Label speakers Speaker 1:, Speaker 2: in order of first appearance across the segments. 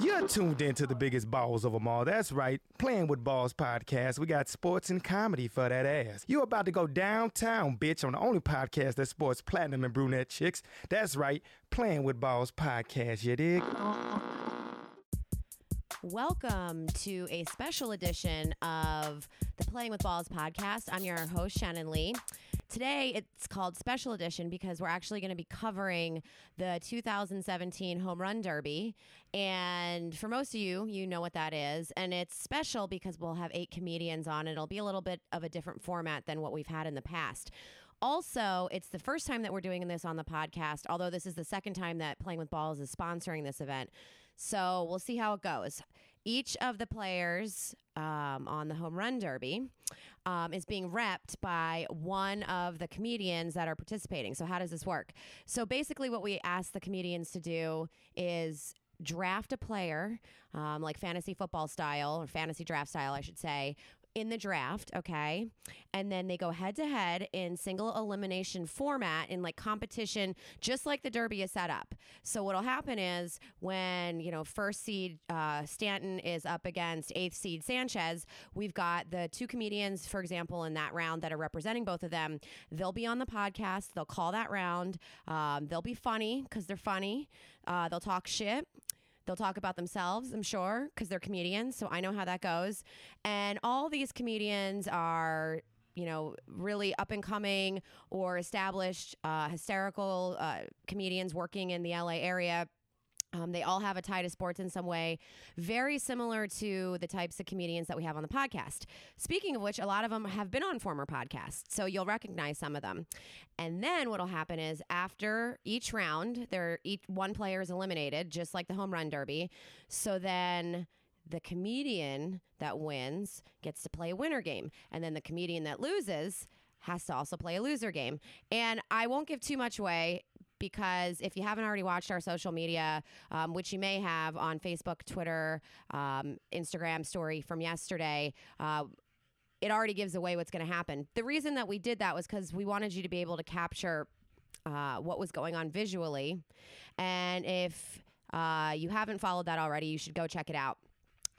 Speaker 1: You're tuned in to the biggest balls of them all. That's right, Playing with Balls podcast. We got sports and comedy for that ass. You're about to go downtown, bitch, on the only podcast that sports platinum and brunette chicks. That's right, Playing with Balls podcast. You dig?
Speaker 2: Welcome to a special edition of the Playing with Balls podcast. I'm your host, Shannon Lee. Today it's called Special Edition because we're actually going to be covering the 2017 Home Run Derby. And for most of you, you know what that is. And it's special because we'll have eight comedians on. It'll be a little bit of a different format than what we've had in the past. Also, it's the first time that we're doing this on the podcast, although this is the second time that Playing with Balls is sponsoring this event. So we'll see how it goes. Each of the players um, on the Home Run Derby um, is being repped by one of the comedians that are participating. So, how does this work? So, basically, what we ask the comedians to do is draft a player, um, like fantasy football style or fantasy draft style, I should say, in the draft, okay? And then they go head to head in single elimination format in like competition, just like the Derby is set up. So what'll happen is when, you know, first seed uh, Stanton is up against eighth seed Sanchez, we've got the two comedians, for example, in that round that are representing both of them. They'll be on the podcast, they'll call that round, um, they'll be funny because they're funny, uh, they'll talk shit. They'll talk about themselves, I'm sure, because they're comedians. So I know how that goes. And all these comedians are, you know, really up and coming or established uh, hysterical uh, comedians working in the LA area. Um, they all have a tie to sports in some way, very similar to the types of comedians that we have on the podcast. Speaking of which, a lot of them have been on former podcasts, so you'll recognize some of them. And then what'll happen is after each round, there each one player is eliminated, just like the home run derby. So then the comedian that wins gets to play a winner game, and then the comedian that loses has to also play a loser game. And I won't give too much away because if you haven't already watched our social media, um, which you may have on Facebook, Twitter, um, Instagram story from yesterday, uh, it already gives away what's going to happen. The reason that we did that was because we wanted you to be able to capture uh, what was going on visually. And if uh, you haven't followed that already, you should go check it out.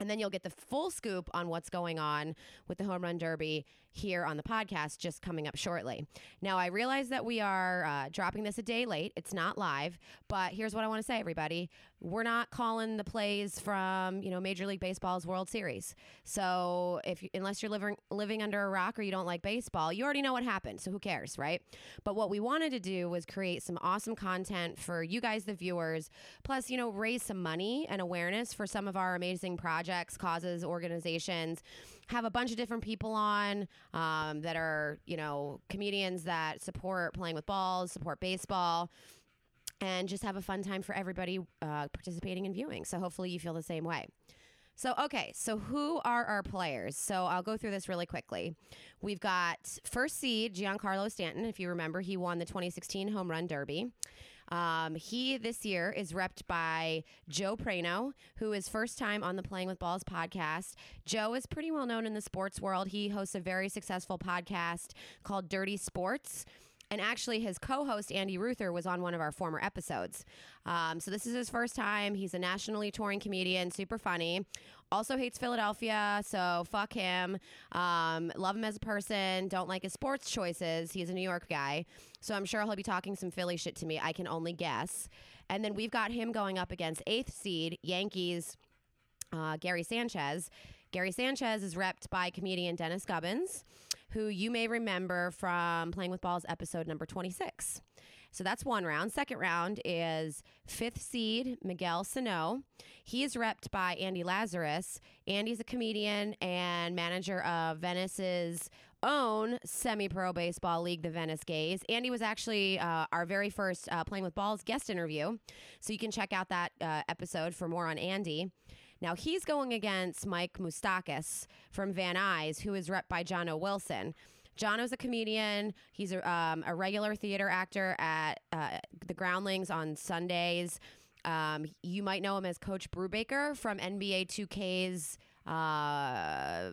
Speaker 2: And then you'll get the full scoop on what's going on with the Home Run Derby here on the podcast, just coming up shortly. Now, I realize that we are uh, dropping this a day late. It's not live, but here's what I want to say, everybody. We're not calling the plays from, you know, Major League Baseball's World Series. So, if you, unless you're living, living under a rock or you don't like baseball, you already know what happened. So, who cares, right? But what we wanted to do was create some awesome content for you guys, the viewers, plus, you know, raise some money and awareness for some of our amazing projects, causes, organizations. Have a bunch of different people on um, that are, you know, comedians that support playing with balls, support baseball. And just have a fun time for everybody uh, participating and viewing. So, hopefully, you feel the same way. So, okay, so who are our players? So, I'll go through this really quickly. We've got first seed Giancarlo Stanton. If you remember, he won the 2016 Home Run Derby. Um, he this year is repped by Joe Prano, who is first time on the Playing with Balls podcast. Joe is pretty well known in the sports world. He hosts a very successful podcast called Dirty Sports. And actually, his co host, Andy Ruther, was on one of our former episodes. Um, so, this is his first time. He's a nationally touring comedian, super funny. Also hates Philadelphia, so fuck him. Um, love him as a person, don't like his sports choices. He's a New York guy. So, I'm sure he'll be talking some Philly shit to me. I can only guess. And then we've got him going up against eighth seed, Yankees uh, Gary Sanchez. Gary Sanchez is repped by comedian Dennis Gubbins, who you may remember from Playing with Balls episode number 26. So that's one round. Second round is fifth seed Miguel Sano. He is repped by Andy Lazarus. Andy's a comedian and manager of Venice's own semi pro baseball league, the Venice Gays. Andy was actually uh, our very first uh, Playing with Balls guest interview. So you can check out that uh, episode for more on Andy. Now he's going against Mike Moustakis from Van Nuys, who is rep by John O. Wilson. John is a comedian. He's a, um, a regular theater actor at uh, the Groundlings on Sundays. Um, you might know him as Coach Brubaker from NBA 2K's uh,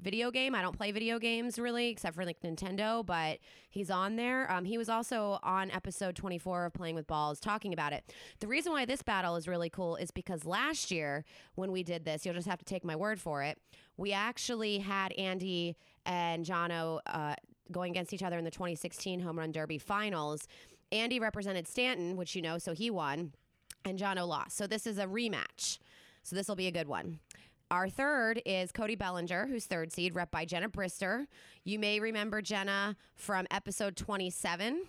Speaker 2: video game. I don't play video games really, except for like Nintendo, but he's on there. Um, he was also on episode 24 of Playing with Balls talking about it. The reason why this battle is really cool is because last year when we did this, you'll just have to take my word for it. We actually had Andy and Jono uh, going against each other in the 2016 Home Run Derby finals. Andy represented Stanton, which you know, so he won, and Jono lost. So this is a rematch. So this will be a good one. Our third is Cody Bellinger, who's third seed, rep by Jenna Brister. You may remember Jenna from episode 27.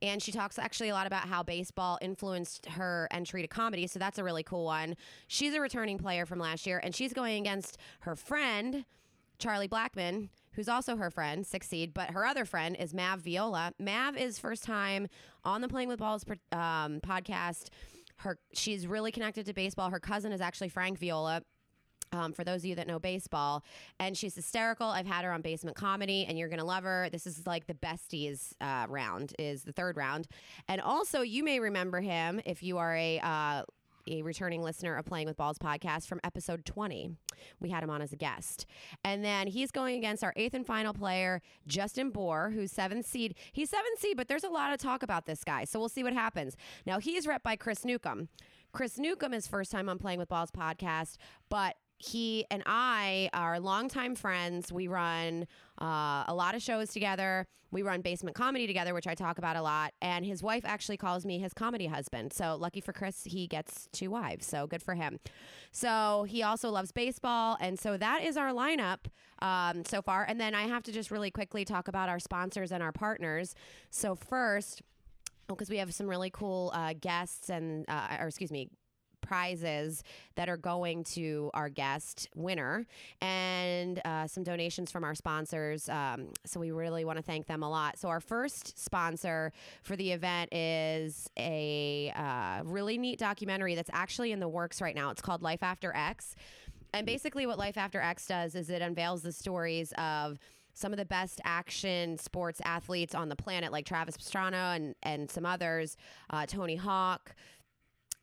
Speaker 2: And she talks actually a lot about how baseball influenced her entry to comedy. So that's a really cool one. She's a returning player from last year, and she's going against her friend, Charlie Blackman, who's also her friend, six seed, but her other friend is Mav Viola. Mav is first time on the Playing with Balls pro- um, podcast. Her she's really connected to baseball. Her cousin is actually Frank Viola. Um, for those of you that know baseball, and she's hysterical. I've had her on Basement Comedy, and you're gonna love her. This is like the besties uh, round, is the third round, and also you may remember him if you are a uh, a returning listener of Playing with Balls podcast from episode 20. We had him on as a guest. And then he's going against our eighth and final player, Justin Bohr, who's seventh seed. He's seventh seed, but there's a lot of talk about this guy. So we'll see what happens. Now he's rep by Chris Newcomb. Chris Newcomb is first time on Playing with Balls podcast, but he and I are longtime friends. We run uh, a lot of shows together. We run basement comedy together, which I talk about a lot. And his wife actually calls me his comedy husband. So lucky for Chris, he gets two wives. So good for him. So he also loves baseball. And so that is our lineup um, so far. And then I have to just really quickly talk about our sponsors and our partners. So, first, because we have some really cool uh, guests and, uh, or excuse me, prizes that are going to our guest winner and uh, some donations from our sponsors. Um, so we really want to thank them a lot. So our first sponsor for the event is a uh, really neat documentary that's actually in the works right now. It's called Life After X. And basically, what Life After X does is it unveils the stories of some of the best action sports athletes on the planet, like Travis Pastrana and, and some others, uh, Tony Hawk,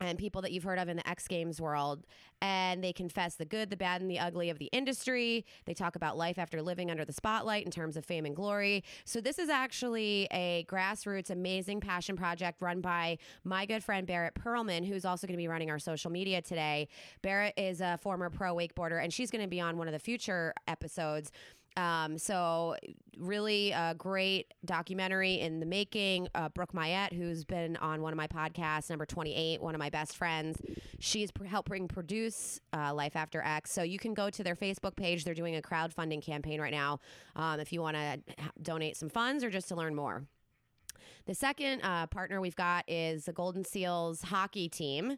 Speaker 2: and people that you've heard of in the X Games world. And they confess the good, the bad, and the ugly of the industry. They talk about life after living under the spotlight in terms of fame and glory. So, this is actually a grassroots, amazing passion project run by my good friend Barrett Perlman, who's also going to be running our social media today. Barrett is a former pro wakeboarder, and she's going to be on one of the future episodes. Um, so really a great documentary in the making. Uh, Brooke Mayette, who's been on one of my podcasts, number 28, one of my best friends, she's pr- helping produce uh, Life After X. So you can go to their Facebook page. They're doing a crowdfunding campaign right now um, if you want to donate some funds or just to learn more. The second uh, partner we've got is the Golden Seals hockey team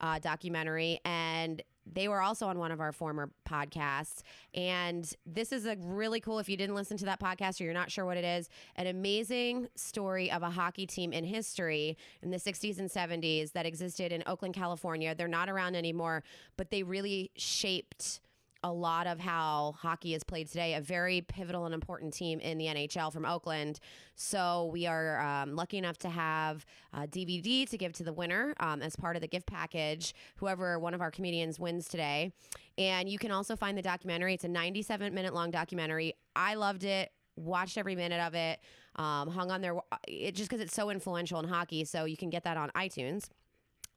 Speaker 2: uh, documentary, and they were also on one of our former podcasts. And this is a really cool, if you didn't listen to that podcast or you're not sure what it is, an amazing story of a hockey team in history in the 60s and 70s that existed in Oakland, California. They're not around anymore, but they really shaped a lot of how hockey is played today, a very pivotal and important team in the NHL from Oakland. So we are um, lucky enough to have a DVD to give to the winner um, as part of the gift package, whoever one of our comedians wins today. And you can also find the documentary. It's a 97 minute long documentary. I loved it, watched every minute of it, um, hung on there it, just because it's so influential in hockey. So you can get that on iTunes.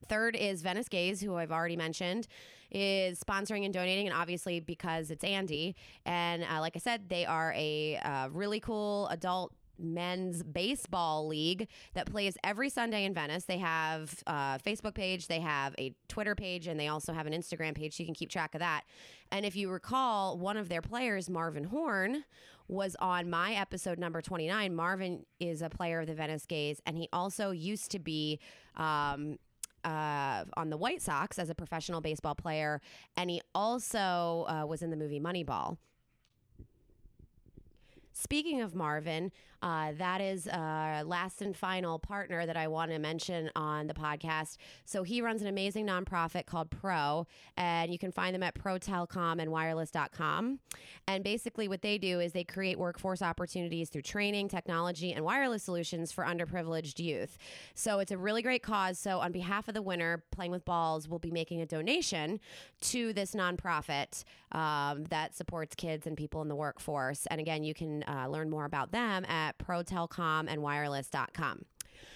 Speaker 2: Third is Venice Gaze, who I've already mentioned, is sponsoring and donating, and obviously because it's Andy. And uh, like I said, they are a uh, really cool adult men's baseball league that plays every Sunday in Venice. They have a Facebook page, they have a Twitter page, and they also have an Instagram page. So you can keep track of that. And if you recall, one of their players, Marvin Horn, was on my episode number 29. Marvin is a player of the Venice Gaze, and he also used to be. Um, uh, on the White Sox as a professional baseball player, and he also uh, was in the movie Moneyball. Speaking of Marvin, Uh, that is uh, last and final partner that I want to mention on the podcast. So he runs an amazing nonprofit called Pro, and you can find them at protelcom and wireless.com. And basically, what they do is they create workforce opportunities through training, technology, and wireless solutions for underprivileged youth. So it's a really great cause. So, on behalf of the winner, Playing with Balls will be making a donation to this nonprofit um, that supports kids and people in the workforce. And again, you can uh, learn more about them at protelcom and wireless.com.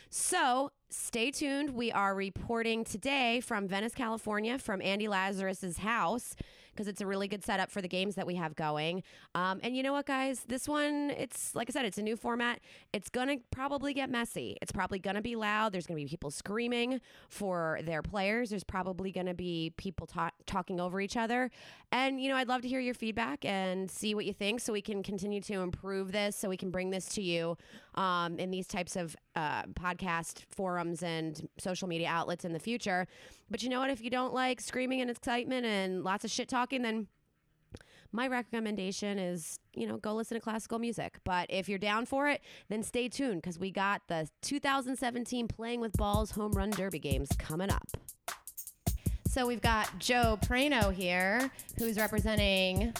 Speaker 2: So stay tuned. We are reporting today from Venice, California, from Andy Lazarus's house because it's a really good setup for the games that we have going. Um, and you know what, guys? This one, it's like I said, it's a new format. It's gonna probably get messy. It's probably gonna be loud. There's gonna be people screaming for their players. There's probably gonna be people ta- talking over each other. And you know, I'd love to hear your feedback and see what you think, so we can continue to improve this, so we can bring this to you um, in these types of uh, podcast forums and social media outlets in the future. But you know what? If you don't like screaming and excitement and lots of shit talking, then my recommendation is you know go listen to classical music. But if you're down for it, then stay tuned because we got the 2017 Playing with Balls Home Run Derby games coming up. So we've got Joe Prano here, who's representing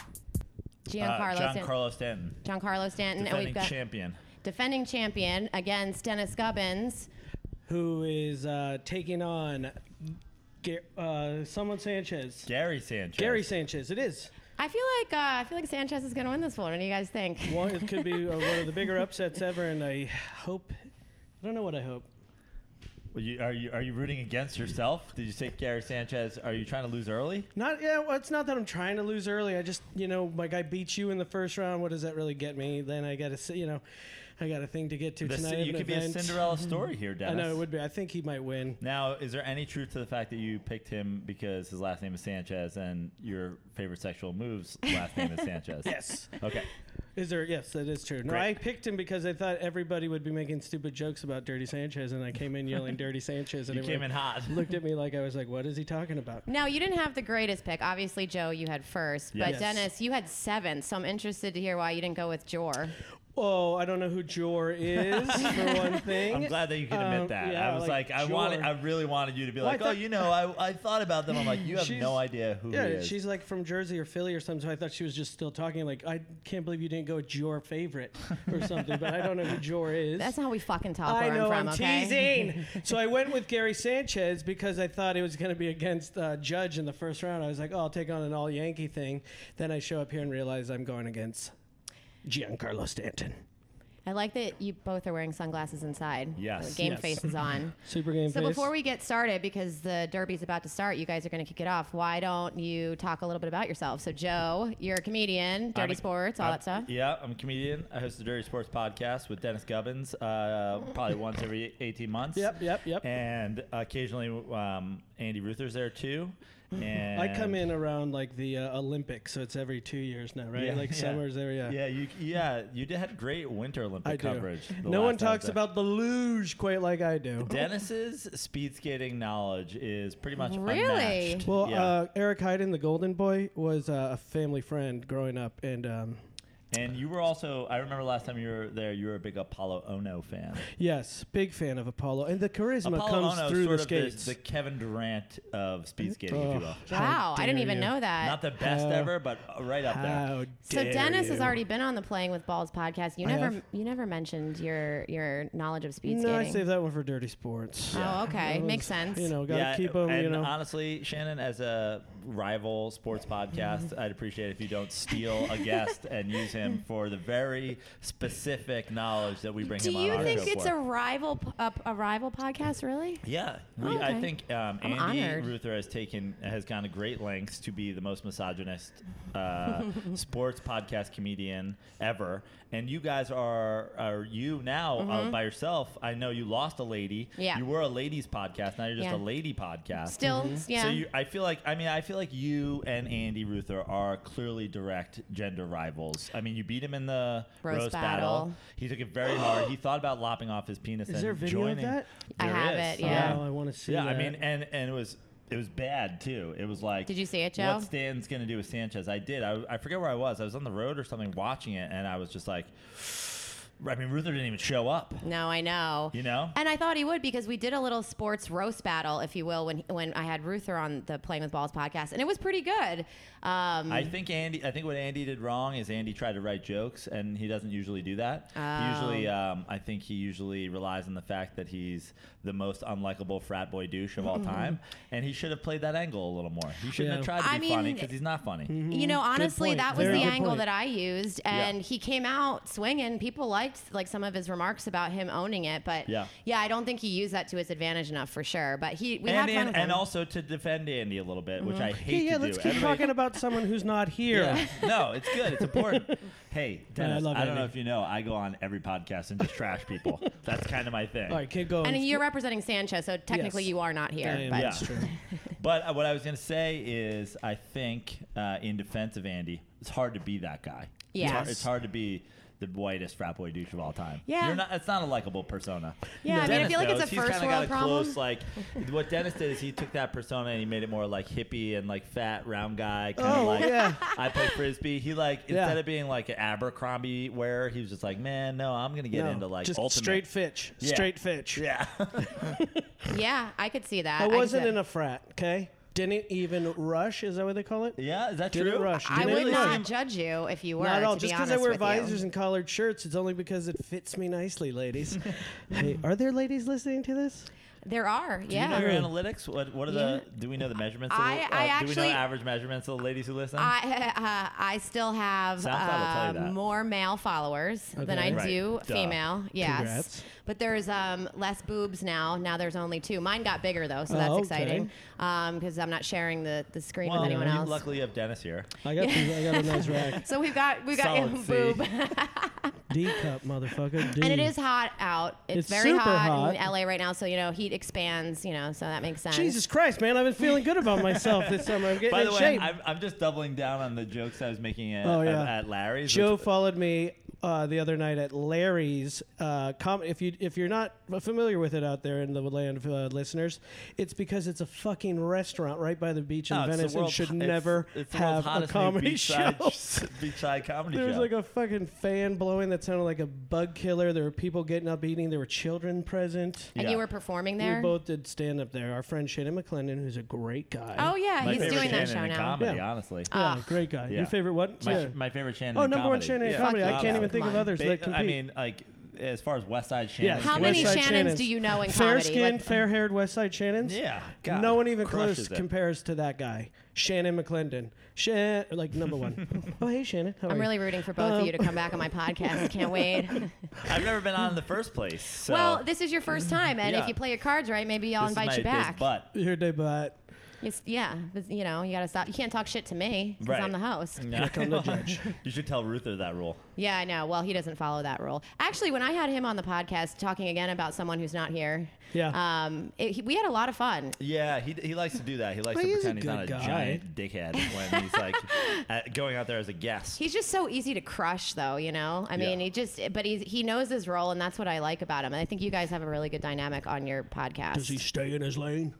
Speaker 3: uh,
Speaker 2: Giancarlo
Speaker 3: John
Speaker 2: Stan-
Speaker 3: Carlos Stanton,
Speaker 2: Giancarlo Stanton, and
Speaker 3: defending
Speaker 2: we've got
Speaker 3: champion.
Speaker 2: defending champion against Dennis Gubbins.
Speaker 4: who is uh, taking on Ga- uh, someone Sanchez.
Speaker 3: Gary Sanchez.
Speaker 4: Gary Sanchez, it is.
Speaker 2: I feel like uh, I feel like Sanchez is going to win this one. What do you guys think?
Speaker 4: One, it could be uh, one of the bigger upsets ever, and I hope. I don't know what I hope.
Speaker 3: Well, you- are you are you rooting against yourself? Did you say Gary Sanchez? Are you trying to lose early?
Speaker 4: Not yeah. Well, it's not that I'm trying to lose early. I just you know like I beat you in the first round. What does that really get me? Then I got to you know, I got a thing to get to
Speaker 3: The
Speaker 4: tonight.
Speaker 3: ci-
Speaker 4: I
Speaker 3: you
Speaker 4: have
Speaker 3: could
Speaker 4: an
Speaker 3: be a
Speaker 4: event.
Speaker 3: Cinderella story here,
Speaker 4: I
Speaker 3: Dennis.
Speaker 4: know it would be. I think he might win.
Speaker 3: Now, is there any truth to the fact that you picked him because his last name is Sanchez and your favorite sexual moves last name is Sanchez?
Speaker 4: Yes.
Speaker 3: Okay.
Speaker 4: Is there? Yes, that is true. No,
Speaker 3: Great.
Speaker 4: I picked him because I thought everybody would be making stupid jokes about Dirty Sanchez, and I came in yelling Dirty Sanchez, and
Speaker 3: You came
Speaker 4: everyone
Speaker 3: in hot.
Speaker 4: looked at me like I was like, "What is he talking about?"
Speaker 2: Now you didn't have the greatest pick. Obviously, Joe, you had first, but
Speaker 4: Yes.
Speaker 2: Dennis, you had seventh. So I'm interested to hear why you didn't go with Jor.
Speaker 4: Oh, I don't know who Jor is for one thing.
Speaker 3: I'm glad that you can admit
Speaker 4: Um,
Speaker 3: that.
Speaker 4: yeah,
Speaker 3: I was like,
Speaker 4: like,
Speaker 3: I wanted,
Speaker 4: sure.
Speaker 3: I really wanted you to be
Speaker 4: Well, I
Speaker 3: like, oh,
Speaker 4: thought-
Speaker 3: you know, I, I thought about them. I'm like, you have
Speaker 4: She's-
Speaker 3: no idea who he
Speaker 4: Yeah,
Speaker 3: is.
Speaker 4: she's like from Jersey or Philly or something. So I thought she was just still talking. Like, I can't believe you didn't go with your favorite or something. but I don't know who Jor is.
Speaker 2: That's not how we fucking talk.
Speaker 4: I
Speaker 2: where
Speaker 4: know
Speaker 2: I'm from. okay?
Speaker 4: teasing. so I went with Gary Sanchez because I thought it was going to be against uh, Judge in the first round. I was like, oh, I'll take on an all Yankee thing. Then I show up here and realize I'm going against Giancarlo Stanton.
Speaker 2: I like that you both are wearing sunglasses inside.
Speaker 3: Yes.
Speaker 2: Game
Speaker 4: Yes.
Speaker 2: face is on.
Speaker 4: Super game
Speaker 2: So
Speaker 4: face.
Speaker 2: before we get started, because the derby's about to start, you guys are going to kick it off. Why don't you talk a little bit about yourself? So Joe, you're a comedian,
Speaker 3: I'm
Speaker 2: dirty
Speaker 3: a-
Speaker 2: sports, all
Speaker 3: I'm-
Speaker 2: that stuff.
Speaker 3: Yeah, I'm a comedian. I host the Dirty Sports podcast with Dennis Gubbins, uh, probably once every 18 months.
Speaker 4: Yep, yep, yep.
Speaker 3: And occasionally um, Andy Ruther's there too. And
Speaker 4: I come in around like the uh, Olympics, so it's every two years now, right?
Speaker 3: Yeah,
Speaker 4: like
Speaker 3: yeah.
Speaker 4: summers there, yeah.
Speaker 3: Yeah, you yeah you did had great Winter Olympic
Speaker 4: I do.
Speaker 3: coverage. the
Speaker 4: No one
Speaker 3: last time I was
Speaker 4: talks
Speaker 3: there.
Speaker 4: about the luge quite like I do.
Speaker 3: Dennis's speed skating knowledge is pretty much
Speaker 2: Really?
Speaker 3: unmatched.
Speaker 4: Well,
Speaker 3: yeah.
Speaker 4: uh, Eric Hyden, the Golden Boy, was uh, a family friend growing up, and um,
Speaker 3: and you were also I remember last time you were there you were a big Apollo Ono fan.
Speaker 4: Yes, big fan of Apollo, and the charisma
Speaker 3: Apollo
Speaker 4: comes
Speaker 3: Ono is
Speaker 4: through
Speaker 3: sort
Speaker 4: the
Speaker 3: of the-
Speaker 4: skates.
Speaker 3: the, Kevin Durant of speed skating, if you will.
Speaker 4: Oh, how
Speaker 2: Wow, I didn't
Speaker 4: dare
Speaker 2: even
Speaker 4: you.
Speaker 2: know that.
Speaker 3: Not the best
Speaker 4: How-
Speaker 3: ever, but right up there.
Speaker 4: How
Speaker 2: So
Speaker 4: dare
Speaker 2: Dennis has
Speaker 4: you.
Speaker 2: already been on the Playing with Balls podcast. You
Speaker 4: I
Speaker 2: never
Speaker 4: have.
Speaker 2: you never mentioned your your knowledge of speed
Speaker 4: No, I
Speaker 2: skating.
Speaker 4: saved that one for dirty sports.
Speaker 2: Oh, okay,
Speaker 4: That
Speaker 2: makes
Speaker 4: was-
Speaker 2: sense.
Speaker 4: You know, gotta keep them.
Speaker 3: and
Speaker 4: You know,
Speaker 3: honestly, Shannon, as a rival sports
Speaker 4: Mm-hmm.
Speaker 3: podcast, I'd appreciate if you don't steal a guest and use him for the very specific knowledge that we bring
Speaker 2: Do
Speaker 3: him on
Speaker 2: you
Speaker 3: our
Speaker 2: think
Speaker 3: show
Speaker 2: it's
Speaker 3: for.
Speaker 2: a rival p- a, a rival podcast? Really?
Speaker 3: Yeah, we,
Speaker 2: Oh,
Speaker 3: I
Speaker 2: okay.
Speaker 3: think um,
Speaker 2: I'm
Speaker 3: Andy
Speaker 2: honored.
Speaker 3: Ruther has taken has gone to great lengths to be the most misogynist uh, sports podcast comedian ever. And you guys are are you now uh, by yourself? I know you lost a lady.
Speaker 2: Mm-hmm. Yeah.
Speaker 3: you were a ladies podcast. Now you're just a
Speaker 2: Yeah.
Speaker 3: lady podcast.
Speaker 2: Still, yeah.
Speaker 3: So you, I feel like I mean I feel like you and Andy Ruther are clearly direct gender rivals. I mean you beat him in the
Speaker 2: Roast
Speaker 3: roast,
Speaker 2: battle.
Speaker 3: He took it very hard. He thought about lopping off his penis.
Speaker 4: Is
Speaker 3: and
Speaker 4: there a video of
Speaker 3: joining.
Speaker 4: that?
Speaker 2: I
Speaker 3: There
Speaker 2: have
Speaker 3: is.
Speaker 2: it, yeah.
Speaker 4: Oh, I want to see.
Speaker 3: Yeah, I
Speaker 4: that.
Speaker 3: mean, and and it was it was bad too. It was like,
Speaker 2: Did you see it, Joe?
Speaker 3: What Stan's gonna do with Sanchez? I did. I, I forget where I was. I was on the road or something watching it, and I was just like, I mean, Ruther didn't even show up.
Speaker 2: No, I know.
Speaker 3: You know?
Speaker 2: And I thought he would because we did a little sports roast battle, if you will, when when I had Ruther on the Playing with Balls podcast, and it was pretty good. Um,
Speaker 3: I think Andy. I think what Andy did wrong is Andy tried to write jokes, and he doesn't usually do that. He
Speaker 2: Oh.
Speaker 3: usually, um, I think he usually relies on the fact that he's the most unlikable frat boy douche of all
Speaker 2: Mm-hmm.
Speaker 3: time, and he should have played that angle a little more. He shouldn't
Speaker 4: Yeah. Mm-hmm.
Speaker 3: have tried to be funny
Speaker 2: I
Speaker 3: 'cause funny
Speaker 2: mean-
Speaker 3: because he's not funny.
Speaker 2: you know, honestly,
Speaker 4: point.
Speaker 2: that was
Speaker 4: Very
Speaker 2: the
Speaker 4: good
Speaker 2: angle
Speaker 4: point.
Speaker 2: that I used, and
Speaker 3: Yeah.
Speaker 2: he came out swinging. People liked like some of his remarks about him owning it, but
Speaker 3: Yeah.
Speaker 2: I don't think he used that to his advantage enough for sure. But he, we had
Speaker 3: And,
Speaker 2: fun
Speaker 3: and,
Speaker 2: with
Speaker 3: and
Speaker 2: him.
Speaker 3: also to defend Andy a little bit, which I hate
Speaker 4: Mm-hmm. yeah,
Speaker 3: to
Speaker 4: let's
Speaker 3: do.
Speaker 4: keep
Speaker 3: Everybody-
Speaker 4: talking about someone who's not here.
Speaker 3: Yeah. no, it's good. It's important. Hey, Dennis,
Speaker 4: love
Speaker 3: I, don't
Speaker 4: Andy.
Speaker 3: know if you know, I go on every podcast and just trash people. That's kind of my thing.
Speaker 4: All right, kid, go.
Speaker 2: and you're representing Sanchez, so technically
Speaker 4: Yes.
Speaker 2: you are not
Speaker 4: I
Speaker 2: here.
Speaker 4: am,
Speaker 2: but
Speaker 4: That's true.
Speaker 3: But uh, what I was going to say is, I think uh, in defense of Andy, it's hard to be that guy. It's, hard,
Speaker 2: Yes.
Speaker 3: it's hard to be the whitest frat boy douche of all time.
Speaker 2: Yeah.
Speaker 3: You're not, it's not a likable persona.
Speaker 2: Yeah, I mean, I
Speaker 3: Dennis
Speaker 2: feel like it's
Speaker 3: knows.
Speaker 2: a
Speaker 3: He's
Speaker 2: first
Speaker 3: kinda
Speaker 2: world
Speaker 3: got a close,
Speaker 2: problem.
Speaker 3: like, what Dennis did is he took that persona and he made it more like hippie and like fat, round guy. Kind of
Speaker 4: Oh,
Speaker 3: like,
Speaker 4: yeah.
Speaker 3: I play frisbee. He like
Speaker 4: Yeah.
Speaker 3: instead of being like an Abercrombie wearer, he was just like, man, no, I'm gonna get
Speaker 4: No,
Speaker 3: into like
Speaker 4: just
Speaker 3: ultimate.
Speaker 4: straight fitch.
Speaker 3: Yeah.
Speaker 4: Straight fitch.
Speaker 3: yeah.
Speaker 2: yeah, I could see that.
Speaker 4: I
Speaker 2: could
Speaker 4: wasn't
Speaker 2: see
Speaker 4: in
Speaker 2: that.
Speaker 4: a frat, okay? Didn't even rush, is that what they call it?
Speaker 3: yeah. Is that
Speaker 4: Didn't
Speaker 3: true?
Speaker 4: rush.
Speaker 2: I
Speaker 4: Didn't
Speaker 2: would
Speaker 4: really
Speaker 2: not
Speaker 4: seem-
Speaker 2: judge you if you were.
Speaker 4: Not at all.
Speaker 2: To
Speaker 4: Just
Speaker 2: be
Speaker 4: because
Speaker 2: honest
Speaker 4: I wear
Speaker 2: with you.
Speaker 4: visors and collared shirts, it's only because it fits me nicely, ladies. hey, are there ladies listening to this?
Speaker 2: There are,
Speaker 3: Do you know your
Speaker 2: yeah.
Speaker 3: analytics? What what are the? Do we know the measurements? Of the,
Speaker 2: I- I
Speaker 3: uh, do we
Speaker 2: actually-
Speaker 3: know average measurements of the ladies who listen?
Speaker 2: I uh, I still have
Speaker 3: SoundCloud will tell
Speaker 2: uh,
Speaker 3: you that.
Speaker 2: more male followers than I
Speaker 4: Okay.
Speaker 2: do
Speaker 3: Right. Duh.
Speaker 2: female. Yes,
Speaker 4: Congrats.
Speaker 2: but there's um, less boobs now. Now there's only two. Mine got bigger though, so
Speaker 4: Oh,
Speaker 2: that's
Speaker 4: okay.
Speaker 2: exciting because I'm not sharing the, the screen
Speaker 3: well,
Speaker 2: with anyone
Speaker 3: you
Speaker 2: else.
Speaker 3: luckily have Dennis here.
Speaker 4: I got, I got a nice rack.
Speaker 2: so we've got we've got
Speaker 3: Solid
Speaker 2: a
Speaker 3: C.
Speaker 2: boob,
Speaker 4: D cup, motherfucker. D.
Speaker 2: and it is hot out. It's,
Speaker 4: It's
Speaker 2: very
Speaker 4: super hot.
Speaker 2: in LA right now, so you know heat expands. You know, so that makes sense.
Speaker 4: Jesus Christ, man! I've been feeling good about myself this summer. I'm getting
Speaker 3: By
Speaker 4: in
Speaker 3: the way,
Speaker 4: shape.
Speaker 3: I'm, I'm just doubling down on the jokes I was making at,
Speaker 4: Oh, yeah.
Speaker 3: at Larry's.
Speaker 4: Joe
Speaker 3: which-
Speaker 4: followed me uh, the other night at Larry's. Uh, com- if you if you're not familiar with it out there in the land of uh, listeners, it's because it's a fucking restaurant right by the beach in
Speaker 3: No, it's the
Speaker 4: Venice and
Speaker 3: world's-
Speaker 4: should
Speaker 3: it's-
Speaker 4: never
Speaker 3: it's the world's
Speaker 4: have a
Speaker 3: hottest new
Speaker 4: comedy show.
Speaker 3: beachside, beachside comedy
Speaker 4: There was
Speaker 3: show.
Speaker 4: like a fucking fan blowing that sounded like a bug killer. There were people getting up eating. There were children present.
Speaker 2: and
Speaker 3: Yeah.
Speaker 2: you were performing
Speaker 4: We
Speaker 2: there.
Speaker 4: both did stand up there. Our friend Shannon McClendon, who's a great guy.
Speaker 2: oh yeah,
Speaker 3: my
Speaker 2: he's
Speaker 3: favorite
Speaker 2: doing that
Speaker 3: Shannon
Speaker 2: show
Speaker 3: in
Speaker 2: now.
Speaker 3: Comedy,
Speaker 4: Yeah.
Speaker 3: honestly.
Speaker 4: yeah,
Speaker 2: Ugh.
Speaker 4: great guy.
Speaker 3: Yeah.
Speaker 4: Your favorite what?
Speaker 3: My,
Speaker 4: yeah.
Speaker 3: my favorite Shannon.
Speaker 4: Oh,
Speaker 3: in
Speaker 4: number one
Speaker 3: comedy.
Speaker 4: Shannon in
Speaker 3: Yeah.
Speaker 4: comedy. I
Speaker 2: Fuck
Speaker 4: can't
Speaker 2: yeah.
Speaker 4: even think of
Speaker 2: Come on.
Speaker 4: others that
Speaker 3: Ba-
Speaker 4: compete.
Speaker 3: I mean, like as far as West Side Shannon.
Speaker 4: Yes,
Speaker 2: How
Speaker 4: West
Speaker 2: many
Speaker 4: Side
Speaker 2: Shannons
Speaker 4: Shannons.
Speaker 2: do you know in
Speaker 4: Fair
Speaker 2: comedy?
Speaker 4: skinned,
Speaker 2: Like-
Speaker 4: fair haired West Side Shannons?
Speaker 3: Yeah, God,
Speaker 4: no one even close
Speaker 3: crushes it.
Speaker 4: compares to that guy. Shannon McClendon. Shan like number one. oh hey Shannon. How are
Speaker 2: I'm
Speaker 4: you?
Speaker 2: really rooting for both of you to come back on my podcast. Can't wait.
Speaker 3: I've never been on in the first place. So
Speaker 2: Well, this is your first time, and if
Speaker 3: Yeah.
Speaker 2: you play your cards right, maybe I'll
Speaker 3: this is
Speaker 2: invite
Speaker 3: my
Speaker 2: you back.
Speaker 3: biz butt.
Speaker 4: your debut.
Speaker 2: It's- yeah, this- you know, you gotta stop. You can't talk shit to me 'cause
Speaker 3: Right.
Speaker 2: I'm the host.
Speaker 4: judge.
Speaker 3: you should tell Ruther that rule.
Speaker 2: Yeah, I know. Well, he doesn't follow that rule. Actually, when I had him on the podcast talking again about someone who's not here,
Speaker 4: Yeah.
Speaker 2: um, it, he, we had a lot of fun.
Speaker 3: Yeah, he, he likes to do that. He likes
Speaker 4: Well,
Speaker 3: to
Speaker 4: he's a
Speaker 3: pretend he's not a
Speaker 4: good guy.
Speaker 3: giant dickhead when he's like at, going out there as a guest.
Speaker 2: He's just so easy to crush, though. You know, I mean,
Speaker 3: Yeah.
Speaker 2: he just, but he's he knows his role, and that's what I like about him. And I think you guys have a really good dynamic on your podcast.
Speaker 4: Does he stay in his lane?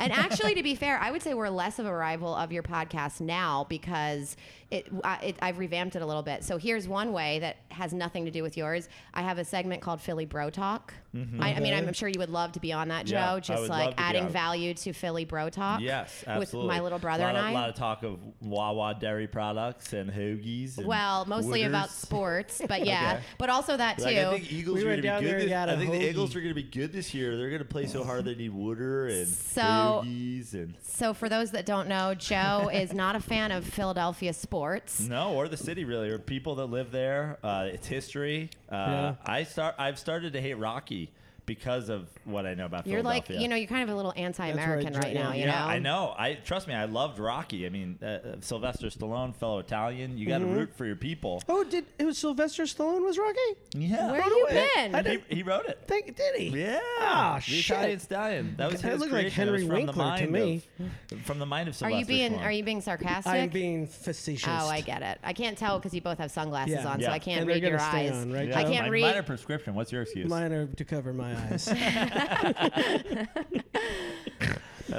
Speaker 2: And actually, to be fair, I would say we're less of a rival of your podcast now because it, I, it I've revamped it a little bit. So here's one way that has nothing to do with yours. I have a segment called Philly Bro Talk. I, I mean, I'm sure you would love to be on that, Joe.
Speaker 3: Yeah, I
Speaker 2: just
Speaker 3: would love
Speaker 2: like
Speaker 3: to be on
Speaker 2: adding
Speaker 3: it.
Speaker 2: value to Philly Bro Talk.
Speaker 3: yes, absolutely.
Speaker 2: With my little brother
Speaker 3: lot
Speaker 2: and
Speaker 3: of,
Speaker 2: I.
Speaker 3: lot of talk of Wawa dairy products and hoagies. and
Speaker 2: well, mostly about
Speaker 3: Wooters.
Speaker 2: sports, but yeah, but also that too.
Speaker 3: Like, I think Eagles
Speaker 4: We
Speaker 3: are going to
Speaker 4: went down
Speaker 3: be
Speaker 4: there
Speaker 3: good. This,
Speaker 4: and got a
Speaker 3: I think
Speaker 4: hoagie.
Speaker 3: the Eagles are going to be good this year. They're going to play so hard they need Wooder and
Speaker 2: So-
Speaker 3: hoagies and
Speaker 2: so for those that don't know, Joe is not a fan of Philadelphia sports.
Speaker 3: no, or the city really, or people that live there. Uh, it's history. Uh,
Speaker 4: Yeah.
Speaker 3: I start. I've started to hate Rocky because of what I know about
Speaker 2: You're like,
Speaker 3: Philadelphia.
Speaker 2: you know, you're kind of a little anti-American
Speaker 4: Joe.
Speaker 2: right, now. You
Speaker 3: yeah,
Speaker 2: know,
Speaker 3: I know. I trust me. I loved Rocky. I mean, uh, uh, Sylvester Stallone, fellow Italian. You got
Speaker 2: Mm-hmm.
Speaker 3: to root for your people.
Speaker 4: Oh, did it was Sylvester Stallone was Rocky?
Speaker 3: Yeah,
Speaker 2: Where you
Speaker 4: away.
Speaker 2: been?
Speaker 4: I
Speaker 3: he, he wrote it.
Speaker 4: Think did he?
Speaker 3: Yeah,
Speaker 4: Ah,
Speaker 3: the
Speaker 4: shit.
Speaker 3: Italian Stallion. That was
Speaker 4: That
Speaker 3: his
Speaker 4: looked like
Speaker 3: creation. It was
Speaker 4: Henry
Speaker 3: from the
Speaker 4: Winkler
Speaker 3: mind
Speaker 4: to me.
Speaker 3: of- from the mind of
Speaker 2: Are
Speaker 3: Sylvester.
Speaker 2: you being
Speaker 3: Stallone.
Speaker 2: Are you being sarcastic?
Speaker 4: I'm being facetious.
Speaker 2: Oh, I get it. I can't tell because you both have sunglasses
Speaker 4: Yeah.
Speaker 2: on, so
Speaker 3: Yeah.
Speaker 2: I can't
Speaker 4: And they're
Speaker 2: read your
Speaker 4: gonna stay
Speaker 2: eyes.
Speaker 4: on, right,
Speaker 2: I
Speaker 4: Joe?
Speaker 2: can't
Speaker 3: my
Speaker 2: read.
Speaker 3: minor prescription. What's your excuse?
Speaker 4: Mine are to cover my eyes.
Speaker 3: That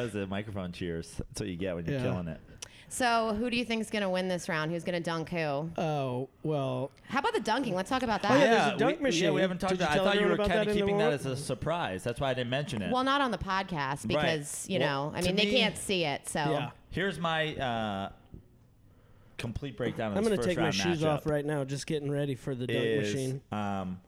Speaker 3: was the microphone cheers. That's what you get when you're
Speaker 4: Yeah.
Speaker 3: killing it.
Speaker 2: So, who do you think's going to win this round? Who's going to dunk who?
Speaker 4: Oh well,
Speaker 2: How about the dunking? Let's talk about that.
Speaker 4: Oh, yeah, there's a
Speaker 3: we-
Speaker 4: dunk
Speaker 3: Yeah,
Speaker 4: machine.
Speaker 3: we haven't talked
Speaker 4: Did you
Speaker 3: about. I
Speaker 4: tell
Speaker 3: thought you
Speaker 4: everyone
Speaker 3: were
Speaker 4: about
Speaker 3: kind
Speaker 4: that
Speaker 3: of
Speaker 4: in the
Speaker 3: keeping that
Speaker 4: war-
Speaker 3: as a surprise. That's why I didn't mention it.
Speaker 2: Well, not on the podcast because, you
Speaker 3: Well,
Speaker 2: know, I
Speaker 3: to
Speaker 2: mean, they
Speaker 3: me-
Speaker 2: can't see it. So,
Speaker 4: yeah.
Speaker 3: Here's my uh, complete breakdown of
Speaker 4: I'm
Speaker 3: this
Speaker 4: gonna
Speaker 3: first
Speaker 4: take my
Speaker 3: round
Speaker 4: shoes
Speaker 3: matchup
Speaker 4: off right now, just getting ready for the dunk
Speaker 3: is,
Speaker 4: machine.
Speaker 3: Um,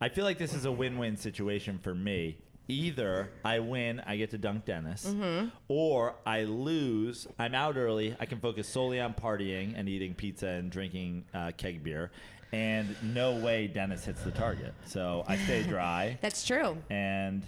Speaker 3: I feel like this is a win-win situation for me. Either I win, I get to dunk Dennis,
Speaker 4: Mm-hmm.
Speaker 3: or I lose, I'm out early, I can focus solely on partying and eating pizza and drinking uh, keg beer, and no way Dennis hits the target. So I stay dry,
Speaker 2: that's true.
Speaker 3: and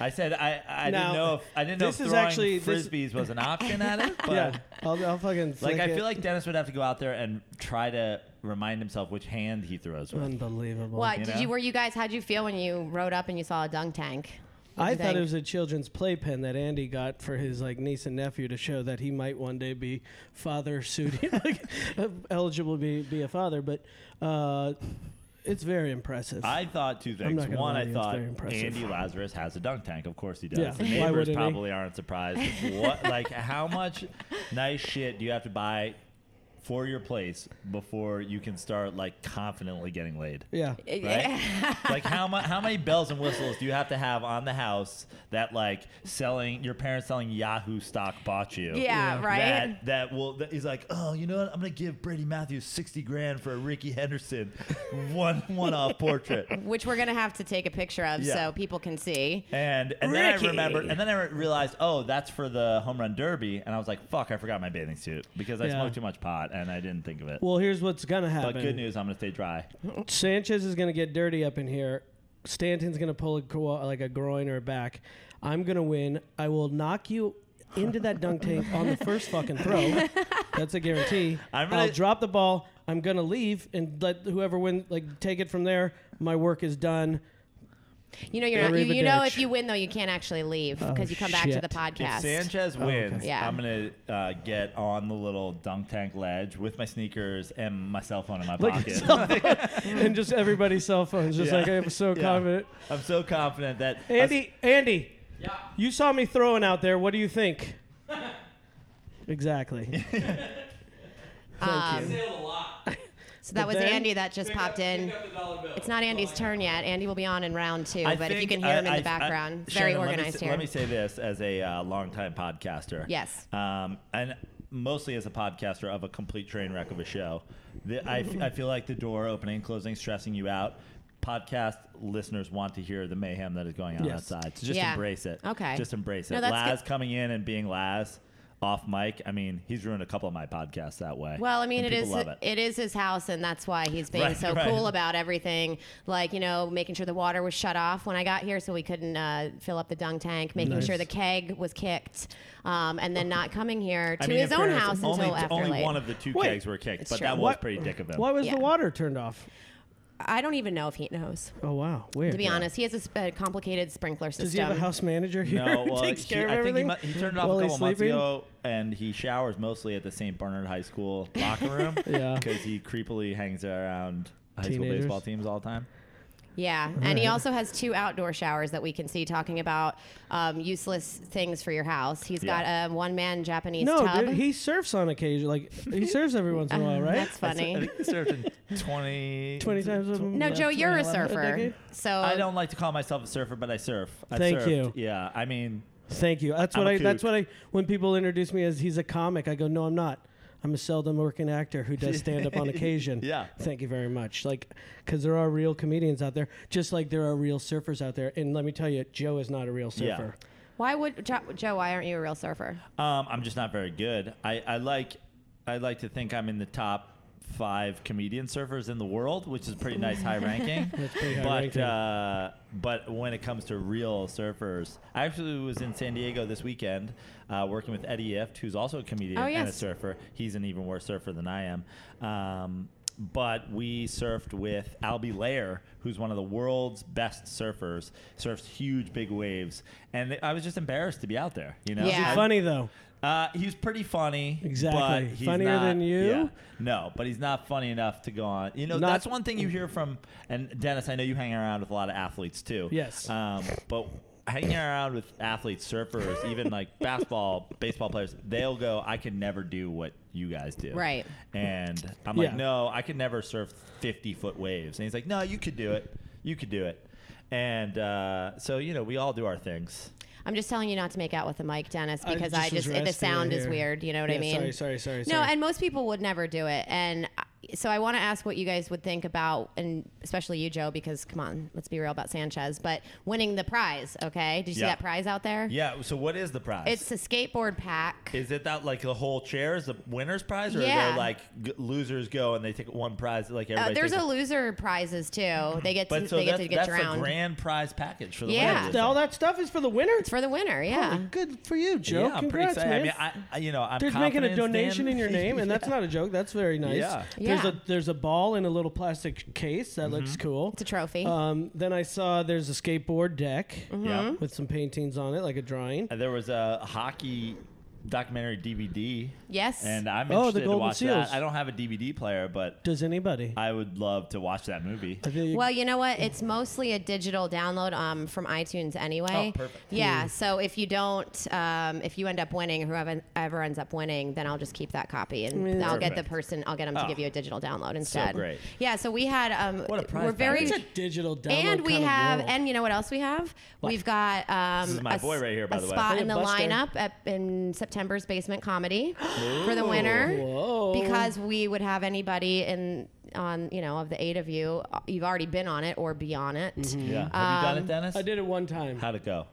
Speaker 3: I said I, I
Speaker 4: Now,
Speaker 3: didn't know if I didn't know if
Speaker 4: this is
Speaker 3: throwing
Speaker 4: actually- this-
Speaker 3: frisbees was an option at it, but.
Speaker 4: Yeah, I'll, I'll fucking
Speaker 3: Like
Speaker 4: flick
Speaker 3: I
Speaker 4: it.
Speaker 3: feel like Dennis would have to go out there and try to remind himself which hand he throws with.
Speaker 4: unbelievable.
Speaker 2: What
Speaker 3: You
Speaker 2: did
Speaker 3: know?
Speaker 2: you? Were you guys? How'd you feel when you rode up and you saw a dunk tank? What'd
Speaker 4: I
Speaker 2: you
Speaker 4: thought
Speaker 2: think?
Speaker 4: it was a children's playpen that Andy got for his like niece and nephew to show that he might one day be father suited, like, eligible to be, be a father. But uh, it's very impressive.
Speaker 3: I thought two
Speaker 4: I'm
Speaker 3: things.
Speaker 4: not gonna
Speaker 3: One,
Speaker 4: lie
Speaker 3: I
Speaker 4: to you, it's
Speaker 3: thought
Speaker 4: very impressive.
Speaker 3: Andy Lazarus has a dunk tank. Of course he does.
Speaker 4: Yeah,
Speaker 3: The
Speaker 4: why
Speaker 3: neighbors
Speaker 4: wouldn't he?
Speaker 3: probably aren't surprised. what, like, how much nice shit do you have to buy for your place before you can start like confidently getting laid?
Speaker 4: yeah,
Speaker 3: Right? like how mu- how many bells and whistles do you have to have on the house that like selling your parents selling Yahoo stock bought you?
Speaker 2: Yeah, right.
Speaker 3: That, that will that he's like, oh, you know what? I'm gonna give Brady Matthews sixty grand for a Ricky Henderson one one off portrait.
Speaker 2: Which we're gonna have to take a picture of
Speaker 3: Yeah.
Speaker 2: so people can see.
Speaker 3: And and then I
Speaker 4: Ricky.
Speaker 3: remembered, and then I re- realized, oh, that's for the home run derby, and I was like, fuck, I forgot my bathing suit because I
Speaker 4: Yeah.
Speaker 3: smoked too much pot and I didn't think of it.
Speaker 4: Well, here's what's gonna
Speaker 3: but
Speaker 4: happen.
Speaker 3: good news, I'm gonna stay dry.
Speaker 4: Sanchez is gonna get dirty up in here. Stanton's gonna pull a gro- like a groin or a back. I'm gonna win. I will knock you into that dunk tank on the first fucking throw. That's a guarantee.
Speaker 3: I'm gonna-
Speaker 4: I'll drop the ball. I'm gonna leave and let whoever win like take it from there. My work is done.
Speaker 2: You know, you're not, you, you know, if
Speaker 4: Arrivederci.
Speaker 2: you win though, you can't actually leave because you come back to
Speaker 4: Oh, shit. Oh,
Speaker 2: the
Speaker 4: If
Speaker 2: podcast.
Speaker 3: If Sanchez wins,
Speaker 2: Yeah.
Speaker 3: I'm gonna uh, get on the little dunk tank ledge with my sneakers and my cell phone in my
Speaker 4: Like
Speaker 3: pocket.
Speaker 4: cell phone. and just everybody's cell phones. Just
Speaker 3: Yeah.
Speaker 4: like I'm so
Speaker 3: Yeah.
Speaker 4: confident.
Speaker 3: I'm so confident that
Speaker 4: Andy, Andy, you saw me throwing out there. What do you think? exactly.
Speaker 2: Um, so that
Speaker 4: But
Speaker 2: was
Speaker 4: then-
Speaker 2: Andy that just popped in. It's not Andy's turn yet. Andy will be on in round two,
Speaker 3: I
Speaker 2: but if you
Speaker 3: think-
Speaker 2: can hear him in
Speaker 3: I-
Speaker 2: the
Speaker 3: I- I-
Speaker 2: background, very
Speaker 3: Shannon, let me
Speaker 2: organized
Speaker 3: say-
Speaker 2: here.
Speaker 3: Let me say this as a uh, longtime podcaster.
Speaker 2: Yes.
Speaker 3: Um, and mostly as a podcaster of a complete train wreck of a show. The, I, f- I feel like the door opening, closing, stressing you out. Podcast listeners want to hear the mayhem that is going on
Speaker 4: Yes.
Speaker 3: outside. So just
Speaker 2: Yeah.
Speaker 3: embrace it.
Speaker 2: Okay.
Speaker 3: Just embrace it.
Speaker 2: No, that's
Speaker 3: Laz
Speaker 2: good.
Speaker 3: coming in and being Laz off mic. I mean, he's ruined a couple of my podcasts that way.
Speaker 2: Well, I mean,
Speaker 3: And
Speaker 2: it
Speaker 3: people
Speaker 2: is
Speaker 3: love it.
Speaker 2: it is his house, and that's why he's being
Speaker 3: Right,
Speaker 2: so
Speaker 3: right.
Speaker 2: cool about everything. Like you know, making sure the water was shut off when I got here, so we couldn't uh, fill up the dunk tank. Making
Speaker 4: Nice.
Speaker 2: sure the keg was kicked, um, and then not coming here to
Speaker 3: I mean,
Speaker 2: his
Speaker 3: in
Speaker 2: own
Speaker 3: fairness,
Speaker 2: house
Speaker 3: only,
Speaker 2: until after
Speaker 3: only
Speaker 2: late.
Speaker 3: one of the two
Speaker 4: Wait.
Speaker 3: kegs were kicked,
Speaker 2: It's
Speaker 3: but
Speaker 2: true.
Speaker 3: that was
Speaker 4: What-
Speaker 3: pretty dick of him.
Speaker 4: Why was
Speaker 2: Yeah.
Speaker 4: the water turned off?
Speaker 2: I don't even know if he knows.
Speaker 4: Oh wow, weird.
Speaker 2: To be honest, he has a sp- a complicated sprinkler system.
Speaker 4: does he have a house manager here?
Speaker 3: No,
Speaker 4: who
Speaker 3: well,
Speaker 4: takes
Speaker 3: he-
Speaker 4: care of
Speaker 3: I think he,
Speaker 4: everything.
Speaker 3: mu- he turned it off
Speaker 4: while
Speaker 3: a
Speaker 4: he's
Speaker 3: couple months
Speaker 4: sleeping?
Speaker 3: ago, and he showers mostly at the St. Bernard High School locker room
Speaker 4: Yeah.
Speaker 3: because he creepily hangs around high school
Speaker 4: Teenagers.
Speaker 3: baseball teams all the time.
Speaker 2: Yeah, and he also has two outdoor showers that we can see. Talking about um, useless things for your house, he's
Speaker 3: Yeah.
Speaker 2: got a one-man Japanese
Speaker 4: No,
Speaker 2: tub. Uh-huh,
Speaker 4: dude, he surfs on occasion. Like he surfs every once in a while, right?
Speaker 2: That's funny.
Speaker 3: I think he served in 20,
Speaker 4: Twenty times. a-
Speaker 2: no,
Speaker 4: yeah,
Speaker 2: Joe, you're a
Speaker 4: 2011,
Speaker 2: surfer,
Speaker 4: decade.
Speaker 2: so
Speaker 3: I don't like to call myself a surfer, but I surf. I
Speaker 4: Thank
Speaker 3: surfed.
Speaker 4: you.
Speaker 3: Yeah, I mean,
Speaker 4: Thank you. That's
Speaker 3: I'm
Speaker 4: what
Speaker 3: a
Speaker 4: I. That's
Speaker 3: kook.
Speaker 4: what I. When people introduce me as he's a comic, I go, no, I'm not. I'm a seldom working actor who does stand up on occasion.
Speaker 3: Yeah.
Speaker 4: Thank you very much. Like, because there are real comedians out there, just like there are real surfers out there. And let me tell you, Joe is not a real
Speaker 3: Yeah.
Speaker 4: surfer.
Speaker 2: Why would jo- Joe? Why aren't you a real surfer?
Speaker 3: um, I'm just not very good. I, I like, I like to think I'm in the top five comedian surfers in the world, which is pretty nice high ranking.
Speaker 4: That's pretty high
Speaker 3: but
Speaker 4: ranking.
Speaker 3: uh, but when it comes to real surfers, I actually was in San Diego this weekend uh, working with Eddie Ift, who's also a comedian
Speaker 2: Oh,
Speaker 3: and a
Speaker 2: yes.
Speaker 3: surfer. He's an even worse surfer than I am. Um, but we surfed with Albie Lair, who's one of the world's best surfers. Surfs huge, big waves, and I was just embarrassed to be out there. You know,
Speaker 2: Was he
Speaker 3: I-
Speaker 4: Funny though.
Speaker 3: uh, he's pretty funny.
Speaker 4: Exactly.
Speaker 3: But he's
Speaker 4: Funnier
Speaker 3: not-
Speaker 4: than you?
Speaker 3: Yeah. No, but he's not funny enough to go on. You know,
Speaker 4: Not-
Speaker 3: that's one thing you hear from, and Dennis, I know you hang around with a lot of athletes too.
Speaker 4: Yes.
Speaker 3: Um, but hanging around with athletes, surfers, even like basketball, baseball players, they'll go, I could never do what you guys do.
Speaker 2: Right.
Speaker 3: And I'm
Speaker 4: Yeah.
Speaker 3: like, no, I could never surf 50 foot waves. And he's like, no, you could do it. You could do it. And uh, so, you know, we all do our things.
Speaker 2: I'm just telling you not to make out with the mic, Dennis,
Speaker 4: I
Speaker 2: because
Speaker 4: just
Speaker 2: I
Speaker 4: was
Speaker 2: just, it- the
Speaker 4: raspy right
Speaker 2: sound is
Speaker 4: here.
Speaker 2: weird. You know what I
Speaker 4: Yeah,
Speaker 2: mean?
Speaker 4: sorry, sorry, sorry,
Speaker 2: No,
Speaker 4: sorry.
Speaker 2: and most people would never do it. And I- so I want to ask what you guys would think about, and especially you, Joe, because come on, let's be real about Sanchez, but winning the prize. Okay, did you
Speaker 3: Yeah.
Speaker 2: see that prize out there?
Speaker 3: Yeah. So, what is the prize?
Speaker 2: It's a skateboard pack.
Speaker 3: is it that like the whole chair is the winner's prize, or are
Speaker 2: Yeah.
Speaker 3: there like g- losers go and they take one prize? Like
Speaker 2: Uh,
Speaker 3: everybody.
Speaker 2: there's
Speaker 3: takes
Speaker 2: a loser prizes too. They get to,
Speaker 3: But so
Speaker 2: they get
Speaker 3: that's,
Speaker 2: to get
Speaker 3: that's
Speaker 2: drowned.
Speaker 3: a grand prize package for the
Speaker 2: Yeah.
Speaker 3: winners.
Speaker 4: All that stuff is for the winner.
Speaker 2: it's for the winner. Yeah.
Speaker 4: Good for you, Joe.
Speaker 3: Yeah, I'm pretty
Speaker 4: Congrats,
Speaker 3: excited.
Speaker 4: man.
Speaker 3: I mean, I, I, you know, I'm
Speaker 4: They're making a
Speaker 3: confident,
Speaker 4: donation
Speaker 3: Stan.
Speaker 4: in your name, and that's not a joke. That's very nice.
Speaker 3: Yeah.
Speaker 2: Yeah.
Speaker 4: There's a there's a ball in a little plastic case that looks
Speaker 3: Mm-hmm.
Speaker 4: cool.
Speaker 2: It's a trophy. Mm-hmm.
Speaker 4: Um, then I saw there's a skateboard deck
Speaker 3: Yeah.
Speaker 4: with some paintings on it, like a drawing.
Speaker 3: And there was a hockey documentary DVD.
Speaker 2: Yes.
Speaker 3: And I'm
Speaker 4: Oh, the
Speaker 3: interested to
Speaker 4: Golden
Speaker 3: watch
Speaker 4: Seals.
Speaker 3: that. I don't have a DVD player, but
Speaker 4: Does anybody?
Speaker 3: I would love to watch that movie.
Speaker 4: I feel you-
Speaker 2: well, you know what? It's mostly a digital download um, from iTunes anyway.
Speaker 3: Oh, perfect.
Speaker 4: Hmm.
Speaker 2: Yeah. So if you don't, um, if you end up winning, whoever ever ends up winning, then I'll just keep that copy and
Speaker 4: Mm.
Speaker 2: I'll get the
Speaker 3: Perfect.
Speaker 2: person. I'll get them to
Speaker 3: Oh.
Speaker 2: give you a digital download instead.
Speaker 3: great.
Speaker 2: Yeah. So we had. Um,
Speaker 3: What a prize
Speaker 2: We're very.
Speaker 4: it's a digital download.
Speaker 2: and we
Speaker 4: kind of
Speaker 2: have,
Speaker 4: world.
Speaker 2: and you know what else we have? We've got um,
Speaker 3: This is my
Speaker 2: a s-
Speaker 3: boy right here, by
Speaker 2: a
Speaker 3: the way.
Speaker 2: spot
Speaker 4: Hey,
Speaker 2: in the
Speaker 4: Buster.
Speaker 2: lineup at, in September's Basement Comedy for the winner.
Speaker 4: Whoa.
Speaker 2: Because we would have anybody in on you know of the eight of you, uh, you've already been on it or be on it.
Speaker 4: Mm-hmm.
Speaker 2: Um,
Speaker 3: yeah. Have you done it, Dennis?
Speaker 4: I did it one time.
Speaker 3: How'd it go?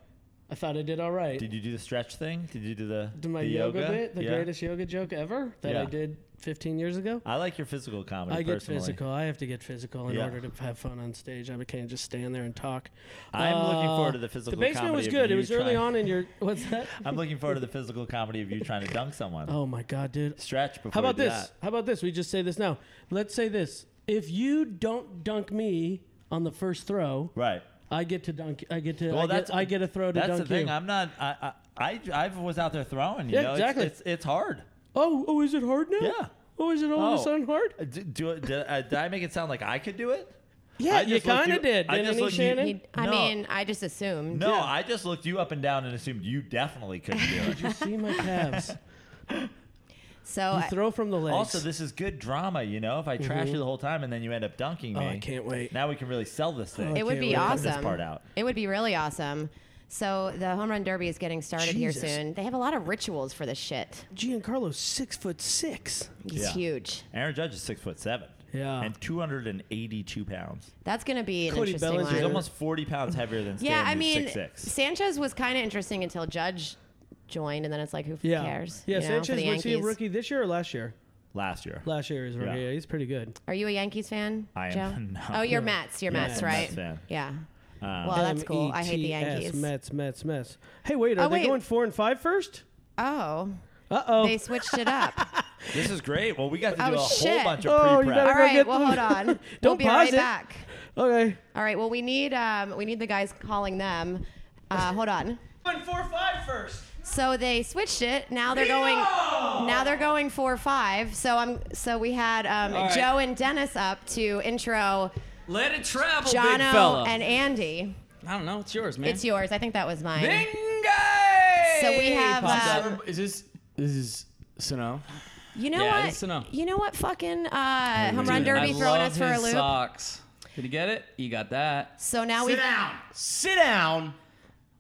Speaker 4: I thought I did all right.
Speaker 3: Did you do the stretch thing? Did you do the,
Speaker 4: Did my
Speaker 3: the
Speaker 4: yoga, bit, the
Speaker 3: Yeah.
Speaker 4: greatest yoga joke ever that I
Speaker 3: Yeah.
Speaker 4: did 15 years ago.
Speaker 3: I like your physical comedy
Speaker 4: I get
Speaker 3: personally.
Speaker 4: physical. I have to get physical in
Speaker 3: Yeah.
Speaker 4: order to have fun on stage. I can't just stand there and talk. Uh,
Speaker 3: I'm looking forward to the
Speaker 4: The
Speaker 3: physical
Speaker 4: basement
Speaker 3: comedy
Speaker 4: was
Speaker 3: of
Speaker 4: good. It
Speaker 3: you Uh,
Speaker 4: was early
Speaker 3: trying-
Speaker 4: on in your. What's that?
Speaker 3: I'm looking forward to the physical comedy of you trying to dunk someone.
Speaker 4: Oh my god, dude.
Speaker 3: Stretch before
Speaker 4: How about
Speaker 3: you do
Speaker 4: this?
Speaker 3: that.
Speaker 4: How about this? We just say this now. Let's say this. If you don't dunk me on the first throw,
Speaker 3: Right.
Speaker 4: I get to dunk. I get to.
Speaker 3: Well,
Speaker 4: I,
Speaker 3: that's
Speaker 4: get, I get a throw to
Speaker 3: That's
Speaker 4: dunk
Speaker 3: the thing.
Speaker 4: you.
Speaker 3: I'm not. I, I I I was out there throwing. You
Speaker 4: Yeah,
Speaker 3: know? It's-
Speaker 4: exactly.
Speaker 3: It's, it's hard.
Speaker 4: oh, oh, is it hard now?
Speaker 3: Yeah.
Speaker 4: Oh, is it all of a
Speaker 3: Oh.
Speaker 4: sudden hard?
Speaker 3: Uh, d- do it- did, uh, did I make it sound like I could do it?
Speaker 4: Yeah,
Speaker 3: I
Speaker 4: you
Speaker 3: just looked
Speaker 4: kind
Speaker 3: you-
Speaker 4: of did.
Speaker 3: I
Speaker 4: didn't
Speaker 3: just
Speaker 4: you,
Speaker 3: looked you-
Speaker 4: Shannon?
Speaker 2: You- I
Speaker 3: No.
Speaker 2: mean, I just assumed.
Speaker 3: No, I just looked you up and down and assumed you definitely couldn't do it.
Speaker 4: Did you see my calves?
Speaker 2: So
Speaker 4: you
Speaker 2: I-
Speaker 4: throw from the legs. Mm-hmm.
Speaker 3: also, this is good drama, you know. If I trash you the whole time and then you end up dunking
Speaker 4: Oh,
Speaker 3: me,
Speaker 4: I can't wait. Oh,
Speaker 3: Now we can really sell this thing.
Speaker 4: I
Speaker 2: it would
Speaker 4: can't
Speaker 2: be
Speaker 4: wait to cut
Speaker 2: awesome.
Speaker 3: this part out.
Speaker 2: It would be really awesome. So the home run derby is getting started
Speaker 4: Jesus.
Speaker 2: here soon. They have a lot of rituals for this shit.
Speaker 4: Giancarlo's six foot six.
Speaker 2: He's
Speaker 3: Yeah.
Speaker 2: huge.
Speaker 3: Aaron Judge is six foot seven.
Speaker 4: Yeah.
Speaker 3: and two hundred and eighty-two pounds.
Speaker 2: That's going to be an
Speaker 4: Cody
Speaker 2: interesting
Speaker 4: Bellinger's
Speaker 2: one.
Speaker 3: He's almost forty pounds heavier than Stan.
Speaker 2: Yeah, I
Speaker 3: who's
Speaker 2: mean,
Speaker 3: 6'6".
Speaker 2: Sanchez was kind of interesting until Judge joined, and then it's like, who
Speaker 4: Yeah.
Speaker 2: cares?
Speaker 4: Yeah,
Speaker 2: you know, for
Speaker 4: Sanchez
Speaker 2: the
Speaker 4: was he a
Speaker 2: Yankees.
Speaker 4: rookie this year or last year?
Speaker 3: last year.
Speaker 4: Last year he was a rookie.
Speaker 3: Yeah.
Speaker 4: Yeah, he's pretty good.
Speaker 2: Are you a Yankees fan?
Speaker 3: I am
Speaker 2: Joe?
Speaker 3: not.
Speaker 2: Oh, you're Mets. You're
Speaker 3: Yeah, Uh,
Speaker 2: Mets,
Speaker 3: I'm a
Speaker 2: right?
Speaker 3: Mets fan. Um,
Speaker 2: Yeah. well, that's cool. I hate the
Speaker 4: E M.E.T.S.,
Speaker 2: Yankees.
Speaker 4: E Mets, Mets, Mets. Hey, wait, are
Speaker 2: Oh,
Speaker 4: they
Speaker 2: wait.
Speaker 4: going four and five first?
Speaker 2: Oh,
Speaker 4: Uh oh.
Speaker 2: they switched it up.
Speaker 3: This is great. Well, we got to do
Speaker 2: Oh,
Speaker 3: a
Speaker 2: shit.
Speaker 3: whole bunch of
Speaker 4: Oh, you
Speaker 3: pre-prep.
Speaker 4: better
Speaker 2: All
Speaker 4: go
Speaker 2: right.
Speaker 4: get
Speaker 2: Well,
Speaker 4: them.
Speaker 2: hold on. we'll
Speaker 4: Don't
Speaker 2: be
Speaker 4: pause
Speaker 2: right
Speaker 4: it.
Speaker 2: back.
Speaker 4: Okay.
Speaker 2: All right. Well, we need um, we need the guys calling them. Uh, hold on.
Speaker 4: Going four five first.
Speaker 2: So they switched it. Now they're going. Now they're going four five. So I'm. So we had um,
Speaker 5: right.
Speaker 2: Joe and Dennis up to intro
Speaker 5: Let it travel, big
Speaker 2: Jono
Speaker 5: fella.
Speaker 2: and Andy.
Speaker 5: I don't know. It's yours, man.
Speaker 2: It's yours. I think that was mine.
Speaker 5: Bingay!
Speaker 2: So we have,
Speaker 5: Pops
Speaker 2: um,
Speaker 5: up. is this this is Sano?
Speaker 2: You know
Speaker 5: Yeah,
Speaker 2: what?
Speaker 5: it's a no.
Speaker 2: You know what? Fucking uh, home run
Speaker 5: Dude, I
Speaker 2: derby throwing
Speaker 5: love
Speaker 2: us for a
Speaker 5: his
Speaker 2: loop.
Speaker 5: Socks. Did you get it? You got that.
Speaker 2: So now we have
Speaker 5: Sit down.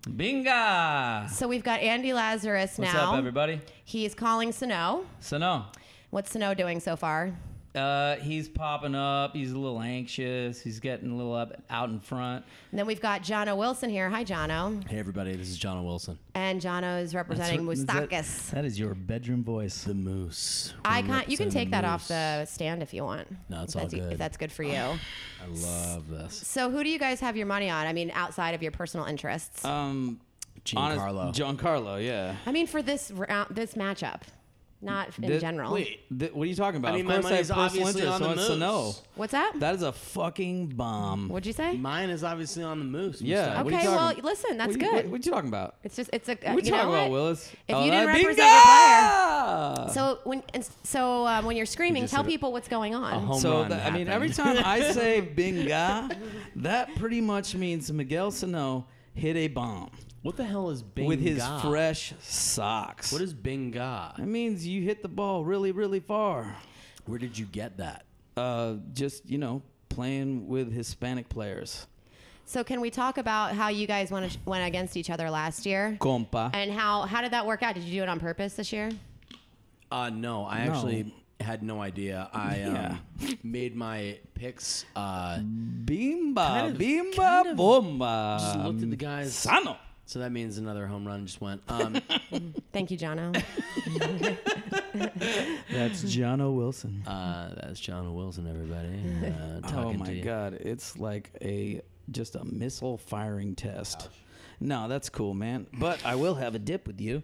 Speaker 5: Binga.
Speaker 2: so we've got Andy Lazarus
Speaker 5: What's
Speaker 2: now.
Speaker 5: up, everybody?
Speaker 2: He's calling Sano.
Speaker 5: Sano.
Speaker 2: What's Sano doing so far?
Speaker 5: Uh, he's popping up. He's a little anxious. He's getting a little up out in front.
Speaker 2: And then we've got Jono Wilson here. Hi, Jono.
Speaker 6: Hey everybody, this is John Wilson.
Speaker 2: And Jono is representing Moustakis.
Speaker 5: That is your bedroom voice.
Speaker 6: The Moose.
Speaker 2: I
Speaker 6: We
Speaker 2: can't. You can
Speaker 6: represent
Speaker 2: take that
Speaker 6: Moose.
Speaker 2: off the stand if you want.
Speaker 6: No, it's
Speaker 2: if
Speaker 6: all
Speaker 2: that's, If
Speaker 6: good.
Speaker 2: that's good for you.
Speaker 6: I love this.
Speaker 2: So who do you guys have your money on? I mean, outside of your personal interests.
Speaker 5: Um, honest-
Speaker 6: Giancarlo.
Speaker 5: Giancarlo, yeah.
Speaker 2: I mean, for this round, this matchup, not in
Speaker 5: Th-
Speaker 2: general.
Speaker 5: Wait, th- what are you talking about?
Speaker 6: I mean,
Speaker 5: of
Speaker 6: my
Speaker 5: course, I have
Speaker 6: money's
Speaker 5: personal
Speaker 6: obviously
Speaker 5: interest,
Speaker 6: on
Speaker 5: so
Speaker 6: the
Speaker 5: it's Sano.
Speaker 6: Moose.
Speaker 2: What's up?
Speaker 5: That is a fucking bomb.
Speaker 2: What'd you say?
Speaker 6: Mine is obviously on the Moose.
Speaker 5: Yeah. uh, what are you
Speaker 2: okay.
Speaker 5: talking-
Speaker 2: Well, listen. That's
Speaker 5: what, you-
Speaker 2: good.
Speaker 5: What, what you talking about?
Speaker 2: It's just it's a
Speaker 5: What
Speaker 2: you
Speaker 5: you talking
Speaker 2: know
Speaker 5: about,
Speaker 2: what?
Speaker 5: Willis?
Speaker 2: If
Speaker 5: Oh,
Speaker 2: you didn't
Speaker 5: that-
Speaker 2: represent
Speaker 5: Bingo!
Speaker 2: your player, so when and s- so um, when you're screaming,
Speaker 6: just
Speaker 2: tell
Speaker 6: said it.
Speaker 2: people what's going on.
Speaker 6: home
Speaker 5: So
Speaker 6: run
Speaker 5: that, I mean,
Speaker 6: happened.
Speaker 5: every time I say binga, that pretty much means Miguel Sano hit a bomb
Speaker 6: What the hell is Binga?
Speaker 5: with his fresh socks.
Speaker 6: What is Binga?
Speaker 5: that means you hit the ball really, really far.
Speaker 6: Where did you get that?
Speaker 5: Uh, just you know, playing with Hispanic players,
Speaker 2: So can we talk about how you guys went, went against each other last year?
Speaker 5: compa.
Speaker 2: And how how did that work out? Did you do it on purpose this year?
Speaker 6: Uh, no, I
Speaker 5: No.
Speaker 6: actually had no idea. I um, made my picks. Uh,
Speaker 5: Bimba,
Speaker 6: Kind of-
Speaker 5: bimba,
Speaker 6: kind of
Speaker 5: bomba.
Speaker 6: just looked at the guys.
Speaker 5: Sano.
Speaker 6: So that means another home run just went. Um,
Speaker 2: Thank you, Jono.
Speaker 5: That's John O. Wilson.
Speaker 6: uh, that's John Wilson, everybody. Uh,
Speaker 5: Oh
Speaker 6: talking to
Speaker 5: my
Speaker 6: you.
Speaker 5: god, it's like a just a missile firing test. No, that's cool, man. But I will have a dip with you,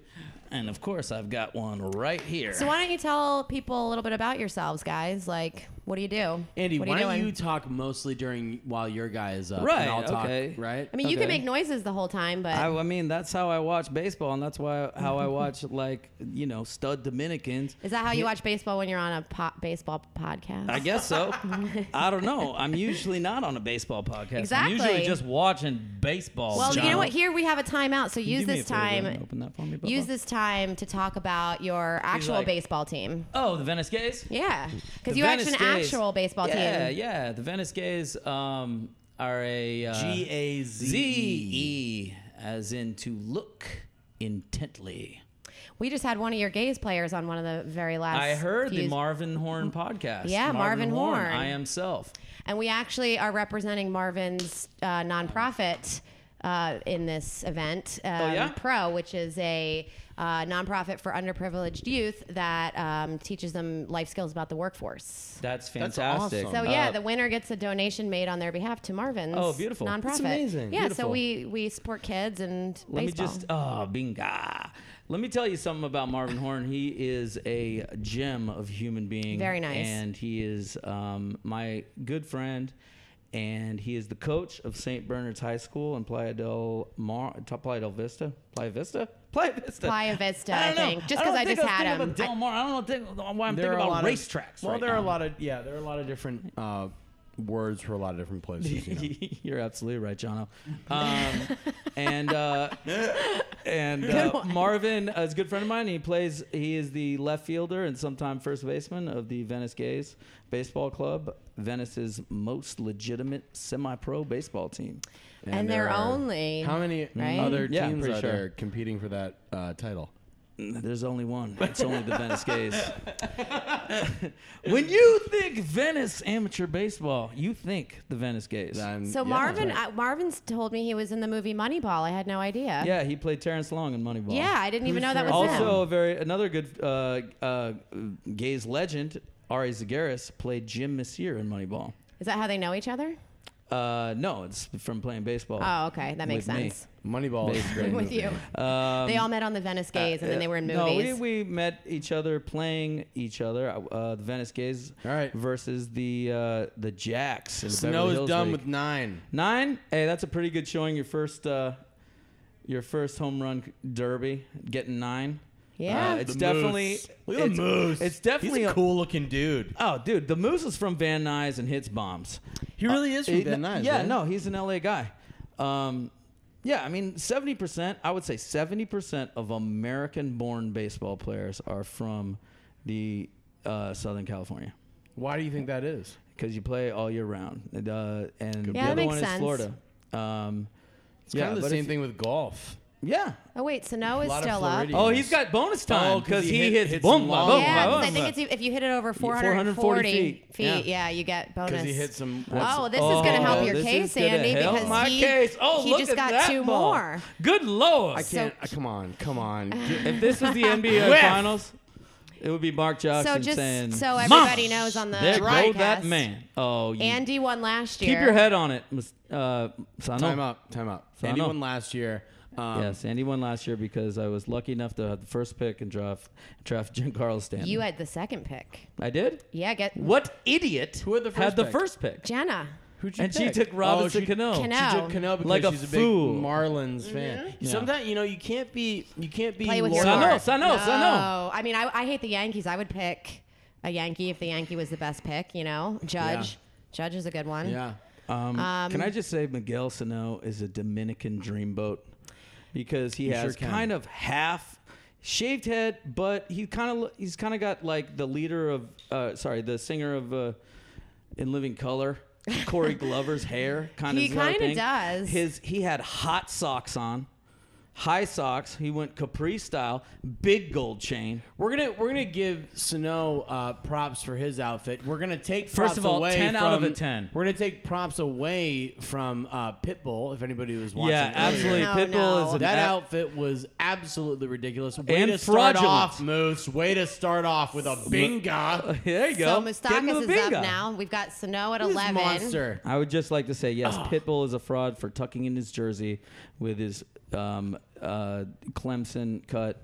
Speaker 5: and of course I've got one right here.
Speaker 2: so why don't you tell people a little bit about yourselves, guys? Like, what do you do?
Speaker 6: Andy,
Speaker 2: what
Speaker 6: why
Speaker 2: are
Speaker 6: don't
Speaker 2: you doing?
Speaker 6: you talk mostly during while your guy is up?
Speaker 5: Right,
Speaker 6: And I'll talk,
Speaker 5: okay.
Speaker 6: Right.
Speaker 2: I mean, you can
Speaker 5: Okay.
Speaker 2: make noises the whole time, but
Speaker 5: I, I mean, that's how I watch baseball, and that's why how I watch like you know stud Dominicans.
Speaker 2: is that how you watch baseball when you're on a po- baseball podcast?
Speaker 5: I guess so. I don't know. I'm usually not on a baseball podcast. I'm usually
Speaker 2: Exactly.
Speaker 5: just watching baseball.
Speaker 2: well, you
Speaker 5: John.
Speaker 2: know what? Here we have a timeout, so
Speaker 5: Can you
Speaker 2: use
Speaker 5: do me
Speaker 2: this
Speaker 5: a favor and
Speaker 2: time.
Speaker 5: Open that for me, Bubba?
Speaker 2: Use this time to talk about your actual
Speaker 5: like-
Speaker 2: baseball team.
Speaker 5: Oh, the Venice Gays.
Speaker 2: Yeah, because
Speaker 5: The
Speaker 2: you
Speaker 5: Venice
Speaker 2: actually an
Speaker 5: Gays.
Speaker 2: actual baseball
Speaker 5: Yeah,
Speaker 2: team.
Speaker 5: yeah. The Venice Gays um, are a uh,
Speaker 6: G A
Speaker 5: Z
Speaker 6: Z
Speaker 5: E, as in to look intently.
Speaker 2: We just had one of your gays players on one of the very last.
Speaker 5: I heard the
Speaker 2: few-
Speaker 5: Marvin Horn podcast.
Speaker 2: Yeah, Marvin Horn.
Speaker 5: I am self.
Speaker 2: And we actually are representing Marvin's uh, nonprofit uh, in this event, um,
Speaker 5: Oh, yeah?
Speaker 2: Pro, which is a uh, nonprofit for underprivileged youth that um, teaches them life skills about the workforce.
Speaker 5: That's
Speaker 6: That's
Speaker 5: fantastic.
Speaker 6: awesome.
Speaker 2: So yeah,
Speaker 5: Uh,
Speaker 2: the winner gets a donation made on their behalf to Marvin's.
Speaker 5: Oh, beautiful.
Speaker 2: Nonprofit.
Speaker 5: That's
Speaker 6: amazing.
Speaker 2: Yeah, so
Speaker 6: Beautiful.
Speaker 2: we we support kids and
Speaker 5: Let
Speaker 2: baseball.
Speaker 5: me just oh binga. Let me tell you something about Marvin Horn. He is a gem of human being.
Speaker 2: Very nice.
Speaker 5: And he is um, my good friend. And he is the coach of St. Bernard's High School in Playa del Mar, Ta- Playa del Vista, Playa Vista, Playa Vista,
Speaker 2: Playa Vista, I
Speaker 5: don't know.
Speaker 2: think. Just
Speaker 5: don't
Speaker 2: 'cause I
Speaker 5: think
Speaker 2: just
Speaker 5: was
Speaker 2: had
Speaker 5: thinking
Speaker 2: him.
Speaker 5: about Del Mar. I don't know think, why I'm thinking about racetracks.
Speaker 6: Well,
Speaker 5: right
Speaker 6: there are
Speaker 5: now.
Speaker 6: a lot of yeah, there are a lot of different uh, words for a lot of different places. You know?
Speaker 5: You're absolutely right, Jono. Um, and uh, and uh, Marvin is a good friend of mine. He plays. He is the left fielder and sometime first baseman of the Venice Gays Baseball Club, Venice's most legitimate semi-pro baseball team.
Speaker 2: and, they're
Speaker 6: there are-
Speaker 2: only
Speaker 6: How many
Speaker 2: right?
Speaker 6: other
Speaker 5: Yeah, I'm
Speaker 6: teams
Speaker 5: pretty
Speaker 6: are
Speaker 5: sure.
Speaker 6: there competing for that uh, title? Mm,
Speaker 5: There's only one. It's only the Venice Gays. when you think Venice amateur baseball, you think the Venice Gays.
Speaker 6: I'm-
Speaker 2: So
Speaker 6: yeah,
Speaker 2: Marvin,
Speaker 6: right.
Speaker 2: uh, Marvin's told me he was in the movie Moneyball. I had no idea.
Speaker 5: yeah, he played Terrence Long in Moneyball.
Speaker 2: Yeah, I didn't even know that was him.
Speaker 5: also a very another good uh, uh, gays legend Ari Zagaris played Jim Messier in Moneyball.
Speaker 2: Is that how they know each other?
Speaker 5: Uh, no, it's from playing baseball.
Speaker 2: Oh, okay, that makes
Speaker 5: With me.
Speaker 2: sense.
Speaker 6: Moneyball is a great
Speaker 2: With
Speaker 6: movie.
Speaker 2: you,
Speaker 5: Um,
Speaker 2: they all met on the Venice Gays, and then they were in
Speaker 5: No, we,
Speaker 2: movies.
Speaker 5: we met each other playing each other. Uh, the Venice Gays
Speaker 6: All right.
Speaker 5: versus the uh, the Jacks. in the
Speaker 6: Snow
Speaker 5: Beverly
Speaker 6: is
Speaker 5: Hills
Speaker 6: done
Speaker 5: League.
Speaker 6: with nine.
Speaker 5: nine. Hey, that's a pretty good showing. Your first uh, your first home run derby, getting nine.
Speaker 2: Yeah.
Speaker 6: Ah,
Speaker 5: Uh, it's definitely
Speaker 3: Look at
Speaker 5: it's,
Speaker 3: the moose.
Speaker 5: It's definitely
Speaker 3: He's
Speaker 5: a-
Speaker 3: a cool looking dude.
Speaker 5: Oh, dude, the Moose is from Van Nuys and hits bombs. Uh,
Speaker 6: He really is from
Speaker 5: He-
Speaker 6: Van Nuys.
Speaker 5: Yeah,
Speaker 6: right?
Speaker 5: no, he's an LA guy. Um, yeah, I mean, seventy percent. I would say seventy percent of American-born baseball players are from the uh, Southern California
Speaker 6: Why do you think that is?
Speaker 5: because you play all year round. And, Uh, and the
Speaker 2: Yeah, that
Speaker 5: other
Speaker 2: makes
Speaker 5: one
Speaker 2: sense.
Speaker 5: is Florida. Um,
Speaker 6: It's kind of the
Speaker 5: but
Speaker 6: same
Speaker 5: if-
Speaker 6: thing with golf.
Speaker 5: Yeah.
Speaker 2: oh wait, Sano is
Speaker 6: lot of
Speaker 2: still up.
Speaker 6: Floridians.
Speaker 5: Oh, he's got bonus time
Speaker 6: Oh, 'cause
Speaker 5: because
Speaker 6: he
Speaker 5: he,
Speaker 6: hit-
Speaker 5: hits
Speaker 6: hits
Speaker 5: boom,
Speaker 6: long-
Speaker 5: boom,
Speaker 2: yeah,
Speaker 6: Oh,
Speaker 2: 'cause I
Speaker 5: boom.
Speaker 2: think it's, e, if you hit it over 440,
Speaker 5: 440
Speaker 2: feet,
Speaker 5: feet, yeah.
Speaker 2: yeah. you get bonus.
Speaker 6: Because he hit some.
Speaker 2: Oh, this is going to help your
Speaker 5: this is
Speaker 2: case,
Speaker 5: gonna
Speaker 2: Andy,
Speaker 5: help
Speaker 2: because
Speaker 5: my
Speaker 2: he,
Speaker 5: case. Oh,
Speaker 2: he
Speaker 5: look
Speaker 2: just
Speaker 5: at
Speaker 2: got
Speaker 5: that
Speaker 2: two
Speaker 5: ball.
Speaker 2: more.
Speaker 5: Good lord!
Speaker 6: I can't. uh, come on, come on. Get-
Speaker 5: If this was the NBA Finals, it would be Mark Jackson
Speaker 2: So just
Speaker 5: saying,
Speaker 2: so
Speaker 5: "Mama,
Speaker 2: everybody knows on the
Speaker 5: there go
Speaker 2: broadcast,
Speaker 5: that man." Oh, you
Speaker 2: Andy won last year.
Speaker 5: keep your head on it, Ms- uh, Sano.
Speaker 6: time up, time up.
Speaker 5: So I
Speaker 6: Andy
Speaker 5: know.
Speaker 6: won last year. Um,
Speaker 5: Yes, Andy won last year because I was lucky enough to have the first pick and draft draft Giancarlo Stanton.
Speaker 2: You had the second pick.
Speaker 5: I did.
Speaker 2: Yeah, get
Speaker 5: What idiot
Speaker 6: Who had the
Speaker 5: had
Speaker 6: first
Speaker 5: the
Speaker 6: pick?
Speaker 5: first pick?
Speaker 2: Jenna.
Speaker 6: Who'd
Speaker 5: And she
Speaker 6: pick?
Speaker 5: took
Speaker 6: Oh,
Speaker 5: Robinson
Speaker 6: she-
Speaker 5: Cano.
Speaker 2: Cano. Mm-hmm.
Speaker 6: She
Speaker 2: No.
Speaker 6: took Cano because
Speaker 5: Like a
Speaker 6: she's a
Speaker 5: fool.
Speaker 6: big Marlins fan.
Speaker 5: Yeah.
Speaker 6: Sometimes you know you can't be you can't be
Speaker 2: Play with your
Speaker 5: Sano,
Speaker 2: heart.
Speaker 5: Sano,
Speaker 2: no.
Speaker 5: Sano.
Speaker 2: I mean, I, I hate the Yankees. I would pick a Yankee if the Yankee was the best pick. You know, Judge. Judge is a good one.
Speaker 6: Yeah.
Speaker 5: Um,
Speaker 2: Um,
Speaker 5: can I just say Miguel Sano is a Dominican dreamboat because he
Speaker 6: You sure
Speaker 5: has
Speaker 6: can.
Speaker 5: kind of half shaved head, but he kind of he's kind of got like the leader of uh, sorry the singer of uh, In Living Color. Corey Glover's hair kind of
Speaker 2: He kinda does.
Speaker 5: His he had hot socks on, high socks. He went Capri style, big gold chain.
Speaker 6: We're gonna we're gonna give Sano uh, props for his outfit. We're gonna take
Speaker 5: First
Speaker 6: props
Speaker 5: of all,
Speaker 6: away
Speaker 5: 10
Speaker 6: from,
Speaker 5: out of a 10.
Speaker 6: We're gonna take props away from uh, Pitbull. If anybody was watching,
Speaker 5: yeah,
Speaker 6: earlier.
Speaker 5: absolutely.
Speaker 2: No,
Speaker 5: Pitbull
Speaker 2: no.
Speaker 5: is an
Speaker 6: That
Speaker 5: a-
Speaker 6: outfit was absolutely ridiculous. Way
Speaker 5: And
Speaker 6: to start
Speaker 5: fraudulent.
Speaker 6: off, Moose. Way to start off with a binga.
Speaker 5: There you
Speaker 2: So
Speaker 5: go. Get him a
Speaker 2: Mustakas is up
Speaker 5: bingo.
Speaker 2: now. We've got Sano at
Speaker 6: This
Speaker 2: eleven.
Speaker 6: monster.
Speaker 5: I would just like to say yes,
Speaker 6: Ah.
Speaker 5: Pitbull is a fraud for tucking in his jersey with his um, uh, Clemson cut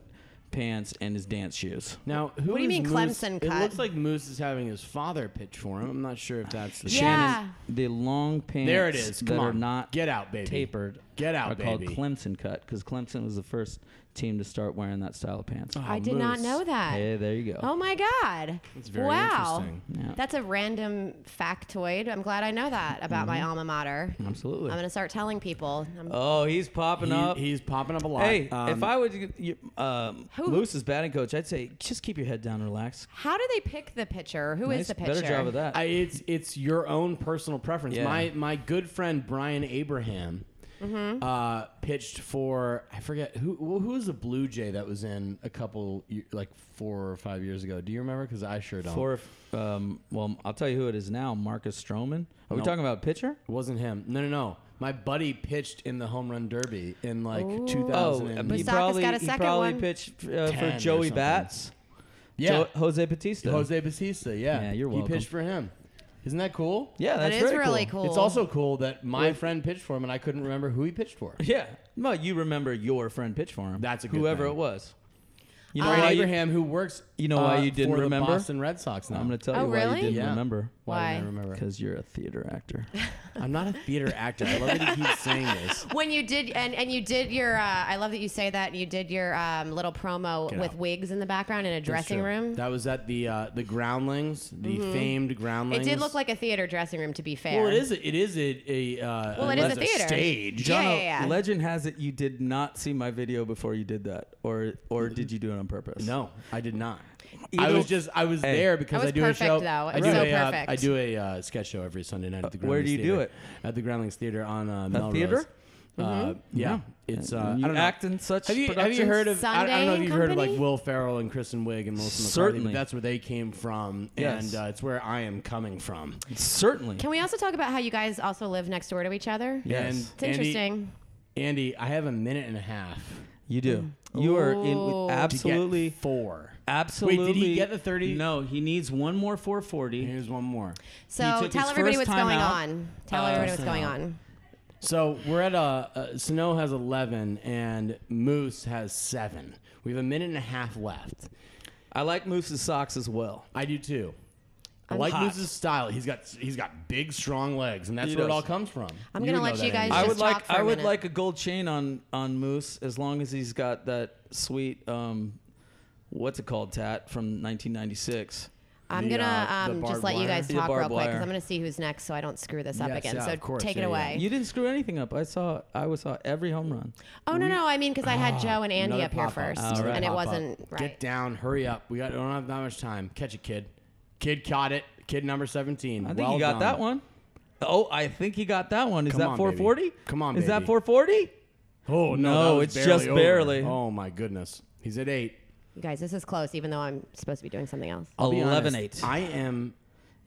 Speaker 5: pants and his dance shoes.
Speaker 6: Now, who
Speaker 2: What do you
Speaker 6: is
Speaker 2: mean
Speaker 6: Moose?
Speaker 2: Clemson
Speaker 6: It
Speaker 2: cut?
Speaker 6: looks like Moose is having his father pitch for him. I'm not sure if that's the
Speaker 2: Yeah.
Speaker 5: the long pants
Speaker 6: There it is. Come
Speaker 5: that are
Speaker 6: on.
Speaker 5: not
Speaker 6: Get out, baby.
Speaker 5: tapered
Speaker 6: Get out,
Speaker 5: are called
Speaker 6: baby.
Speaker 5: Clemson cut because Clemson was the first team to start wearing that style of pants.
Speaker 2: I did not
Speaker 6: Ah, Moose.
Speaker 2: know that.
Speaker 5: Hey, there you go.
Speaker 2: Oh my God.
Speaker 6: It's very
Speaker 2: wow.
Speaker 6: interesting.
Speaker 5: Yeah.
Speaker 2: That's a random factoid. I'm glad I know that about
Speaker 6: Mm-hmm.
Speaker 2: my alma mater. I'm
Speaker 5: Absolutely.
Speaker 2: going to start telling people. Um, I'm-
Speaker 5: oh, he's popping
Speaker 6: He,
Speaker 5: up.
Speaker 6: he's popping up a lot.
Speaker 5: Hey,
Speaker 6: Um,
Speaker 5: if I would, you- um,
Speaker 2: Who-
Speaker 5: Moose's batting coach, I'd say just keep your head down, relax.
Speaker 2: How do they pick the pitcher? Who is
Speaker 5: nice,
Speaker 2: the pitcher?
Speaker 5: better job of that.
Speaker 6: I, it's it's your own personal preference.
Speaker 5: Yeah.
Speaker 6: My my good friend Brian Abraham
Speaker 2: Mm-hmm.
Speaker 6: uh, pitched for I forget who who who was the Blue Jay that was in a couple ye- like four or five yeurs ago. Do you remember? Because I sure don't.
Speaker 5: For um, well, I'll tell you who it is now. Marcus Stroman. Are we
Speaker 6: No.
Speaker 5: talking about pitcher?
Speaker 6: It wasn't him. No, no, no. My buddy pitched in the home run derby in like
Speaker 2: Ooh.
Speaker 5: Oh,
Speaker 6: 2000.
Speaker 5: he
Speaker 6: and-
Speaker 2: Busaka's
Speaker 5: probably
Speaker 2: got a
Speaker 5: he
Speaker 2: second
Speaker 5: probably
Speaker 2: one.
Speaker 5: pitched uh,
Speaker 6: Ten
Speaker 5: for
Speaker 6: or
Speaker 5: Joey
Speaker 6: something.
Speaker 5: Bats.
Speaker 6: yeah,
Speaker 5: Jo- Jose Batista.
Speaker 6: Jose Batista. Yeah,
Speaker 5: Yeah, you're welcome.
Speaker 6: He pitched for him. Isn't that cool?
Speaker 5: Yeah,
Speaker 2: That
Speaker 5: that's
Speaker 2: is
Speaker 5: very
Speaker 2: really cool.
Speaker 6: It's also cool that my
Speaker 5: Well-
Speaker 6: friend pitched for him, and I couldn't remember who he pitched for.
Speaker 5: Yeah. No, you remember your friend pitched for him.
Speaker 6: That's a good
Speaker 5: whoever
Speaker 6: thing.
Speaker 5: it was. You know
Speaker 2: Brian
Speaker 5: why
Speaker 6: Brian
Speaker 5: you-
Speaker 6: Abraham, who works,
Speaker 5: You know why
Speaker 6: uh,
Speaker 5: you didn't
Speaker 6: for the
Speaker 5: remember?
Speaker 6: Boston Red Sox. Now
Speaker 5: I'm going to tell
Speaker 2: Oh,
Speaker 5: you why
Speaker 2: really?
Speaker 5: you didn't
Speaker 6: Yeah.
Speaker 5: remember.
Speaker 6: Why?
Speaker 2: Why?
Speaker 6: didn't I remember?
Speaker 5: Because you're a theater actor.
Speaker 6: I'm not a theater actor. I love that he keeps saying this.
Speaker 2: when you did, and, and you did your, uh, I love that you say that. You did your um, little promo
Speaker 6: Get
Speaker 2: with
Speaker 6: out.
Speaker 2: wigs in the background in a dressing
Speaker 6: That's true.
Speaker 2: room. Mm-hmm.
Speaker 6: That was at the uh, the Groundlings, the famed Groundlings.
Speaker 2: it did look like a theater dressing room, to be fair.
Speaker 6: Well, it is. A, it is a. a uh,
Speaker 2: Well, it is a theater.
Speaker 6: stage.
Speaker 2: Yeah,
Speaker 5: Jono,
Speaker 2: yeah, yeah.
Speaker 5: Legend has it you did not see my video before you did that, or or did you do it on purpose?
Speaker 6: No, I did not. I
Speaker 5: Either-
Speaker 6: was just. I was
Speaker 5: Hey.
Speaker 6: there
Speaker 2: That
Speaker 6: because
Speaker 2: was
Speaker 6: I do
Speaker 2: perfect,
Speaker 6: a show.
Speaker 2: though. It
Speaker 6: I
Speaker 2: was
Speaker 6: do
Speaker 2: so
Speaker 6: a, uh,
Speaker 2: perfect.
Speaker 6: I do a uh, sketch show every Sunday night at the
Speaker 5: Uh,
Speaker 6: Groundlings.
Speaker 5: where do you do
Speaker 6: Theater.
Speaker 5: it?
Speaker 6: At the Groundlings Theater on uh, Melrose.
Speaker 5: theater? Mm-hmm.
Speaker 6: Uh, Yeah, it's. Uh,
Speaker 5: you
Speaker 6: I don't know.
Speaker 5: act in such
Speaker 6: Have you, have
Speaker 5: productions?
Speaker 6: you heard of? I, I
Speaker 2: Sunday
Speaker 6: don't know if
Speaker 2: and
Speaker 6: you've heard of like
Speaker 2: Company?
Speaker 6: Will Ferrell and Kristen Wiig and Melissa McCarthy.
Speaker 5: Certainly.
Speaker 6: but that's where they came from,
Speaker 5: Yes.
Speaker 6: and uh, it's where I am coming from.
Speaker 5: Certainly.
Speaker 2: Can we also talk about how you guys also live next door to each other?
Speaker 5: Yes.
Speaker 6: And
Speaker 2: It's interesting.
Speaker 6: Andy, Andy, I have a minute and a half.
Speaker 5: You do. You are in
Speaker 2: Ooh.
Speaker 6: to
Speaker 5: with
Speaker 6: get
Speaker 5: absolutely,
Speaker 6: four.
Speaker 5: absolutely.
Speaker 6: Wait, did he get the 30?
Speaker 5: No, he needs one more 440.
Speaker 6: Here's one more.
Speaker 5: He
Speaker 2: So
Speaker 5: took
Speaker 2: tell
Speaker 5: his
Speaker 2: everybody
Speaker 5: first Uh,
Speaker 2: what's
Speaker 5: time
Speaker 2: going
Speaker 5: out.
Speaker 2: on. Tell everybody what's going on.
Speaker 6: So we're at a uh, Snow has eleven and Moose has seven. We have a minute and a half left.
Speaker 5: I like Moose's socks as well.
Speaker 6: I do too. I like
Speaker 5: hot.
Speaker 6: Moose's style. He's got he's got big, strong legs, and that's
Speaker 5: He
Speaker 6: where it
Speaker 5: does.
Speaker 6: all comes from.
Speaker 2: I'm gonna
Speaker 6: know
Speaker 2: let
Speaker 6: that,
Speaker 2: you guys
Speaker 6: Andy.
Speaker 5: I
Speaker 2: just
Speaker 5: would
Speaker 2: talk
Speaker 5: like
Speaker 2: for
Speaker 5: I
Speaker 2: a
Speaker 5: would
Speaker 2: minute.
Speaker 5: like a gold chain on on Moose as long as he's got that sweet um what's it called tat from 1996.
Speaker 2: I'm
Speaker 6: The,
Speaker 2: gonna
Speaker 6: uh, the
Speaker 2: um, just
Speaker 6: barbed
Speaker 2: let you
Speaker 6: wire.
Speaker 2: guys
Speaker 5: The
Speaker 2: talk real
Speaker 5: barbed
Speaker 2: quick because
Speaker 5: wire.
Speaker 2: I'm gonna see who's next so I don't screw this up
Speaker 6: Yes,
Speaker 2: again.
Speaker 6: yeah,
Speaker 2: so
Speaker 6: of course.
Speaker 2: take it
Speaker 6: Yeah, yeah.
Speaker 2: away.
Speaker 5: You didn't screw anything up. I saw I was saw every home run.
Speaker 2: Oh no no, I mean because I had Joe and Andy
Speaker 6: Ah, Another
Speaker 2: up here
Speaker 6: pop-up.
Speaker 2: first
Speaker 5: All right.
Speaker 2: and it
Speaker 6: Pop up.
Speaker 2: wasn't right.
Speaker 6: Get down, hurry up. We got, don't have that much time. Catch a kid. Kid caught it. Kid number seventeen.
Speaker 5: I think
Speaker 6: well
Speaker 5: he got
Speaker 6: done.
Speaker 5: that one. Oh, I think he got that one. Is
Speaker 6: Come
Speaker 5: that
Speaker 6: on, baby.
Speaker 5: 440?
Speaker 6: Come on,
Speaker 5: Is that
Speaker 6: baby.
Speaker 5: 440?
Speaker 6: Oh
Speaker 5: No,
Speaker 6: no, that was
Speaker 5: it's just
Speaker 6: over.
Speaker 5: barely.
Speaker 6: Oh my goodness, he's at eight.
Speaker 2: You guys, this is close, even though I'm supposed to be doing something else.
Speaker 6: I'll be honest,
Speaker 5: 8.
Speaker 6: I am.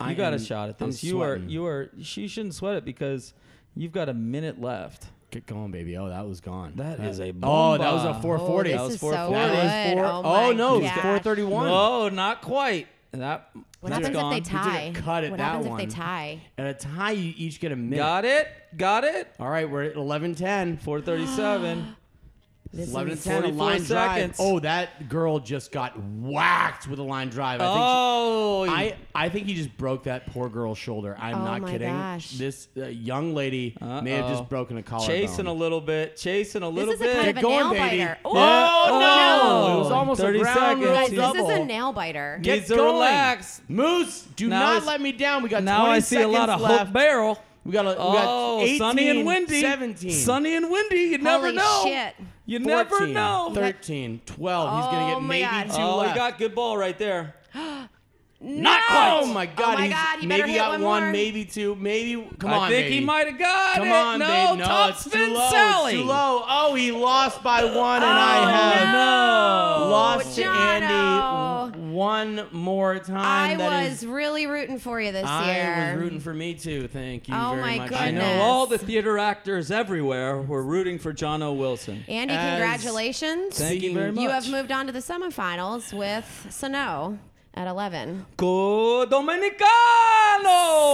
Speaker 6: I
Speaker 5: You got a
Speaker 6: am-
Speaker 5: shot at
Speaker 6: I'm
Speaker 5: this. You are
Speaker 6: sweating.
Speaker 5: you are she shouldn't sweat it because you've got a minute left.
Speaker 6: Get going, baby. Oh, that was gone.
Speaker 5: That is a
Speaker 6: Oh, that was
Speaker 5: bomba.
Speaker 6: a 440.
Speaker 2: Oh,
Speaker 5: That
Speaker 2: this
Speaker 5: was
Speaker 2: is so
Speaker 5: 440.
Speaker 2: good.
Speaker 6: Four-
Speaker 2: Oh,
Speaker 6: oh,
Speaker 2: my
Speaker 6: no,
Speaker 2: God.
Speaker 6: it's 431.
Speaker 5: No, not quite. That
Speaker 2: What
Speaker 5: that's
Speaker 2: happens
Speaker 5: gone.
Speaker 2: if they
Speaker 6: took a
Speaker 2: tie?
Speaker 6: cut at
Speaker 2: what
Speaker 6: that
Speaker 2: happens
Speaker 6: one.
Speaker 2: if they tie?
Speaker 6: At a tie, you each get a minute.
Speaker 5: Got it. Got it.
Speaker 6: All right, we're at 11:10.
Speaker 5: 437.
Speaker 2: This
Speaker 6: 11
Speaker 2: is-
Speaker 6: to 10, a
Speaker 5: 44
Speaker 6: line drive.
Speaker 5: seconds.
Speaker 6: Oh, that girl just got whacked with a line drive. I think she-
Speaker 5: oh,
Speaker 6: I, I think he just broke that poor girl's shoulder. I'm
Speaker 2: Oh
Speaker 6: not
Speaker 2: my
Speaker 6: kidding.
Speaker 2: gosh.
Speaker 6: This uh, young lady may have
Speaker 5: Uh-oh.
Speaker 6: just broken a collarbone.
Speaker 5: chasing a little bit. Chasing a
Speaker 2: This
Speaker 5: little
Speaker 2: is a kind
Speaker 5: bit.
Speaker 2: of a
Speaker 6: Get
Speaker 2: nail
Speaker 6: going, baby.
Speaker 2: biter.
Speaker 6: Yeah.
Speaker 2: Ooh,
Speaker 5: Oh,
Speaker 2: no.
Speaker 5: no.
Speaker 6: It was almost a
Speaker 5: 30
Speaker 6: ground
Speaker 5: seconds.
Speaker 6: roll
Speaker 2: Guys, this is a
Speaker 6: double.
Speaker 2: nail biter.
Speaker 5: Get
Speaker 6: Get going.
Speaker 5: relax.
Speaker 6: Moose, do
Speaker 5: Now
Speaker 6: not
Speaker 5: it's-
Speaker 6: let me down. We got
Speaker 5: Now
Speaker 6: 20
Speaker 5: I see a lot
Speaker 6: seconds
Speaker 5: of
Speaker 6: left.
Speaker 5: hook barrel.
Speaker 6: We got, a, we got
Speaker 5: Oh,
Speaker 6: 18,
Speaker 5: sunny and windy.
Speaker 6: 17.
Speaker 5: Sunny and windy. You never
Speaker 2: Holy
Speaker 5: know.
Speaker 2: shit.
Speaker 5: You
Speaker 6: 14,
Speaker 5: never know.
Speaker 6: 13, 12. He's going to
Speaker 2: Oh
Speaker 6: get
Speaker 2: my
Speaker 6: maybe
Speaker 2: God.
Speaker 6: two
Speaker 5: oh,
Speaker 6: left.
Speaker 5: he got good ball right there.
Speaker 6: Not quite. Oh my
Speaker 2: Oh
Speaker 6: god.
Speaker 2: my
Speaker 6: he's
Speaker 2: God, you better
Speaker 6: maybe
Speaker 2: hit
Speaker 6: got
Speaker 2: one more.
Speaker 6: maybe two, maybe. Come
Speaker 5: I
Speaker 6: on,
Speaker 5: think
Speaker 6: baby.
Speaker 5: he might have got
Speaker 6: Come
Speaker 5: it.
Speaker 6: on,
Speaker 5: no,
Speaker 6: baby. No,
Speaker 5: top
Speaker 6: it's
Speaker 5: spin
Speaker 6: too low.
Speaker 5: Sally.
Speaker 6: It's too low. Oh, he lost by one, and
Speaker 5: Oh,
Speaker 6: I have
Speaker 5: no.
Speaker 6: lost to
Speaker 2: Jono.
Speaker 6: Andy w- one more time.
Speaker 2: I
Speaker 6: That
Speaker 2: was
Speaker 6: is-
Speaker 2: really rooting for you this
Speaker 6: I
Speaker 2: year.
Speaker 6: was rooting for me too. Thank you
Speaker 2: Oh
Speaker 6: very
Speaker 2: my
Speaker 6: much.
Speaker 5: I know
Speaker 2: Goodness.
Speaker 5: all the theater actors everywhere were rooting for John O. Wilson.
Speaker 2: Andy,
Speaker 6: As-
Speaker 2: congratulations.
Speaker 5: Thank you very much.
Speaker 2: You have moved on to the semifinals with Sano at 11.
Speaker 5: Go Dominicano!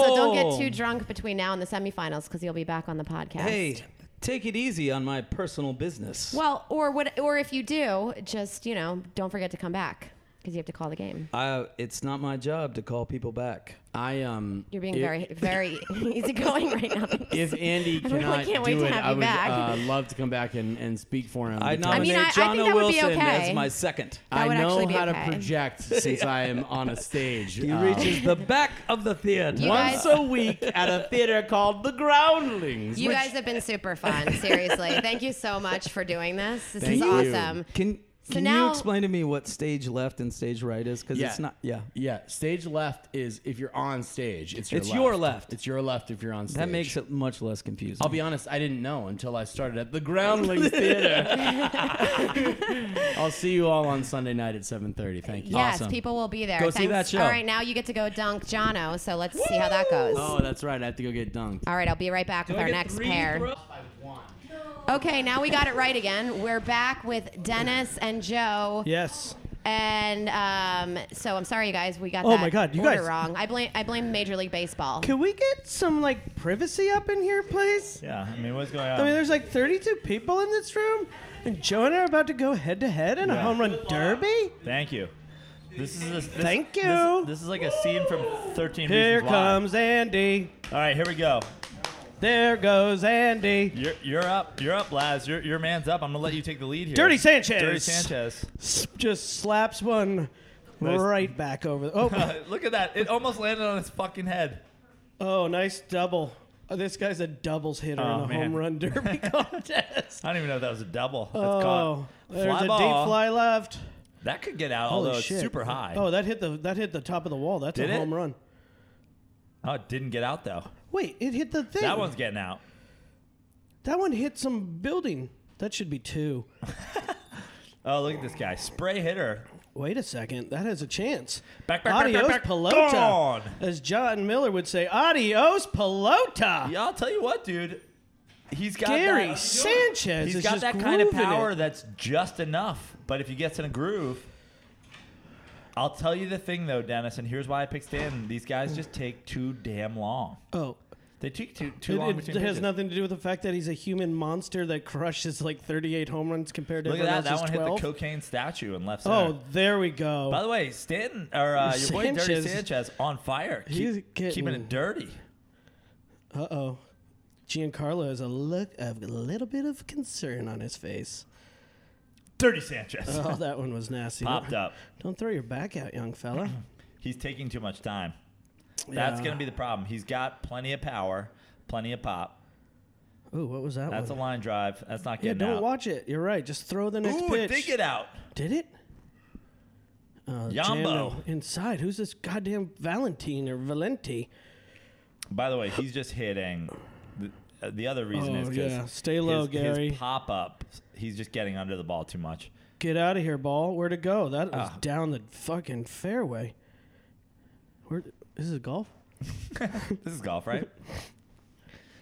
Speaker 2: So don't get too drunk between now and the semifinals because you'll be back on the podcast.
Speaker 5: Hey, take it easy on my personal business.
Speaker 2: Well, or what? Or if you do, just you know, don't forget to come back because you have to call the game.
Speaker 5: I, it's not my job to call people back.
Speaker 6: I um.
Speaker 2: You're being
Speaker 6: if-
Speaker 2: very, very easygoing right now.
Speaker 6: If Andy
Speaker 2: I really
Speaker 6: cannot
Speaker 2: can't wait
Speaker 6: do
Speaker 2: to
Speaker 6: it,
Speaker 2: have
Speaker 6: I
Speaker 2: you
Speaker 6: would
Speaker 2: back.
Speaker 6: uh, love to come back and, and speak for him.
Speaker 5: I
Speaker 6: because
Speaker 5: nominate
Speaker 2: mean, I- I
Speaker 5: John
Speaker 2: think
Speaker 5: O.
Speaker 2: that would be
Speaker 5: Wilson
Speaker 2: okay.
Speaker 5: as my second.
Speaker 2: That would
Speaker 6: I know
Speaker 2: actually be
Speaker 6: how
Speaker 2: okay.
Speaker 6: to project since I am on a stage.
Speaker 5: He
Speaker 6: Um,
Speaker 5: reaches the back of the theater.
Speaker 2: You guys-
Speaker 6: once a week at a theater called The Groundlings.
Speaker 2: You
Speaker 6: which-
Speaker 2: guys have been super fun. Seriously, thank you so much for doing this. This
Speaker 6: Thank
Speaker 2: is
Speaker 6: you.
Speaker 2: awesome.
Speaker 5: Can,
Speaker 2: So
Speaker 5: can
Speaker 2: now-
Speaker 5: you explain to me what stage left and stage right is? Because it's not. Yeah.
Speaker 6: Yeah, stage left is if you're on stage, it's your
Speaker 5: It's
Speaker 6: left.
Speaker 5: your left.
Speaker 6: It's your left if you're on stage.
Speaker 5: That makes it much less confusing.
Speaker 6: I'll be honest, I didn't know until I started at the Groundlings Theater. I'll see you all on Sunday night at 7:30. Thank you.
Speaker 2: Yes,
Speaker 5: Awesome.
Speaker 2: people will be there.
Speaker 5: Go see that show.
Speaker 2: All right, now you get to go dunk Jono. So let's see how that goes.
Speaker 6: Oh, that's right. I have to go get dunked.
Speaker 2: All right, I'll be right back with our next pair. Okay, now we got it right again. We're back with Dennis and Joe.
Speaker 4: Yes.
Speaker 2: And um, so I'm sorry, you guys. We got
Speaker 4: Oh
Speaker 2: that
Speaker 4: my God, you
Speaker 2: order
Speaker 4: guys-
Speaker 2: wrong. I blame I blame Major League Baseball.
Speaker 4: Can we get some like privacy up in here, please?
Speaker 3: Yeah, I mean, what's going on?
Speaker 4: I mean, there's like 32 people in this room, and Joe and I are about to go head to head in a
Speaker 3: Yeah.
Speaker 4: home run derby.
Speaker 3: Thank you. This is a, this,
Speaker 4: Thank
Speaker 3: this-
Speaker 4: you.
Speaker 3: This, is like a scene from 13
Speaker 4: Here
Speaker 3: Reasons Why.
Speaker 4: comes Andy.
Speaker 3: All right, here we go.
Speaker 4: There goes Andy.
Speaker 3: You're, you're up. You're up, Laz. Your your man's up. I'm gonna let you take the lead here.
Speaker 4: Dirty Sanchez.
Speaker 3: Dirty Sanchez.
Speaker 4: S- Just slaps one
Speaker 3: Nice.
Speaker 4: right back over. The, oh,
Speaker 3: Look at that. It almost landed on his fucking head.
Speaker 4: oh, nice double. Oh, this guy's a doubles hitter
Speaker 3: Oh,
Speaker 4: in a
Speaker 3: man.
Speaker 4: home run derby contest.
Speaker 3: I don't even know if that was a double. That's
Speaker 4: oh,
Speaker 3: caught.
Speaker 4: there's
Speaker 3: Fly
Speaker 4: a
Speaker 3: ball.
Speaker 4: deep fly left.
Speaker 3: That could get out,
Speaker 4: Holy
Speaker 3: although
Speaker 4: shit.
Speaker 3: it's super high.
Speaker 4: Oh, that hit the that hit the top of the wall. That's
Speaker 3: Did
Speaker 4: a
Speaker 3: it?
Speaker 4: home run.
Speaker 3: Oh, it didn't get out though.
Speaker 4: Wait, it hit the thing.
Speaker 3: That one's getting out.
Speaker 4: That one hit some building. That should be two.
Speaker 3: Oh, look at this guy. Spray hitter.
Speaker 4: Wait a second. That has a chance.
Speaker 3: Back, back, back,
Speaker 4: adios,
Speaker 3: back, back.
Speaker 4: Pelota.
Speaker 3: Gone.
Speaker 4: As John Miller would say, adios, Pelota.
Speaker 3: Yeah, I'll tell you what, dude. He's got
Speaker 4: Gary
Speaker 3: that,
Speaker 4: Sanchez
Speaker 3: He's
Speaker 4: is
Speaker 3: got
Speaker 4: just
Speaker 3: that kind of
Speaker 4: grooving
Speaker 3: power
Speaker 4: it.
Speaker 3: that's just enough. But if he gets in a groove, I'll tell you the thing though, Dennis, and here's why I picked Stanton. These guys just take too damn long.
Speaker 4: Oh,
Speaker 3: They take too too
Speaker 4: it,
Speaker 3: long
Speaker 4: it
Speaker 3: between
Speaker 4: has
Speaker 3: pitches.
Speaker 4: nothing to do with the fact that he's a human monster that crushes like 38 home runs compared to
Speaker 3: Look at
Speaker 4: everyone
Speaker 3: that. That one
Speaker 4: else's 12.
Speaker 3: hit the cocaine statue and left center.
Speaker 4: oh, there we go.
Speaker 3: By the way, Stanton or uh, your boy Dirty
Speaker 4: Sanchez-
Speaker 3: Sanchez on fire. Keep-
Speaker 4: He's getting-
Speaker 3: keeping it dirty.
Speaker 4: Uh oh. Giancarlo has a look of a little bit of concern on his face.
Speaker 3: Dirty Sanchez
Speaker 4: Oh, that one was nasty.
Speaker 3: popped
Speaker 4: Don't-
Speaker 3: up.
Speaker 4: Don't throw your back out, young fella.
Speaker 3: He's taking too much time. That's
Speaker 4: Yeah.
Speaker 3: going to be the problem. He's got plenty of power, plenty of pop.
Speaker 4: Ooh, what was that
Speaker 3: That's a
Speaker 4: one?
Speaker 3: line drive. That's not
Speaker 4: yeah,
Speaker 3: getting
Speaker 4: don't
Speaker 3: out.
Speaker 4: watch it. You're right. Just throw the next
Speaker 3: Ooh, it
Speaker 4: pitch.
Speaker 3: did get out.
Speaker 4: Did it? Uh,
Speaker 3: Yambo.
Speaker 4: jammed him Inside. Who's this goddamn Valentine or Valenti?
Speaker 3: By the way, he's just hitting. The, uh, the other reason
Speaker 4: Oh,
Speaker 3: is because
Speaker 4: yeah. Stay low,
Speaker 3: his,
Speaker 4: Gary.
Speaker 3: pop up, he's just getting under the ball too much.
Speaker 4: Get out of here, ball. Where'd it go? That was
Speaker 3: Ah.
Speaker 4: down the fucking fairway. Where this is golf?
Speaker 3: This is golf, right?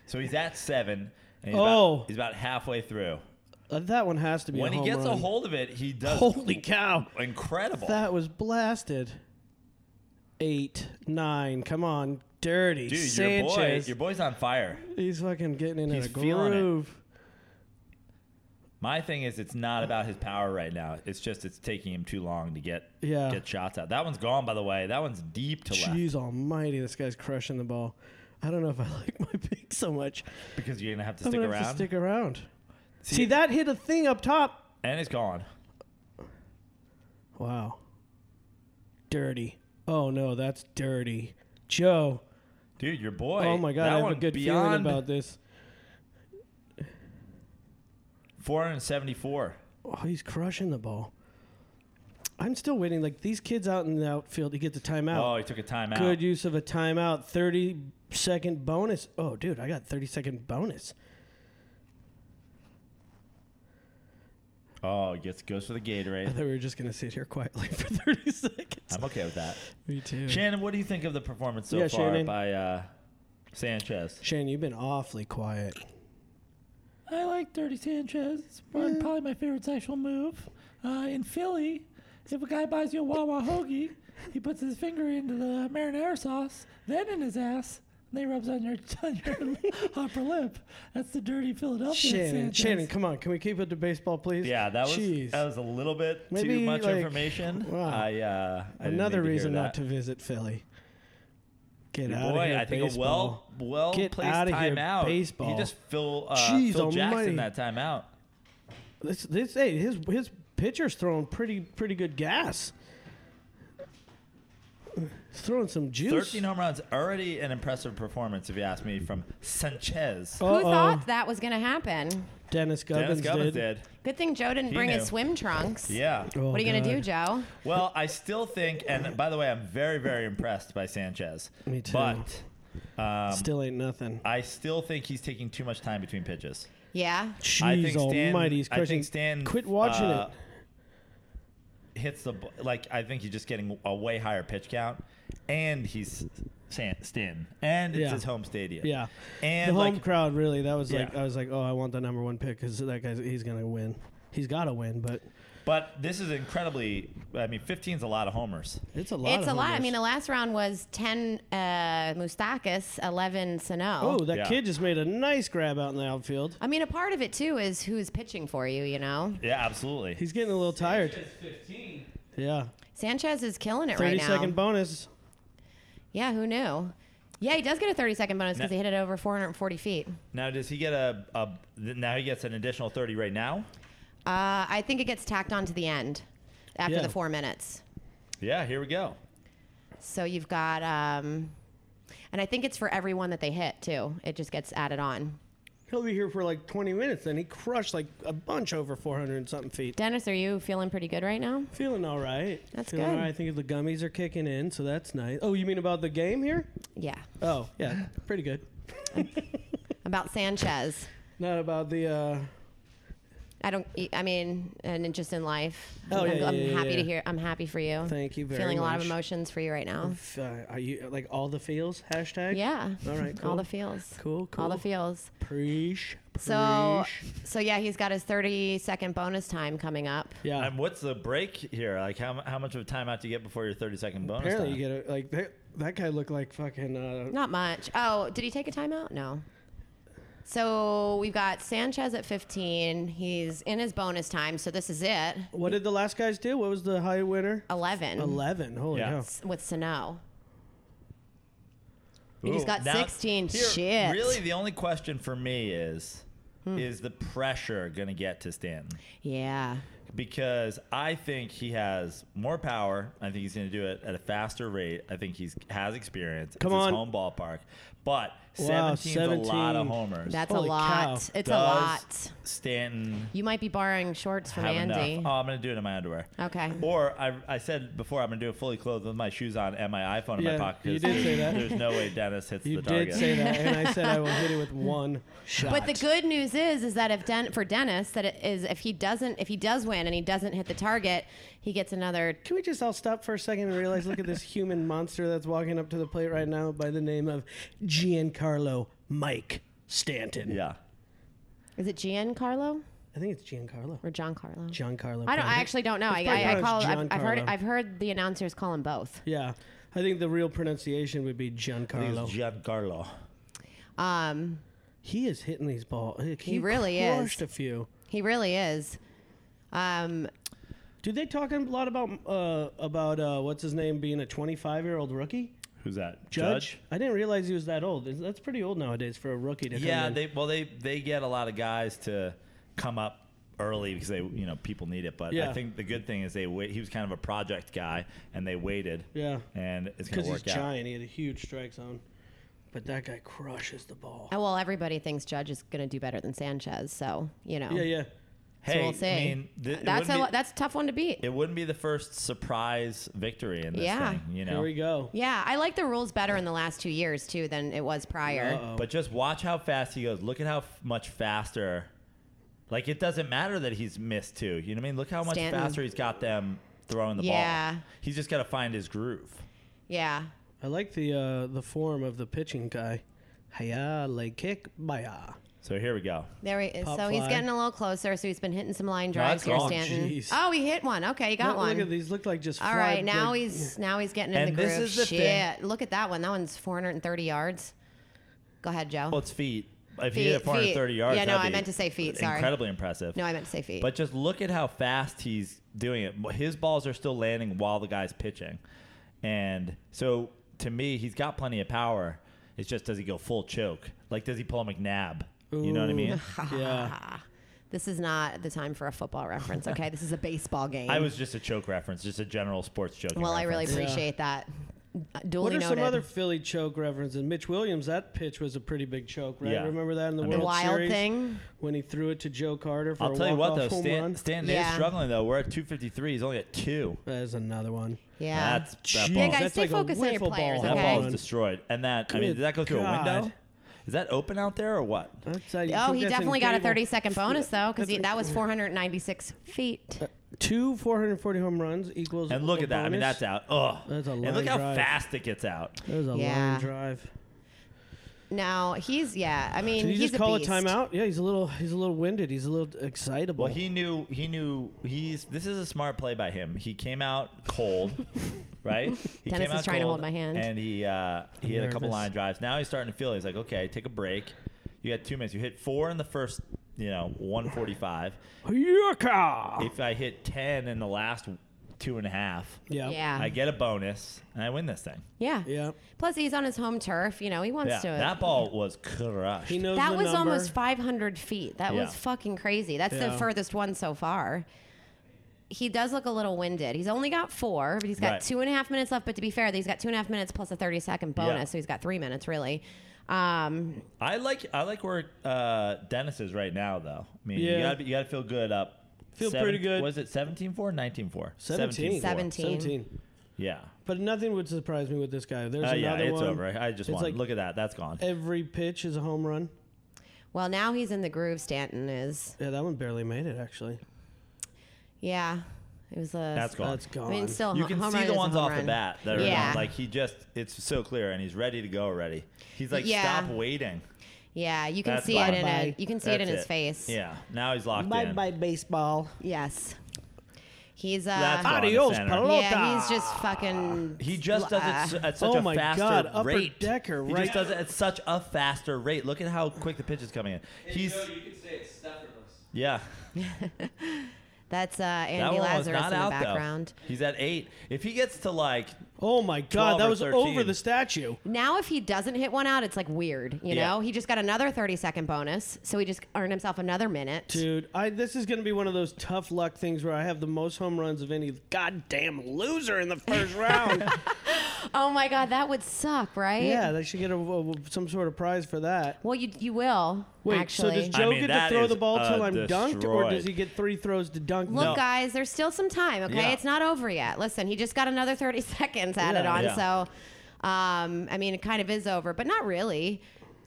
Speaker 3: so he's at seven. And he's
Speaker 4: Oh.
Speaker 3: about, he's about halfway through.
Speaker 4: Uh, that one has to be.
Speaker 3: When
Speaker 4: a
Speaker 3: he
Speaker 4: home
Speaker 3: gets a
Speaker 4: run.
Speaker 3: hold of it, he does
Speaker 4: Holy cow!
Speaker 3: incredible.
Speaker 4: That was blasted. Eight, nine. Come on, dirty
Speaker 3: Dude,
Speaker 4: Sanchez.
Speaker 3: your boy, your boy's on fire.
Speaker 4: He's fucking getting in
Speaker 3: He's
Speaker 4: a
Speaker 3: feeling it.
Speaker 4: groove.
Speaker 3: My thing is, it's not about his power right now. It's just it's taking him too long to get
Speaker 4: Yeah.
Speaker 3: get shots out. That one's gone, by the way. That one's deep to
Speaker 4: Jeez Almighty, this guy's crushing the ball. I don't know if I like my pick so much.
Speaker 3: left because you're gonna have to
Speaker 4: I'm
Speaker 3: stick
Speaker 4: gonna
Speaker 3: around.
Speaker 4: have to stick around. See, that hit a thing up top.
Speaker 3: and it's gone.
Speaker 4: Wow. Dirty. Oh no, that's dirty, Joe.
Speaker 3: Dude, your boy.
Speaker 4: oh my god,
Speaker 3: that
Speaker 4: I have a
Speaker 3: one
Speaker 4: good feeling
Speaker 3: beyond
Speaker 4: about this.
Speaker 3: 474.
Speaker 4: Oh, he's crushing the ball. I'm still waiting. Like these kids out in the outfield, he gets a
Speaker 3: Oh,
Speaker 4: timeout.
Speaker 3: he took a timeout.
Speaker 4: good use of a timeout. Thirty second bonus. Oh, dude, I got thirty second bonus.
Speaker 3: Oh, he gets goes for the
Speaker 4: I
Speaker 3: Gatorade.
Speaker 4: thought we were just gonna sit here quietly for thirty seconds.
Speaker 3: I'm okay with that.
Speaker 4: Me too.
Speaker 3: Shannon, what do you think of the performance so
Speaker 4: Yeah,
Speaker 3: far
Speaker 4: Shannon.
Speaker 3: by uh, Sanchez?
Speaker 4: Shannon, you've been awfully quiet.
Speaker 3: I like Dirty Sanchez. It's one, probably my favorite sexual move. Uh, in Philly, if a guy buys you a Wawa hoagie, he puts his finger into the marinara sauce, then in his ass, and then he rubs on your, on your upper lip. That's the dirty Philadelphia
Speaker 4: Shannon,
Speaker 3: Sanchez.
Speaker 4: Shannon, come on. Can we keep it to baseball, please?
Speaker 3: Yeah, that was
Speaker 4: Jeez.
Speaker 3: that was a little bit
Speaker 4: Maybe,
Speaker 3: too much
Speaker 4: like,
Speaker 3: information.
Speaker 4: wow.
Speaker 3: I, uh, I didn't need to
Speaker 4: Another
Speaker 3: hear
Speaker 4: reason not
Speaker 3: that.
Speaker 4: to visit Philly. Get
Speaker 3: Your
Speaker 4: out
Speaker 3: boy,
Speaker 4: of here.
Speaker 3: I think
Speaker 4: baseball.
Speaker 3: a well well
Speaker 4: Get
Speaker 3: placed
Speaker 4: outta here,
Speaker 3: timeout. He
Speaker 4: baseball.
Speaker 3: just Phil uh,
Speaker 4: Jeez
Speaker 3: Phil Jackson
Speaker 4: almighty.
Speaker 3: that timeout.
Speaker 4: This, this, hey, his his pitcher's throwing pretty pretty good gas. He's throwing some juice.
Speaker 3: Thirteen home runs, already an impressive performance if you ask me from Sanchez.
Speaker 2: Who
Speaker 4: Uh-oh.
Speaker 2: thought that was going to happen?
Speaker 3: Dennis
Speaker 4: Dennis Gubbins,
Speaker 3: Gubbins
Speaker 4: did.
Speaker 3: did.
Speaker 2: Good thing Joe didn't
Speaker 3: He
Speaker 2: bring
Speaker 3: knew.
Speaker 2: his swim trunks.
Speaker 3: Yeah.
Speaker 4: Oh,
Speaker 2: What are you going to do,
Speaker 4: God.
Speaker 2: Joe?
Speaker 3: Well, I still think, and by the way, I'm very very impressed by Sanchez.
Speaker 4: Me too.
Speaker 3: But um,
Speaker 4: Still ain't nothing.
Speaker 3: I still think he's taking too much time between pitches.
Speaker 2: Yeah.
Speaker 4: Jeez
Speaker 3: I think Stan-
Speaker 4: Almighty, he's
Speaker 3: I think
Speaker 4: crushing.
Speaker 3: Stan,
Speaker 4: Quit watching
Speaker 3: uh,
Speaker 4: it.
Speaker 3: hits the b- like I think he's just getting a way higher pitch count, and he's San- Stan, and it's
Speaker 4: Yeah.
Speaker 3: his home stadium.
Speaker 4: Yeah,
Speaker 3: and
Speaker 4: the home
Speaker 3: like
Speaker 4: crowd really. That was like
Speaker 3: Yeah.
Speaker 4: I was like, oh, I want the number one pick because that guy's he's gonna win. He's got to win, but
Speaker 3: But this is incredibly. I mean, 15's a lot of homers.
Speaker 4: it's a lot.
Speaker 2: it's
Speaker 4: of
Speaker 2: a lot. I
Speaker 4: homers.
Speaker 2: mean, the last round was 10 uh, Moustakis, 11 Sano.
Speaker 4: oh, that
Speaker 3: Yeah.
Speaker 4: kid just made a nice grab out in the outfield.
Speaker 2: I mean, a part of it, too, is who's pitching for you, you know?
Speaker 3: Yeah, absolutely.
Speaker 4: He's getting a little tired. Yeah,
Speaker 2: Sanchez is killing it right
Speaker 4: thirty
Speaker 2: now.
Speaker 4: second bonus.
Speaker 2: Yeah, who knew? Yeah, he does get a 30 second bonus because
Speaker 3: No.
Speaker 2: he hit it over 440 feet.
Speaker 3: Now, does he get a, a? th- Now he gets an additional 30 right now.
Speaker 2: Uh, I think it gets tacked on to the end after
Speaker 4: Yeah.
Speaker 2: the four minutes.
Speaker 3: Yeah, here we go.
Speaker 2: So you've got, um, and I think it's for every one that they hit, too. It just gets added on.
Speaker 4: He'll be here for like 20 minutes. Then he crushed like a bunch over 400 and something feet.
Speaker 2: Dennis, are you feeling pretty good right now?
Speaker 4: Feeling all right.
Speaker 2: That's
Speaker 4: Feeling
Speaker 2: good.
Speaker 4: All right. I think the gummies are kicking in, so that's nice. Oh, you mean about the game here?
Speaker 2: Yeah.
Speaker 4: Oh, yeah, pretty good.
Speaker 2: About Sanchez.
Speaker 4: Not about the. uh
Speaker 2: I don't. I mean, an interest in life.
Speaker 4: Oh,
Speaker 2: I'm,
Speaker 4: yeah,
Speaker 2: I'm
Speaker 4: yeah, yeah,
Speaker 2: happy
Speaker 4: yeah.
Speaker 2: to hear. I'm happy for you.
Speaker 4: Thank you very
Speaker 2: Feeling a lot of
Speaker 4: much.
Speaker 2: emotions for you right now.
Speaker 4: f- Uh, are you like all the feels hashtag?
Speaker 2: Yeah.
Speaker 4: All right. Cool.
Speaker 2: All the feels.
Speaker 4: Cool,
Speaker 2: All the
Speaker 4: cool.
Speaker 2: feels.
Speaker 4: preach.
Speaker 2: So,
Speaker 4: preach.
Speaker 2: so yeah, he's got his 30 second bonus time coming up.
Speaker 4: yeah.
Speaker 3: And what's the break here? Like, how, mu- how much of a timeout do you get before your 30 second bonus?
Speaker 4: Apparently,
Speaker 3: time?
Speaker 4: you get a, like that. That guy looked like fucking. Uh,
Speaker 2: Not much. Oh, did he take a timeout? No. So we've got Sanchez at 15. He's in his bonus time. So this is it.
Speaker 4: what did the last guys do? What was the high winner?
Speaker 2: 11.
Speaker 4: 11. Holy
Speaker 3: Yeah.
Speaker 4: cow.
Speaker 2: S- With Sano. He
Speaker 3: Ooh,
Speaker 2: just got
Speaker 3: now-
Speaker 2: 16.
Speaker 3: here,
Speaker 2: Shit.
Speaker 3: Really, the only question for me is,
Speaker 4: Hmm.
Speaker 3: is the pressure gonna get to Stanton?
Speaker 2: Yeah.
Speaker 3: because I think he has more power. I think he's going to do it at a faster rate. I think he's has experience.
Speaker 4: Come
Speaker 3: it's
Speaker 4: on.
Speaker 3: his home ballpark, but
Speaker 4: Wow,
Speaker 3: 17's a lot of
Speaker 4: 17.
Speaker 3: homers.
Speaker 2: That's
Speaker 4: Holy
Speaker 2: a lot.
Speaker 4: cow.
Speaker 3: Does
Speaker 2: It's a lot.
Speaker 3: Stanton
Speaker 2: You might be borrowing shorts from
Speaker 3: have
Speaker 2: Andy.
Speaker 3: enough? Oh, I'm going to do it in my underwear.
Speaker 2: Okay.
Speaker 3: Or I, I said before I'm going to do it fully clothed with my shoes on and my iPhone in my
Speaker 4: Yeah,
Speaker 3: pocket. 'cause
Speaker 4: you did
Speaker 3: there's,
Speaker 4: say that.
Speaker 3: There's no way Dennis hits
Speaker 4: You
Speaker 3: the
Speaker 4: did
Speaker 3: target.
Speaker 4: say that, and I said I will hit it with one shot.
Speaker 2: But the good news is, is that if Den- for Dennis, that it is if he doesn't, if he does win and he doesn't hit the target, he gets another.
Speaker 4: Can we just all stop for a second and realize? Look at this human monster that's walking up to the plate right now by the name of Giancarlo Mike Stanton.
Speaker 3: yeah.
Speaker 2: Is it Giancarlo
Speaker 4: I think it's Giancarlo.
Speaker 2: or Giancarlo?
Speaker 4: Giancarlo.
Speaker 2: I don't. I
Speaker 4: probably.
Speaker 2: actually don't know. I,
Speaker 4: probably
Speaker 2: I, I call.
Speaker 4: pronounced
Speaker 2: I've, I've heard.
Speaker 4: Giancarlo.
Speaker 2: I've heard the announcers call him both.
Speaker 4: Yeah, I think the real pronunciation would be
Speaker 3: I think
Speaker 4: Giancarlo.
Speaker 3: it's Giancarlo.
Speaker 2: Um,
Speaker 4: he is hitting these balls. He,
Speaker 2: really is.
Speaker 4: crushed a few.
Speaker 2: he really is. Um,
Speaker 4: Do they talk a lot about uh, about uh, what's his name being a 25 year old rookie?
Speaker 3: Who's that?
Speaker 4: I didn't realize he was that old. Is- That's pretty old nowadays for a rookie to
Speaker 3: Yeah,
Speaker 4: come in.
Speaker 3: they well they they get a lot of guys to come up early because they you know people need it. But I
Speaker 4: Yeah.
Speaker 3: think the good thing is they wait. He was kind of a project guy, and they waited.
Speaker 4: Yeah.
Speaker 3: and it's gonna
Speaker 4: because
Speaker 3: work
Speaker 4: he's
Speaker 3: out.
Speaker 4: giant. He had a huge strike zone. but that guy crushes the ball.
Speaker 2: Oh, well, everybody thinks Judge is going to do better than Sanchez, so you know.
Speaker 4: Yeah, yeah.
Speaker 2: So
Speaker 3: Hey,
Speaker 2: we'll see.
Speaker 3: I mean, th- it
Speaker 2: that's a
Speaker 3: wouldn't
Speaker 2: lo-
Speaker 3: be-
Speaker 2: that's a tough one to beat.
Speaker 3: It wouldn't be the first surprise victory in this
Speaker 2: Yeah.
Speaker 3: thing, you
Speaker 4: Here
Speaker 3: know.
Speaker 4: we go.
Speaker 2: yeah, I like the rules better in the last two years too than it was prior.
Speaker 3: But just watch how fast he goes. Look at how f- much faster. Like it doesn't matter that he's missed two. You know what I mean? Look how much
Speaker 2: Stanton.
Speaker 3: faster he's got them throwing the
Speaker 2: Yeah.
Speaker 3: ball. He's just got to find his groove.
Speaker 2: Yeah.
Speaker 4: I like the uh, the form of the pitching guy. Hiya, leg kick, baya.
Speaker 3: So here we go.
Speaker 2: There he is.
Speaker 4: Pop
Speaker 2: so he's
Speaker 4: fly.
Speaker 2: getting a little closer. So he's been hitting some line drives
Speaker 3: that's
Speaker 2: here,
Speaker 3: gone.
Speaker 2: Stanton.
Speaker 4: Jeez.
Speaker 2: Oh, he hit one. Okay, he got
Speaker 4: look,
Speaker 2: one.
Speaker 4: Look at these. Look like just.
Speaker 2: All
Speaker 4: fried
Speaker 2: right, now
Speaker 4: bread.
Speaker 2: he's now he's getting in
Speaker 3: And
Speaker 2: the groove.
Speaker 3: this is the
Speaker 2: Shit,
Speaker 3: thing-
Speaker 2: look at that one. That one's 430 yards. Go ahead, Joe.
Speaker 3: Well, it's feet. If he
Speaker 2: Feet,
Speaker 3: hit it 430
Speaker 2: feet.
Speaker 3: yards,
Speaker 2: Yeah, no,
Speaker 3: that'd
Speaker 2: I
Speaker 3: be
Speaker 2: meant to say feet, sorry.
Speaker 3: Incredibly impressive.
Speaker 2: no, I meant to say feet.
Speaker 3: But just look at how fast he's doing it. His balls are still landing while the guy's pitching. And so to me, he's got plenty of power. It's just does he go full choke? Like does he pull a McNabb? You know what I mean?
Speaker 4: Yeah.
Speaker 2: Ah, this is not the time for a football reference. Okay, this is a baseball game.
Speaker 3: I was just a choke reference, just a general sports joke.
Speaker 2: well, I really
Speaker 4: Yeah.
Speaker 2: appreciate that. Uh,
Speaker 4: What
Speaker 2: Duly
Speaker 4: are
Speaker 2: noted.
Speaker 4: some other Philly choke references? Mitch Williams, that pitch was a pretty big choke, right?
Speaker 3: Yeah.
Speaker 4: Remember that in the
Speaker 3: I mean-
Speaker 4: World
Speaker 2: The wild
Speaker 4: Series
Speaker 2: thing?
Speaker 4: when he threw it to Joe Carter for
Speaker 3: I'll
Speaker 4: a
Speaker 3: tell you what
Speaker 4: walk-off
Speaker 3: though,
Speaker 4: home
Speaker 3: Stan,
Speaker 4: run?
Speaker 3: Stan is
Speaker 2: Yeah.
Speaker 3: struggling though. We're at 253. He's only at two.
Speaker 4: That is another one.
Speaker 2: yeah.
Speaker 3: That's that
Speaker 4: Jeez,
Speaker 3: ball.
Speaker 2: Yeah, guys,
Speaker 4: that's
Speaker 2: stay
Speaker 4: like a
Speaker 2: focused on your
Speaker 4: wiffle
Speaker 2: players,
Speaker 4: ball.
Speaker 3: that
Speaker 2: okay?
Speaker 3: ball is destroyed. And that I mean,
Speaker 4: Good
Speaker 3: did that go through
Speaker 4: God.
Speaker 3: a window? Is that open out there or what?
Speaker 4: That's how you
Speaker 2: Oh,
Speaker 4: cook
Speaker 2: he
Speaker 4: this in
Speaker 2: definitely got a
Speaker 4: cable.
Speaker 2: 30 second bonus though, because
Speaker 4: That's- Uh,
Speaker 2: that was 496 feet.
Speaker 4: Two 440 home runs equals.
Speaker 3: And look
Speaker 4: a
Speaker 3: at that. I mean,
Speaker 4: bonus.
Speaker 3: that's out. Ugh.
Speaker 4: That's a
Speaker 3: and
Speaker 4: line
Speaker 3: look how
Speaker 4: drive.
Speaker 3: fast it gets out.
Speaker 4: That was a
Speaker 2: Yeah.
Speaker 4: line drive.
Speaker 2: Now he's yeah. I mean,
Speaker 4: Did he
Speaker 2: he's
Speaker 4: just
Speaker 2: a
Speaker 4: call
Speaker 2: beast.
Speaker 4: a timeout? Yeah, he's a little he's a little winded. He's a little excitable.
Speaker 3: Well, he knew. He knew. He's. This is a smart play by him. He came out cold, right? He
Speaker 2: Dennis
Speaker 3: came
Speaker 2: is
Speaker 3: out
Speaker 2: trying to
Speaker 3: cold,
Speaker 2: hold my hand.
Speaker 3: And he uh, he had a couple
Speaker 4: nervous.
Speaker 3: line drives. Now he's starting to feel. it. He's like, okay, take a break. You got two minutes. You hit four in the first. You know, one forty-five.
Speaker 4: Yucca!
Speaker 3: If I hit ten in the last two and a half,
Speaker 4: Yeah.
Speaker 2: Yeah.
Speaker 3: I get a bonus and I win this thing.
Speaker 2: yeah.
Speaker 4: Yeah.
Speaker 2: Plus he's on his home turf. You know, he wants
Speaker 3: Yeah,
Speaker 2: to.
Speaker 3: that ball was crushed.
Speaker 4: He knows
Speaker 2: That
Speaker 4: the
Speaker 2: was
Speaker 4: number.
Speaker 2: almost 500 feet. That was
Speaker 3: Yeah.
Speaker 2: fucking crazy. That's the
Speaker 4: Yeah.
Speaker 2: furthest one so far. He does look a little winded. He's only got four, but he's got
Speaker 3: Right.
Speaker 2: two and a half minutes left. But to be fair, he's got two and a half minutes plus a 30 second bonus,
Speaker 3: Yeah.
Speaker 2: so he's got three minutes really. Um,
Speaker 3: I like I like where uh, Dennis is right now, though. I mean, you
Speaker 4: Yeah.
Speaker 3: got to you got to feel good up.
Speaker 4: Feel pretty good.
Speaker 3: Was it 17-4, 19-4?
Speaker 4: 17.
Speaker 2: 17.
Speaker 4: 17.
Speaker 3: Yeah.
Speaker 4: But nothing would surprise me with this guy. There's
Speaker 3: Uh,
Speaker 4: another
Speaker 3: yeah, it's
Speaker 4: one.
Speaker 3: over. I just
Speaker 4: It's
Speaker 3: won.
Speaker 4: like-
Speaker 3: Look at that. That's gone.
Speaker 4: Every pitch is a home run.
Speaker 2: well, now he's in the groove. Stanton is.
Speaker 4: Yeah, that one barely made it actually.
Speaker 2: Yeah, it was a.
Speaker 3: That's gone.
Speaker 4: That's
Speaker 2: I
Speaker 4: gone.
Speaker 2: mean, still,
Speaker 3: You
Speaker 2: ho-
Speaker 3: can
Speaker 2: home
Speaker 3: see
Speaker 2: run
Speaker 3: the
Speaker 2: is a
Speaker 3: ones
Speaker 2: home
Speaker 3: off the
Speaker 2: run.
Speaker 3: bat that are
Speaker 2: Yeah.
Speaker 3: gone. like he just it's so clear and he's ready to go already. He's like,
Speaker 2: Yeah.
Speaker 3: stop waiting.
Speaker 2: Yeah, you can
Speaker 3: That's
Speaker 2: see
Speaker 3: gone.
Speaker 2: it in
Speaker 4: Bye-bye.
Speaker 2: a. You can see it
Speaker 3: That's
Speaker 2: in his face.
Speaker 3: Yeah. Now he's locked in.
Speaker 4: baseball.
Speaker 2: Yes. He's uh.
Speaker 3: That's gone to
Speaker 4: Adios,
Speaker 3: center.
Speaker 4: Paolo.
Speaker 2: yeah, he's just fucking.
Speaker 3: He just does it s-
Speaker 2: Uh,
Speaker 3: at such
Speaker 4: Oh
Speaker 3: a
Speaker 4: my
Speaker 3: faster
Speaker 4: God, upper
Speaker 3: rate.
Speaker 4: decker,
Speaker 3: he
Speaker 4: right.
Speaker 3: just does it at such a faster rate. Look at how quick the pitch is coming in. He's
Speaker 7: you could say it's Stephanos.
Speaker 3: yeah.
Speaker 2: That's uh,
Speaker 3: that one
Speaker 2: Andy
Speaker 3: was
Speaker 2: Lazarus in
Speaker 3: not
Speaker 2: the
Speaker 3: out
Speaker 2: background.
Speaker 3: though. He's at eight. If he gets to like,
Speaker 4: Oh my
Speaker 3: 12
Speaker 4: god,
Speaker 3: or
Speaker 4: that was
Speaker 3: 13.
Speaker 4: over the statue.
Speaker 2: Now, if he doesn't hit one out, it's like weird. You
Speaker 3: Yeah.
Speaker 2: know, he just got another 30 second bonus, so he just earned himself another minute.
Speaker 4: Dude, I this is going to be one of those tough luck things where I have the most home runs of any goddamn loser in the first round.
Speaker 2: Oh my God, that would suck, right?
Speaker 4: yeah, they should get a, a- some sort of prize for that.
Speaker 2: Well, you you will
Speaker 4: Wait,
Speaker 2: actually.
Speaker 4: so does Joe
Speaker 3: I mean,
Speaker 4: get to
Speaker 3: that
Speaker 4: throw
Speaker 3: is,
Speaker 4: the ball till
Speaker 3: uh,
Speaker 4: I'm dunked, or does
Speaker 3: destroyed.
Speaker 4: he get three throws to dunk?
Speaker 2: Look,
Speaker 4: me?
Speaker 3: No.
Speaker 2: guys, there's still some time. Okay,
Speaker 3: Yeah.
Speaker 2: it's not over yet. Listen, he just got another 30 seconds added
Speaker 4: Yeah.
Speaker 2: on,
Speaker 3: Yeah.
Speaker 2: so um, I mean, it kind of is over, but not really,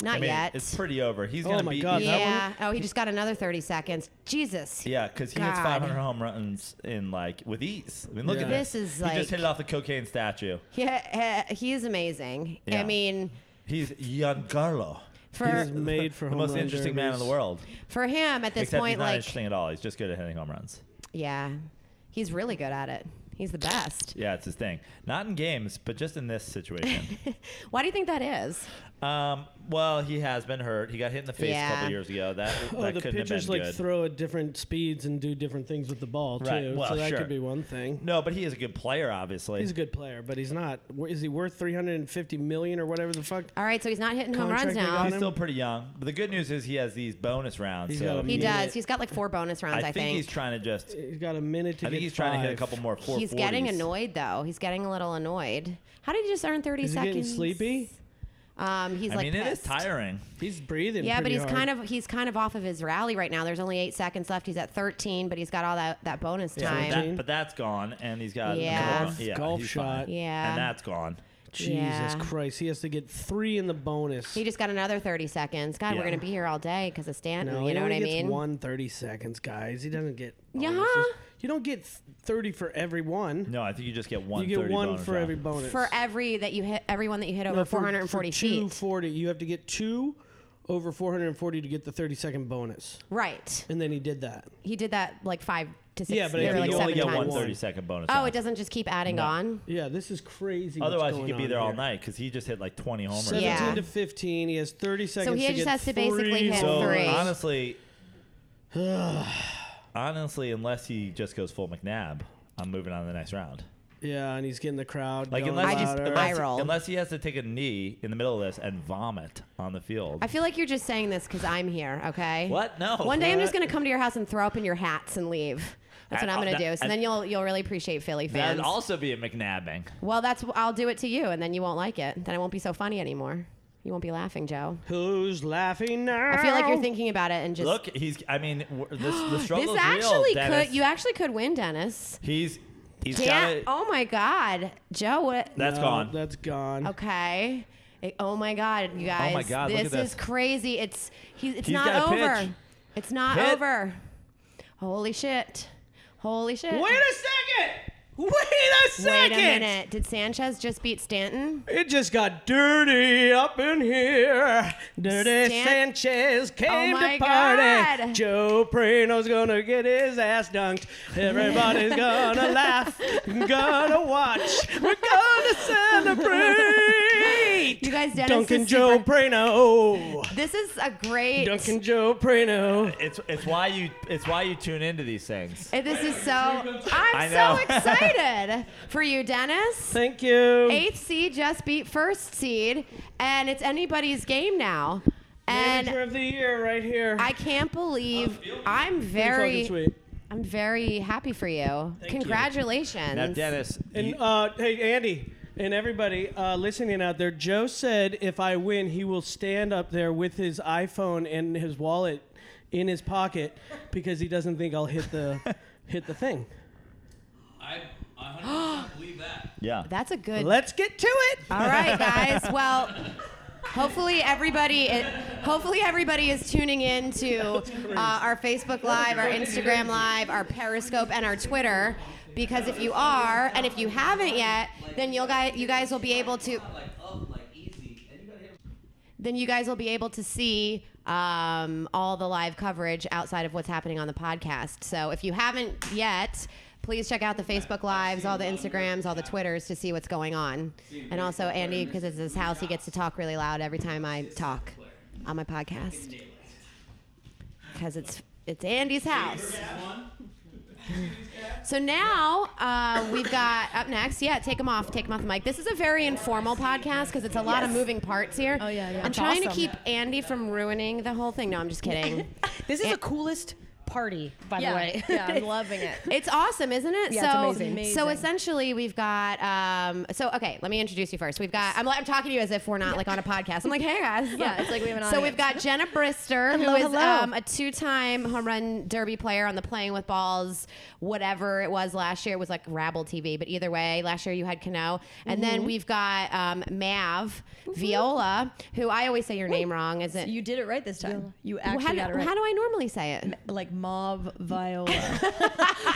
Speaker 2: not
Speaker 3: I mean,
Speaker 2: yet.
Speaker 3: it's pretty over. He's
Speaker 4: Oh
Speaker 3: gonna
Speaker 4: my
Speaker 3: be
Speaker 4: God,
Speaker 3: yeah,
Speaker 4: that one-
Speaker 2: yeah. Oh, he just got another 30 seconds. Jesus.
Speaker 3: yeah, because he hits
Speaker 2: God.
Speaker 3: 500 home runs in like with ease. I mean, look at
Speaker 4: Yeah.
Speaker 3: this.
Speaker 2: This is
Speaker 3: he
Speaker 2: like-
Speaker 3: just hit it off the cocaine statue.
Speaker 2: Yeah, he, he is amazing.
Speaker 3: Yeah.
Speaker 2: I mean,
Speaker 3: He's Giancarlo,
Speaker 2: for
Speaker 4: He's made for
Speaker 3: the
Speaker 4: home
Speaker 3: most
Speaker 4: run
Speaker 3: interesting man in the
Speaker 4: derbies.
Speaker 3: world.
Speaker 2: for him at this
Speaker 3: Except
Speaker 2: point,
Speaker 3: he's not
Speaker 2: like,
Speaker 3: interesting at all. He's just good at hitting home runs.
Speaker 2: yeah, he's really good at it. He's the best.
Speaker 3: Yeah, it's his thing. Not in games, but just in this situation.
Speaker 2: Why do you think that is?
Speaker 3: Um, well, he has been hurt. He got hit in the face a
Speaker 2: Yeah.
Speaker 3: couple years ago. That,
Speaker 4: Oh,
Speaker 3: that
Speaker 4: the
Speaker 3: couldn't have been
Speaker 4: pitchers like
Speaker 3: good.
Speaker 4: throw at different speeds and do different things with the ball too.
Speaker 3: Right, well,
Speaker 4: so that
Speaker 3: sure.
Speaker 4: could be one thing.
Speaker 3: no, but he is a good player, obviously.
Speaker 4: He's a good player, but he's not. Is he worth 350 million or whatever the fuck?
Speaker 2: All right, so he's not hitting home runs
Speaker 4: Contract they got
Speaker 2: now.
Speaker 3: He's still pretty young. But the good news is he has these bonus rounds.
Speaker 4: He's
Speaker 3: so
Speaker 4: got a
Speaker 2: He
Speaker 4: Yeah.
Speaker 2: does. He's got like four bonus
Speaker 3: I
Speaker 2: rounds,
Speaker 3: think,
Speaker 2: I think.
Speaker 3: he's trying to just.
Speaker 4: He's got a minute to
Speaker 3: I
Speaker 4: get.
Speaker 3: think he's trying to hit a
Speaker 4: five.
Speaker 3: couple more four.
Speaker 2: He's getting annoyed though. He's getting a little annoyed. How did he just earn 30
Speaker 4: Is he
Speaker 2: seconds?
Speaker 4: getting sleepy?
Speaker 2: Um, he's
Speaker 3: I
Speaker 2: like
Speaker 3: mean, it is
Speaker 2: pissed.
Speaker 3: tiring.
Speaker 4: He's breathing.
Speaker 2: Yeah, but he's kind of he's kind of off of his rally right now. There's only eight seconds left. He's at 13, but he's got all that that bonus
Speaker 3: So
Speaker 2: time.
Speaker 3: that- but that's gone, and he's got
Speaker 2: Yeah.
Speaker 3: golf, yeah,
Speaker 4: Golf
Speaker 3: he's fine.
Speaker 4: shot.
Speaker 2: Yeah.
Speaker 3: and that's gone.
Speaker 4: Jesus
Speaker 2: Yeah.
Speaker 4: Christ, he has to get three in the bonus.
Speaker 2: he just got another 30 seconds. God, we're
Speaker 3: Yeah.
Speaker 2: gonna be here all day because of Stanton.
Speaker 4: no,
Speaker 2: you
Speaker 4: he
Speaker 2: know what
Speaker 4: only
Speaker 2: I
Speaker 4: gets
Speaker 2: mean?
Speaker 4: One thirty seconds, guys. He doesn't get.
Speaker 2: Yeah.
Speaker 4: bonuses. You don't get th- thirty for every one.
Speaker 3: No, I think you just get one.
Speaker 4: you get
Speaker 3: 30
Speaker 4: one
Speaker 3: bonus
Speaker 4: for
Speaker 3: round.
Speaker 4: every bonus.
Speaker 2: For every that you hit, everyone that you hit over
Speaker 4: No, for-
Speaker 2: 440
Speaker 4: for
Speaker 2: feet.
Speaker 4: 240. You have to get two over 440 to get the 30 second bonus.
Speaker 2: Right.
Speaker 4: And then he did that.
Speaker 2: He did that like five to six.
Speaker 4: Yeah, but
Speaker 2: or,
Speaker 4: I
Speaker 3: Yeah, but
Speaker 4: think
Speaker 2: like
Speaker 3: you only
Speaker 2: seven
Speaker 3: get
Speaker 2: times.
Speaker 3: one 30 second bonus.
Speaker 2: Oh,
Speaker 3: round.
Speaker 2: it doesn't just keep adding on.
Speaker 4: Yeah, this is crazy. what's
Speaker 3: Otherwise, he
Speaker 4: going
Speaker 3: could be
Speaker 4: on
Speaker 3: there all
Speaker 4: here.
Speaker 3: night because he just hit like 20 homers.
Speaker 4: 17
Speaker 2: Yeah.
Speaker 4: to 15. He has 30 seconds.
Speaker 2: he
Speaker 4: to
Speaker 2: just
Speaker 4: get
Speaker 2: has to basically
Speaker 4: three
Speaker 2: hit
Speaker 3: So
Speaker 4: more.
Speaker 2: three.
Speaker 3: honestly, honestly, unless he just goes full McNabb, I'm moving on to the next round.
Speaker 4: Yeah, and he's getting the crowd.
Speaker 3: Like
Speaker 4: going
Speaker 3: unless, he's-
Speaker 4: louder.
Speaker 2: I
Speaker 3: unless,
Speaker 2: roll.
Speaker 3: unless he has to take a knee in the middle of this and vomit on the field.
Speaker 2: I feel like you're just saying this because I'm here. Okay.
Speaker 3: What? No.
Speaker 2: One day I'm just gonna come to your house and throw up in your hats and leave. That's what
Speaker 3: I-
Speaker 2: I'm
Speaker 3: that-
Speaker 2: gonna do. So
Speaker 3: I-
Speaker 2: then you'll you'll really appreciate Philly fans.
Speaker 3: That'd also be a McNabbing.
Speaker 2: Well, that's I'll do it to you, and then you won't like it. Then it won't be so funny anymore. You won't be laughing, Joe.
Speaker 4: Who's laughing now?
Speaker 2: I feel like you're thinking about it and just
Speaker 3: Look, he's. I mean, w- this the
Speaker 2: this
Speaker 3: struggle's real.
Speaker 2: actually
Speaker 3: Dennis.
Speaker 2: could you actually could win, Dennis.
Speaker 3: He's he's got
Speaker 2: Yeah.
Speaker 3: it.
Speaker 2: Oh my God, Joe. What?
Speaker 3: That's
Speaker 4: No,
Speaker 3: gone.
Speaker 4: That's gone.
Speaker 2: Okay. It- oh my God, you guys.
Speaker 3: God, look
Speaker 2: this,
Speaker 3: at this.
Speaker 2: is crazy. It's he's it's
Speaker 3: He's
Speaker 2: not
Speaker 3: got a
Speaker 2: over.
Speaker 3: pitch.
Speaker 2: It's not
Speaker 3: Hit.
Speaker 2: over. Holy shit. Holy shit.
Speaker 4: Wait a second! Wait a
Speaker 2: Wait
Speaker 4: second!
Speaker 2: a minute. Did Sanchez just beat Stanton?
Speaker 4: It just got dirty up in here. Dirty
Speaker 2: Stan-
Speaker 4: Sanchez came
Speaker 2: Oh my
Speaker 4: to party.
Speaker 2: God.
Speaker 4: Joe Prano's gonna get his ass dunked. Everybody's gonna laugh, gonna watch. We're gonna celebrate.
Speaker 2: You guys, Dennis
Speaker 4: Duncan
Speaker 2: is
Speaker 4: Joe
Speaker 2: super-
Speaker 4: Prano.
Speaker 2: This is a great.
Speaker 4: Duncan Joe Prano.
Speaker 3: It's it's why you it's why you tune into these things.
Speaker 2: Uh, This is so. I'm
Speaker 3: I
Speaker 2: so
Speaker 3: know.
Speaker 2: excited for you, Dennis.
Speaker 4: Thank you.
Speaker 2: Eighth seed just beat first seed, and it's anybody's game now.
Speaker 4: Manager
Speaker 2: And
Speaker 4: of the year right here.
Speaker 2: I can't believe I'm
Speaker 4: Pretty fucking
Speaker 2: very,
Speaker 4: sweet.
Speaker 2: I'm very happy for you. Congratulations.
Speaker 3: Now, Dennis,
Speaker 4: And
Speaker 3: you-
Speaker 4: uh, hey, Andy, and everybody uh, listening out there, Joe said if I win, he will stand up there with his iPhone and his wallet in his pocket because he doesn't think I'll hit the hit the thing.
Speaker 7: I 100% believe that.
Speaker 3: yeah,
Speaker 2: That's a good.
Speaker 4: Let's get to it.
Speaker 2: All right, guys. Well, hopefully everybody, hopefully everybody is tuning in to uh, our Facebook Live, our Instagram Live, our Periscope, and our Twitter. Because if you are, and if you haven't yet, then you'll guys, you guys will be able to,
Speaker 7: Like up, like easy. And you gotta hit
Speaker 2: then you guys will be able to see um, all the live coverage outside of what's happening on the podcast. So if you haven't yet. Please check out the Facebook Lives, all the Instagrams, all the Twitters to see what's going on. And also, Andy, because it's his house, he gets to talk really loud every time I talk on my podcast. Because it's, it's Andy's house. So now uh, we've got up next. Yeah, take them off. Take them off the mic. This is a very informal podcast because it's a lot of moving parts here.
Speaker 8: Oh, yeah, yeah.
Speaker 2: I'm
Speaker 8: That's
Speaker 2: trying to
Speaker 8: awesome.
Speaker 2: keep Andy from ruining the whole thing. No, I'm just kidding.
Speaker 8: This is the coolest party, by the way.
Speaker 9: yeah, I'm loving it.
Speaker 2: it's awesome, isn't it?
Speaker 8: Yeah, it's
Speaker 2: so,
Speaker 8: amazing.
Speaker 2: so
Speaker 8: Amazing.
Speaker 2: essentially, we've got. Um, so okay, let me introduce you first. We've got. I'm, like- I'm talking to you as if we're not like on a podcast. I'm like, hey guys.
Speaker 9: Yeah, it's like we have an
Speaker 2: So
Speaker 9: audience.
Speaker 2: we've got Jenna Brister, who
Speaker 8: Hello,
Speaker 2: is
Speaker 8: hello.
Speaker 2: um, a two-time home run derby player on the Playing with Balls, whatever it was last year. It was like Rabble TV, but either way, last year you had Cano. And
Speaker 9: Mm-hmm.
Speaker 2: then we've got um, Mav Viola, who I always say your name wrong. Is it?
Speaker 9: You did it right this time. You
Speaker 2: Well,
Speaker 9: actually
Speaker 2: how, do,
Speaker 9: got it right.
Speaker 2: how do I normally say it?
Speaker 9: like mauve viola,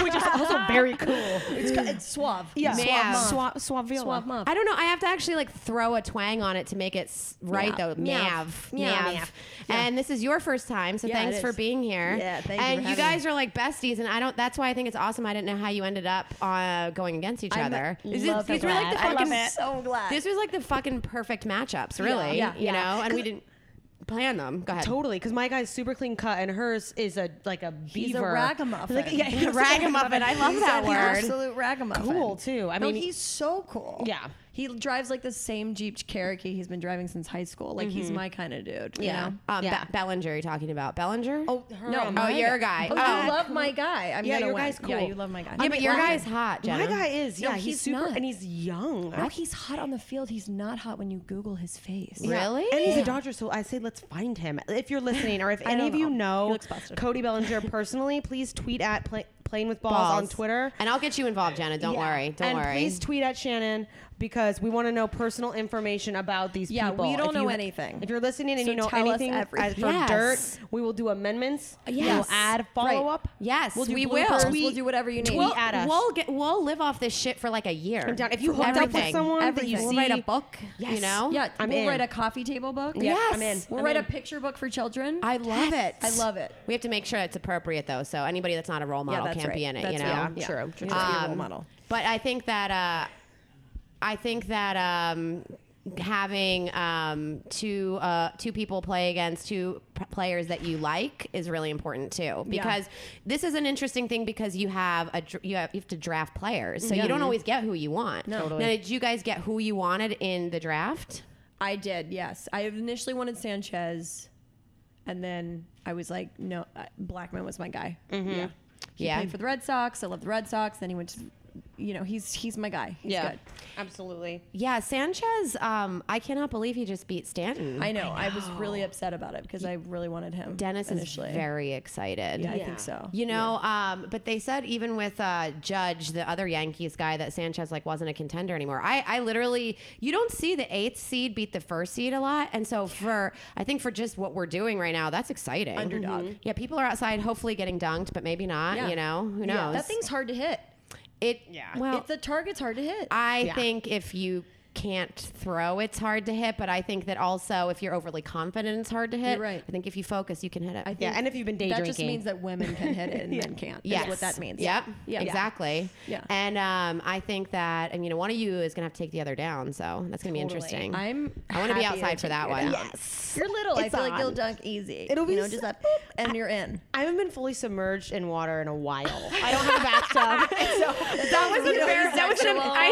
Speaker 8: Which is also very cool.
Speaker 9: it's, ca- it's suave.
Speaker 8: Yeah,
Speaker 2: Ma'am.
Speaker 9: suave,
Speaker 8: Swap, swap,
Speaker 9: mauve. suave mauve.
Speaker 2: I don't know. I have to actually like throw a twang on it to make it s- right
Speaker 9: Yeah.
Speaker 2: though.
Speaker 9: Meow.
Speaker 2: Mav,
Speaker 9: Meow,
Speaker 2: Mav.
Speaker 9: meow.
Speaker 2: And this is your first time, so
Speaker 9: Yeah,
Speaker 2: thanks
Speaker 9: it
Speaker 2: for
Speaker 9: is.
Speaker 2: being here.
Speaker 9: Yeah, thank you
Speaker 2: And
Speaker 9: for
Speaker 2: you
Speaker 9: having
Speaker 2: guys
Speaker 9: me.
Speaker 2: are like besties, and I don't. That's why I think it's awesome. I didn't know how you ended up uh, going against each
Speaker 9: I'm
Speaker 2: other. This is-
Speaker 9: love
Speaker 2: these were like the
Speaker 9: glad. I
Speaker 2: fucking.
Speaker 9: love it. so glad.
Speaker 2: This was like the fucking perfect matchups, really.
Speaker 9: yeah,
Speaker 2: you
Speaker 9: yeah.
Speaker 2: know, and we
Speaker 9: 'Cause-
Speaker 2: didn't plan them. Go ahead.
Speaker 8: Totally, because my guy's super clean cut, and hers is a like a beaver.
Speaker 9: a ragamuffin.
Speaker 8: Like, yeah, he's a
Speaker 2: Ragamuffin. I love
Speaker 9: He's
Speaker 2: that
Speaker 9: an
Speaker 2: word.
Speaker 9: Absolute ragamuffin.
Speaker 8: Cool too. I
Speaker 9: No,
Speaker 8: mean,
Speaker 9: he's so cool.
Speaker 8: yeah,
Speaker 9: He drives like the same Jeep Cherokee he's been driving since high school. Like he's my kind of dude. You
Speaker 2: Yeah.
Speaker 9: know?
Speaker 2: Um, Be- Bellinger, you talking about Bellinger?
Speaker 8: Oh, her
Speaker 9: No,
Speaker 8: and
Speaker 9: my
Speaker 2: Oh,
Speaker 8: mine.
Speaker 2: you're a guy.
Speaker 9: Oh,
Speaker 2: Oh,
Speaker 9: you love my guy. I'm
Speaker 8: Yeah,
Speaker 9: gonna
Speaker 8: your
Speaker 9: win.
Speaker 8: guy's
Speaker 9: Yeah,
Speaker 8: cool.
Speaker 9: you love my guy.
Speaker 2: yeah, but your
Speaker 9: Why?
Speaker 2: guy's hot, Jenna.
Speaker 8: My guy is.
Speaker 9: No,
Speaker 8: Yeah, he's,
Speaker 9: he's
Speaker 8: super
Speaker 9: not.
Speaker 8: and he's young.
Speaker 9: No, he's hot on the field. He's not hot when you Google his face.
Speaker 2: Really?
Speaker 8: And he's a Dodger, so I say let's find him. If you're listening, or if
Speaker 9: I
Speaker 8: any
Speaker 9: don't
Speaker 8: of you
Speaker 9: know. He
Speaker 8: know
Speaker 9: looks busted.
Speaker 8: Cody Bellinger personally, please tweet at play, Playing with balls, on
Speaker 2: Balls.
Speaker 8: Twitter.
Speaker 2: And I'll get you involved, Jenna. Don't
Speaker 9: Yeah.
Speaker 2: worry. Don't
Speaker 8: and
Speaker 2: worry.
Speaker 8: please tweet at Shannon because we want to know personal information about these
Speaker 9: Yeah,
Speaker 8: people.
Speaker 9: we don't
Speaker 8: If
Speaker 9: know
Speaker 8: you-
Speaker 9: anything.
Speaker 8: If you're listening and
Speaker 9: So
Speaker 8: you know
Speaker 9: tell us
Speaker 8: anything as-
Speaker 9: everything.
Speaker 8: for
Speaker 2: Yes.
Speaker 8: dirt, we will do amendments.
Speaker 2: Yes.
Speaker 8: We'll add follow up.
Speaker 2: Yes,
Speaker 9: We'll do
Speaker 2: we will.
Speaker 9: bloopers. We'll do whatever you need.
Speaker 2: We'll,
Speaker 8: Tweet at us.
Speaker 2: we'll get. We'll live off this shit for like a year.
Speaker 8: I'm down. If you hooked up with
Speaker 2: Everything.
Speaker 8: someone that you
Speaker 9: Everything.
Speaker 2: we'll
Speaker 8: see,
Speaker 2: write a book. You
Speaker 8: Yes.
Speaker 2: know.
Speaker 9: Yeah,
Speaker 8: I'm
Speaker 9: we'll
Speaker 8: in.
Speaker 9: write a coffee table book.
Speaker 8: Yeah, I'm in.
Speaker 9: We'll
Speaker 8: I'm
Speaker 9: write
Speaker 8: in.
Speaker 9: a picture book for children.
Speaker 2: I love it.
Speaker 9: I love it.
Speaker 2: We have to make sure it's appropriate though. So anybody that's not a role model
Speaker 9: that's
Speaker 2: can't be
Speaker 9: right.
Speaker 2: in it.
Speaker 9: That's
Speaker 2: you know.
Speaker 9: right. Yeah.
Speaker 8: True, true,
Speaker 9: You have to be a role
Speaker 2: Um,
Speaker 9: model.
Speaker 2: But I think that. Uh, I think that. Um, having um, two uh, two people play against two p- players that you like is really important too because this is an interesting thing because you have a dr- you have, you have to draft players so you don't always get who you want no. now did you guys get who you wanted in the draft
Speaker 9: I did, yes. I initially wanted Sanchez, and then I was like, no, uh, Blackman was my guy.
Speaker 8: Mm-hmm.
Speaker 9: Yeah, he
Speaker 2: Yeah.
Speaker 9: played for the Red Sox. I love the Red Sox. Then he went to, you know, he's he's my guy. He's
Speaker 8: Yeah.
Speaker 9: good.
Speaker 8: absolutely.
Speaker 2: yeah Sanchez um, I cannot believe he just beat Stanton
Speaker 9: I know. I, was really upset about it because I really wanted him.
Speaker 2: Dennis
Speaker 9: initially.
Speaker 2: is very excited
Speaker 9: Yeah, I think so.
Speaker 2: You know, um, but they said even with uh, Judge, the other Yankees guy, that Sanchez like wasn't a contender anymore. I, I literally, you don't see the eighth seed beat the first seed a lot, and so for I think for just what we're doing right now, that's exciting.
Speaker 9: Underdog.
Speaker 2: Yeah, people are outside, hopefully getting dunked, but maybe not.
Speaker 9: Yeah.
Speaker 2: You know, who knows?
Speaker 9: Yeah, that thing's hard to hit.
Speaker 2: it.
Speaker 8: Yeah.
Speaker 2: Well,
Speaker 9: If the target's hard to hit.
Speaker 2: I think if you can't throw, it's hard to hit. But I think that also if you're overly confident, it's hard to hit.
Speaker 9: You're right.
Speaker 2: I think if you focus, you can hit it.
Speaker 9: I think
Speaker 8: Yeah, and if you've been day
Speaker 9: that just
Speaker 8: drinking.
Speaker 9: means that women can hit it and men can't. Yeah,
Speaker 2: Yes.
Speaker 9: is what that means.
Speaker 2: Yep.
Speaker 9: Yeah.
Speaker 2: Exactly.
Speaker 9: Yeah.
Speaker 2: And um, I think that, and you know, one of you is gonna have to take the other down, so that's gonna
Speaker 9: Totally.
Speaker 2: be interesting.
Speaker 9: I'm.
Speaker 2: I wanna be
Speaker 9: happy
Speaker 2: outside for
Speaker 9: take
Speaker 2: that
Speaker 9: your
Speaker 2: one.
Speaker 9: dunk. You're little. I feel like you'll dunk easy.
Speaker 8: It'll be
Speaker 9: you know,
Speaker 8: so-
Speaker 9: just that, and you're in.
Speaker 8: I haven't been fully submerged in water in a while.
Speaker 2: I don't have a bathtub. that was
Speaker 9: You know,
Speaker 2: embarrassing. That was an,
Speaker 9: sexual.
Speaker 2: I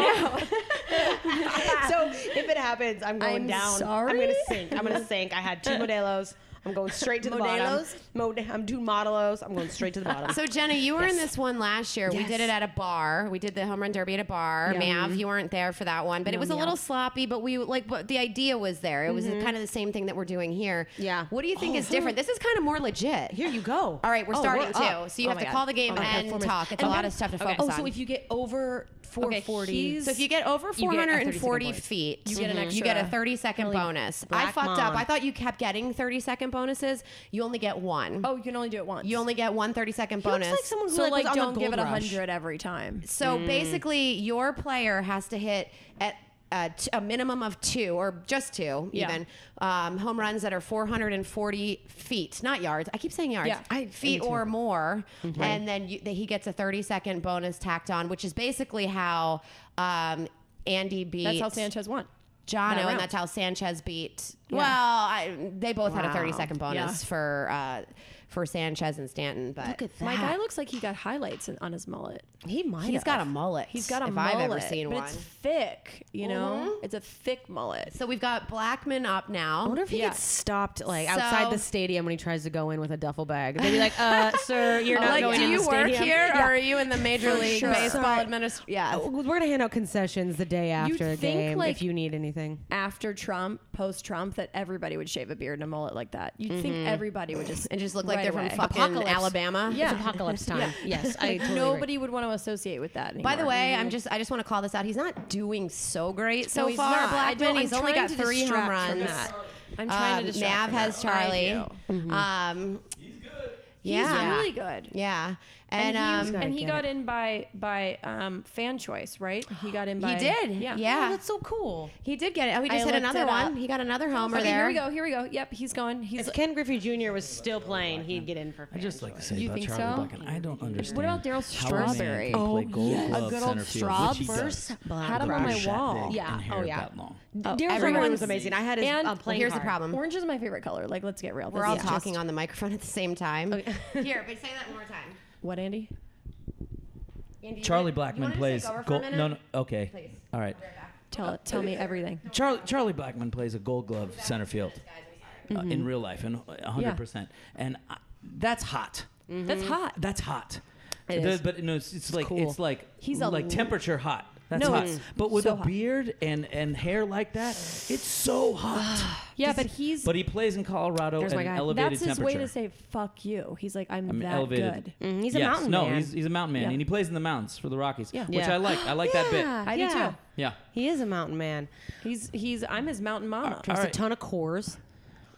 Speaker 2: know.
Speaker 8: so if it happens, I'm going
Speaker 9: I'm
Speaker 8: down. I'm
Speaker 9: sorry?
Speaker 8: gonna sink. I'm gonna sink. I had two Modelo's. I'm going straight to the
Speaker 9: Modelo's?
Speaker 8: bottom. Mod- I'm two Modelo's. I'm going straight to the bottom.
Speaker 2: So Jenna, you were in this one last year. We did it at a bar. We did the home run derby at a bar.
Speaker 8: Mm-hmm.
Speaker 2: Mav, you weren't there for that one, but it was a little sloppy. But we like, but the idea was there. It was kind of the same thing that we're doing here.
Speaker 8: Mm-hmm. Yeah. Oh,
Speaker 2: What do you think is different? This is kind of more legit.
Speaker 8: Here you go.
Speaker 2: All right, we're
Speaker 8: Oh,
Speaker 2: starting
Speaker 8: we're
Speaker 2: too.
Speaker 8: up.
Speaker 2: So you
Speaker 8: Oh
Speaker 2: have
Speaker 8: my
Speaker 2: to
Speaker 8: God.
Speaker 2: call the game
Speaker 8: Oh my God,
Speaker 2: and
Speaker 8: performance.
Speaker 2: talk. It's
Speaker 8: And
Speaker 2: a lot
Speaker 8: then-
Speaker 2: of stuff to
Speaker 8: okay. Oh,
Speaker 2: focus on.
Speaker 9: you get over
Speaker 8: 440
Speaker 2: So if you get over
Speaker 9: You get a
Speaker 2: 440
Speaker 9: 30 second bonus.
Speaker 2: feet,
Speaker 9: You get an
Speaker 2: you get a
Speaker 9: extra
Speaker 2: 30 second bonus. I
Speaker 8: Black
Speaker 2: fucked up.
Speaker 8: Mom.
Speaker 2: I thought you kept getting 30 second bonuses. You only get one.
Speaker 9: Oh, you can only do it once.
Speaker 2: You only get one 30 second
Speaker 8: He looks
Speaker 2: bonus.
Speaker 8: like someone who
Speaker 9: so
Speaker 8: like,
Speaker 9: like
Speaker 8: was on
Speaker 9: don't
Speaker 8: the
Speaker 9: give
Speaker 8: Gold
Speaker 9: it a
Speaker 8: Rush.
Speaker 9: hundred every time. Mm.
Speaker 2: so basically, your player has to hit at uh, t- a minimum of two or just two,
Speaker 9: Yeah.
Speaker 2: even um, home runs that are 440 feet, not yards. I keep saying yards.
Speaker 9: Yeah. Mhm. I-
Speaker 2: feet or more. And then you, that he gets a 30 second bonus tacked on, which is basically how um, Andy beat.
Speaker 9: That's how Sanchez won.
Speaker 2: Jono,
Speaker 9: That
Speaker 2: and
Speaker 9: round.
Speaker 2: that's how Sanchez beat. Well, I, they both had a
Speaker 8: Wow.
Speaker 2: 30 second bonus
Speaker 9: Yeah.
Speaker 2: for uh, for Sanchez and Stanton. But
Speaker 8: Look at that.
Speaker 9: My guy looks like he got highlights in, on his mullet.
Speaker 8: he might.
Speaker 2: he's
Speaker 8: have.
Speaker 2: got a mullet.
Speaker 9: He's got a
Speaker 2: if
Speaker 9: mullet,
Speaker 2: I've ever seen
Speaker 9: but
Speaker 2: one.
Speaker 9: it's thick. You know, it's a thick mullet.
Speaker 2: so we've got Blackman up now.
Speaker 8: I wonder if he
Speaker 9: Yeah.
Speaker 8: gets stopped like
Speaker 2: So-
Speaker 8: outside the stadium when he tries to go in with a duffel bag. They'd be like, "Uh, sir, you're not
Speaker 2: like,
Speaker 8: going
Speaker 2: do
Speaker 8: in
Speaker 2: you
Speaker 8: the
Speaker 2: work
Speaker 8: stadium."
Speaker 2: here, or are you in the Major League
Speaker 9: sure.
Speaker 2: Baseball
Speaker 9: Sorry.
Speaker 2: administration? Yeah.
Speaker 8: Oh, We're gonna hand out concessions the day after the
Speaker 9: think,
Speaker 8: game
Speaker 9: like-
Speaker 8: if you need anything.
Speaker 9: After Trump, post Trump, that everybody would shave a beard and a mullet like that. You'd think everybody would just
Speaker 2: Mm-hmm. And just look like
Speaker 9: right
Speaker 2: they're
Speaker 9: away.
Speaker 2: from fucking
Speaker 8: Apocalypse.
Speaker 2: Alabama.
Speaker 9: Yeah.
Speaker 2: It's apoc-
Speaker 8: Apocalypse time. Yes, I
Speaker 9: Like,
Speaker 8: totally agree. Mm-hmm.
Speaker 9: nobody would want to associate with that. Anymore.
Speaker 2: By the way, I'm just I just want to call this out. He's not doing so great so
Speaker 9: No, he's
Speaker 2: far.
Speaker 9: not. I don't-
Speaker 2: Blackman,
Speaker 9: I'm
Speaker 2: he's only
Speaker 9: trying
Speaker 2: got
Speaker 9: to
Speaker 2: three home
Speaker 9: distract from
Speaker 2: runs.
Speaker 9: that. I'm trying
Speaker 2: Um,
Speaker 9: to distract.
Speaker 2: Nav
Speaker 9: from
Speaker 2: has
Speaker 9: that. I
Speaker 2: Charlie.
Speaker 9: do.
Speaker 2: Um,
Speaker 7: He's good.
Speaker 9: He's
Speaker 2: yeah.
Speaker 9: really good.
Speaker 2: Yeah.
Speaker 9: And,
Speaker 2: And, um,
Speaker 9: he,
Speaker 8: gotta
Speaker 9: and he
Speaker 8: get
Speaker 9: got in by by um, fan choice, right? He got in by
Speaker 2: he did. Yeah.
Speaker 9: Yeah.
Speaker 8: Oh, that's so cool.
Speaker 2: He did get it. Oh, he just
Speaker 9: I
Speaker 2: hit
Speaker 9: looked
Speaker 2: another
Speaker 9: it
Speaker 2: one.
Speaker 9: up.
Speaker 2: He got another homer
Speaker 9: Okay,
Speaker 2: there.
Speaker 9: here we go. Here we go. Yep, he's going. He's.
Speaker 8: If Ken Griffey Jr. was still playing, he'd get in for.
Speaker 5: I just like to say
Speaker 9: You
Speaker 5: about
Speaker 9: think
Speaker 5: Charlie
Speaker 9: so?
Speaker 5: Blackman, I don't understand.
Speaker 9: about Daryl
Speaker 5: how a man
Speaker 9: Strawberry?
Speaker 5: can play Gold Glove
Speaker 8: Oh, a good old
Speaker 5: center field, which he
Speaker 8: Strawberry.
Speaker 5: does.
Speaker 8: Had
Speaker 5: With
Speaker 8: him on
Speaker 5: a
Speaker 8: my
Speaker 5: shot
Speaker 8: wall.
Speaker 5: big
Speaker 9: Yeah.
Speaker 5: and hair
Speaker 8: Oh, yeah.
Speaker 5: that long.
Speaker 9: Daryl
Speaker 8: Everyone was
Speaker 9: Strawberry's-
Speaker 8: amazing. I had his
Speaker 9: And-
Speaker 8: uh,
Speaker 2: Well,
Speaker 8: playing
Speaker 2: here's the
Speaker 8: card.
Speaker 2: problem.
Speaker 9: Orange is my favorite color. Like, let's get real.
Speaker 2: We're
Speaker 9: This
Speaker 2: all
Speaker 9: is
Speaker 2: talking
Speaker 9: just-
Speaker 2: on the microphone at the same time. Here, but say that one more time.
Speaker 9: what, Andy?
Speaker 2: Andy, you
Speaker 5: Charlie
Speaker 2: wanna- you
Speaker 5: Blackman
Speaker 2: wanna
Speaker 5: plays.
Speaker 2: Take over for a
Speaker 5: Gold,
Speaker 2: minute?
Speaker 5: no, no, okay.
Speaker 2: Please.
Speaker 5: All right.
Speaker 2: I'll be right back.
Speaker 9: Tell it. Tell me everything.
Speaker 5: Charlie, Charlie Blackman plays a Gold Glove center field uh, in real life, and a hundred
Speaker 9: Mm-hmm. Yeah. Mm-hmm.
Speaker 5: percent, and I, that's hot.
Speaker 9: That's hot.
Speaker 5: That's hot.
Speaker 2: It
Speaker 5: The-
Speaker 2: is.
Speaker 5: But no, it's, it's like
Speaker 9: cool.
Speaker 5: it's like
Speaker 2: He's
Speaker 5: he's
Speaker 2: a
Speaker 5: like
Speaker 2: l-
Speaker 5: temperature hot. That's
Speaker 9: No,
Speaker 5: hot.
Speaker 9: it's
Speaker 5: But with
Speaker 9: so
Speaker 5: a
Speaker 9: hot.
Speaker 5: beard and and hair like that, it's so hot.
Speaker 9: Yeah, but he's
Speaker 5: but he plays in Colorado
Speaker 2: There's
Speaker 5: at
Speaker 2: my
Speaker 5: an
Speaker 2: guy.
Speaker 5: elevated
Speaker 9: that's his
Speaker 5: temperature.
Speaker 9: way to say fuck you. He's like I'm,
Speaker 5: I'm
Speaker 9: that
Speaker 5: elevated.
Speaker 9: good.
Speaker 8: Mm, he's a
Speaker 5: yes,
Speaker 8: mountain
Speaker 5: no,
Speaker 8: man.
Speaker 5: he's he's a mountain man,
Speaker 9: Yeah.
Speaker 5: and he plays in the mountains for the Rockies,
Speaker 9: Yeah.
Speaker 5: which
Speaker 9: Yeah.
Speaker 5: I like. I like that bit.
Speaker 9: I do
Speaker 8: yeah.
Speaker 9: too.
Speaker 5: Yeah.
Speaker 8: He is a mountain man.
Speaker 9: He's he's I'm his mountain mama.
Speaker 5: All
Speaker 8: There's
Speaker 5: right.
Speaker 8: a ton of cores.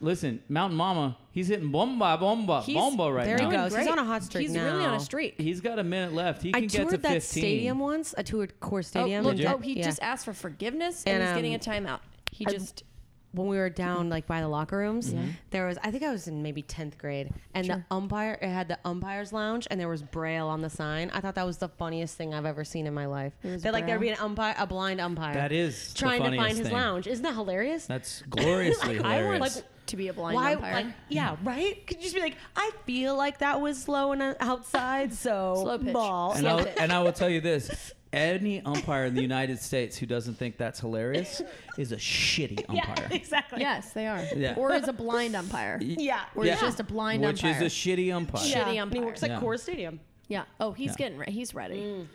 Speaker 5: Listen, Mountain Mama, he's hitting bomba, bomba,
Speaker 9: He's-
Speaker 5: bomba right
Speaker 8: there he
Speaker 5: now.
Speaker 8: goes. He's on a hot streak
Speaker 9: He's really on
Speaker 8: now.
Speaker 9: a streak.
Speaker 5: He's got a minute left. He can
Speaker 8: I
Speaker 5: get to
Speaker 8: toured
Speaker 5: 15.
Speaker 8: that stadium once. I toured Core Stadium.
Speaker 9: Oh,
Speaker 8: and
Speaker 9: look,
Speaker 8: did-
Speaker 9: oh, he
Speaker 8: yeah.
Speaker 9: just asked for forgiveness and,
Speaker 8: And,
Speaker 9: he's getting a
Speaker 8: um,
Speaker 9: timeout. He
Speaker 8: I-
Speaker 9: just
Speaker 8: when we were down like by the locker rooms, there was I think I was in maybe tenth grade, and the umpire it had the umpires lounge, and there was braille on the sign. I thought that was the funniest thing I've ever seen in my life.
Speaker 9: There was
Speaker 8: That like there'd be
Speaker 9: braille?
Speaker 8: an umpire, a blind umpire.
Speaker 5: That is the
Speaker 8: trying to
Speaker 5: funniest
Speaker 8: find his
Speaker 5: thing.
Speaker 8: lounge. Isn't that hilarious?
Speaker 5: That's gloriously
Speaker 8: I want,
Speaker 5: hilarious.
Speaker 8: like,
Speaker 9: to be a blind
Speaker 8: Why?
Speaker 9: umpire.
Speaker 8: Like, yeah, right. Could you just be like, I feel like that was slow and uh, outside, so
Speaker 9: Slow pitch.
Speaker 8: ball.
Speaker 5: and, I'll, and I will tell you this. Any umpire in the United States who doesn't think that's hilarious is a shitty umpire.
Speaker 8: exactly.
Speaker 9: yes, they are.
Speaker 5: Yeah.
Speaker 9: Or is a blind umpire.
Speaker 8: Yeah.
Speaker 9: Or he's just a blind
Speaker 5: Which
Speaker 9: umpire.
Speaker 5: is a shitty umpire.
Speaker 9: Yeah. Shitty
Speaker 8: And he
Speaker 9: umpire.
Speaker 8: works at
Speaker 5: Yeah.
Speaker 8: Core Stadium. Mm.
Speaker 9: Yeah. Oh, he's
Speaker 5: Yeah.
Speaker 9: getting ready. He's ready.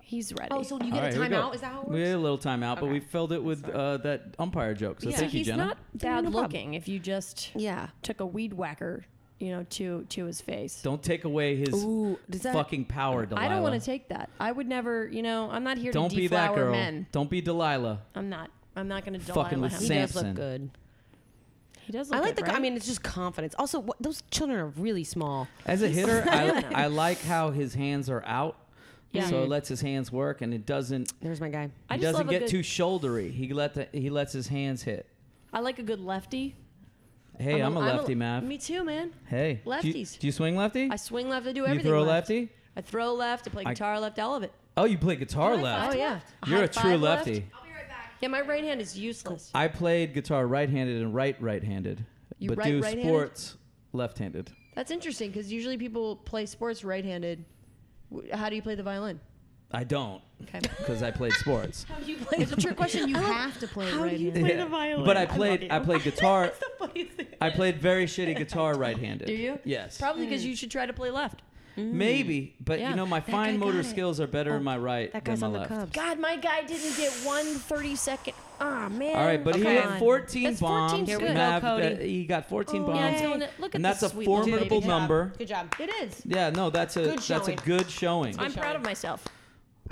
Speaker 9: He's ready.
Speaker 8: Oh, so you
Speaker 5: All
Speaker 8: get a
Speaker 5: right, here we go.
Speaker 8: timeout? Is that how it works?
Speaker 5: We had a little timeout, but
Speaker 8: Okay.
Speaker 5: we filled it with uh, that umpire joke. So
Speaker 9: yeah.
Speaker 5: thank you,
Speaker 9: he's
Speaker 5: Jenna.
Speaker 9: not bad looking if you just
Speaker 8: Yeah.
Speaker 9: took a weed whacker, you know, to to his face.
Speaker 5: Don't take away his
Speaker 8: Ooh, does that-
Speaker 5: fucking power, Delilah.
Speaker 9: I don't want to take that. I would never, you know, I'm not here
Speaker 5: Don't
Speaker 9: to
Speaker 5: be that
Speaker 9: deflower
Speaker 5: girl.
Speaker 9: men.
Speaker 5: Don't be Delilah.
Speaker 9: I'm not. I'm not going to
Speaker 5: Fucking
Speaker 9: Delilah
Speaker 5: with
Speaker 9: him.
Speaker 8: He does
Speaker 5: Samson.
Speaker 8: look good.
Speaker 9: He does look
Speaker 8: I like the.
Speaker 9: good, right?
Speaker 8: I mean, it's just confidence. Also, what, those children are really small.
Speaker 5: As a hitter, I, I like how his hands are out.
Speaker 9: Yeah.
Speaker 5: So it lets his hands work, and it doesn't.
Speaker 8: There's my guy.
Speaker 9: I
Speaker 5: He
Speaker 9: just
Speaker 5: doesn't
Speaker 9: love a
Speaker 5: get
Speaker 9: good-
Speaker 5: too shouldery. He let the, he lets his hands hit.
Speaker 9: I like a good lefty.
Speaker 5: Hey, I'm, a, lefty, Mav.
Speaker 9: Me too, man.
Speaker 5: Hey, do you,
Speaker 9: Lefties.
Speaker 5: do you swing lefty?
Speaker 9: I swing left. I do
Speaker 5: you
Speaker 9: everything.
Speaker 5: throw
Speaker 9: left.
Speaker 5: lefty?
Speaker 9: I throw left. I play
Speaker 5: I-
Speaker 9: guitar left. All of it.
Speaker 5: Oh, you play guitar
Speaker 9: High
Speaker 5: left.
Speaker 9: five Oh, yeah. left.
Speaker 5: You're
Speaker 9: High
Speaker 5: a true
Speaker 9: five left.
Speaker 5: lefty.
Speaker 9: Yeah, my right hand is useless.
Speaker 5: I played guitar right-handed and right right-handed,
Speaker 9: You
Speaker 5: but
Speaker 9: right-
Speaker 5: do
Speaker 9: right-handed?
Speaker 5: sports left-handed.
Speaker 9: That's interesting because usually people play sports right-handed. W- How do you play the violin?
Speaker 5: I don't
Speaker 9: Okay.
Speaker 5: because I played sports.
Speaker 9: you play it's a trick question. You have to play it right-handed.
Speaker 5: Yeah. But I played I played guitar. I played very shitty guitar right-handed.
Speaker 9: Do you?
Speaker 5: Yes.
Speaker 9: Probably because you should try to play left.
Speaker 8: Mm.
Speaker 5: Maybe, but
Speaker 9: Yeah.
Speaker 5: you know my
Speaker 9: That
Speaker 5: fine
Speaker 9: guy
Speaker 5: motor
Speaker 9: got it. Oh,
Speaker 5: skills are better in my right
Speaker 8: That
Speaker 5: than
Speaker 8: guy's
Speaker 5: my
Speaker 8: on the
Speaker 5: left.
Speaker 8: Cubs.
Speaker 9: God, my guy didn't get one 30 second. Ah, man.
Speaker 5: All right, but he
Speaker 9: Okay.
Speaker 5: had 14
Speaker 9: That's 14
Speaker 5: bombs.
Speaker 9: 's good.
Speaker 5: Mav,
Speaker 8: Go, Cody.
Speaker 5: uh, he got 14 bombs.
Speaker 9: Oh, Yeah, it's going to- look at
Speaker 5: and
Speaker 9: this
Speaker 5: that's a
Speaker 9: sweet little
Speaker 5: formidable
Speaker 9: baby.
Speaker 5: number.
Speaker 8: Good job.
Speaker 9: It is.
Speaker 5: Yeah, no, that's a
Speaker 8: Good
Speaker 5: that's a
Speaker 8: showing.
Speaker 5: good showing.
Speaker 9: I'm proud of myself.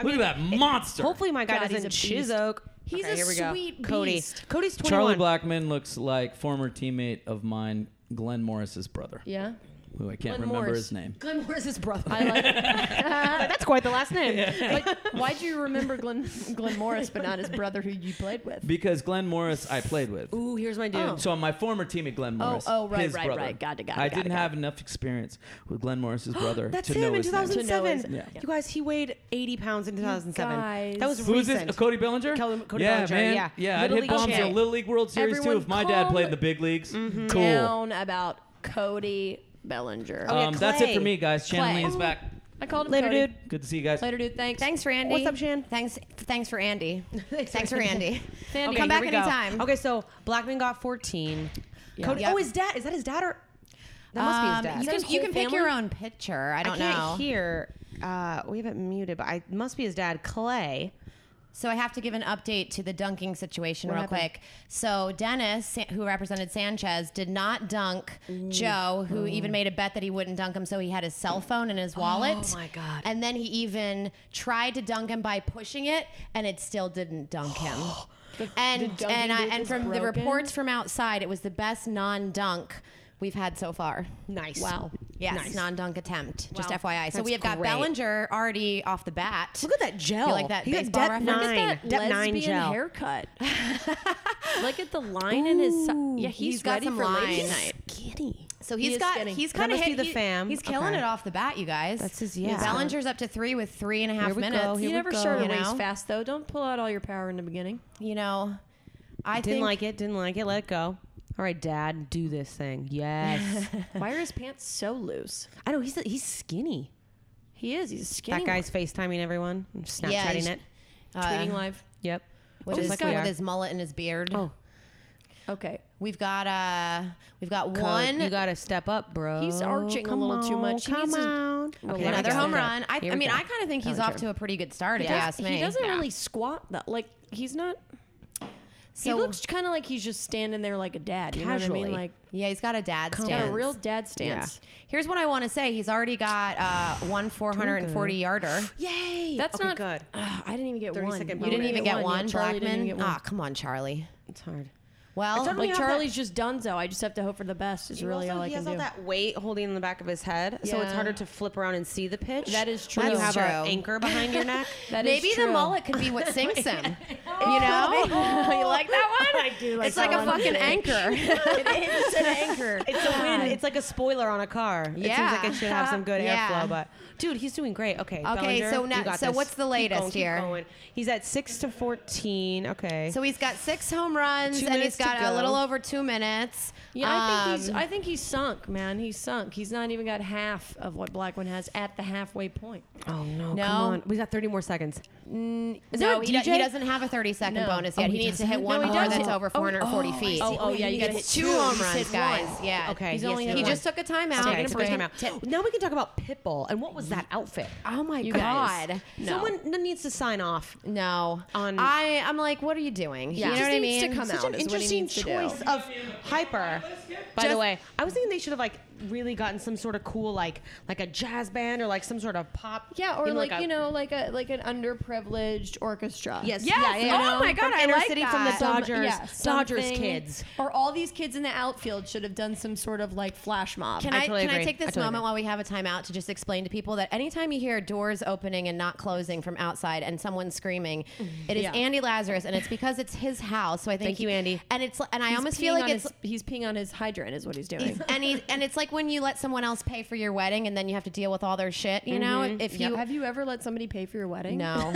Speaker 5: Look at that monster.
Speaker 8: Hopefully, my guy
Speaker 9: God, he's
Speaker 8: doesn't
Speaker 9: a beast.
Speaker 8: chizoke.
Speaker 9: He's a sweet
Speaker 8: Cody.
Speaker 9: beast.
Speaker 8: Cody's 21.
Speaker 5: Charlie Blackman looks like former teammate of mine, Glenn Morris's brother,
Speaker 9: Yeah.
Speaker 5: who I can't
Speaker 9: Glenn
Speaker 5: remember
Speaker 9: Morris.
Speaker 5: his name.
Speaker 8: Glenn Moore's his brother.
Speaker 9: I like.
Speaker 8: That's quite the last name.
Speaker 9: but why'd you remember Glenn Glenn Morris but not his brother who you played with?
Speaker 5: Because Glenn Morris, I played with.
Speaker 8: Ooh, here's my dude.
Speaker 9: Oh.
Speaker 5: So my former teammate, Glenn
Speaker 9: Oh,
Speaker 5: Morris.
Speaker 9: oh, right,
Speaker 5: his
Speaker 9: right,
Speaker 5: brother.
Speaker 9: right. Got it, got it,
Speaker 5: I
Speaker 9: got it,
Speaker 5: didn't
Speaker 9: got
Speaker 5: have enough experience with Glenn Morris's brother
Speaker 8: That's
Speaker 5: to
Speaker 8: him
Speaker 5: know
Speaker 8: in
Speaker 5: his name.
Speaker 9: To know
Speaker 8: 2007.
Speaker 9: his- yeah.
Speaker 8: You guys, he weighed 80 pounds in 2007.
Speaker 9: guys.
Speaker 8: That was
Speaker 5: Who is
Speaker 8: recent.
Speaker 5: this? Cody Bellinger?
Speaker 8: Cody- Cody
Speaker 5: yeah,
Speaker 8: Bellinger,
Speaker 5: man.
Speaker 8: yeah.
Speaker 5: I'd
Speaker 8: Little
Speaker 5: hit
Speaker 8: League
Speaker 5: bombs
Speaker 8: champ.
Speaker 5: in Little League World Series too
Speaker 9: Everyone
Speaker 5: if my dad
Speaker 9: calm
Speaker 5: played in the big leagues. Hmm. Cool.
Speaker 9: Down about Cody Bellinger.
Speaker 8: yeah,
Speaker 5: Um, that's it
Speaker 8: Clay.
Speaker 5: for me, guys. Shannon
Speaker 9: Clay.
Speaker 5: Lee is
Speaker 9: Oh.
Speaker 5: back.
Speaker 9: I called him
Speaker 8: Later,
Speaker 9: Cody.
Speaker 8: dude.
Speaker 5: Good to see you guys.
Speaker 9: Later, dude. Thanks.
Speaker 2: Thanks for Andy.
Speaker 8: What's up, Shan?
Speaker 2: Thanks, thanks for Andy. thanks for Andy.
Speaker 9: Sandy,
Speaker 2: Come
Speaker 9: here
Speaker 2: back
Speaker 9: we go.
Speaker 2: anytime.
Speaker 8: Okay, so Blackman got 14.
Speaker 9: Yeah.
Speaker 8: Cody.
Speaker 2: Yep.
Speaker 8: Oh, his dad. Is that his dad or? That must be
Speaker 2: Um,
Speaker 8: his dad.
Speaker 2: You
Speaker 9: his
Speaker 2: can, you
Speaker 9: whole
Speaker 2: can pick your
Speaker 9: family?
Speaker 2: own picture. I don't
Speaker 8: I can't
Speaker 2: know.
Speaker 8: hear. Uh, we have it muted, but I must be his dad, Clay.
Speaker 2: So I have to give an update to the dunking situation real quick. So Dennis, Sa- who represented Sanchez, did not dunk Joe, who even made a bet that he wouldn't dunk him. So he had his cell phone in his wallet. Oh my god! And then he even tried to dunk him by pushing it, and it still didn't dunk him.
Speaker 9: the
Speaker 2: and
Speaker 9: dunking
Speaker 2: and I,
Speaker 9: loop
Speaker 2: and
Speaker 9: is
Speaker 2: from the
Speaker 9: broken?
Speaker 2: reports from outside, it was the best non-dunk we've had so far.
Speaker 8: Nice.
Speaker 9: Wow.
Speaker 2: Yes,
Speaker 8: Nice.
Speaker 2: non-dunk attempt. Just
Speaker 8: Wow.
Speaker 2: FYI. So
Speaker 8: That's
Speaker 2: we have got
Speaker 8: great.
Speaker 2: Bellinger already off the bat.
Speaker 8: Look at that gel.
Speaker 2: You like that
Speaker 8: He got
Speaker 2: baseball
Speaker 8: depth
Speaker 2: reference?
Speaker 8: nine.
Speaker 9: Look at that
Speaker 8: Dep nine
Speaker 9: lesbian
Speaker 8: gel.
Speaker 9: haircut. Look at the line in his. Si- yeah, he's,
Speaker 2: he's got
Speaker 9: ready
Speaker 2: some
Speaker 9: for ladies'
Speaker 2: lines.
Speaker 9: night.
Speaker 8: Skinny.
Speaker 2: So
Speaker 9: He
Speaker 2: he's
Speaker 9: is
Speaker 2: got
Speaker 9: getting-
Speaker 2: he's
Speaker 8: That
Speaker 2: kind of
Speaker 8: must be
Speaker 2: hit,
Speaker 8: the
Speaker 2: he-
Speaker 8: fam.
Speaker 2: He's killing
Speaker 8: Okay.
Speaker 2: it off the bat, you guys.
Speaker 8: That's his- yeah.
Speaker 2: Bellinger's up to three with three and a half
Speaker 8: Here we go,
Speaker 2: minutes.
Speaker 8: here
Speaker 9: You
Speaker 8: we
Speaker 9: never
Speaker 8: go.
Speaker 9: start a
Speaker 2: You
Speaker 9: race
Speaker 2: know?
Speaker 9: fast though. Don't pull out all your power in the beginning.
Speaker 2: You know, I
Speaker 8: Didn't
Speaker 2: think
Speaker 8: like it. Didn't like it. Let it go. All right, Dad, do this thing. Yes.
Speaker 9: Why are his pants so loose?
Speaker 8: I know he's he's skinny.
Speaker 9: He is. He's a skinny.
Speaker 8: that guy's FaceTiming everyone, and Snapchatting
Speaker 2: he's-
Speaker 8: it.
Speaker 9: one. tweeting
Speaker 2: uh,
Speaker 9: live.
Speaker 8: Yep.
Speaker 2: Which
Speaker 8: Just
Speaker 2: is
Speaker 8: like
Speaker 2: guy
Speaker 8: we
Speaker 2: with
Speaker 8: are.
Speaker 2: his mullet and his beard.
Speaker 8: Oh,
Speaker 9: Okay.
Speaker 2: We've got uh we've got
Speaker 8: Coke,
Speaker 2: one
Speaker 8: You gotta step up, bro.
Speaker 9: He's arching a
Speaker 8: Come
Speaker 9: little too
Speaker 8: on,
Speaker 9: much. He
Speaker 8: Come
Speaker 9: needs to
Speaker 8: on.
Speaker 9: relax.
Speaker 2: another
Speaker 9: Here we
Speaker 2: home
Speaker 9: go.
Speaker 2: run. I,
Speaker 8: Here
Speaker 2: I
Speaker 8: we
Speaker 2: mean,
Speaker 8: go.
Speaker 2: I kind of think he's
Speaker 8: That
Speaker 2: off
Speaker 8: was
Speaker 2: to
Speaker 8: true.
Speaker 2: a pretty good start. If
Speaker 9: Does-
Speaker 2: you ask me,
Speaker 9: He doesn't
Speaker 2: Yeah.
Speaker 9: really squat that. Like he's not.
Speaker 2: So,
Speaker 9: he looks kind of like he's just standing there like a dad. You
Speaker 8: Casually.
Speaker 9: know what I mean? Like
Speaker 2: Yeah, he's got a dad
Speaker 9: he's
Speaker 2: stance.
Speaker 9: got a real dad stance.
Speaker 2: Here's what I want to say. He's already got uh, one 440 yarder.
Speaker 8: Yay.
Speaker 9: That's
Speaker 8: Okay,
Speaker 9: not
Speaker 8: good.
Speaker 9: Ugh, I didn't even get
Speaker 8: 30
Speaker 9: one.
Speaker 8: second
Speaker 2: You didn't
Speaker 8: bonus.
Speaker 2: even
Speaker 9: Yeah,
Speaker 2: get one,
Speaker 9: Charlie didn't
Speaker 2: Blackman.
Speaker 9: even get
Speaker 2: Ah,
Speaker 9: one.
Speaker 2: come on, Charlie.
Speaker 8: It's hard.
Speaker 2: Well,
Speaker 9: Like
Speaker 2: but Charlie's.
Speaker 9: Charlie's just donezo. I just have to hope for the best. Is really all I
Speaker 8: he
Speaker 9: can
Speaker 8: has
Speaker 9: do.
Speaker 8: all that weight holding in the back of his head, so it's
Speaker 9: Yeah.
Speaker 8: harder to flip around and see the pitch.
Speaker 9: That is
Speaker 8: When you
Speaker 9: true.
Speaker 8: have an
Speaker 2: True.
Speaker 8: anchor behind your neck.
Speaker 9: That is
Speaker 2: Maybe the
Speaker 9: true.
Speaker 2: mullet could be what sinks him. You know, you like that one? Oh, I do. Like it's like a fucking anchor.
Speaker 8: it's an anchor. It's a wind. It's like a spoiler on a car. It
Speaker 2: Yeah.
Speaker 8: seems like it should have some good
Speaker 2: Yeah.
Speaker 8: airflow, but dude, he's doing great. Okay.
Speaker 2: Okay,
Speaker 8: Bellinger,
Speaker 2: so
Speaker 8: you
Speaker 2: now-
Speaker 8: got
Speaker 2: so
Speaker 8: this.
Speaker 2: what's the
Speaker 8: Keep
Speaker 2: latest
Speaker 8: going, keep
Speaker 2: here?
Speaker 8: going. He's at six to fourteen. Okay.
Speaker 2: so he's got six home runs,
Speaker 8: Two
Speaker 2: and he's
Speaker 8: minutes to
Speaker 2: got a
Speaker 8: go.
Speaker 2: little over two minutes.
Speaker 9: Yeah, I think he's.
Speaker 2: Um,
Speaker 9: I think he's sunk, man. He's sunk. He's not even got half of what Blackman has at the halfway point.
Speaker 8: oh no,
Speaker 2: No.
Speaker 8: come on. We got thirty more seconds.
Speaker 9: Is
Speaker 2: no,
Speaker 9: there a
Speaker 2: he, do-
Speaker 9: DJ?
Speaker 2: he doesn't have a 30 second
Speaker 9: No.
Speaker 2: bonus yet.
Speaker 9: Oh,
Speaker 2: he,
Speaker 9: he
Speaker 2: needs to hit
Speaker 9: doesn't?
Speaker 2: one
Speaker 9: No, he
Speaker 2: more that's
Speaker 9: doesn't.
Speaker 2: over
Speaker 9: Oh,
Speaker 2: 440 feet.
Speaker 9: Oh, oh yeah, you got to hit
Speaker 2: It's two home runs, guys. Yeah.
Speaker 8: Okay.
Speaker 9: He's
Speaker 8: yes,
Speaker 9: only
Speaker 8: he
Speaker 9: hit
Speaker 2: He
Speaker 8: did.
Speaker 9: one.
Speaker 2: just took a timeout.
Speaker 8: Okay,
Speaker 2: Gonna
Speaker 8: took a
Speaker 2: bring-
Speaker 8: timeout.
Speaker 2: Tip-
Speaker 8: Now we can talk about Pitbull and what was that outfit?
Speaker 2: Oh my
Speaker 8: You guys.
Speaker 2: god.
Speaker 8: Someone needs to sign off.
Speaker 2: No.
Speaker 8: On-
Speaker 2: I I'm like, what are you doing?
Speaker 9: Yeah.
Speaker 2: You know
Speaker 9: Just
Speaker 2: what I
Speaker 9: needs
Speaker 2: mean?
Speaker 9: to come
Speaker 8: Such
Speaker 9: out
Speaker 8: an
Speaker 9: is what he
Speaker 8: interesting
Speaker 9: needs to do.
Speaker 8: choice of hyper. By the
Speaker 2: Just-
Speaker 8: way, I was thinking they should have like really gotten some sort of cool like like a jazz band or like some sort of pop.
Speaker 9: Yeah, or
Speaker 8: even,
Speaker 9: like
Speaker 8: a-
Speaker 9: you know, like a like an underprivileged orchestra.
Speaker 8: Yes.
Speaker 2: Yes.
Speaker 8: Yeah, yeah, yeah.
Speaker 2: Oh my god,
Speaker 8: From
Speaker 2: I
Speaker 8: inner
Speaker 2: like
Speaker 8: city
Speaker 2: that.
Speaker 8: from the
Speaker 9: Some-
Speaker 8: Dodgers- Dodgers
Speaker 9: something-
Speaker 8: kids.
Speaker 9: or all these kids in the outfield should have done some sort of like flash mob.
Speaker 2: Can
Speaker 8: I
Speaker 2: I,
Speaker 8: totally
Speaker 2: can I
Speaker 8: agree.
Speaker 2: take this
Speaker 8: I totally
Speaker 2: moment
Speaker 8: agree.
Speaker 2: while we have a timeout to just explain to people that anytime you hear doors opening and not closing from outside and someone screaming, it is
Speaker 9: Yeah.
Speaker 2: Andy Lazarus and it's because it's his house. So I think
Speaker 8: Thank you, Andy.
Speaker 2: And it's and I
Speaker 9: He's
Speaker 2: almost feel
Speaker 9: peeing
Speaker 2: like
Speaker 9: on
Speaker 2: it's
Speaker 9: his- he's peeing on his hydrant is what he's doing.
Speaker 2: He's- and he, and it's like when you let someone else pay for your wedding and then you have to deal with all their shit, you
Speaker 8: Mm-hmm.
Speaker 2: know? If you
Speaker 9: have you ever let somebody pay for your wedding?
Speaker 2: No.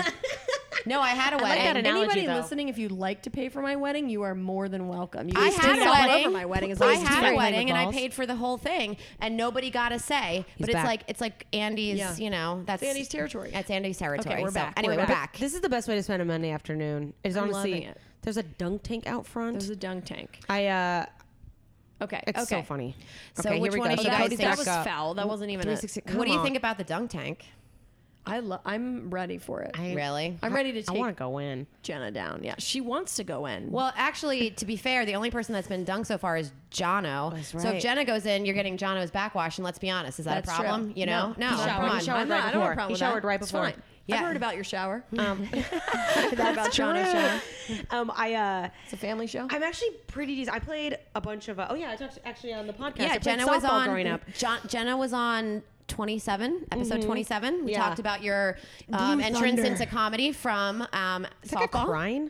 Speaker 2: no, I had a
Speaker 8: like
Speaker 2: wedding.
Speaker 8: that analogy,
Speaker 9: Anybody
Speaker 8: though.
Speaker 9: listening, if you'd like to pay for my wedding, you are more than welcome. You
Speaker 2: I
Speaker 9: can
Speaker 2: had
Speaker 9: still
Speaker 2: a
Speaker 9: sign up
Speaker 2: wedding.
Speaker 9: for my wedding. as
Speaker 2: I
Speaker 9: long as it's
Speaker 2: had
Speaker 9: free.
Speaker 2: a
Speaker 8: pregnant
Speaker 2: wedding
Speaker 8: with
Speaker 2: and I
Speaker 8: balls.
Speaker 2: paid for the whole thing and nobody got a say. but it's
Speaker 8: back.
Speaker 2: like it's like Andy's,
Speaker 9: Yeah.
Speaker 2: you know, that's
Speaker 9: Andy's territory.
Speaker 2: That's Andy's territory.
Speaker 9: we're
Speaker 2: so
Speaker 9: back.
Speaker 2: anyway,
Speaker 9: We're
Speaker 2: we're
Speaker 9: back.
Speaker 2: back.
Speaker 8: This is the best way to spend a Monday afternoon. Is
Speaker 9: I'm
Speaker 8: honestly
Speaker 9: loving it.
Speaker 8: there's a dunk tank out
Speaker 9: There's
Speaker 8: front.
Speaker 9: a dunk tank.
Speaker 8: I uh
Speaker 9: Okay,
Speaker 8: it's so
Speaker 9: okay.
Speaker 8: funny.
Speaker 2: So
Speaker 8: okay,
Speaker 2: which
Speaker 8: here we go.
Speaker 2: one of
Speaker 9: Oh,
Speaker 2: you
Speaker 8: So
Speaker 2: guys
Speaker 9: that,
Speaker 8: Cody's
Speaker 2: think-
Speaker 9: that
Speaker 8: back
Speaker 9: was
Speaker 8: up.
Speaker 9: foul. That wasn't even. A,
Speaker 8: 360
Speaker 2: what do
Speaker 8: Come
Speaker 2: you
Speaker 8: on.
Speaker 2: think about the dunk tank?
Speaker 9: I lo- I'm ready for it. I,
Speaker 2: really?
Speaker 9: am ready to
Speaker 8: I
Speaker 9: take
Speaker 8: want to go in.
Speaker 9: Jenna down. Yeah, she wants to go in.
Speaker 2: Well, actually, to be fair, the only person that's been dunked so far is
Speaker 9: Oh,
Speaker 2: Jono.
Speaker 8: That's
Speaker 2: So if
Speaker 8: right.
Speaker 2: Jenna goes in, you're getting Jono's backwash, and let's be honest, is that
Speaker 9: That's
Speaker 2: a problem?
Speaker 9: true.
Speaker 2: You know,
Speaker 9: no.
Speaker 2: no.
Speaker 9: he
Speaker 2: come
Speaker 9: showered,
Speaker 2: on.
Speaker 9: He showered
Speaker 8: I'm
Speaker 9: right
Speaker 8: not- I don't have a
Speaker 9: before.
Speaker 8: problem
Speaker 9: he
Speaker 8: with
Speaker 9: showered
Speaker 8: that.
Speaker 9: right
Speaker 8: It's
Speaker 9: before.
Speaker 8: fine.
Speaker 9: I've
Speaker 2: Yeah.
Speaker 9: heard about your shower. that about Jono's shower.
Speaker 8: Um, I uh,
Speaker 9: It's a family show.
Speaker 8: I'm actually pretty decent. I played a bunch of. Uh, oh yeah, I talked actually on the podcast. I
Speaker 2: Yeah,
Speaker 8: played
Speaker 2: Jenna was
Speaker 8: softball
Speaker 2: on.
Speaker 8: growing up. Mm-hmm.
Speaker 2: Jo- Jenna was on. 27 episode 27 we
Speaker 8: Yeah.
Speaker 2: talked about your um,
Speaker 9: Blue
Speaker 2: entrance
Speaker 9: Thunder.
Speaker 2: into comedy from um,
Speaker 8: It's like a
Speaker 2: softball
Speaker 8: crying.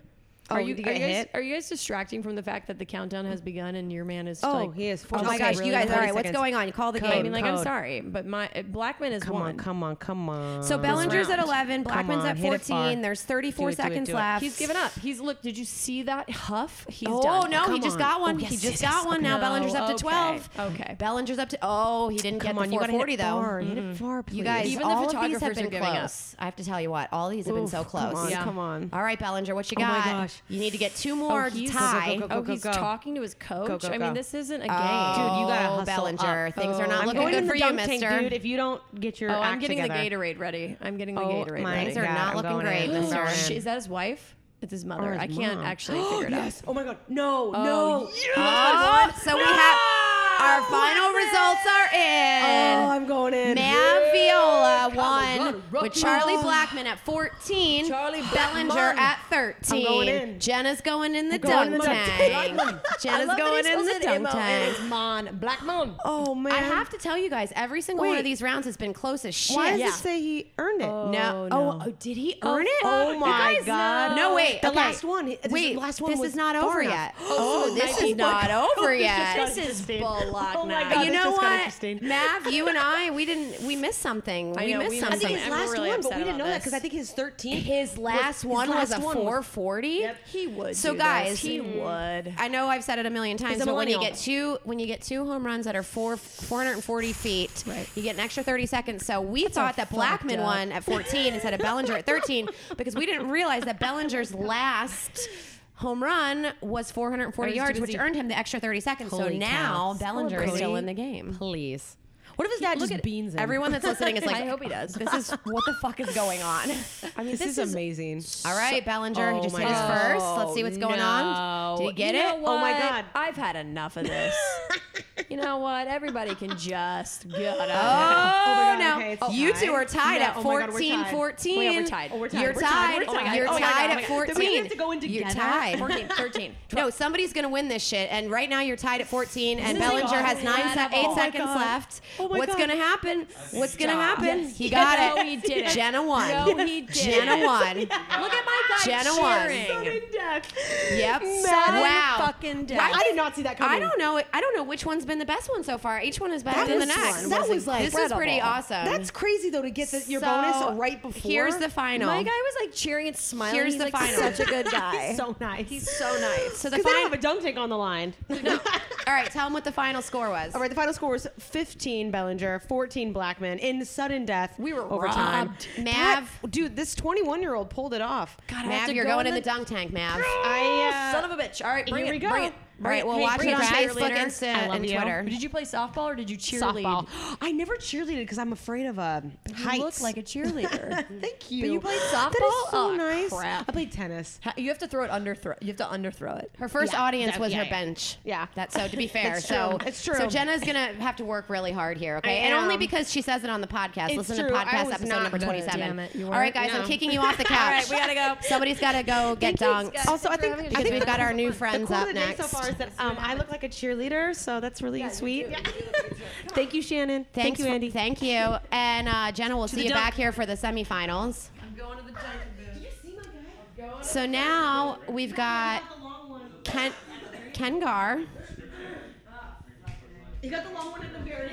Speaker 8: Oh,
Speaker 9: are you,
Speaker 8: did
Speaker 9: are
Speaker 8: get
Speaker 9: you guys,
Speaker 8: hit?
Speaker 9: are you guys distracting from the fact that the countdown has begun and your man is?
Speaker 8: Oh,
Speaker 9: like,
Speaker 8: he is
Speaker 2: oh
Speaker 8: Okay,
Speaker 2: my gosh
Speaker 8: really?
Speaker 2: you guys all
Speaker 8: 30
Speaker 2: right what's
Speaker 8: seconds.
Speaker 2: going on you call the
Speaker 8: Code.
Speaker 9: I
Speaker 2: game
Speaker 9: mean, like, I'm
Speaker 8: Code. Oh,
Speaker 9: sorry, but my uh, Blackman is
Speaker 8: Come
Speaker 9: one.
Speaker 8: on, come on, come on.
Speaker 2: so Bellinger's at
Speaker 9: round.
Speaker 2: 11 Blackman's
Speaker 8: on,
Speaker 2: at
Speaker 8: hit it,
Speaker 2: 14
Speaker 8: Bar.
Speaker 2: there's 34
Speaker 8: Do it, do it,
Speaker 2: seconds
Speaker 8: do it.
Speaker 2: left
Speaker 9: He's given up. He's look. Did you see that huff? He's
Speaker 2: oh
Speaker 9: done.
Speaker 2: no, he
Speaker 8: Come
Speaker 2: just
Speaker 8: on.
Speaker 2: got one.
Speaker 8: Oh, yes,
Speaker 2: he just
Speaker 8: yes,
Speaker 2: got
Speaker 8: yes.
Speaker 2: one. Now
Speaker 9: No,
Speaker 2: Bellinger's up to
Speaker 9: okay,
Speaker 2: twelve.
Speaker 9: okay.
Speaker 2: Bellinger's up to. Oh, he didn't
Speaker 8: Come
Speaker 2: get
Speaker 8: on,
Speaker 2: the
Speaker 8: you
Speaker 2: four
Speaker 8: gotta hit
Speaker 2: forty
Speaker 8: it
Speaker 2: though.
Speaker 8: far. Hit it far,
Speaker 2: You
Speaker 8: please.
Speaker 2: guys,
Speaker 9: Even the
Speaker 2: all of these have
Speaker 9: photographers
Speaker 2: been
Speaker 9: are giving up.
Speaker 2: close. I have to tell you what, all these have been
Speaker 8: Oof,
Speaker 2: so
Speaker 8: come
Speaker 2: close.
Speaker 8: on,
Speaker 9: Yeah.
Speaker 8: come on.
Speaker 2: All right, Bellinger, what you
Speaker 8: Oh
Speaker 2: got?
Speaker 8: my gosh.
Speaker 2: You need to get two more
Speaker 8: Oh,
Speaker 2: to
Speaker 8: he's-
Speaker 2: tie.
Speaker 8: Go, go, go,
Speaker 9: Oh,
Speaker 8: go,
Speaker 9: he's
Speaker 8: go.
Speaker 9: talking to his coach.
Speaker 8: Go, go,
Speaker 9: I mean,
Speaker 8: go.
Speaker 9: this isn't a game. Oh,
Speaker 8: Dude, you gotta
Speaker 2: Oh,
Speaker 8: hustle
Speaker 2: Bellinger,
Speaker 8: up.
Speaker 2: things are not
Speaker 9: I'm
Speaker 2: looking
Speaker 8: Going
Speaker 2: good
Speaker 8: in
Speaker 2: for
Speaker 8: the
Speaker 2: you,
Speaker 8: dunk tank,
Speaker 2: Mister.
Speaker 8: dude. If you don't get your
Speaker 9: Oh,
Speaker 8: act
Speaker 9: I'm getting
Speaker 8: together.
Speaker 9: the Gatorade ready. I'm getting the
Speaker 8: Oh
Speaker 9: Gatorade
Speaker 8: my
Speaker 9: ready.
Speaker 2: Things are
Speaker 8: God,
Speaker 2: not
Speaker 8: I'm
Speaker 2: looking
Speaker 8: going
Speaker 2: great,
Speaker 8: in.
Speaker 2: Mister.
Speaker 8: Sorry.
Speaker 9: Sh- Is that his wife? It's his mother.
Speaker 8: Or his
Speaker 9: I can't
Speaker 8: mom.
Speaker 9: actually figure it out.
Speaker 8: Oh my god, no,
Speaker 9: Oh,
Speaker 8: no.
Speaker 2: Oh, so we have our final results are in.
Speaker 8: Oh, I'm going in.
Speaker 2: Mav Viola won
Speaker 8: Colorado
Speaker 2: with
Speaker 8: Rockies.
Speaker 2: Charlie Blackman at 14.
Speaker 8: Oh. Charlie
Speaker 2: Bellinger
Speaker 8: Blackman.
Speaker 2: at 13.
Speaker 8: I'm going in.
Speaker 2: Jenna's going in the
Speaker 8: going
Speaker 2: dunk
Speaker 8: in the dunk
Speaker 2: tank.
Speaker 9: I
Speaker 2: Jenna's
Speaker 9: love that
Speaker 2: going
Speaker 9: he
Speaker 2: in the
Speaker 9: spells it
Speaker 2: dunk
Speaker 9: M-O-N.
Speaker 2: tank.
Speaker 9: It's Mon Black Mon.
Speaker 8: Oh man.
Speaker 2: I have to tell you guys, every single one of
Speaker 8: Wait.
Speaker 2: these rounds has been close as shit.
Speaker 8: Why does
Speaker 9: Yeah.
Speaker 8: it say he earned it?
Speaker 2: No.
Speaker 9: Oh,
Speaker 2: Oh,
Speaker 9: no.
Speaker 2: oh, did he earn it?
Speaker 8: oh
Speaker 2: You
Speaker 8: my
Speaker 2: guys-
Speaker 8: God.
Speaker 2: No, wait.
Speaker 8: The
Speaker 2: okay.
Speaker 8: last one- this is-
Speaker 2: wait,
Speaker 8: last one
Speaker 2: this
Speaker 8: was
Speaker 2: is not
Speaker 8: far
Speaker 2: over
Speaker 8: enough.
Speaker 2: yet.
Speaker 8: Oh,
Speaker 2: Oh, this
Speaker 8: nice.
Speaker 2: is not over yet.
Speaker 9: This is
Speaker 8: This is
Speaker 9: bull. block
Speaker 8: Oh my
Speaker 9: now.
Speaker 8: God,
Speaker 2: you
Speaker 8: this
Speaker 2: know
Speaker 8: just got
Speaker 2: what,
Speaker 8: interesting.
Speaker 2: Mav, you and I, we didn't, we missed something.
Speaker 9: I
Speaker 2: we
Speaker 9: know,
Speaker 2: missed
Speaker 9: we missed
Speaker 8: I
Speaker 2: something.
Speaker 8: think his
Speaker 9: I'm
Speaker 8: last
Speaker 9: really
Speaker 8: one, but
Speaker 9: upset
Speaker 8: we didn't
Speaker 9: about
Speaker 8: know that because I
Speaker 9: this.
Speaker 8: think his 13th.
Speaker 2: His last
Speaker 8: his
Speaker 2: one
Speaker 8: last
Speaker 2: was a
Speaker 8: one was-
Speaker 2: 440.
Speaker 9: He would.
Speaker 2: So
Speaker 9: do this.
Speaker 2: guys,
Speaker 9: he
Speaker 2: mm.
Speaker 9: would.
Speaker 2: I know I've said it a million times,
Speaker 8: a
Speaker 2: but when you
Speaker 8: millennial.
Speaker 2: get two when you get two home runs that are four 440 feet,
Speaker 9: Right.
Speaker 2: you get an extra 30 seconds. So we thought that Blackman
Speaker 9: up.
Speaker 2: won at 14 instead of Bellinger at 13 because we didn't realize that Bellinger's last home run was 440
Speaker 8: Or was
Speaker 2: yards,
Speaker 8: too
Speaker 2: which
Speaker 8: busy.
Speaker 2: earned him the extra 30 seconds. so
Speaker 8: Holy
Speaker 2: now
Speaker 8: cow.
Speaker 2: Bellinger
Speaker 8: Poor
Speaker 2: is still
Speaker 8: Cody.
Speaker 2: in the game.
Speaker 8: Please. What if his dad
Speaker 2: Look
Speaker 8: just
Speaker 2: at
Speaker 8: beans him?
Speaker 2: everyone that's listening is like,
Speaker 9: I hope he does.
Speaker 2: This is what the fuck is going on.
Speaker 8: I mean, this, is, amazing.
Speaker 2: All right, Bellinger, he
Speaker 8: Oh
Speaker 2: just
Speaker 8: my
Speaker 2: hit his
Speaker 8: God.
Speaker 2: first. Let's see what's going on. Did he get
Speaker 9: You know
Speaker 2: it?
Speaker 9: what?
Speaker 8: Oh my God.
Speaker 9: I've had enough of this. you know what? Everybody can just get out.
Speaker 2: Oh,
Speaker 8: my God,
Speaker 2: no.
Speaker 8: okay, it's
Speaker 2: you
Speaker 8: tied.
Speaker 2: two are tied
Speaker 8: No,
Speaker 2: at
Speaker 8: oh my God, we're
Speaker 2: 14
Speaker 8: tied.
Speaker 2: 14.
Speaker 9: Wait, we're tied. Oh, we're
Speaker 8: tied.
Speaker 2: You're
Speaker 8: We're
Speaker 2: tied.
Speaker 8: tied. We're tied.
Speaker 2: You're
Speaker 8: Oh my God,
Speaker 2: tied
Speaker 8: oh
Speaker 2: at
Speaker 8: my God. Did we
Speaker 2: 14.
Speaker 8: have to go in
Speaker 2: You're
Speaker 8: together?
Speaker 2: tied.
Speaker 9: 14, 13.
Speaker 2: No, somebody's going to win this shit. And right now you're tied at 14, and
Speaker 9: This is
Speaker 2: Bellinger has nine se-
Speaker 9: incredible.
Speaker 2: eight
Speaker 9: Oh my
Speaker 2: seconds
Speaker 9: God.
Speaker 2: left.
Speaker 8: my
Speaker 2: What's
Speaker 8: God.
Speaker 2: going to happen? What's going to
Speaker 9: Stop.
Speaker 2: happen?
Speaker 9: Yes.
Speaker 2: He got
Speaker 9: No,
Speaker 2: it.
Speaker 9: he didn't.
Speaker 2: Jenna won.
Speaker 9: No, he didn't.
Speaker 2: Jenna won.
Speaker 9: Look at my guy
Speaker 2: Jenna won.
Speaker 9: cheering.
Speaker 2: Yep.
Speaker 9: Sudden
Speaker 2: wow.
Speaker 9: fucking death.
Speaker 2: I
Speaker 8: I did not see that coming.
Speaker 2: I don't know. I don't know which one's been the best one so far. Each one is better
Speaker 8: That
Speaker 2: than the
Speaker 8: was-
Speaker 2: next.
Speaker 8: that was, like,
Speaker 2: this is pretty
Speaker 9: incredible.
Speaker 2: awesome.
Speaker 8: That's crazy though to get the, your
Speaker 2: So,
Speaker 8: bonus right before.
Speaker 2: Here's the final.
Speaker 9: My guy was like cheering and smiling.
Speaker 2: Here's
Speaker 9: He's
Speaker 2: the
Speaker 9: like
Speaker 2: final.
Speaker 9: such a good guy.
Speaker 8: He's so nice.
Speaker 9: He's so nice.
Speaker 2: so the
Speaker 8: Because they
Speaker 2: final.
Speaker 8: don't have a dunk tank on the line.
Speaker 2: All right, tell him what the final score was.
Speaker 8: All right, the final score was 15 Bellinger, 14 Blackman in sudden death.
Speaker 9: We were
Speaker 8: overtime.
Speaker 9: robbed.
Speaker 2: Mav.
Speaker 8: That- dude, this 21-year-old pulled it off.
Speaker 9: God, I have
Speaker 2: Mav,
Speaker 9: to
Speaker 2: you're
Speaker 9: go
Speaker 2: going in the dunk tank, Mav.
Speaker 8: I uh,
Speaker 9: Oh, Son of a bitch. All right, bring
Speaker 8: here
Speaker 9: it.
Speaker 8: we go.
Speaker 9: Bring it.
Speaker 2: All right,
Speaker 8: Hey,
Speaker 2: well,
Speaker 8: hey,
Speaker 2: watch
Speaker 9: bring
Speaker 2: it on
Speaker 9: it on
Speaker 2: Facebook
Speaker 9: cheerleader.
Speaker 2: and, Insta
Speaker 8: I love
Speaker 2: and
Speaker 8: you.
Speaker 2: Twitter.
Speaker 9: Did you play softball or did you cheerlead?
Speaker 8: softball. I never cheerleaded because I'm afraid of uh, heights.
Speaker 9: You look like a cheerleader.
Speaker 8: Thank you. Oh,
Speaker 9: you played
Speaker 8: That
Speaker 9: softball?
Speaker 8: is so
Speaker 9: Aw,
Speaker 8: nice.
Speaker 9: crap.
Speaker 8: I played tennis.
Speaker 9: Ha- you have to throw it under throw. You have to underthrow it.
Speaker 2: Her first
Speaker 8: Yeah,
Speaker 2: audience
Speaker 8: that-
Speaker 2: was
Speaker 8: yeah,
Speaker 2: her
Speaker 8: yeah.
Speaker 2: bench.
Speaker 8: Yeah.
Speaker 2: That's so to be fair.
Speaker 8: It's
Speaker 2: so
Speaker 8: true. It's true.
Speaker 2: So Jenna's gonna have to work really hard here, okay?
Speaker 8: I
Speaker 2: And only
Speaker 8: am.
Speaker 2: because she says it on the podcast.
Speaker 8: It's
Speaker 2: Listen to
Speaker 8: true. I
Speaker 2: podcast
Speaker 8: was
Speaker 2: episode
Speaker 8: not
Speaker 2: number
Speaker 8: good.
Speaker 2: twenty seven.
Speaker 9: Damn it, you
Speaker 2: All
Speaker 9: weren't?
Speaker 2: right, guys, I'm
Speaker 8: No.
Speaker 2: kicking you off the couch.
Speaker 9: All right, we gotta go.
Speaker 2: Somebody's gotta go get
Speaker 9: Thank you,
Speaker 2: dunked.
Speaker 9: guys.
Speaker 8: Also, I
Speaker 9: for
Speaker 8: think
Speaker 9: having us.
Speaker 2: Because
Speaker 8: I think
Speaker 2: we've
Speaker 8: the-
Speaker 2: got our new
Speaker 8: the
Speaker 2: friends
Speaker 8: cool
Speaker 2: up
Speaker 8: of the day
Speaker 2: next.
Speaker 8: So far is that um, I look like a cheerleader, so that's really sweet. Thank you, Shannon.
Speaker 2: Thanks
Speaker 8: Thank you,
Speaker 2: for-
Speaker 8: Andy.
Speaker 2: Thank you. And uh, Jenna, we'll see
Speaker 8: the
Speaker 2: you
Speaker 8: dunk.
Speaker 2: back here for the semifinals. So now we've got Ken Kengar.
Speaker 8: You got the long one in the very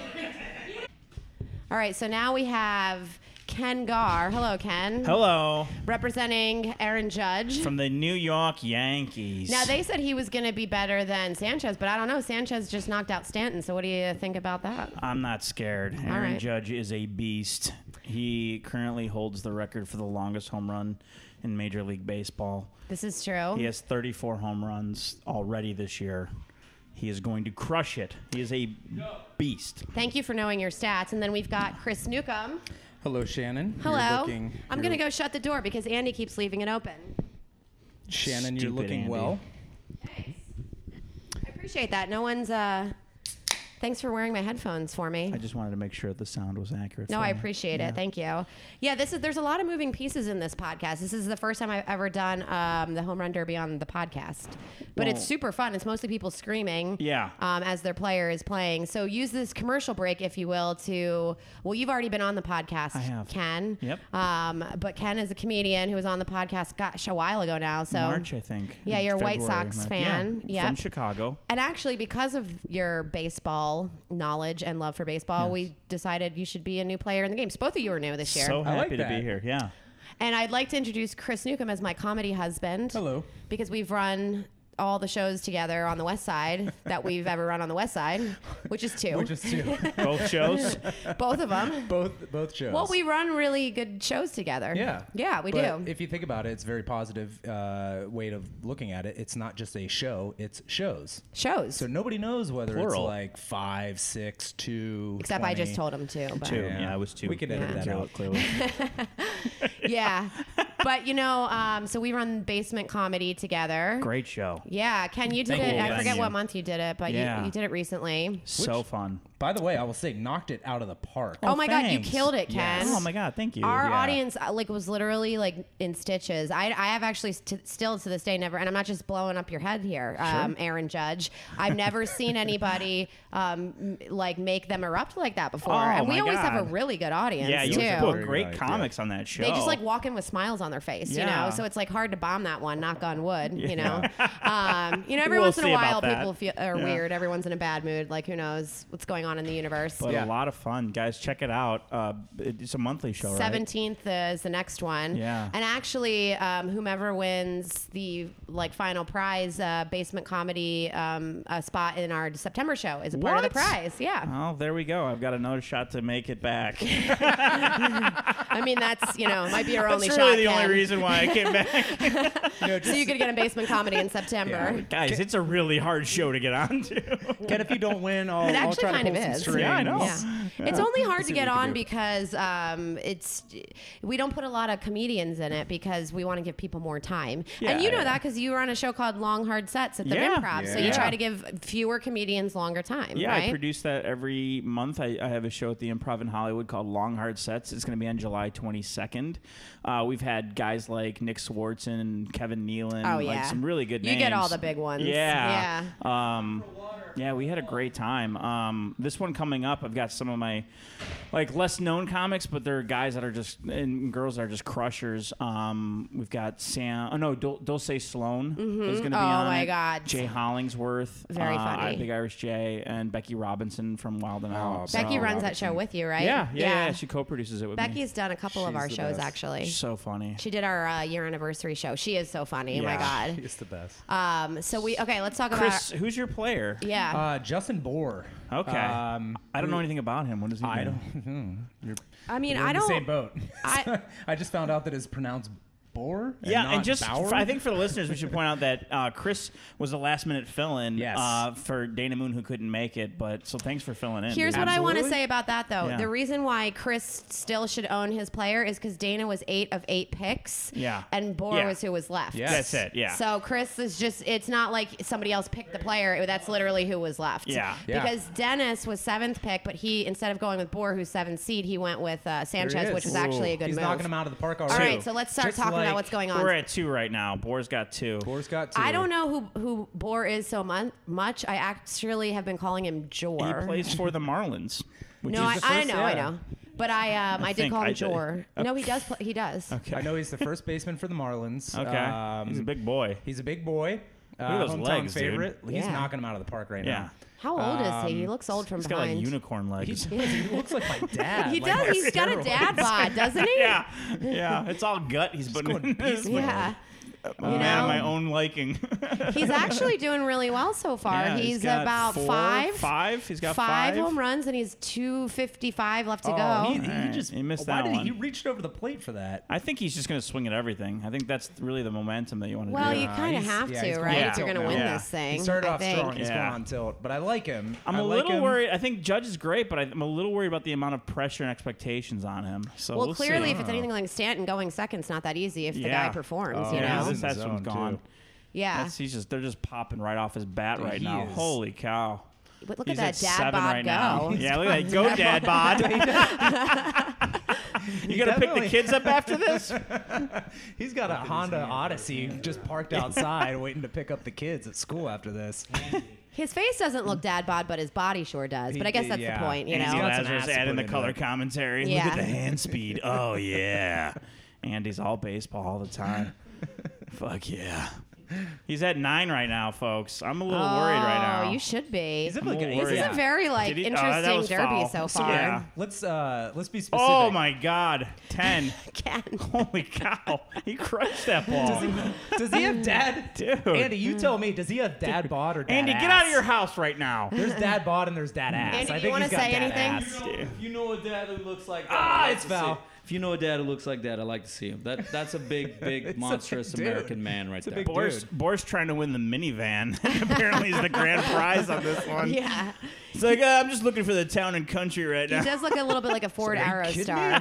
Speaker 2: All right, so now we have Ken Gar. Hello, Ken.
Speaker 3: Hello
Speaker 2: Representing Aaron Judge.
Speaker 3: from the New York Yankees.
Speaker 2: now they said he was going to be better than Sanchez, but I don't know. Sanchez just knocked out Stanton. So what do you think about that?
Speaker 10: I'm not scared. Aaron
Speaker 2: right.
Speaker 10: Judge is a beast. He currently holds the record for the longest home run in Major League Baseball.
Speaker 2: This is true.
Speaker 10: He has 34 home runs already this year. He is going to crush it. He is a beast.
Speaker 2: Thank you for knowing your stats. And then we've got Chris Newcomb.
Speaker 11: Hello, Shannon.
Speaker 2: Hello.
Speaker 11: You're looking,
Speaker 2: I'm
Speaker 11: you're-
Speaker 2: going to go shut the door because Andy keeps leaving it open.
Speaker 11: Shannon, you're
Speaker 10: Stupid
Speaker 11: looking
Speaker 10: Andy.
Speaker 11: well.
Speaker 2: I appreciate that. No one's. Uh, thanks for wearing my headphones for me.
Speaker 10: I just wanted to make sure the sound was accurate.
Speaker 2: No,
Speaker 10: for
Speaker 2: I
Speaker 10: you.
Speaker 2: appreciate it. Thank you. Yeah, this is there's a lot of moving pieces in this podcast. This is the first time I've ever done um, the home run derby on the podcast, but it's
Speaker 10: Well-
Speaker 2: super fun. It's mostly people screaming,
Speaker 10: Yeah.
Speaker 2: um, as their player is playing. So use this commercial break, if you will, to well, you've already been on the podcast,
Speaker 10: I have.
Speaker 2: Ken.
Speaker 10: Yep.
Speaker 2: Um, but Ken is a comedian who was on the podcast, gosh, a while ago now. So
Speaker 10: March, I think.
Speaker 2: Yeah, you're a White
Speaker 10: February,
Speaker 2: Sox
Speaker 10: March.
Speaker 2: fan.
Speaker 10: Yeah,
Speaker 2: Yep.
Speaker 10: From Chicago.
Speaker 2: And actually, because of your baseball knowledge and love for baseball,
Speaker 10: Yes.
Speaker 2: we decided you should be a new player in the games. Both of you are new this year.
Speaker 10: So happy
Speaker 11: I like
Speaker 10: to
Speaker 11: that.
Speaker 10: be here. Yeah.
Speaker 2: And I'd like to introduce Chris Newcomb as my comedy husband.
Speaker 11: Hello.
Speaker 2: Because we've run all the shows together on the West Side that we've ever run on the West Side, which is two,
Speaker 11: Which is two.
Speaker 10: Both shows.
Speaker 2: both of them.
Speaker 11: both both shows.
Speaker 2: Well, we run really good shows together.
Speaker 11: Yeah.
Speaker 2: Yeah, we
Speaker 11: But
Speaker 2: do.
Speaker 11: If you think about it, it's a very positive uh, way of looking at it. It's not just a show, it's shows.
Speaker 2: shows.
Speaker 11: So nobody knows whether
Speaker 10: Plural.
Speaker 11: it's like five, six, two.
Speaker 2: Except I just
Speaker 11: 20.
Speaker 2: told him to. But.
Speaker 10: Two. Yeah, I was two.
Speaker 11: We can edit
Speaker 2: Yeah.
Speaker 11: that out.
Speaker 10: Clearly.
Speaker 2: Yeah. but, you know, um, so we run basement comedy together.
Speaker 10: Great show.
Speaker 2: Yeah, Ken, you did
Speaker 10: Thank
Speaker 2: it.
Speaker 10: you.
Speaker 2: I forget
Speaker 10: Thank you.
Speaker 2: what month you did it, but
Speaker 10: Yeah.
Speaker 2: you, you did it recently.
Speaker 10: So fun.
Speaker 11: By the way, I will say, knocked it out of the park.
Speaker 2: Oh, my God, you
Speaker 10: thanks.
Speaker 2: killed it, Ken.
Speaker 10: Oh my god, thank you.
Speaker 2: Our
Speaker 10: Yeah.
Speaker 2: audience uh, like was literally like in stitches. I, I have actually st- still to this day never, and I'm not just blowing up your head here, um, Aaron Judge. I've never seen anybody um, m- like make them erupt like that before.
Speaker 10: Oh,
Speaker 2: and we
Speaker 10: my
Speaker 2: always have a
Speaker 10: God.
Speaker 2: really good audience
Speaker 10: Yeah, you
Speaker 2: too.
Speaker 10: put
Speaker 11: good
Speaker 10: great
Speaker 11: idea.
Speaker 10: comics on that show.
Speaker 2: They just like walk in with smiles on their face,
Speaker 3: Yeah.
Speaker 2: you know. So it's like hard to bomb that one. Knock on wood, you know.
Speaker 3: Yeah.
Speaker 2: Um, you know, every
Speaker 3: We'll
Speaker 2: once in a
Speaker 3: see about
Speaker 2: while,
Speaker 3: that.
Speaker 2: people feel are
Speaker 3: Yeah.
Speaker 2: weird. Everyone's in a bad mood. Like who knows what's going on in the universe?
Speaker 10: But a lot of fun, guys. Check it out. Uh, it's a monthly show, right?
Speaker 2: Seventeenth is the next one.
Speaker 10: Yeah.
Speaker 2: And actually, um, whomever wins the like final prize, uh, basement comedy um, a spot in our September show is a part of the
Speaker 10: What?
Speaker 2: prize. Yeah.
Speaker 10: Oh, there we go. I've got another shot to make it back.
Speaker 2: I mean, that's you know might be our
Speaker 10: That's
Speaker 2: only
Speaker 10: really
Speaker 2: shot.
Speaker 10: the only
Speaker 2: Ken.
Speaker 10: reason why I came back.
Speaker 2: so you could get a basement comedy in September.
Speaker 10: Guys, it's a really hard show to get onto.
Speaker 11: Ken, if you don't win, I'll,
Speaker 2: it
Speaker 11: I'll
Speaker 2: actually
Speaker 11: try to
Speaker 2: kind of
Speaker 11: pull some
Speaker 2: is. Oh,
Speaker 11: strings.
Speaker 10: Yeah, I know. Yeah.
Speaker 2: It's only hard
Speaker 10: Let's
Speaker 2: to
Speaker 10: see
Speaker 2: get
Speaker 10: what we
Speaker 2: on
Speaker 10: can do.
Speaker 2: because um, it's we don't put a lot of comedians in it because we want to give people more time.
Speaker 10: Yeah,
Speaker 2: and you know
Speaker 10: yeah.
Speaker 2: that because you were on a show called Long Hard Sets at the
Speaker 10: Yeah.
Speaker 2: Improv, so you
Speaker 10: Yeah.
Speaker 2: try to give fewer comedians longer time.
Speaker 10: Yeah, I
Speaker 2: right?
Speaker 10: produce that every month. I, I have a show at the Improv in Hollywood called Long Hard Sets. It's going to be on July 22nd. Uh, we've had guys like Nick Swartzen and Kevin Nealon.
Speaker 2: Oh,
Speaker 10: like
Speaker 2: yeah.
Speaker 10: some really good
Speaker 2: You
Speaker 10: names.
Speaker 2: get all the big ones.
Speaker 10: Yeah. Yeah. Um, yeah, we had a great time. Um, this one coming up, I've got some of my like less known comics, but there are guys that are just and girls that are just crushers. Um, we've got Sam. Oh no, Dul- Dulce Sloan is
Speaker 2: Mhm.
Speaker 10: going to be
Speaker 2: Oh,
Speaker 10: on.
Speaker 2: my
Speaker 10: it.
Speaker 2: God.
Speaker 10: Jay Hollingsworth.
Speaker 2: Very
Speaker 10: uh,
Speaker 2: funny.
Speaker 10: Big Irish Jay and Becky Robinson from Wild and Out.
Speaker 2: Oh,
Speaker 10: uh,
Speaker 2: Becky runs that show with you, right?
Speaker 10: Yeah, yeah, yeah. She co-produces it with me.
Speaker 2: Becky's done a couple of
Speaker 10: She's
Speaker 2: our
Speaker 10: the
Speaker 2: shows
Speaker 10: best.
Speaker 2: actually.
Speaker 10: She's so funny.
Speaker 2: She did our uh, year anniversary show. She is so funny. Oh my god.
Speaker 11: It's the best.
Speaker 2: Um, so we okay. Let's talk
Speaker 10: Chris,
Speaker 2: about.
Speaker 10: who's your player?
Speaker 2: Yeah.
Speaker 11: Uh, Justin Bohr.
Speaker 10: Okay.
Speaker 11: Um,
Speaker 10: I don't know anything about him. What does he
Speaker 11: I
Speaker 10: do?
Speaker 11: don't. hmm. You're,
Speaker 2: I mean,
Speaker 11: we're
Speaker 2: I
Speaker 11: in
Speaker 2: don't-
Speaker 11: The same boat.
Speaker 2: I-
Speaker 11: I, just found out that it's pronounced Bohr.
Speaker 10: Yeah, and,
Speaker 11: not
Speaker 10: just
Speaker 11: Bauer.
Speaker 10: for, I think for the listeners, we should point out that uh, Chris was a last-minute fill-in
Speaker 11: Yes.
Speaker 10: uh, for Dana Moon, who couldn't make it. But so thanks for filling in.
Speaker 2: Here's
Speaker 10: dude.
Speaker 2: what I want to say about that, though.
Speaker 10: Yeah.
Speaker 2: The reason why Chris still should own his player is because Dana was eight of eight picks.
Speaker 10: Yeah.
Speaker 2: And Bohr
Speaker 10: Yeah.
Speaker 2: was who was left.
Speaker 10: Yes. That's it, yeah.
Speaker 2: So Chris is just, it's not like somebody else picked the player. That's literally who was left.
Speaker 10: Yeah.
Speaker 11: Yeah.
Speaker 2: Because Dennis was seventh pick, but he, instead of going with Bohr, who's seventh seed, he went with uh,
Speaker 11: There he
Speaker 2: Sanchez,
Speaker 11: is.
Speaker 2: which was actually a good
Speaker 11: He's
Speaker 2: move.
Speaker 11: knocking him out of the park already.
Speaker 2: All right, so let's start
Speaker 11: Just
Speaker 2: talking about
Speaker 11: like-
Speaker 2: what's going on.
Speaker 10: We're at two right now. Boar's got two.
Speaker 11: Bohr's got two.
Speaker 2: I don't know who who Bohr is so mon- much. I actually have been calling him
Speaker 10: He
Speaker 2: Jor.
Speaker 10: plays for the Marlins. which
Speaker 2: No, I,
Speaker 10: is the
Speaker 2: I
Speaker 10: first-
Speaker 2: know,
Speaker 11: yeah.
Speaker 2: I know. But I, um, I,
Speaker 10: I
Speaker 2: did
Speaker 10: think
Speaker 2: call
Speaker 10: I
Speaker 2: him
Speaker 10: did. Oh.
Speaker 2: Jor. No, he does. Pl- he does.
Speaker 11: I know he's the first baseman for the Marlins. Um,
Speaker 10: Okay. He's a big boy.
Speaker 11: He's a big boy. Uh,
Speaker 10: at those
Speaker 11: hometown
Speaker 10: legs, dude.
Speaker 11: favorite. He's
Speaker 2: Yeah.
Speaker 11: knocking him out of the park right
Speaker 10: Yeah. Um,
Speaker 2: How old is he? He looks old from
Speaker 10: He's got like
Speaker 2: behind.
Speaker 10: unicorn
Speaker 11: now.
Speaker 10: legs.
Speaker 11: He's, he looks like my dad.
Speaker 2: he
Speaker 11: like
Speaker 2: does.
Speaker 11: on
Speaker 2: He's got a
Speaker 11: steroids.
Speaker 2: dad bod, doesn't he?
Speaker 10: yeah, yeah. It's all gut. He's putting
Speaker 11: going
Speaker 10: in his
Speaker 2: Yeah.
Speaker 10: man
Speaker 2: you
Speaker 10: of my
Speaker 2: know,
Speaker 10: own liking.
Speaker 2: he's actually doing really well so far.
Speaker 10: Yeah,
Speaker 2: he's,
Speaker 10: got
Speaker 2: about
Speaker 10: four,
Speaker 2: five,
Speaker 10: Five. He's got
Speaker 2: five
Speaker 10: five.
Speaker 2: home runs, and he's two fifty-five left to
Speaker 11: Oh,
Speaker 2: go.
Speaker 11: he, he
Speaker 10: Alright,
Speaker 11: just
Speaker 10: he missed
Speaker 11: why
Speaker 10: that
Speaker 11: did he-
Speaker 10: one.
Speaker 11: He reached over the plate for that.
Speaker 10: I think he's just going to swing at everything. I think that's really the momentum that you want to
Speaker 2: well,
Speaker 10: do.
Speaker 2: you
Speaker 11: Nah,
Speaker 2: kind of
Speaker 11: he's-
Speaker 2: have
Speaker 11: yeah,
Speaker 2: to,
Speaker 11: he's
Speaker 2: right?
Speaker 10: going
Speaker 2: If you're going to
Speaker 10: on tilt
Speaker 2: win
Speaker 10: now.
Speaker 2: this thing,
Speaker 11: He started
Speaker 2: I
Speaker 11: off
Speaker 2: think.
Speaker 11: strong. He's
Speaker 10: Yeah.
Speaker 11: going on tilt, but I like him.
Speaker 10: I'm
Speaker 11: I
Speaker 10: a
Speaker 11: like
Speaker 10: little
Speaker 11: him.
Speaker 10: worried. I think Judge is great, but I, I'm a little worried about the amount of pressure and expectations on him. So
Speaker 2: Well,
Speaker 10: we'll
Speaker 2: clearly,
Speaker 10: see.
Speaker 2: if it's anything like Stanton, going second's not that easy if the
Speaker 10: Yeah.
Speaker 2: guy performs.
Speaker 11: Oh,
Speaker 2: you
Speaker 10: yeah,
Speaker 2: know,
Speaker 11: he's in the
Speaker 10: that's
Speaker 11: zone,
Speaker 10: one's gone.
Speaker 11: too.
Speaker 2: yeah.
Speaker 10: That's, he's just they're just popping right off his bat right
Speaker 11: he
Speaker 10: now.
Speaker 11: is-
Speaker 10: Holy cow!
Speaker 2: But look
Speaker 10: He's
Speaker 2: at that dad
Speaker 10: seven
Speaker 2: bod
Speaker 10: right
Speaker 2: go.
Speaker 10: now. Yeah, look at that. Go, dad bod. you gonna pick the
Speaker 11: definitely-
Speaker 10: kids up after this?
Speaker 11: He's got a Honda Odyssey just parked outside, waiting to pick up the kids at school after this.
Speaker 2: His face doesn't look dad bod, but his body sure does.
Speaker 11: He
Speaker 2: But I guess
Speaker 11: did,
Speaker 2: that's
Speaker 11: yeah.
Speaker 2: the point, you
Speaker 11: And he's
Speaker 2: know.
Speaker 11: got-
Speaker 10: Lazarus
Speaker 11: an ass
Speaker 10: add in the
Speaker 11: put into
Speaker 10: color
Speaker 11: it.
Speaker 10: commentary. Look
Speaker 2: Yeah.
Speaker 10: at the hand speed. Oh yeah. Andy's all baseball all the time. Fuck yeah. He's at nine right now, folks. I'm a little worried right now.
Speaker 2: Oh, you should be.
Speaker 11: Is it
Speaker 10: I'm a
Speaker 11: like
Speaker 10: little
Speaker 11: an- is
Speaker 10: worried.
Speaker 11: it
Speaker 2: This is a very like
Speaker 10: Did he- oh, that
Speaker 2: interesting
Speaker 10: was
Speaker 2: derby
Speaker 10: foul.
Speaker 2: so
Speaker 10: So,
Speaker 2: far.
Speaker 10: yeah.
Speaker 11: Let's uh, let's be specific.
Speaker 10: Oh my God, ten!
Speaker 2: Ken.
Speaker 10: Holy cow, he crushed that ball.
Speaker 11: Does he have dad?
Speaker 10: Dude.
Speaker 11: Andy, you tell me. Does he have dad bod or dad
Speaker 10: Andy, get
Speaker 11: ass?
Speaker 10: out of your house right now.
Speaker 11: There's dad bod and there's dad ass.
Speaker 2: Andy, do
Speaker 11: I
Speaker 2: you
Speaker 11: think
Speaker 2: wanna
Speaker 11: he's got
Speaker 2: say
Speaker 11: dad
Speaker 2: anything?
Speaker 11: ass.
Speaker 5: If you know a dad who looks like that,
Speaker 11: Ah,
Speaker 5: I'd like
Speaker 11: it's
Speaker 5: to see
Speaker 11: Val.
Speaker 5: him. If you know a dad who looks like that, I like to see him. That that's a big, big,
Speaker 11: It's a
Speaker 5: monstrous
Speaker 11: big dude.
Speaker 5: American man right
Speaker 11: a
Speaker 5: there.
Speaker 11: big dude.
Speaker 10: Boris, Boris trying to win the minivan. Apparently, is the grand prize on this one.
Speaker 2: Yeah.
Speaker 10: It's like uh, I'm just looking for the town and country right
Speaker 2: He
Speaker 10: now.
Speaker 2: does look a little bit like a Ford Arrow star.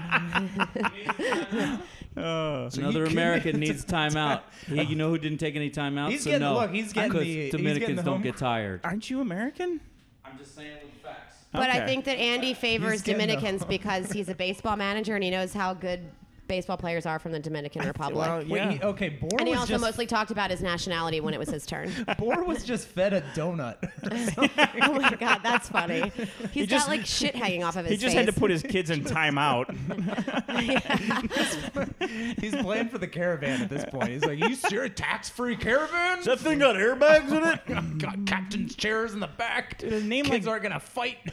Speaker 10: Uh,
Speaker 5: Another
Speaker 11: he could
Speaker 5: American
Speaker 11: be-
Speaker 5: needs timeout. He, you know who didn't take any timeouts?
Speaker 11: He's
Speaker 5: so
Speaker 11: getting-
Speaker 5: no,
Speaker 11: look, he's getting
Speaker 5: 'cause
Speaker 11: the- he's getting
Speaker 5: Dominicans
Speaker 11: the
Speaker 5: don't
Speaker 11: home-
Speaker 5: get tired.
Speaker 10: aren't you American?
Speaker 7: I'm just saying with facts.
Speaker 2: But I
Speaker 10: Okay.
Speaker 2: think that Andy favors
Speaker 11: He's getting the-
Speaker 2: Dominicans because he's a baseball manager and he knows how good baseball players are from the Dominican Republic.
Speaker 10: Oh,
Speaker 11: well, yeah. Wait, he- okay, Bohr
Speaker 2: And he
Speaker 11: was
Speaker 2: also
Speaker 11: just-
Speaker 2: mostly talked about his nationality when it was his turn.
Speaker 11: Bohr was just fed a donut.
Speaker 2: oh my god, that's funny. He's
Speaker 10: He
Speaker 2: got
Speaker 10: just-
Speaker 2: like shit hanging off of his
Speaker 10: He just
Speaker 2: face.
Speaker 10: had to put his kids in timeout.
Speaker 11: He's playing for the caravan at this point. He's like, "You sure a tax-free caravan?
Speaker 10: Does that thing got airbags in it?
Speaker 11: Got captain's chairs in the back.
Speaker 10: Dude, a name
Speaker 11: Kids
Speaker 10: like-
Speaker 11: aren't gonna fight."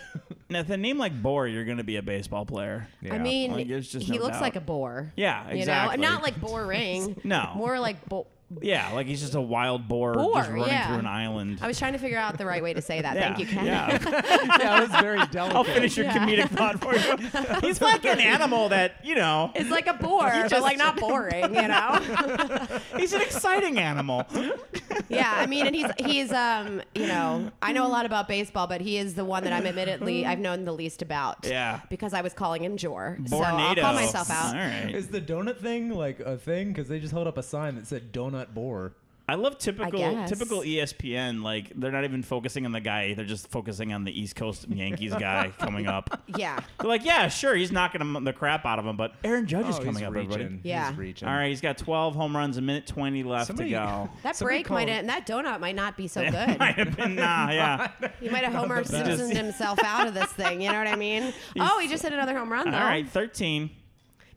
Speaker 10: Now, with a name like Bohr, you're going to be a baseball player.
Speaker 2: I mean,
Speaker 10: Like, there's just
Speaker 2: he
Speaker 10: no
Speaker 2: looks
Speaker 10: doubt.
Speaker 2: like a boar.
Speaker 10: Yeah,
Speaker 2: You
Speaker 10: exactly.
Speaker 2: know, not like boring.
Speaker 10: No.
Speaker 2: more like bo-
Speaker 10: Yeah, like he's just a wild boar,
Speaker 2: Boar,
Speaker 10: just running
Speaker 2: yeah.
Speaker 10: through an island.
Speaker 2: I was trying to figure out the right way to say that.
Speaker 10: Yeah,
Speaker 2: Thank you, Ken.
Speaker 10: yeah.
Speaker 11: yeah, it was very delicate.
Speaker 10: I'll finish your
Speaker 2: Yeah.
Speaker 10: comedic thought for you. He's like an animal that, you know,
Speaker 2: It's like a boar, but
Speaker 10: just-
Speaker 2: like not boring, you know.
Speaker 10: he's an exciting animal.
Speaker 2: yeah, I mean, and he's he's um, you know, I know a lot about baseball, but he is the one that I'm admittedly I've known the least about.
Speaker 10: Yeah.
Speaker 2: because I was calling him Jor, so I'll
Speaker 10: Bornado.
Speaker 2: call myself out.
Speaker 10: All right.
Speaker 11: Is the donut thing like a thing? Because they just held up a sign that said "Donut Bohr."
Speaker 10: I love typical
Speaker 2: guess.
Speaker 10: typical E ESPN. Like they're not even focusing on the guy; they're just focusing on the East Coast Yankees guy coming up.
Speaker 2: Yeah,
Speaker 10: They're like, yeah, sure, he's knocking him the crap out of him, but Aaron Judge is
Speaker 11: Oh,
Speaker 10: coming
Speaker 11: he's
Speaker 10: up,
Speaker 11: reaching.
Speaker 10: everybody.
Speaker 2: Yeah.
Speaker 11: He's reaching.
Speaker 10: All right, he's got 12 home runs, a minute 20 left
Speaker 11: Somebody-
Speaker 10: to go.
Speaker 2: that
Speaker 11: Somebody
Speaker 2: break might
Speaker 11: called-
Speaker 2: have, that donut might not be so good.
Speaker 10: Might have been, nah, yeah.
Speaker 2: He might have Homer
Speaker 11: the best.
Speaker 2: Simpsoned himself out of this thing. You know what I mean? oh, he just hit another home run
Speaker 10: All
Speaker 2: though.
Speaker 10: right, 13.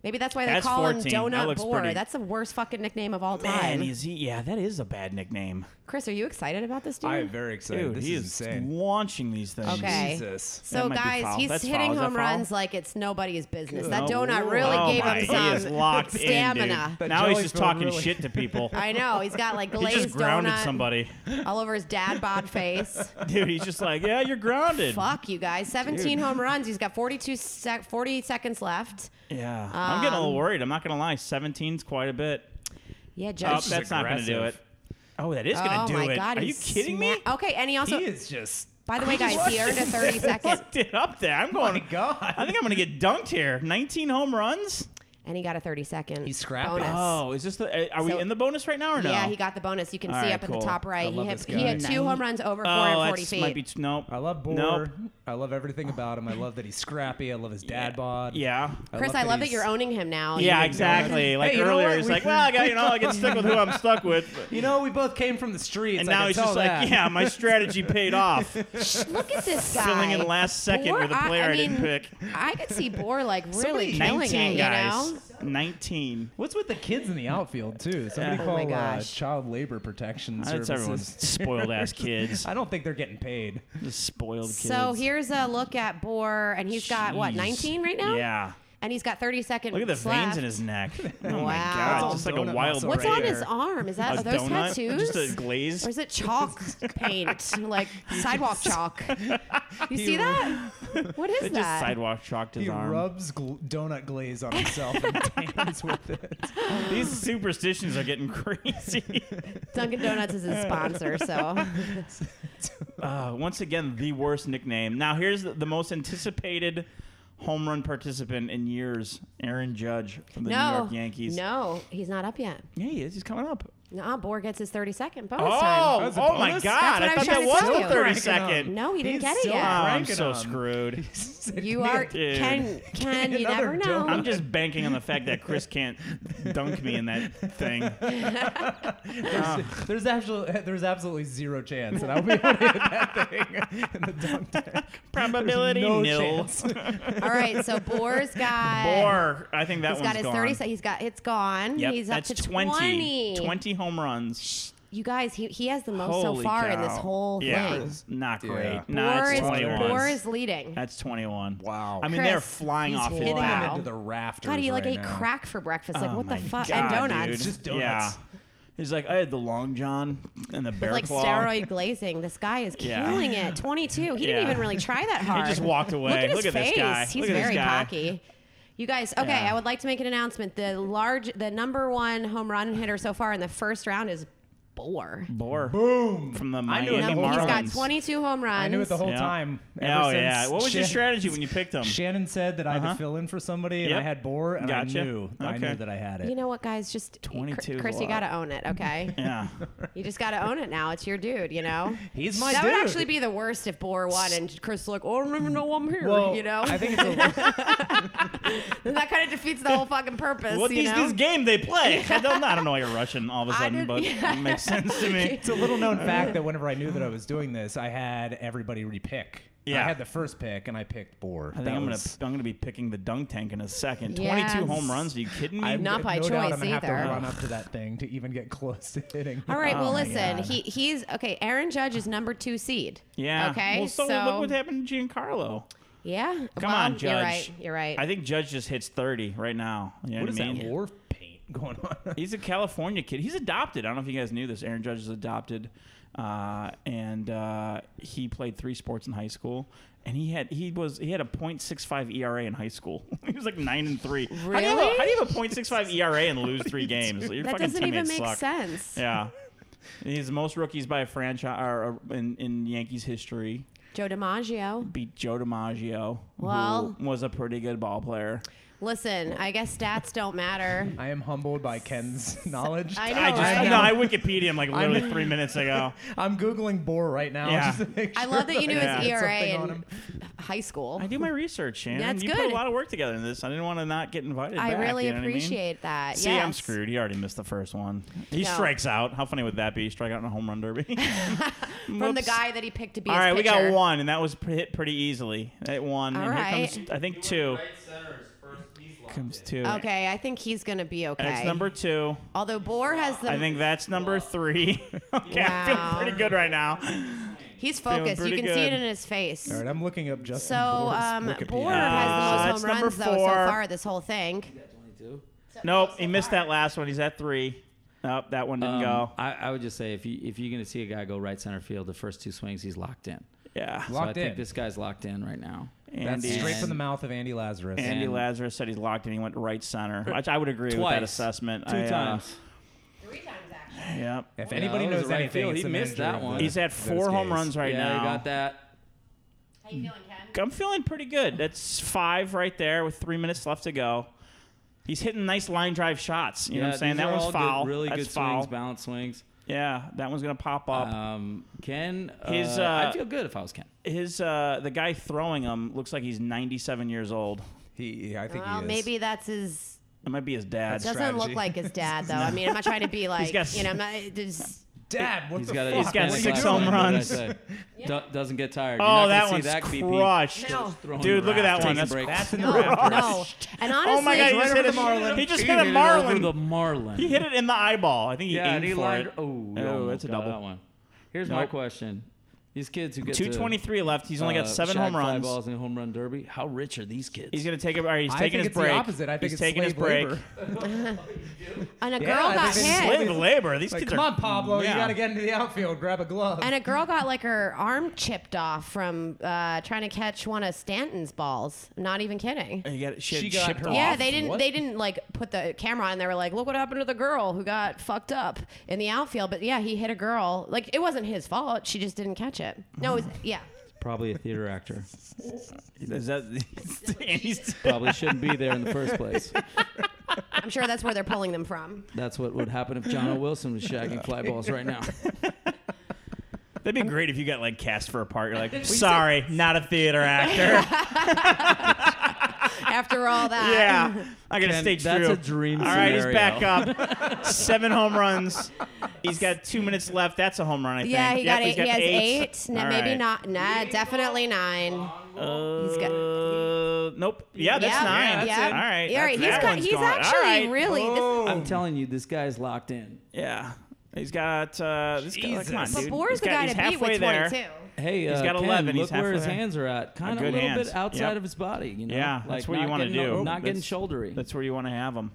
Speaker 2: Maybe that's why they
Speaker 10: That's
Speaker 2: call
Speaker 10: 14.
Speaker 2: him
Speaker 10: That
Speaker 2: Donut
Speaker 10: looks
Speaker 2: Boar.
Speaker 10: pretty-
Speaker 2: That's the worst fucking nickname of all
Speaker 10: Man,
Speaker 2: time.
Speaker 10: is he? Yeah, that is a bad nickname.
Speaker 2: Chris, are you excited about this dude?
Speaker 11: I am very excited.
Speaker 10: Dude,
Speaker 11: this
Speaker 10: he
Speaker 11: is
Speaker 10: is
Speaker 11: insane.
Speaker 10: launching these things.
Speaker 2: Okay.
Speaker 11: Jesus.
Speaker 2: So
Speaker 10: That might be
Speaker 2: guys,
Speaker 10: foul.
Speaker 2: he's
Speaker 10: That's foul.
Speaker 2: hitting
Speaker 10: Is that
Speaker 2: home
Speaker 10: foul?
Speaker 2: runs like it's nobody's business. that
Speaker 10: Oh,
Speaker 2: donut
Speaker 10: Lord.
Speaker 2: really
Speaker 10: Oh,
Speaker 2: gave
Speaker 10: my.
Speaker 2: him
Speaker 10: He
Speaker 2: some
Speaker 10: is locked in, dude.
Speaker 2: stamina.
Speaker 11: That
Speaker 10: Now he's
Speaker 11: jelly
Speaker 10: just
Speaker 11: felt
Speaker 10: talking
Speaker 11: really-
Speaker 10: shit to people.
Speaker 2: I know he's got like
Speaker 10: he
Speaker 2: glazed
Speaker 10: just grounded
Speaker 2: donut
Speaker 10: somebody.
Speaker 2: all over his dad bod face.
Speaker 10: Dude, he's just like, yeah, you're grounded.
Speaker 2: Fuck you guys! 17 home runs. He's got 42 sec- 40 seconds left.
Speaker 10: Yeah. I'm getting a little
Speaker 2: Um,
Speaker 10: worried. I'm not going to lie. 17's quite a bit.
Speaker 2: Yeah,
Speaker 10: Oh,
Speaker 2: Judge.
Speaker 10: that's not going to do it.
Speaker 11: aggressive.
Speaker 10: Oh, that is going
Speaker 2: oh
Speaker 10: to do
Speaker 2: my
Speaker 10: it.
Speaker 2: god!
Speaker 10: Are you
Speaker 2: he's
Speaker 10: kidding me?
Speaker 2: sma- Okay, and he also,
Speaker 11: He is just.
Speaker 2: by the way, guys, he earned a 30 second,
Speaker 10: Looked it up there. I'm going.
Speaker 11: Oh My God.
Speaker 10: I think I'm going to get dunked here. 19 home runs.
Speaker 2: and he got a 30 second.
Speaker 11: He's scrapping.
Speaker 2: bonus.
Speaker 10: Oh, is this the? Are
Speaker 2: So-
Speaker 10: we in the bonus right now or no?
Speaker 2: Yeah, he got the bonus. You can
Speaker 10: All
Speaker 2: see
Speaker 10: right,
Speaker 2: up at
Speaker 10: cool.
Speaker 2: the top right. He
Speaker 11: love
Speaker 2: hit,
Speaker 11: this
Speaker 2: he had
Speaker 11: guy.
Speaker 2: two home runs over
Speaker 10: Oh,
Speaker 2: 440
Speaker 10: that's
Speaker 2: feet.
Speaker 10: might be t- nope.
Speaker 11: I love Bohr.
Speaker 10: Nope.
Speaker 11: I love everything about him. I love that he's scrappy. I love his dad bod.
Speaker 10: Yeah.
Speaker 2: Chris, I love that
Speaker 11: he's-
Speaker 2: you're owning him now.
Speaker 10: Yeah,
Speaker 2: You-
Speaker 10: exactly. Like
Speaker 11: Hey, you know
Speaker 10: earlier,
Speaker 11: what?
Speaker 10: he's
Speaker 11: We-
Speaker 10: like, well, I got you know, I can stick with who I'm stuck with.
Speaker 11: You know, we both came from the streets.
Speaker 10: And
Speaker 11: I
Speaker 10: now
Speaker 11: can
Speaker 10: he's
Speaker 11: tell
Speaker 10: just
Speaker 11: that.
Speaker 10: like, yeah, my strategy paid off.
Speaker 2: Look at this guy.
Speaker 10: Filling in last second
Speaker 2: Bohr,
Speaker 10: with a player I,
Speaker 2: mean,
Speaker 10: didn't pick.
Speaker 2: I could see Bohr like really killing
Speaker 10: 19
Speaker 2: it,
Speaker 10: guys.
Speaker 2: you know?
Speaker 10: 19.
Speaker 11: What's with the kids in the outfield too? Somebody
Speaker 10: Yeah.
Speaker 11: call
Speaker 2: Oh my
Speaker 11: uh,
Speaker 2: gosh.
Speaker 11: child labor protection
Speaker 10: That's
Speaker 11: services.
Speaker 10: everyone's spoiled ass kids.
Speaker 11: I don't think they're getting paid.
Speaker 10: Just spoiled kids.
Speaker 2: So here's a look at Bohr, and he's got what
Speaker 10: Jeez.
Speaker 2: 19 right now,
Speaker 10: Yeah.
Speaker 2: and he's got 30 seconds.
Speaker 10: Look at the veins
Speaker 2: left.
Speaker 10: in his neck. Oh
Speaker 2: Wow.
Speaker 10: my god,
Speaker 2: That's
Speaker 10: it's just
Speaker 11: all
Speaker 10: like a
Speaker 11: donut
Speaker 10: wild
Speaker 11: muscle
Speaker 2: What's
Speaker 10: braid.
Speaker 2: on his arm? Is that
Speaker 10: A
Speaker 2: are those
Speaker 10: donut?
Speaker 2: tattoos?
Speaker 10: Just a glaze.
Speaker 2: or is it chalk paint, like sidewalk chalk? You see that? What is
Speaker 10: They just
Speaker 2: that?
Speaker 10: sidewalk chalked his
Speaker 11: He
Speaker 10: arm.
Speaker 11: rubs gl- donut glaze on himself and dance with it.
Speaker 10: These superstitions are getting crazy.
Speaker 2: Dunkin' Donuts is his sponsor, so
Speaker 10: Uh, once again, the worst nickname. Now, here's the, the most anticipated home run participant in years Aaron Judge from the New
Speaker 2: no,
Speaker 10: York Yankees.
Speaker 2: no, he's not up yet.
Speaker 10: Yeah, he is. He's coming up.
Speaker 2: No, Bohr gets his 30 second bonus
Speaker 10: Oh,
Speaker 2: time.
Speaker 11: was a
Speaker 10: oh my
Speaker 11: bonus?
Speaker 10: God.
Speaker 2: That's
Speaker 10: I thought
Speaker 2: what I
Speaker 10: that
Speaker 2: was
Speaker 10: was
Speaker 2: trying to
Speaker 10: the
Speaker 2: say.
Speaker 10: 30 second.
Speaker 2: No, he didn't
Speaker 11: He's
Speaker 2: get it
Speaker 11: still
Speaker 10: Oh,
Speaker 2: yet.
Speaker 11: out.
Speaker 10: I'm
Speaker 11: Cranking
Speaker 10: so
Speaker 11: him.
Speaker 10: screwed.
Speaker 2: You are
Speaker 10: Dude.
Speaker 2: Ken. Ken, you never
Speaker 11: Another
Speaker 2: know.
Speaker 10: I'm just banking on the fact that Chris can't dunk me in that thing.
Speaker 11: There's actual, there's absolutely zero chance that I'll be able to hit that thing in the dunk tank.
Speaker 10: Probability
Speaker 11: No
Speaker 10: nil.
Speaker 11: chance.
Speaker 2: All right, so Bohr's got.
Speaker 10: Or I think that
Speaker 2: He's
Speaker 10: one's
Speaker 2: got his
Speaker 10: gone.
Speaker 2: 30 se- He's got. It's gone.
Speaker 10: Yep,
Speaker 2: he's
Speaker 10: that's
Speaker 2: up to
Speaker 10: 20. 20 home runs.
Speaker 2: You guys, he, he has the most so
Speaker 10: Holy
Speaker 2: far in
Speaker 10: cow.
Speaker 2: this whole
Speaker 10: yeah,
Speaker 2: thing.
Speaker 10: it's Not great.
Speaker 11: Yeah.
Speaker 10: No, nah,
Speaker 2: Bohr
Speaker 10: it's
Speaker 2: is,
Speaker 10: 21.
Speaker 2: Bohr is leading.
Speaker 10: That's 21.
Speaker 11: Wow.
Speaker 10: I mean,
Speaker 2: Chris,
Speaker 10: they're flying
Speaker 2: he's
Speaker 10: off his
Speaker 2: hitting
Speaker 10: back.
Speaker 2: it.
Speaker 11: Into the rafters.
Speaker 2: God, he like
Speaker 11: right
Speaker 2: ate
Speaker 11: now.
Speaker 2: crack for breakfast. Like,
Speaker 10: Oh
Speaker 2: what the
Speaker 10: my
Speaker 2: fuck?
Speaker 10: God,
Speaker 2: and donuts.
Speaker 10: dude.
Speaker 11: Just donuts.
Speaker 10: Yeah. He's like, I had the long john and the bear
Speaker 2: With like
Speaker 10: claw.
Speaker 2: steroid glazing. This guy is
Speaker 10: Yeah.
Speaker 2: killing it. 22. He
Speaker 10: Yeah.
Speaker 2: didn't even really try that hard.
Speaker 10: He just walked away.
Speaker 2: Look at his face.
Speaker 10: this guy.
Speaker 2: He's
Speaker 10: Look at
Speaker 2: very
Speaker 10: this guy.
Speaker 2: cocky. You guys, okay,
Speaker 10: Yeah.
Speaker 2: I would like to make an announcement. The large the number 1 home run hitter so far in the first round is Boar.
Speaker 10: Boar. Boom. From the
Speaker 2: I
Speaker 10: Miami
Speaker 2: knew it the whole
Speaker 10: Marlins.
Speaker 2: He's got 22 home runs.
Speaker 11: I knew it the whole
Speaker 10: Yeah.
Speaker 11: time.
Speaker 10: Yeah, oh, yeah.
Speaker 11: since
Speaker 10: What was your
Speaker 11: Shan-
Speaker 10: strategy when you picked him?
Speaker 11: Shannon said that I had
Speaker 10: Uh-huh.
Speaker 11: to fill in for somebody, and I
Speaker 10: Yep.
Speaker 11: had Boar, and
Speaker 10: Gotcha.
Speaker 11: I knew I
Speaker 10: Okay.
Speaker 11: knew that I had it.
Speaker 2: You know what, guys? Just
Speaker 10: 22
Speaker 2: 22
Speaker 10: is
Speaker 2: Chris,
Speaker 10: a
Speaker 2: you
Speaker 10: lot.
Speaker 2: gotta own it, okay?
Speaker 10: uh, yeah.
Speaker 2: you just gotta own it now. It's your dude, you know.
Speaker 11: He's my
Speaker 2: that
Speaker 11: dude.
Speaker 2: would actually be the worst if Boar won and Chris like, oh, I don't even know I'm here,
Speaker 11: Well,
Speaker 2: you know.
Speaker 11: I think it's a,
Speaker 2: And that kind of defeats the whole fucking purpose,
Speaker 10: What
Speaker 2: you
Speaker 10: these,
Speaker 2: know.
Speaker 10: this game they play? I don't, I don't know why you're Russian all of a
Speaker 2: I
Speaker 10: sudden,
Speaker 2: did-
Speaker 10: but it makes sense to me.
Speaker 11: it's a little known fact that whenever I knew that I was doing this, I had everybody repick.
Speaker 10: Yeah.
Speaker 11: I had the first pick, and I picked Boar.
Speaker 10: I think I'm gonna I'm gonna be picking the dunk tank in a second. 22 home
Speaker 2: Yes.
Speaker 10: runs? Are you kidding me?
Speaker 2: Not by
Speaker 11: no doubt I'm
Speaker 2: choice
Speaker 11: gonna have to
Speaker 2: either.
Speaker 11: run up to that thing to even get close to hitting.
Speaker 2: All right,
Speaker 10: Oh
Speaker 2: well,
Speaker 10: my
Speaker 2: listen.
Speaker 10: God.
Speaker 2: He he's okay. Aaron Judge is number two seed.
Speaker 10: yeah.
Speaker 2: Okay.
Speaker 10: Well, so,
Speaker 2: so
Speaker 10: look what happened to Giancarlo.
Speaker 2: yeah.
Speaker 10: Come
Speaker 2: well,
Speaker 10: on, Judge.
Speaker 2: You're right. You're right.
Speaker 10: I think Judge just hits 30 right now. You know
Speaker 11: What
Speaker 10: what,
Speaker 11: is
Speaker 10: I mean?
Speaker 11: that war paint going on?
Speaker 10: He's a California kid. He's adopted. I don't know if you guys knew this. Aaron Judge is adopted, uh, and uh, he played three sports in high school. And he had he was he had a .65 ERA E in high school. he was like nine and three. How do you have a,
Speaker 2: Really?
Speaker 10: how do you have E a .65 ERA and lose three games? Your
Speaker 2: that
Speaker 10: fucking
Speaker 2: doesn't even
Speaker 10: teammates
Speaker 2: make
Speaker 10: suck.
Speaker 2: sense.
Speaker 10: Yeah, he's the most rookies by a franchise or, uh, in, in Yankees history.
Speaker 2: Joe DiMaggio.
Speaker 10: Beat Joe DiMaggio,
Speaker 2: Well-
Speaker 10: who was a pretty good ball player.
Speaker 2: Listen, I guess stats don't matter.
Speaker 11: I am humbled by Ken's knowledge.
Speaker 2: I know.
Speaker 10: I just
Speaker 2: right?
Speaker 10: no, I Wikipedia him like literally three minutes ago.
Speaker 11: I'm googling Boar right now.
Speaker 10: Yeah.
Speaker 11: Just to make
Speaker 2: I
Speaker 11: sure
Speaker 2: love that you knew
Speaker 10: Yeah.
Speaker 2: his
Speaker 10: Put
Speaker 2: ERA
Speaker 11: something on
Speaker 2: in
Speaker 11: him.
Speaker 2: high school.
Speaker 10: I do my research, Shannon.
Speaker 2: That's
Speaker 10: you put
Speaker 2: good.
Speaker 10: a lot of work together in this. I didn't want to not get invited.
Speaker 2: I
Speaker 10: back,
Speaker 2: really
Speaker 10: you know what I mean?
Speaker 2: appreciate that.
Speaker 10: See, I'm
Speaker 2: yes.
Speaker 10: screwed. He already missed the first one. He
Speaker 2: No.
Speaker 10: strikes out. How funny would that be? Strike out in a home run derby.
Speaker 2: From the guy that he picked to be
Speaker 10: All
Speaker 2: his
Speaker 10: right, we got
Speaker 2: pitcher.
Speaker 10: one, and that was pre- hit pretty easily. It won.
Speaker 2: All
Speaker 10: and
Speaker 2: right.
Speaker 10: here comes, I think two
Speaker 7: Right center is first. He's locked
Speaker 10: comes
Speaker 7: in.
Speaker 10: two.
Speaker 2: Okay, I think he's going to be okay.
Speaker 10: That's number two.
Speaker 2: Although Bohr has the.
Speaker 10: I think that's number three. okay, I
Speaker 2: Wow.
Speaker 10: feel pretty good right now.
Speaker 2: he's
Speaker 10: feeling
Speaker 2: focused. You
Speaker 10: pretty
Speaker 2: can see it
Speaker 10: good.
Speaker 2: in his face.
Speaker 11: All right, I'm looking up Justin
Speaker 2: So
Speaker 11: Boar's
Speaker 2: um,
Speaker 11: Wikipedia.
Speaker 2: Bohr
Speaker 10: Ah,
Speaker 2: has
Speaker 10: that's
Speaker 2: the most home
Speaker 10: number
Speaker 2: runs, though, so
Speaker 10: four.
Speaker 2: far this whole thing.
Speaker 10: Nope, he missed that last one. He's at three. Nope, that one didn't
Speaker 5: Um,
Speaker 10: go.
Speaker 5: I, I would just say if you if you're gonna see a guy go right center field, the first two swings he's locked in.
Speaker 10: Yeah.
Speaker 5: so I
Speaker 11: Locked
Speaker 5: think
Speaker 11: in.
Speaker 5: this guy's locked in right now.
Speaker 11: That's
Speaker 10: Andy-
Speaker 11: straight from the mouth of Andy Lazarus.
Speaker 10: Andy
Speaker 5: And-
Speaker 10: Lazarus said he's locked and he went right center. Which I would agree with that
Speaker 5: Twice.
Speaker 10: assessment.
Speaker 5: Two
Speaker 10: I, uh,
Speaker 5: times.
Speaker 2: Three times, actually.
Speaker 10: Yep.
Speaker 11: if
Speaker 5: Yeah,
Speaker 11: anybody
Speaker 5: that was
Speaker 11: knows
Speaker 5: right
Speaker 11: anything,
Speaker 5: field.
Speaker 11: it's
Speaker 5: He
Speaker 11: the
Speaker 5: missed
Speaker 11: manager
Speaker 5: that
Speaker 11: of
Speaker 5: one.
Speaker 11: the-
Speaker 10: He's at
Speaker 11: those
Speaker 10: four home
Speaker 11: gays.
Speaker 10: runs right
Speaker 5: yeah,
Speaker 10: now.
Speaker 5: you got that.
Speaker 2: How you feeling, Ken?
Speaker 10: I'm feeling pretty good. That's five right there with three minutes left to go. He's hitting nice line drive shots. You know
Speaker 5: yeah,
Speaker 10: what I'm saying?
Speaker 5: these
Speaker 10: That
Speaker 5: are
Speaker 10: one's
Speaker 5: all good-
Speaker 10: foul.
Speaker 5: really
Speaker 10: That's
Speaker 5: good
Speaker 10: foul.
Speaker 5: swings, balance swings.
Speaker 10: Yeah, that one's gonna pop up.
Speaker 5: Um, Ken,
Speaker 10: His,
Speaker 5: uh,
Speaker 10: uh,
Speaker 5: I'd feel good if I was Ken.
Speaker 10: His uh, the guy throwing him looks like he's 97 years old.
Speaker 11: He, he- I think
Speaker 2: Well,
Speaker 11: he is.
Speaker 2: maybe that's his.
Speaker 10: That might be his dad.
Speaker 2: Doesn't look
Speaker 11: strategy.
Speaker 2: like his dad, though. I mean, I'm not trying to be like,
Speaker 10: got-
Speaker 2: you know, I'm not. it Just,
Speaker 11: Dad, what
Speaker 5: He's
Speaker 11: the
Speaker 5: got, a
Speaker 11: fuck?
Speaker 5: he's
Speaker 10: got
Speaker 5: Hispanic
Speaker 10: six
Speaker 5: last
Speaker 10: home
Speaker 5: name, what did I
Speaker 10: runs.
Speaker 5: say? Do- doesn't get tired. You're
Speaker 10: oh,
Speaker 5: not gonna
Speaker 10: that
Speaker 5: see
Speaker 10: one's
Speaker 5: that BP.
Speaker 10: crushed.
Speaker 2: No.
Speaker 5: Throwing
Speaker 10: Dude, look at
Speaker 5: rafters
Speaker 10: that one.
Speaker 5: and
Speaker 10: That's,
Speaker 5: breaks.
Speaker 10: that's in the
Speaker 2: no,
Speaker 10: rafters.
Speaker 2: no. And honestly,
Speaker 10: Oh my god, he
Speaker 2: right
Speaker 10: just
Speaker 2: over
Speaker 10: hit
Speaker 2: the
Speaker 10: a
Speaker 2: Marlins.
Speaker 10: He just
Speaker 5: He
Speaker 10: hit a
Speaker 5: hit it
Speaker 10: Marlin.
Speaker 5: Over the Marlin.
Speaker 10: He hit it in the eyeball. I think he
Speaker 5: yeah,
Speaker 10: aimed
Speaker 5: and he
Speaker 10: for
Speaker 5: lined.
Speaker 10: it.
Speaker 5: Oh,
Speaker 10: oh,
Speaker 5: almost
Speaker 10: that's a
Speaker 5: got
Speaker 10: double.
Speaker 5: That one. Here's my
Speaker 10: Nope.
Speaker 5: question: These kids who get to,
Speaker 10: Two twenty-three left. He's only
Speaker 5: uh,
Speaker 10: got seven
Speaker 5: shag
Speaker 10: home
Speaker 5: fly
Speaker 10: runs.
Speaker 5: balls in a home run derby. How rich are these kids?
Speaker 10: He's gonna take a. All right, he's
Speaker 11: I
Speaker 10: taking his
Speaker 11: think it's
Speaker 10: break.
Speaker 11: the opposite. I think
Speaker 10: he's
Speaker 11: it's
Speaker 10: taking his
Speaker 11: slave
Speaker 10: break.
Speaker 11: labor.
Speaker 2: And a girl
Speaker 11: Yeah, I
Speaker 2: got
Speaker 11: think
Speaker 2: hit.
Speaker 11: it's
Speaker 10: Slave labor. These
Speaker 11: Like,
Speaker 10: kids
Speaker 11: come
Speaker 10: are.
Speaker 11: on, Pablo,
Speaker 10: yeah.
Speaker 11: you got to get into the outfield, grab a glove.
Speaker 2: And a girl got like her arm chipped off from uh, trying to catch one of Stanton's balls. I'm not even kidding.
Speaker 10: You got shit
Speaker 11: She got
Speaker 10: shipped
Speaker 11: her-
Speaker 10: off.
Speaker 2: Yeah, they didn't.
Speaker 11: What?
Speaker 2: They didn't like put the camera on. They were like, "Look what happened to the girl who got fucked up in the outfield." But yeah, he hit a girl. Like it wasn't his fault. She just didn't catch it. No, it was, yeah.
Speaker 5: probably a theater actor.
Speaker 10: Is that? and he's-
Speaker 5: probably shouldn't be there in the first place.
Speaker 2: I'm sure that's where they're pulling them from.
Speaker 5: That's what would happen if John O. Wilson was shagging fly balls right now.
Speaker 10: That'd be great if you got like cast for a part. You're like, sorry, not a theater actor.
Speaker 2: After all that,
Speaker 10: yeah, I got to
Speaker 5: Ken,
Speaker 10: stage
Speaker 5: that's
Speaker 10: through.
Speaker 5: a dream
Speaker 10: All right, he's
Speaker 5: scenario.
Speaker 10: back up. Seven home runs. He's got two minutes left. That's a home run, I think.
Speaker 2: Yeah, he
Speaker 10: Yep,
Speaker 2: got
Speaker 10: he's
Speaker 2: eight. He has eight. No,
Speaker 10: All
Speaker 2: maybe
Speaker 10: right.
Speaker 2: not. Nah, definitely nine. He's got-
Speaker 10: Uh, nope. Yeah, that's
Speaker 2: Yep,
Speaker 10: nine.
Speaker 2: yep.
Speaker 10: All right.
Speaker 2: All right.
Speaker 10: That's- that
Speaker 2: He's, got,
Speaker 10: one's
Speaker 2: he's
Speaker 10: gone. All
Speaker 2: actually
Speaker 10: right.
Speaker 2: really. This,
Speaker 5: I'm telling you, this guy's locked in.
Speaker 10: Yeah. He's got. Uh, this guy, come on,
Speaker 11: Jesus.
Speaker 10: dude.
Speaker 2: but Boar's
Speaker 10: He's
Speaker 2: the
Speaker 10: got-
Speaker 2: guy
Speaker 10: he's
Speaker 2: to beat with
Speaker 10: halfway there.
Speaker 2: 22.
Speaker 5: Hey,
Speaker 10: He's
Speaker 5: uh,
Speaker 10: got
Speaker 5: Ken,
Speaker 10: 11. He's
Speaker 5: Look where his
Speaker 10: halfway.
Speaker 5: hands are at. Kind of a
Speaker 10: good
Speaker 5: little
Speaker 10: hands.
Speaker 5: bit outside
Speaker 10: Yep.
Speaker 5: of his body. You know,
Speaker 10: Yeah,
Speaker 5: like
Speaker 10: that's what you
Speaker 5: not
Speaker 10: want to
Speaker 5: getting-
Speaker 10: do.
Speaker 5: Not getting
Speaker 10: That's-
Speaker 5: shouldery.
Speaker 10: That's where you want to have him.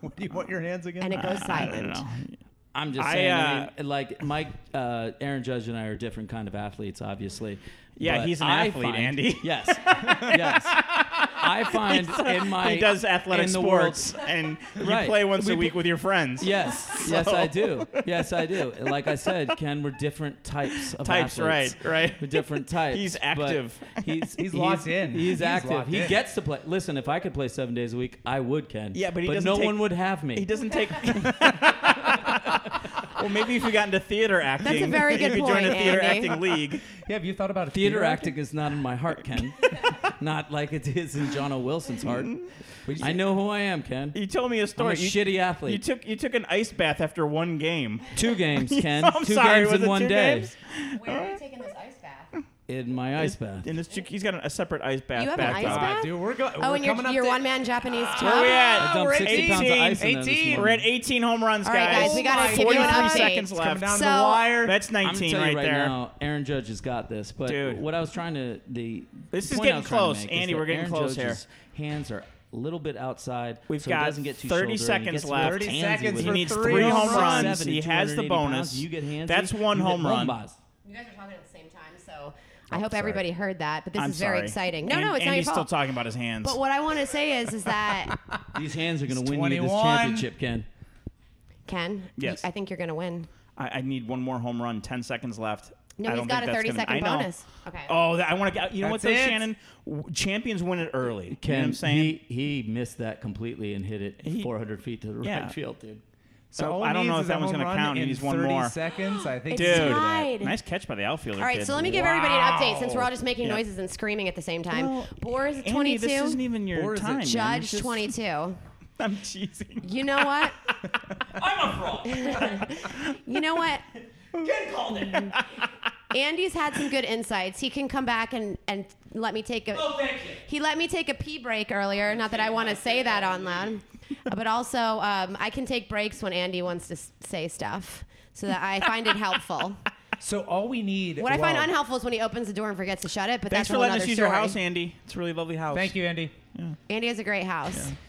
Speaker 11: What do you want your hands again?
Speaker 2: And it goes
Speaker 10: I don't
Speaker 2: silent.
Speaker 10: know.
Speaker 5: I'm just
Speaker 10: I,
Speaker 5: saying. I
Speaker 10: uh,
Speaker 5: mean, like Mike, uh, Aaron Judge, and I are different kind of athletes, obviously.
Speaker 10: Yeah,
Speaker 5: But
Speaker 10: he's an
Speaker 5: I
Speaker 10: athlete,
Speaker 5: find-
Speaker 10: Andy.
Speaker 5: Yes, yes. I find in my
Speaker 10: he does athletic
Speaker 5: in the
Speaker 10: sports,
Speaker 5: world-
Speaker 10: and you
Speaker 5: Right.
Speaker 10: play once a
Speaker 5: We
Speaker 10: week
Speaker 5: pl-
Speaker 10: with your friends.
Speaker 5: Yes,
Speaker 10: So-
Speaker 5: yes, I do. Yes, I do. And Like I said, Ken, we're different types of
Speaker 10: Types,
Speaker 5: athletes.
Speaker 10: right, right.
Speaker 5: We're different types.
Speaker 10: He's
Speaker 5: but
Speaker 10: active.
Speaker 5: He's
Speaker 10: He's locked in.
Speaker 5: He's,
Speaker 10: He's
Speaker 5: active.
Speaker 10: locked
Speaker 5: He
Speaker 10: in.
Speaker 5: gets to play. Listen, if I could play seven days a week, I would, Ken.
Speaker 10: Yeah, but he doesn't
Speaker 5: no
Speaker 10: take-
Speaker 5: one would have me.
Speaker 10: He doesn't take. well, maybe if you got into theater acting, you could join a theater acting league.
Speaker 5: Yeah, have you thought about
Speaker 10: theater
Speaker 5: theater acting? Is not in my heart, Ken. not like it is in John O. Wilson's heart.
Speaker 10: Mm-hmm.
Speaker 5: I know who I am, Ken.
Speaker 10: You told me a story.
Speaker 5: I'm a
Speaker 10: You-
Speaker 5: shitty athlete.
Speaker 10: You took you took an ice bath after one game.
Speaker 5: Two games, Ken.
Speaker 10: I'm
Speaker 5: Two
Speaker 10: sorry,
Speaker 5: games
Speaker 10: was
Speaker 5: in
Speaker 10: it
Speaker 5: one
Speaker 10: two
Speaker 5: day.
Speaker 10: games?
Speaker 2: Where are you taking this ice bath?
Speaker 5: In my ice bath.
Speaker 10: In his, chick- he's got a separate ice bath.
Speaker 2: You have an
Speaker 10: bathtub.
Speaker 2: ice bath? oh, and your, your one man Japanese tub?
Speaker 10: Where we at?
Speaker 5: dumped
Speaker 10: we're at
Speaker 5: 60 pounds of ice in there this
Speaker 10: 18.
Speaker 5: morning.
Speaker 10: We're at 18 home runs,
Speaker 2: All
Speaker 10: guys.
Speaker 2: right, guys, we gotta give you an
Speaker 10: 43
Speaker 2: update.
Speaker 10: seconds
Speaker 2: It's
Speaker 10: left.
Speaker 2: coming down to the So- wire.
Speaker 10: That's 19
Speaker 5: I'm telling
Speaker 10: right,
Speaker 5: you right
Speaker 10: there.
Speaker 5: Now, Aaron Judge has got this, but
Speaker 10: Dude.
Speaker 5: what I was trying to the
Speaker 10: This
Speaker 5: the
Speaker 10: is
Speaker 5: point I
Speaker 10: getting
Speaker 5: was trying to
Speaker 10: close,
Speaker 5: make is
Speaker 10: Andy,
Speaker 5: that
Speaker 10: we're getting
Speaker 5: Aaron
Speaker 10: close here.
Speaker 5: Judge's Hands are a little bit outside.
Speaker 10: We've
Speaker 5: so he
Speaker 10: got
Speaker 5: doesn't get too
Speaker 10: 30
Speaker 5: shoulder, and he
Speaker 10: seconds
Speaker 5: gets a
Speaker 10: left.
Speaker 5: little
Speaker 10: 30
Speaker 5: handsy
Speaker 10: seconds
Speaker 5: with
Speaker 10: for
Speaker 5: it.
Speaker 10: He needs three three home home runs. runs. He has the
Speaker 5: 280
Speaker 10: bonus.
Speaker 5: pounds, you get handsy.
Speaker 10: That's one
Speaker 5: you hit
Speaker 10: home run.
Speaker 5: bombs.
Speaker 2: You guys are talking at the same time, so I hope everybody heard that. But this
Speaker 10: I'm
Speaker 2: is very
Speaker 10: sorry.
Speaker 2: exciting. No,
Speaker 10: and,
Speaker 2: no, it's
Speaker 10: and
Speaker 2: not your
Speaker 10: he's
Speaker 2: fault.
Speaker 10: still talking about his hands.
Speaker 2: But what I want to say is, is that
Speaker 5: These hands are going
Speaker 10: It's
Speaker 5: to win you this
Speaker 10: 21.
Speaker 5: championship, Ken.
Speaker 2: Ken,
Speaker 10: Yes.
Speaker 2: I think you're going to win.
Speaker 10: I, I need one more home run. 10 seconds left.
Speaker 2: No,
Speaker 10: I
Speaker 2: he's
Speaker 10: don't
Speaker 2: got
Speaker 10: think
Speaker 2: a
Speaker 10: that's
Speaker 2: 30
Speaker 10: gonna-
Speaker 2: second
Speaker 10: I know.
Speaker 2: bonus. Okay.
Speaker 10: Oh, that, I want to. You know what, though,
Speaker 5: That's it.
Speaker 10: Shannon? W- Champions win it early.
Speaker 5: Ken,
Speaker 10: you know what I'm saying?
Speaker 5: he he missed that completely and hit it 400 feet to the
Speaker 10: Yeah.
Speaker 5: right field, dude.
Speaker 10: So I don't know if that one's going to count. He needs one more.
Speaker 11: seconds. I think.
Speaker 2: It's
Speaker 10: Dude,
Speaker 2: tied.
Speaker 10: nice catch by the outfielder.
Speaker 2: All right,
Speaker 10: kid.
Speaker 2: so let me give everybody an update since we're all just
Speaker 10: Wow.
Speaker 2: making
Speaker 10: Yeah.
Speaker 2: noises and screaming at the same time.
Speaker 10: Well,
Speaker 2: Boar is at
Speaker 10: Andy,
Speaker 2: 22.
Speaker 10: this isn't even your time. man.
Speaker 2: Judge
Speaker 10: It's just-
Speaker 2: 22.
Speaker 10: I'm cheesing.
Speaker 2: You know what? You know what? Andy's had some good insights. He can come back and, and let me take a.
Speaker 7: Oh, thank you.
Speaker 2: He let me take a pee break earlier. Not that I want to say that on loud, but also um, I can take breaks when Andy wants to s- say stuff, so that I find it helpful.
Speaker 11: So all we need.
Speaker 2: What I find
Speaker 11: well,
Speaker 2: unhelpful is when he opens the door and forgets to shut it. But
Speaker 10: Thanks
Speaker 2: that's a
Speaker 10: for
Speaker 2: whole
Speaker 10: letting
Speaker 2: other
Speaker 10: us use
Speaker 2: story.
Speaker 10: your house, Andy. It's a really lovely house.
Speaker 11: Thank you, Andy.
Speaker 2: Andy has a great house.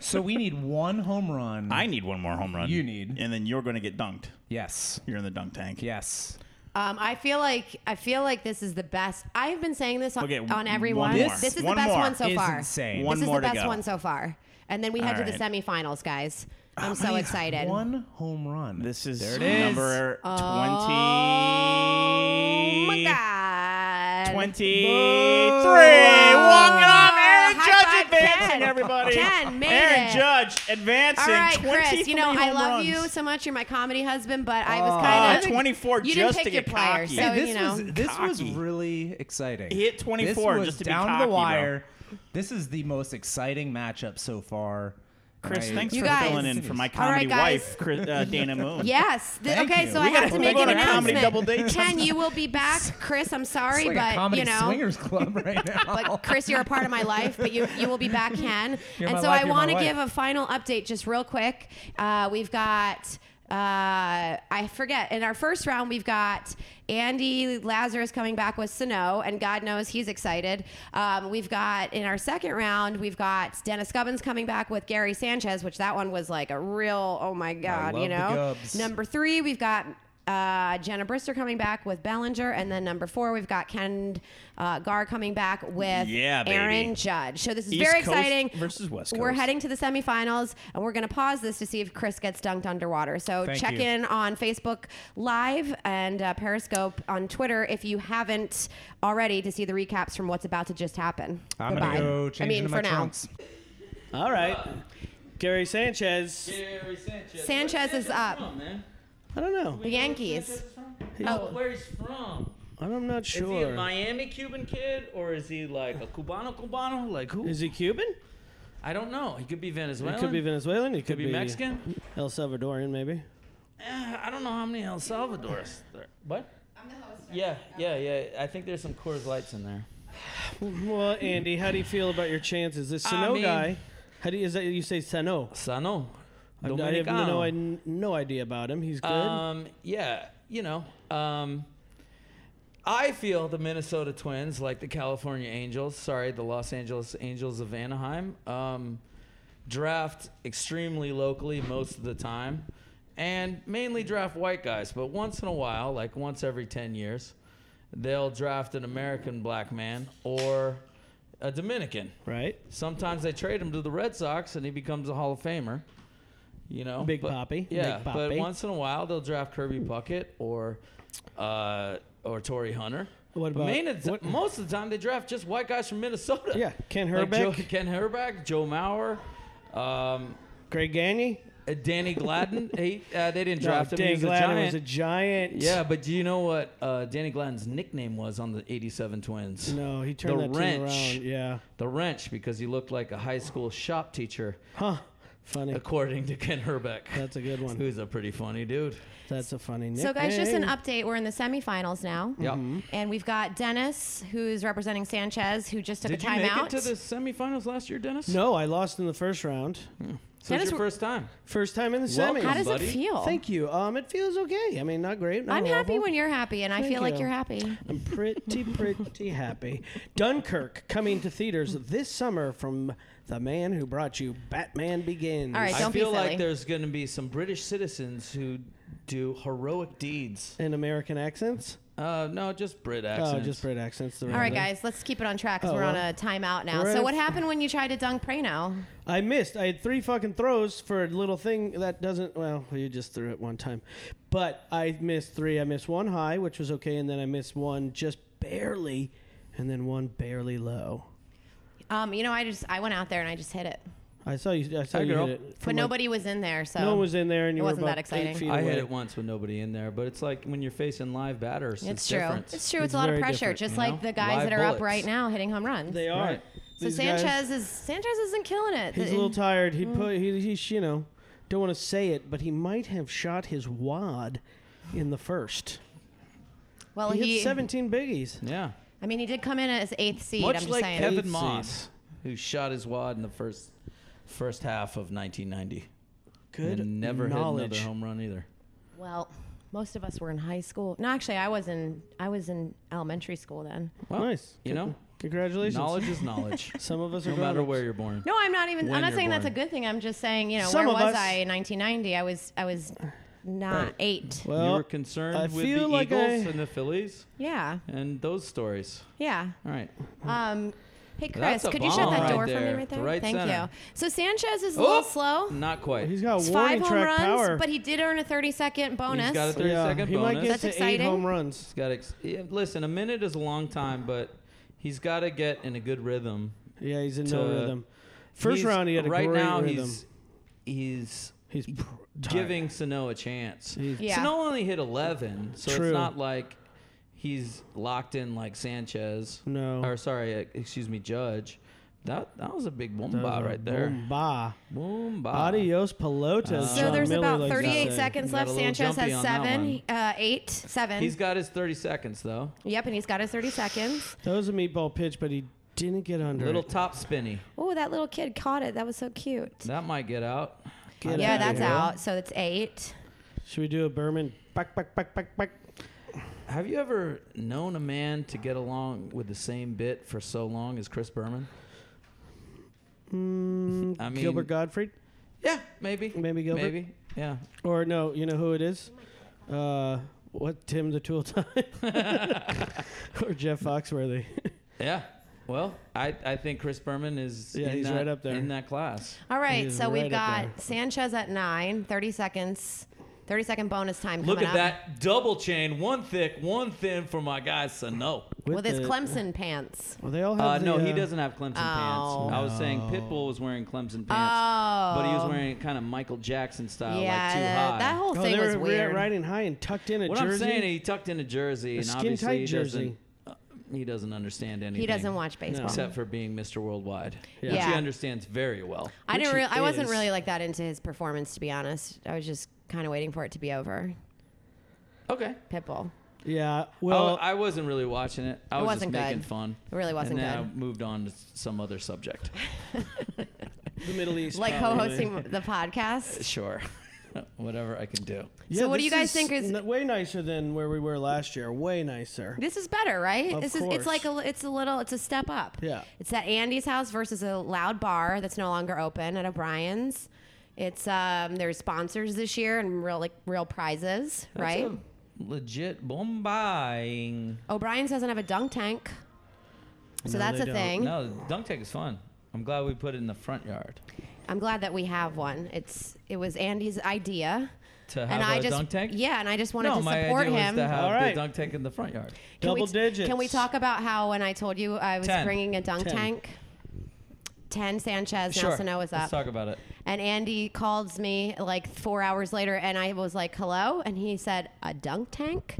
Speaker 11: So we need one home run.
Speaker 10: I need one more home run.
Speaker 11: You need.
Speaker 10: and then you're going to get dunked.
Speaker 11: Yes.
Speaker 10: You're in the dunk tank.
Speaker 11: Yes.
Speaker 2: Um, I feel like I feel like this is the best. I've been saying this on,
Speaker 10: Okay,
Speaker 2: on
Speaker 10: one
Speaker 2: everyone.
Speaker 10: more.
Speaker 2: This is
Speaker 10: One
Speaker 2: the best
Speaker 10: more
Speaker 2: one so
Speaker 11: is
Speaker 2: far.
Speaker 11: insane.
Speaker 2: This
Speaker 10: One
Speaker 2: is
Speaker 10: more
Speaker 2: the
Speaker 10: to
Speaker 2: best
Speaker 10: go.
Speaker 2: one so far. And then we head
Speaker 10: All
Speaker 2: to the
Speaker 10: right.
Speaker 2: semifinals, guys. I'm so excited.
Speaker 11: One home run.
Speaker 10: This is
Speaker 11: There it is.
Speaker 10: number
Speaker 2: Oh my
Speaker 10: 20.
Speaker 2: God.
Speaker 10: 23.
Speaker 2: Whoa.
Speaker 10: Walking off.
Speaker 2: High five,
Speaker 10: Aaron Judge advancing,
Speaker 2: Ken.
Speaker 10: everybody.
Speaker 2: Ken made
Speaker 10: Aaron
Speaker 2: it.
Speaker 10: Judge advancing.
Speaker 2: All right,
Speaker 10: 23
Speaker 2: Chris. You know I
Speaker 10: home
Speaker 2: love
Speaker 10: runs.
Speaker 2: you so much. You're my comedy husband, but I
Speaker 11: Aw.
Speaker 2: was kind
Speaker 10: Uh,
Speaker 2: of
Speaker 10: 24
Speaker 2: You didn't
Speaker 10: just
Speaker 2: pick
Speaker 10: to
Speaker 2: your
Speaker 10: get
Speaker 2: player,
Speaker 10: cocky.
Speaker 2: so
Speaker 10: Hey,
Speaker 11: this
Speaker 2: you know.
Speaker 11: was this was
Speaker 10: Cocky.
Speaker 11: really exciting.
Speaker 10: He hit 24
Speaker 11: This was
Speaker 10: just to be
Speaker 11: down
Speaker 10: cocky,
Speaker 11: to the
Speaker 10: bro.
Speaker 11: wire. This is the most exciting matchup so far.
Speaker 10: Chris,
Speaker 11: I-
Speaker 10: thanks
Speaker 2: You
Speaker 10: for
Speaker 2: guys.
Speaker 10: filling in for my
Speaker 2: All right,
Speaker 10: comedy
Speaker 2: guys.
Speaker 10: wife, Chris, uh, Dana Moon.
Speaker 2: Yes. Th-
Speaker 11: Thank
Speaker 2: okay,
Speaker 11: you.
Speaker 2: so
Speaker 11: We
Speaker 2: I have
Speaker 10: gotta
Speaker 2: to make
Speaker 10: go
Speaker 2: an
Speaker 10: to comedy
Speaker 2: announcement.
Speaker 10: double date
Speaker 2: Ken, you will be back. Chris, I'm sorry,
Speaker 11: It's like
Speaker 2: but
Speaker 11: a comedy
Speaker 2: you know.
Speaker 11: swingers club right now.
Speaker 2: But Chris, you're a part of my life, but you, you will be back, Ken.
Speaker 11: You're
Speaker 2: and
Speaker 11: my
Speaker 2: so
Speaker 11: life,
Speaker 2: I
Speaker 11: you're
Speaker 2: want to
Speaker 11: my
Speaker 2: give a
Speaker 11: wife.
Speaker 2: final update just real quick. Uh, we've got. Uh, I forget. In our first round, we've got Andy Lazarus coming back with Sano, and God knows he's excited. Um, we've got in our second round, we've got Dennis Gubbins coming back with Gary Sanchez, which that one was like a real oh my god,
Speaker 11: love
Speaker 2: you
Speaker 11: the
Speaker 2: know.
Speaker 11: Gubbs.
Speaker 2: Number three, we've got uh, Jenna Brister coming back with Bellinger, and then number four, we've got Ken uh, Gar coming back with
Speaker 10: Yeah, baby.
Speaker 2: Aaron Judge. So this is
Speaker 10: East
Speaker 2: very
Speaker 10: Coast
Speaker 2: exciting.
Speaker 10: versus West
Speaker 2: We're
Speaker 10: Coast.
Speaker 2: heading to the semifinals, and we're going to pause this to see if Chris gets dunked underwater. So
Speaker 11: Thank
Speaker 2: check
Speaker 11: you.
Speaker 2: in on Facebook Live and uh, Periscope on Twitter if you haven't already to see the recaps from what's about to just happen.
Speaker 11: I'm gonna
Speaker 2: Goodbye.
Speaker 11: go change
Speaker 2: I mean,
Speaker 11: into
Speaker 2: for
Speaker 11: my
Speaker 2: now.
Speaker 11: trunks.
Speaker 10: All right.
Speaker 4: Gary Sanchez.
Speaker 5: Gary Sanchez.
Speaker 2: Sanchez is up.
Speaker 5: From, man?
Speaker 4: I don't know.
Speaker 2: The Yankees. Oh.
Speaker 5: Where he's from?
Speaker 4: I'm not
Speaker 5: Is he a
Speaker 4: sure.
Speaker 5: Miami Cuban kid or is he like a Cubano Cubano? Like who?
Speaker 4: Is he Cuban?
Speaker 5: I don't know. He could be
Speaker 4: He
Speaker 5: Venezuelan.
Speaker 4: could be Venezuelan. He could,
Speaker 5: Could be Mexican.
Speaker 4: El Salvadorian, maybe.
Speaker 5: Eh, I don't know how many El Salvadors there. What?
Speaker 2: I'm the host.
Speaker 5: Yeah, yeah, yeah. I think there's some Coors Lights in there.
Speaker 4: Well, Andy, how do you feel about your chances? This
Speaker 5: I
Speaker 4: Sano
Speaker 5: mean-
Speaker 4: guy. How do you, is that you say Sano?
Speaker 5: Sano.
Speaker 4: I I have no, I no idea about him. He's good.
Speaker 5: Um, yeah, you know, um, I feel the Minnesota Twins, like the California Angels, sorry, the Los Angeles Angels of Anaheim, um, draft extremely locally most of the time and mainly draft white guys. But once in a while, like once every 10 years, they'll draft an American black man or a Dominican.
Speaker 4: Right.
Speaker 5: Sometimes they trade him to the Red Sox and he becomes a Hall of Famer. You know,
Speaker 4: Big
Speaker 5: but-
Speaker 4: Papi.
Speaker 5: Yeah,
Speaker 4: Big
Speaker 5: but
Speaker 4: Papi.
Speaker 5: once in a while they'll draft Kirby Puckett or uh, or Torrey Hunter.
Speaker 4: What
Speaker 5: But
Speaker 4: about-
Speaker 5: main of the- most of the time they draft just white guys from Minnesota? Yeah,
Speaker 4: Ken
Speaker 5: Joe,
Speaker 4: Herbeck.
Speaker 5: Ken Herbeck, Joe Mauer, um,
Speaker 4: Greg Gagne,
Speaker 6: uh,
Speaker 5: Danny Gladden. he, uh, they didn't draft him.
Speaker 4: Dan
Speaker 5: he was
Speaker 4: Gladden
Speaker 5: a giant.
Speaker 4: was a giant.
Speaker 5: Yeah, but do you know what uh, Danny Gladden's nickname was on the '87 Twins?
Speaker 4: No, he turned
Speaker 5: the
Speaker 4: that team
Speaker 5: wrench.
Speaker 4: around, Yeah,
Speaker 5: the wrench because he looked like a high school shop teacher.
Speaker 4: Huh. Funny.
Speaker 5: According to Ken Herbeck.
Speaker 4: That's a good one.
Speaker 5: Who's a pretty funny dude.
Speaker 4: That's a funny Mm-hmm.
Speaker 2: So, guys, just an update. We're in the semifinals now.
Speaker 5: Yep. Mhm.
Speaker 2: And we've got Dennis, who's representing Sanchez, who just took a
Speaker 5: Did you make
Speaker 2: timeout.
Speaker 5: it to the semifinals last year, Dennis?
Speaker 4: No, I lost in the first round.
Speaker 5: Hmm. So it's your first time.
Speaker 4: First time in the
Speaker 5: Welcome,
Speaker 4: semis.
Speaker 5: How does it buddy. feel?
Speaker 4: Thank you. Um, it feels okay. I mean, not great. not
Speaker 2: I'm happy
Speaker 4: awful.
Speaker 2: when you're happy, and I
Speaker 4: Thank
Speaker 2: feel like
Speaker 4: you.
Speaker 2: you're happy.
Speaker 4: I'm pretty, pretty happy. Dunkirk coming to theaters this summer from the man who brought you Batman Begins.
Speaker 5: I feel like there's going to be some British citizens who do heroic deeds.
Speaker 4: In American accents?
Speaker 5: Uh, no, just Brit accents.
Speaker 4: Oh, just Brit accents. the
Speaker 2: All right,
Speaker 4: random.
Speaker 2: guys, let's keep it on track because
Speaker 4: Oh,
Speaker 2: we're on
Speaker 4: well.
Speaker 2: a timeout now.
Speaker 4: We're at
Speaker 2: So,
Speaker 4: a-
Speaker 2: what happened when you tried to dunk Prano?
Speaker 4: I missed. I had three fucking throws for a little thing that doesn't. Well, you just threw it one time, but I missed three. I missed one high, which was okay, and then I missed one just barely, and then one barely low.
Speaker 2: Um, you know, I just I went out there and I just hit it,
Speaker 4: I saw you. I saw
Speaker 5: Hi,
Speaker 4: you
Speaker 5: girl.
Speaker 4: hit it.
Speaker 2: but
Speaker 4: from, like,
Speaker 2: nobody was in there, so
Speaker 4: No one was in there, and
Speaker 2: it
Speaker 4: you were
Speaker 2: wasn't that
Speaker 4: about eight
Speaker 2: exciting.
Speaker 4: feet
Speaker 5: I
Speaker 4: away.
Speaker 5: hit it once with nobody in there, but it's like when you're facing live batters. It's,
Speaker 2: It's true.
Speaker 5: different.
Speaker 2: It's true. It's, a lot of
Speaker 5: very
Speaker 2: pressure,
Speaker 5: different,
Speaker 2: just
Speaker 5: you
Speaker 2: like
Speaker 5: know?
Speaker 2: the guys
Speaker 5: Live
Speaker 2: that are up
Speaker 5: bullets.
Speaker 2: right now hitting home runs.
Speaker 4: They are.
Speaker 5: Right.
Speaker 2: So
Speaker 4: These guys-
Speaker 2: Sanchez is Sanchez isn't killing it. Mm.
Speaker 4: He's a little tired. He put he, he you know don't want to say it, but he might have shot his wad in the first.
Speaker 2: Well,
Speaker 4: he,
Speaker 2: he.
Speaker 4: hit 17 biggies.
Speaker 5: Yeah.
Speaker 2: I mean, he did come in as eighth seed.
Speaker 5: Much
Speaker 2: I'm just
Speaker 5: like
Speaker 2: saying.
Speaker 5: Evan Moss, who shot his wad in the first first half of 1990.
Speaker 4: Good
Speaker 5: and never hit
Speaker 4: knowledge.
Speaker 5: another home run either.
Speaker 2: Well, most of us were in high school. No, actually, I was in I was in elementary school then.
Speaker 5: Well,
Speaker 4: nice.
Speaker 5: You know,
Speaker 4: Congratulations.
Speaker 5: knowledge is knowledge.
Speaker 4: Some of us
Speaker 5: no
Speaker 4: are
Speaker 5: matter
Speaker 4: grown-ups.
Speaker 5: where you're born.
Speaker 2: No, I'm not even.
Speaker 5: When
Speaker 2: I'm not
Speaker 5: you're
Speaker 2: saying that's a
Speaker 5: born.
Speaker 2: good thing. I'm just saying, you know,
Speaker 4: Some
Speaker 2: where
Speaker 4: of
Speaker 2: was
Speaker 4: us-
Speaker 2: I in 1990? I was I was not
Speaker 5: Right.
Speaker 2: Uh, eight.
Speaker 5: you
Speaker 4: Well,
Speaker 5: were concerned
Speaker 4: I
Speaker 5: with
Speaker 4: feel
Speaker 5: the
Speaker 4: like
Speaker 5: Eagles
Speaker 4: I-
Speaker 5: and the Phillies
Speaker 2: Yeah,
Speaker 5: and those stories.
Speaker 2: yeah.
Speaker 5: All right.
Speaker 2: Um, hey Chris,
Speaker 5: Hmm. That's a
Speaker 2: could you shut
Speaker 5: bomb
Speaker 2: that
Speaker 5: right
Speaker 2: door for me
Speaker 5: there.
Speaker 2: right
Speaker 5: The
Speaker 2: there?
Speaker 5: right
Speaker 2: Thank
Speaker 5: center.
Speaker 2: you. So Sanchez is a
Speaker 5: Oh!
Speaker 2: little slow.
Speaker 5: Not quite.
Speaker 4: He's got
Speaker 2: It's five
Speaker 4: warning
Speaker 2: home
Speaker 4: track
Speaker 2: runs,
Speaker 4: power.
Speaker 2: but he did earn a 30 second bonus.
Speaker 5: He's got a 30
Speaker 4: yeah,
Speaker 5: second
Speaker 4: he
Speaker 5: bonus.
Speaker 4: might get
Speaker 2: That's
Speaker 4: to
Speaker 2: exciting.
Speaker 4: eight home runs.
Speaker 5: He's got ex- yeah, listen, a minute is a long time, but he's got to get in a good rhythm.
Speaker 4: Yeah, he's in
Speaker 5: to-
Speaker 4: no rhythm. First
Speaker 5: He's-
Speaker 4: round, he had a
Speaker 5: right
Speaker 4: great
Speaker 5: now,
Speaker 4: rhythm.
Speaker 5: He's, he's
Speaker 4: He's pr- tired.
Speaker 5: giving Sano a chance.
Speaker 4: He's-
Speaker 2: Yeah.
Speaker 5: Sano only hit 11, so
Speaker 4: True.
Speaker 5: it's not like he's locked in like Sanchez.
Speaker 4: No.
Speaker 5: Or sorry, uh, excuse me, Judge. That that was a big
Speaker 4: That was
Speaker 5: boomba
Speaker 4: a
Speaker 5: right there.
Speaker 4: boom ba.
Speaker 5: Boomba.
Speaker 4: Adios pelotas.
Speaker 5: Uh,
Speaker 2: so
Speaker 4: John
Speaker 2: there's
Speaker 4: Miller
Speaker 2: about
Speaker 4: likes to
Speaker 2: 38
Speaker 4: say.
Speaker 2: seconds
Speaker 5: Got a
Speaker 2: left.
Speaker 5: little
Speaker 2: Sanchez
Speaker 5: jumpy
Speaker 2: has
Speaker 5: on that
Speaker 2: seven, uh, eight, seven.
Speaker 5: He's got his 30 seconds though.
Speaker 2: yep, and he's got his 30 seconds.
Speaker 4: That was a meatball pitch, but he didn't get under
Speaker 5: Little
Speaker 4: it.
Speaker 5: top spinny.
Speaker 2: Oh, that little kid caught it. That was so cute.
Speaker 5: That might get out.
Speaker 4: Get
Speaker 2: yeah,
Speaker 4: outta
Speaker 2: that's
Speaker 4: here.
Speaker 2: out. So it's eight.
Speaker 4: Should we do a Berman? Back, back, back, back, back.
Speaker 5: Have you ever known a man to get along with the same bit for so long as Chris Berman?
Speaker 4: Mm,
Speaker 5: I mean-
Speaker 4: Gilbert Gottfried?
Speaker 5: Yeah, maybe.
Speaker 4: Maybe Gilbert?
Speaker 5: Maybe. Yeah.
Speaker 4: Or no, you know who it is? Uh, what, Tim the Tool Time? or Jeff Foxworthy?
Speaker 5: Yeah. Well, I, I think Chris Berman is
Speaker 4: Yeah,
Speaker 5: in
Speaker 4: he's
Speaker 5: that,
Speaker 4: right up there.
Speaker 5: in that class.
Speaker 2: All right,
Speaker 4: He's
Speaker 2: so
Speaker 4: right
Speaker 2: we've
Speaker 4: up
Speaker 2: got
Speaker 4: there.
Speaker 2: Sanchez at nine, 30 seconds, 30 second bonus time.
Speaker 5: Look
Speaker 2: coming
Speaker 5: at
Speaker 2: up.
Speaker 5: that double chain, one thick, one thin for my guy Sano.
Speaker 2: With his
Speaker 4: the-
Speaker 2: Clemson pants.
Speaker 4: Well, they all have
Speaker 5: Uh,
Speaker 4: the,
Speaker 5: no, he
Speaker 4: uh,
Speaker 5: doesn't have Clemson
Speaker 2: Oh.
Speaker 5: pants. I was saying Pitbull was wearing Clemson pants, but he was
Speaker 2: Oh.
Speaker 5: wearing kind of Michael Jackson style,
Speaker 2: yeah,
Speaker 5: like too high.
Speaker 2: Uh, that whole
Speaker 4: Oh,
Speaker 2: thing
Speaker 4: they
Speaker 2: was
Speaker 4: were ri-
Speaker 2: weird.
Speaker 4: riding high and tucked in a
Speaker 5: what
Speaker 4: jersey.
Speaker 5: I'm saying, he tucked in a jersey,
Speaker 4: A
Speaker 5: and
Speaker 4: skin
Speaker 5: obviously
Speaker 4: tight
Speaker 5: he
Speaker 4: jersey.
Speaker 5: doesn't. uh, he doesn't understand anything.
Speaker 2: he doesn't watch baseball.
Speaker 5: except for being Mr. Worldwide,
Speaker 2: Yeah.
Speaker 5: which he
Speaker 2: Yeah.
Speaker 5: understands very well.
Speaker 2: I didn't.
Speaker 4: Which
Speaker 2: Re-
Speaker 4: it
Speaker 2: I wasn't
Speaker 4: is.
Speaker 2: really like that into his performance, to be honest. I was just kind of waiting for it to be over.
Speaker 5: Okay.
Speaker 2: Pitbull.
Speaker 4: yeah.
Speaker 5: Well,
Speaker 4: Well,
Speaker 5: I, wasn't really watching it. I
Speaker 2: It
Speaker 5: was
Speaker 2: wasn't
Speaker 5: just
Speaker 2: good.
Speaker 5: making fun.
Speaker 2: It really wasn't
Speaker 5: and then
Speaker 2: good.
Speaker 5: I moved on to s- some other subject.
Speaker 4: the Middle East.
Speaker 2: Like
Speaker 4: probably.
Speaker 2: co-hosting the podcast.
Speaker 5: sure. Whatever I can do.
Speaker 4: Yeah,
Speaker 2: So what do
Speaker 4: this
Speaker 2: you guys think is-
Speaker 4: n- way nicer than where we were last year? Way nicer.
Speaker 2: This is better, right?
Speaker 4: Of
Speaker 2: this is. It's
Speaker 4: course.
Speaker 2: like a. li- It's a little. It's a step up.
Speaker 4: Yeah.
Speaker 2: It's at Andy's house versus a loud bar that's no longer open at O'Brien's. It's um. There's sponsors this year and real like real prizes,
Speaker 5: That's
Speaker 2: right?
Speaker 5: a legit bombaying.
Speaker 2: O'Brien's doesn't have a dunk tank. So that's a thing.
Speaker 5: No, dunk tank is fun. I'm glad we put it in the front yard.
Speaker 2: I'm glad that we have one. It's it was Andy's idea.
Speaker 5: To
Speaker 2: and
Speaker 5: have
Speaker 2: I
Speaker 5: a
Speaker 2: just
Speaker 5: dunk tank?
Speaker 2: yeah, and I just wanted
Speaker 5: no,
Speaker 2: to
Speaker 5: my
Speaker 2: support
Speaker 5: idea
Speaker 2: him.
Speaker 5: was to have
Speaker 2: All
Speaker 5: the
Speaker 2: right.
Speaker 5: dunk tank in the front yard.
Speaker 2: Can we, Can we talk about how when I told you I was
Speaker 5: Ten.
Speaker 2: bringing a dunk
Speaker 5: Ten.
Speaker 2: tank? Ten Sanchez
Speaker 5: Sure.
Speaker 2: now Sanoa's up.
Speaker 5: Let's talk about it.
Speaker 2: And Andy calls me like four hours later, and I was like, "Hello," and he said, "A dunk tank."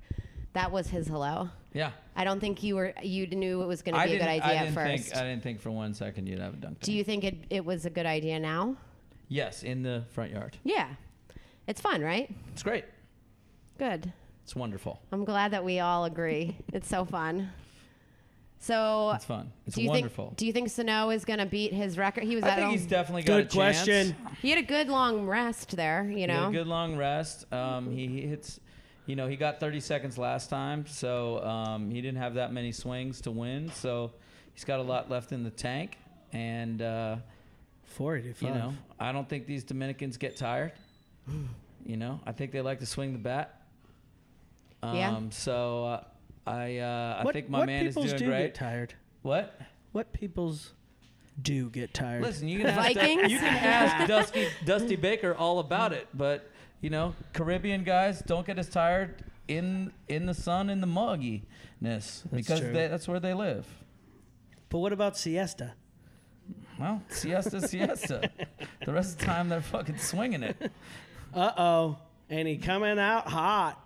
Speaker 2: That was his hello.
Speaker 5: Yeah.
Speaker 2: I don't think you were you knew it was going to
Speaker 5: I
Speaker 2: be a good
Speaker 5: didn't-
Speaker 2: idea
Speaker 5: I
Speaker 2: at
Speaker 5: didn't
Speaker 2: first.
Speaker 5: Think, I didn't think for one second you'd have a dunk tank.
Speaker 2: Do you think it, it was a good idea now?
Speaker 5: Yes, in the front yard.
Speaker 2: Yeah, it's fun, right?
Speaker 5: It's great.
Speaker 2: Good.
Speaker 5: It's wonderful.
Speaker 2: I'm glad that we all agree. it's so fun. So
Speaker 5: It's fun. It's
Speaker 2: do you think-
Speaker 5: wonderful.
Speaker 2: do you think Sano is going to beat his record? He was
Speaker 5: I
Speaker 2: at
Speaker 5: think
Speaker 2: home.
Speaker 5: he's definitely got a
Speaker 4: Good
Speaker 5: chance.
Speaker 4: question.
Speaker 2: He had a good long rest there. You
Speaker 5: He had
Speaker 2: know.
Speaker 5: a good long rest. Um, he, he hits, you know, he got 30 seconds last time, so um, he didn't have that many swings to win. So he's got a lot left in the tank, and uh,
Speaker 4: 485.
Speaker 5: you know, I don't think these Dominicans get tired. You know, I think they like to swing the bat. Um,
Speaker 4: Yeah.
Speaker 5: So uh, I uh, I
Speaker 4: What-
Speaker 5: think my
Speaker 4: what
Speaker 5: man is doing
Speaker 4: peoples do
Speaker 5: great.
Speaker 4: get tired?
Speaker 5: What?
Speaker 4: What people's do get tired?
Speaker 5: Listen, you can ask, Du- you can ask Dusty, Dusty Baker all about it, but you know, Caribbean guys don't get as tired in in the sun in the mugginess because
Speaker 4: true.
Speaker 5: they, that's where they live.
Speaker 4: But what about siesta?
Speaker 5: Well, siesta, siesta. The rest of the time they're fucking swinging it.
Speaker 4: Uh oh, and he coming out hot.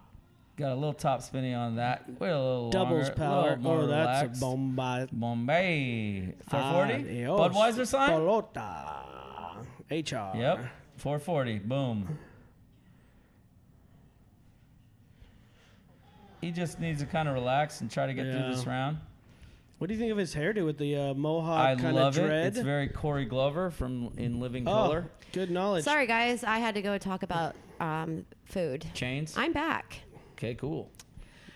Speaker 5: Got a little top spinny on that. Wait a little
Speaker 4: Doubles
Speaker 5: longer,
Speaker 4: power.
Speaker 5: A little more
Speaker 4: Oh, that's a
Speaker 5: relaxed.
Speaker 4: Bombay.
Speaker 5: Bombay.
Speaker 4: Ah,
Speaker 5: 440. Budweiser sign.
Speaker 4: Pelota. HR.
Speaker 5: Yep. 440. Boom. He just needs to kind of relax and try to get through this
Speaker 4: Yeah.
Speaker 5: round.
Speaker 4: What do you think of his hairdo with the uh,
Speaker 5: I
Speaker 4: mohawk kind of
Speaker 5: love it.
Speaker 4: dread?
Speaker 5: It's very Corey Glover from In Living
Speaker 4: Oh,
Speaker 5: Color.
Speaker 4: Good knowledge.
Speaker 2: Sorry guys, I had to go talk about um, food.
Speaker 5: Chains.
Speaker 2: I'm back.
Speaker 5: Okay, cool.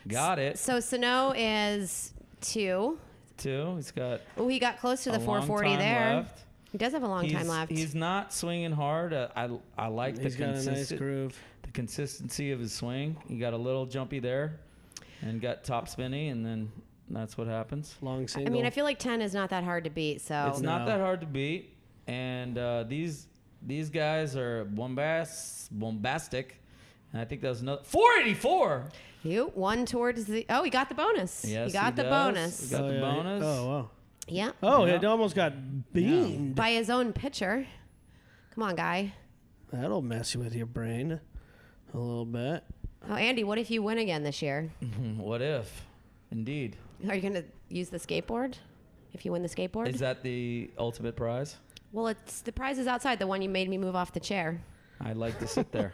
Speaker 5: Got it.
Speaker 2: So Sano is two.
Speaker 5: Two. He's got
Speaker 2: Oh, he got close to the
Speaker 5: A long
Speaker 2: 440
Speaker 5: time
Speaker 2: there.
Speaker 5: left.
Speaker 2: He does have a long
Speaker 5: he's,
Speaker 2: time left.
Speaker 5: He's not swinging hard. Uh, I I like
Speaker 4: He's
Speaker 5: the
Speaker 4: got a nice
Speaker 5: consistent-
Speaker 4: groove.
Speaker 5: The consistency of his swing. He got a little jumpy there, and got top spinny, and then that's what happens.
Speaker 4: Long
Speaker 2: I mean, I feel like 10 is not that hard to beat. So
Speaker 5: It's not that hard to beat, and uh, these these guys are bombast bombastic, and I think that was another 484.
Speaker 2: You one towards the. Oh, he got the bonus.
Speaker 5: Yes,
Speaker 2: he got
Speaker 5: he
Speaker 2: the
Speaker 5: does.
Speaker 2: bonus.
Speaker 5: He got the
Speaker 4: yeah.
Speaker 5: bonus.
Speaker 4: Oh, wow.
Speaker 2: Yeah.
Speaker 4: Oh, it almost got beamed.
Speaker 2: By his own pitcher. Come on, guy.
Speaker 4: That'll mess with your brain a little bit.
Speaker 2: Oh, Andy, what if you win again this year?
Speaker 5: Mm-hmm. what if? Indeed.
Speaker 2: Are you going to use the skateboard? If you win the skateboard?
Speaker 5: Is that the ultimate prize?
Speaker 2: well, it's the prize is outside. The one you made me move off the chair.
Speaker 5: I like to sit there.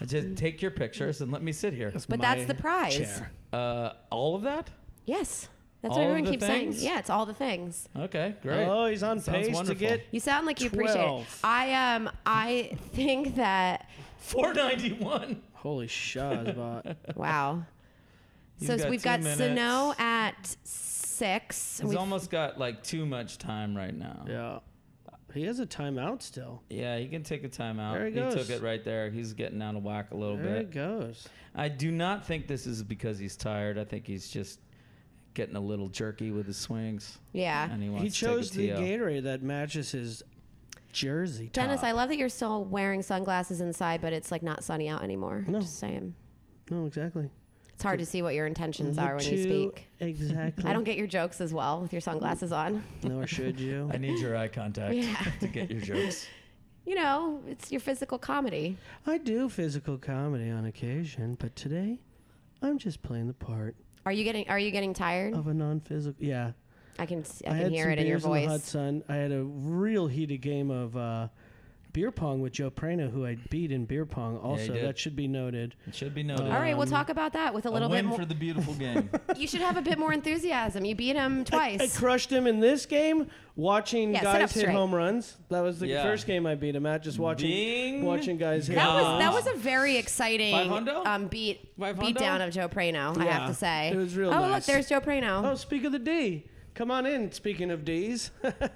Speaker 5: I Just take your pictures and let me sit here.
Speaker 2: But that's the prize. chair.
Speaker 5: Uh, all of that?
Speaker 2: Yes. That's
Speaker 5: All
Speaker 2: what
Speaker 5: of
Speaker 2: everyone
Speaker 5: the
Speaker 2: keeps
Speaker 5: things?
Speaker 2: saying. Yeah, it's all the things.
Speaker 5: Okay, great.
Speaker 4: Oh, he's on
Speaker 5: Sounds
Speaker 4: pace to
Speaker 5: wonderful.
Speaker 4: get.
Speaker 2: You sound like you appreciate it.
Speaker 4: 12.
Speaker 2: I um I think that
Speaker 5: 491.
Speaker 4: Holy shazbot.
Speaker 2: wow.
Speaker 5: You've
Speaker 2: so
Speaker 5: got
Speaker 2: we've
Speaker 5: two
Speaker 2: got
Speaker 5: minutes.
Speaker 2: Sano at six.
Speaker 5: He's
Speaker 2: We've-
Speaker 5: almost got like too much time right now.
Speaker 4: Yeah. He has a timeout still.
Speaker 5: Yeah, he can take a timeout.
Speaker 4: There he
Speaker 5: he
Speaker 4: goes.
Speaker 5: took it right there. He's getting out of whack a little
Speaker 4: There it
Speaker 5: bit.
Speaker 4: goes.
Speaker 5: I do not think this is because he's tired. I think he's just getting a little jerky with his swings.
Speaker 2: Yeah.
Speaker 5: And he,
Speaker 2: He
Speaker 5: wants
Speaker 4: He
Speaker 5: to take a
Speaker 4: chose the
Speaker 5: TO.
Speaker 4: Gatorade that matches his jersey. Top.
Speaker 2: Dennis, I love that you're still wearing sunglasses inside, but it's like not sunny out anymore.
Speaker 4: No.
Speaker 2: Just saying.
Speaker 4: No, Oh, exactly.
Speaker 2: It's hard to see what your intentions are when you
Speaker 4: Two-
Speaker 2: speak.
Speaker 4: Exactly.
Speaker 2: I don't get your jokes as well with your sunglasses on.
Speaker 4: Nor should you.
Speaker 5: I need your eye contact
Speaker 2: Yeah.
Speaker 5: to get your jokes.
Speaker 2: You know, it's your physical comedy.
Speaker 4: I do physical comedy on occasion, but today I'm just playing the part
Speaker 2: Are you getting Are you getting tired?
Speaker 4: of a non-physical. Yeah,
Speaker 2: I can s- I,
Speaker 4: had
Speaker 2: can hear
Speaker 4: some
Speaker 2: it in your
Speaker 4: beers the hot
Speaker 2: voice.
Speaker 4: sun. I had a real heated game of uh, beer pong with Joe Prano, who I beat in beer pong. Also,
Speaker 5: did.
Speaker 4: that should be noted.
Speaker 5: It should be noted.
Speaker 2: All right,
Speaker 4: Um,
Speaker 2: we'll talk about that with a little bit
Speaker 5: win
Speaker 2: more.
Speaker 5: for the beautiful game.
Speaker 2: you should have a bit more enthusiasm. You beat him
Speaker 4: I
Speaker 2: twice.
Speaker 4: crushed him in this game. Watching
Speaker 2: Yeah, sit up
Speaker 4: guys hit
Speaker 2: straight.
Speaker 4: home runs. That was the
Speaker 5: Yeah.
Speaker 4: first game I beat him at. Just watching
Speaker 5: Ding
Speaker 4: watching guys hit.
Speaker 2: that
Speaker 4: home
Speaker 2: was that
Speaker 4: runs.
Speaker 2: was a very exciting
Speaker 5: Five hundo?
Speaker 2: um, beat
Speaker 5: Five
Speaker 2: beat
Speaker 5: hundo?
Speaker 2: down of Joe Prano. I
Speaker 4: Yeah,
Speaker 2: have to say
Speaker 4: it was real
Speaker 2: Oh look,
Speaker 4: nice.
Speaker 2: there's Joe Prano.
Speaker 4: Oh, speak of the D. Come on in. Speaking of D's,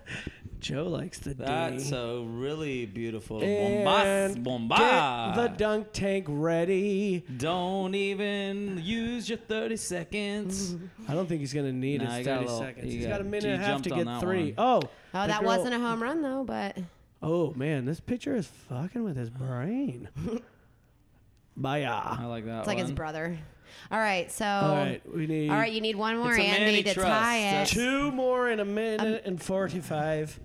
Speaker 4: Joe likes the D.
Speaker 5: That's a really beautiful bombas,
Speaker 4: And
Speaker 5: bomba.
Speaker 4: Get the dunk tank ready.
Speaker 5: Don't even use your 30 seconds.
Speaker 4: I don't think he's gonna need
Speaker 5: Nah, he
Speaker 4: his
Speaker 5: got a
Speaker 4: 30
Speaker 5: little-
Speaker 4: seconds.
Speaker 5: he
Speaker 4: He's
Speaker 5: got-
Speaker 4: got a minute
Speaker 5: he
Speaker 4: and a half
Speaker 5: jumped
Speaker 4: to
Speaker 5: on
Speaker 4: get
Speaker 5: that
Speaker 4: three.
Speaker 5: one.
Speaker 4: Oh,
Speaker 2: Oh,
Speaker 4: the
Speaker 2: that
Speaker 4: girl-
Speaker 2: wasn't a home run though, but
Speaker 4: Oh man, this pitcher is fucking with his brain. Bye. I
Speaker 5: like that.
Speaker 2: it's like his brother. All right, so
Speaker 4: All right, we need.
Speaker 2: All right, you need one more Andy to tie it. Um,
Speaker 4: Two more in a minute and forty-five.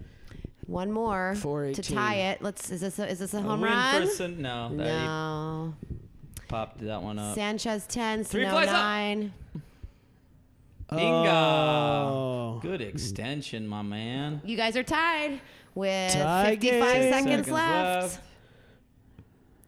Speaker 2: One more to
Speaker 4: 418.
Speaker 2: tie it. Let's. Is this a, is this a home
Speaker 5: win
Speaker 2: run?
Speaker 5: for Sin- no, that-
Speaker 2: no.
Speaker 5: Popped that one up.
Speaker 2: Sanchez ten,
Speaker 5: Three
Speaker 2: Sano
Speaker 5: flies up.
Speaker 2: nine.
Speaker 5: Bingo.
Speaker 4: Oh.
Speaker 5: Good extension, my man.
Speaker 2: You guys are tied with
Speaker 5: Tie
Speaker 2: 55
Speaker 5: game.
Speaker 2: seconds,
Speaker 5: Seconds
Speaker 2: left.
Speaker 5: left.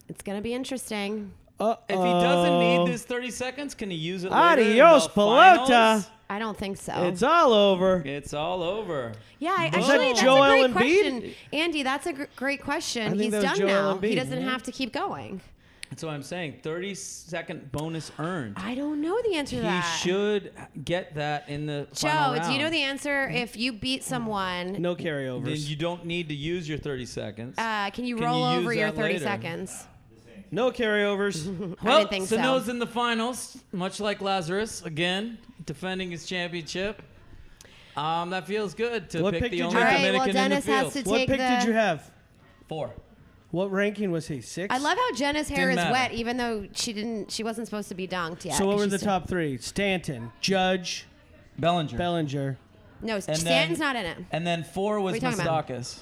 Speaker 2: It's gonna be interesting.
Speaker 5: If he doesn't need this 30 seconds, can he use it later
Speaker 4: Oh. Adios,
Speaker 5: in the finals?
Speaker 4: pelota.
Speaker 2: I don't think so.
Speaker 4: It's all over.
Speaker 5: It's all over.
Speaker 2: yeah, I-
Speaker 4: Is
Speaker 2: actually,
Speaker 4: that
Speaker 2: that's
Speaker 4: Joel
Speaker 2: a great
Speaker 4: Embiid?
Speaker 2: question, Andy. That's a gr- great question.
Speaker 5: think
Speaker 2: He's
Speaker 5: that was
Speaker 2: done
Speaker 5: Joel
Speaker 2: now. he
Speaker 5: Embiid,
Speaker 2: doesn't
Speaker 5: yeah.
Speaker 2: have to keep going.
Speaker 5: That's what I'm saying. 30 second bonus earned.
Speaker 2: I don't know the answer
Speaker 5: He
Speaker 2: to that.
Speaker 5: should get that in the final
Speaker 2: Joe, do you know
Speaker 5: round.
Speaker 2: the answer? If you beat someone,
Speaker 4: No carryovers.
Speaker 5: Then you don't need to use your 30 seconds.
Speaker 2: uh, can you
Speaker 5: Can
Speaker 2: roll
Speaker 5: you use
Speaker 2: over your
Speaker 5: that
Speaker 2: 30
Speaker 5: later?
Speaker 2: seconds?
Speaker 4: No carryovers.
Speaker 2: I
Speaker 5: well,
Speaker 2: didn't think so.
Speaker 5: Sano's in the finals, much like Lazarus again, defending his championship. Um, that feels good to
Speaker 4: What
Speaker 5: pick,
Speaker 4: pick
Speaker 5: the
Speaker 4: did
Speaker 5: only
Speaker 4: you have? All right,
Speaker 5: Dominican
Speaker 2: well,
Speaker 5: in the
Speaker 2: Dennis has
Speaker 5: field.
Speaker 2: to
Speaker 4: what
Speaker 2: take
Speaker 4: pick did
Speaker 2: the-
Speaker 4: you have?
Speaker 5: Four.
Speaker 4: What ranking was he? Six.
Speaker 2: I love how Jenna's hair
Speaker 4: Didn't
Speaker 2: is
Speaker 4: matter.
Speaker 2: wet, even though she didn't. She wasn't supposed to be donked yet.
Speaker 4: So what
Speaker 2: 'cause
Speaker 4: were
Speaker 2: she's
Speaker 4: the
Speaker 2: still-
Speaker 4: top three? Stanton, Judge,
Speaker 5: Bellinger.
Speaker 4: Bellinger,
Speaker 2: No,
Speaker 5: then-
Speaker 2: Stanton's not in it.
Speaker 5: And then four was
Speaker 2: What are you talking about?
Speaker 5: Mustakis.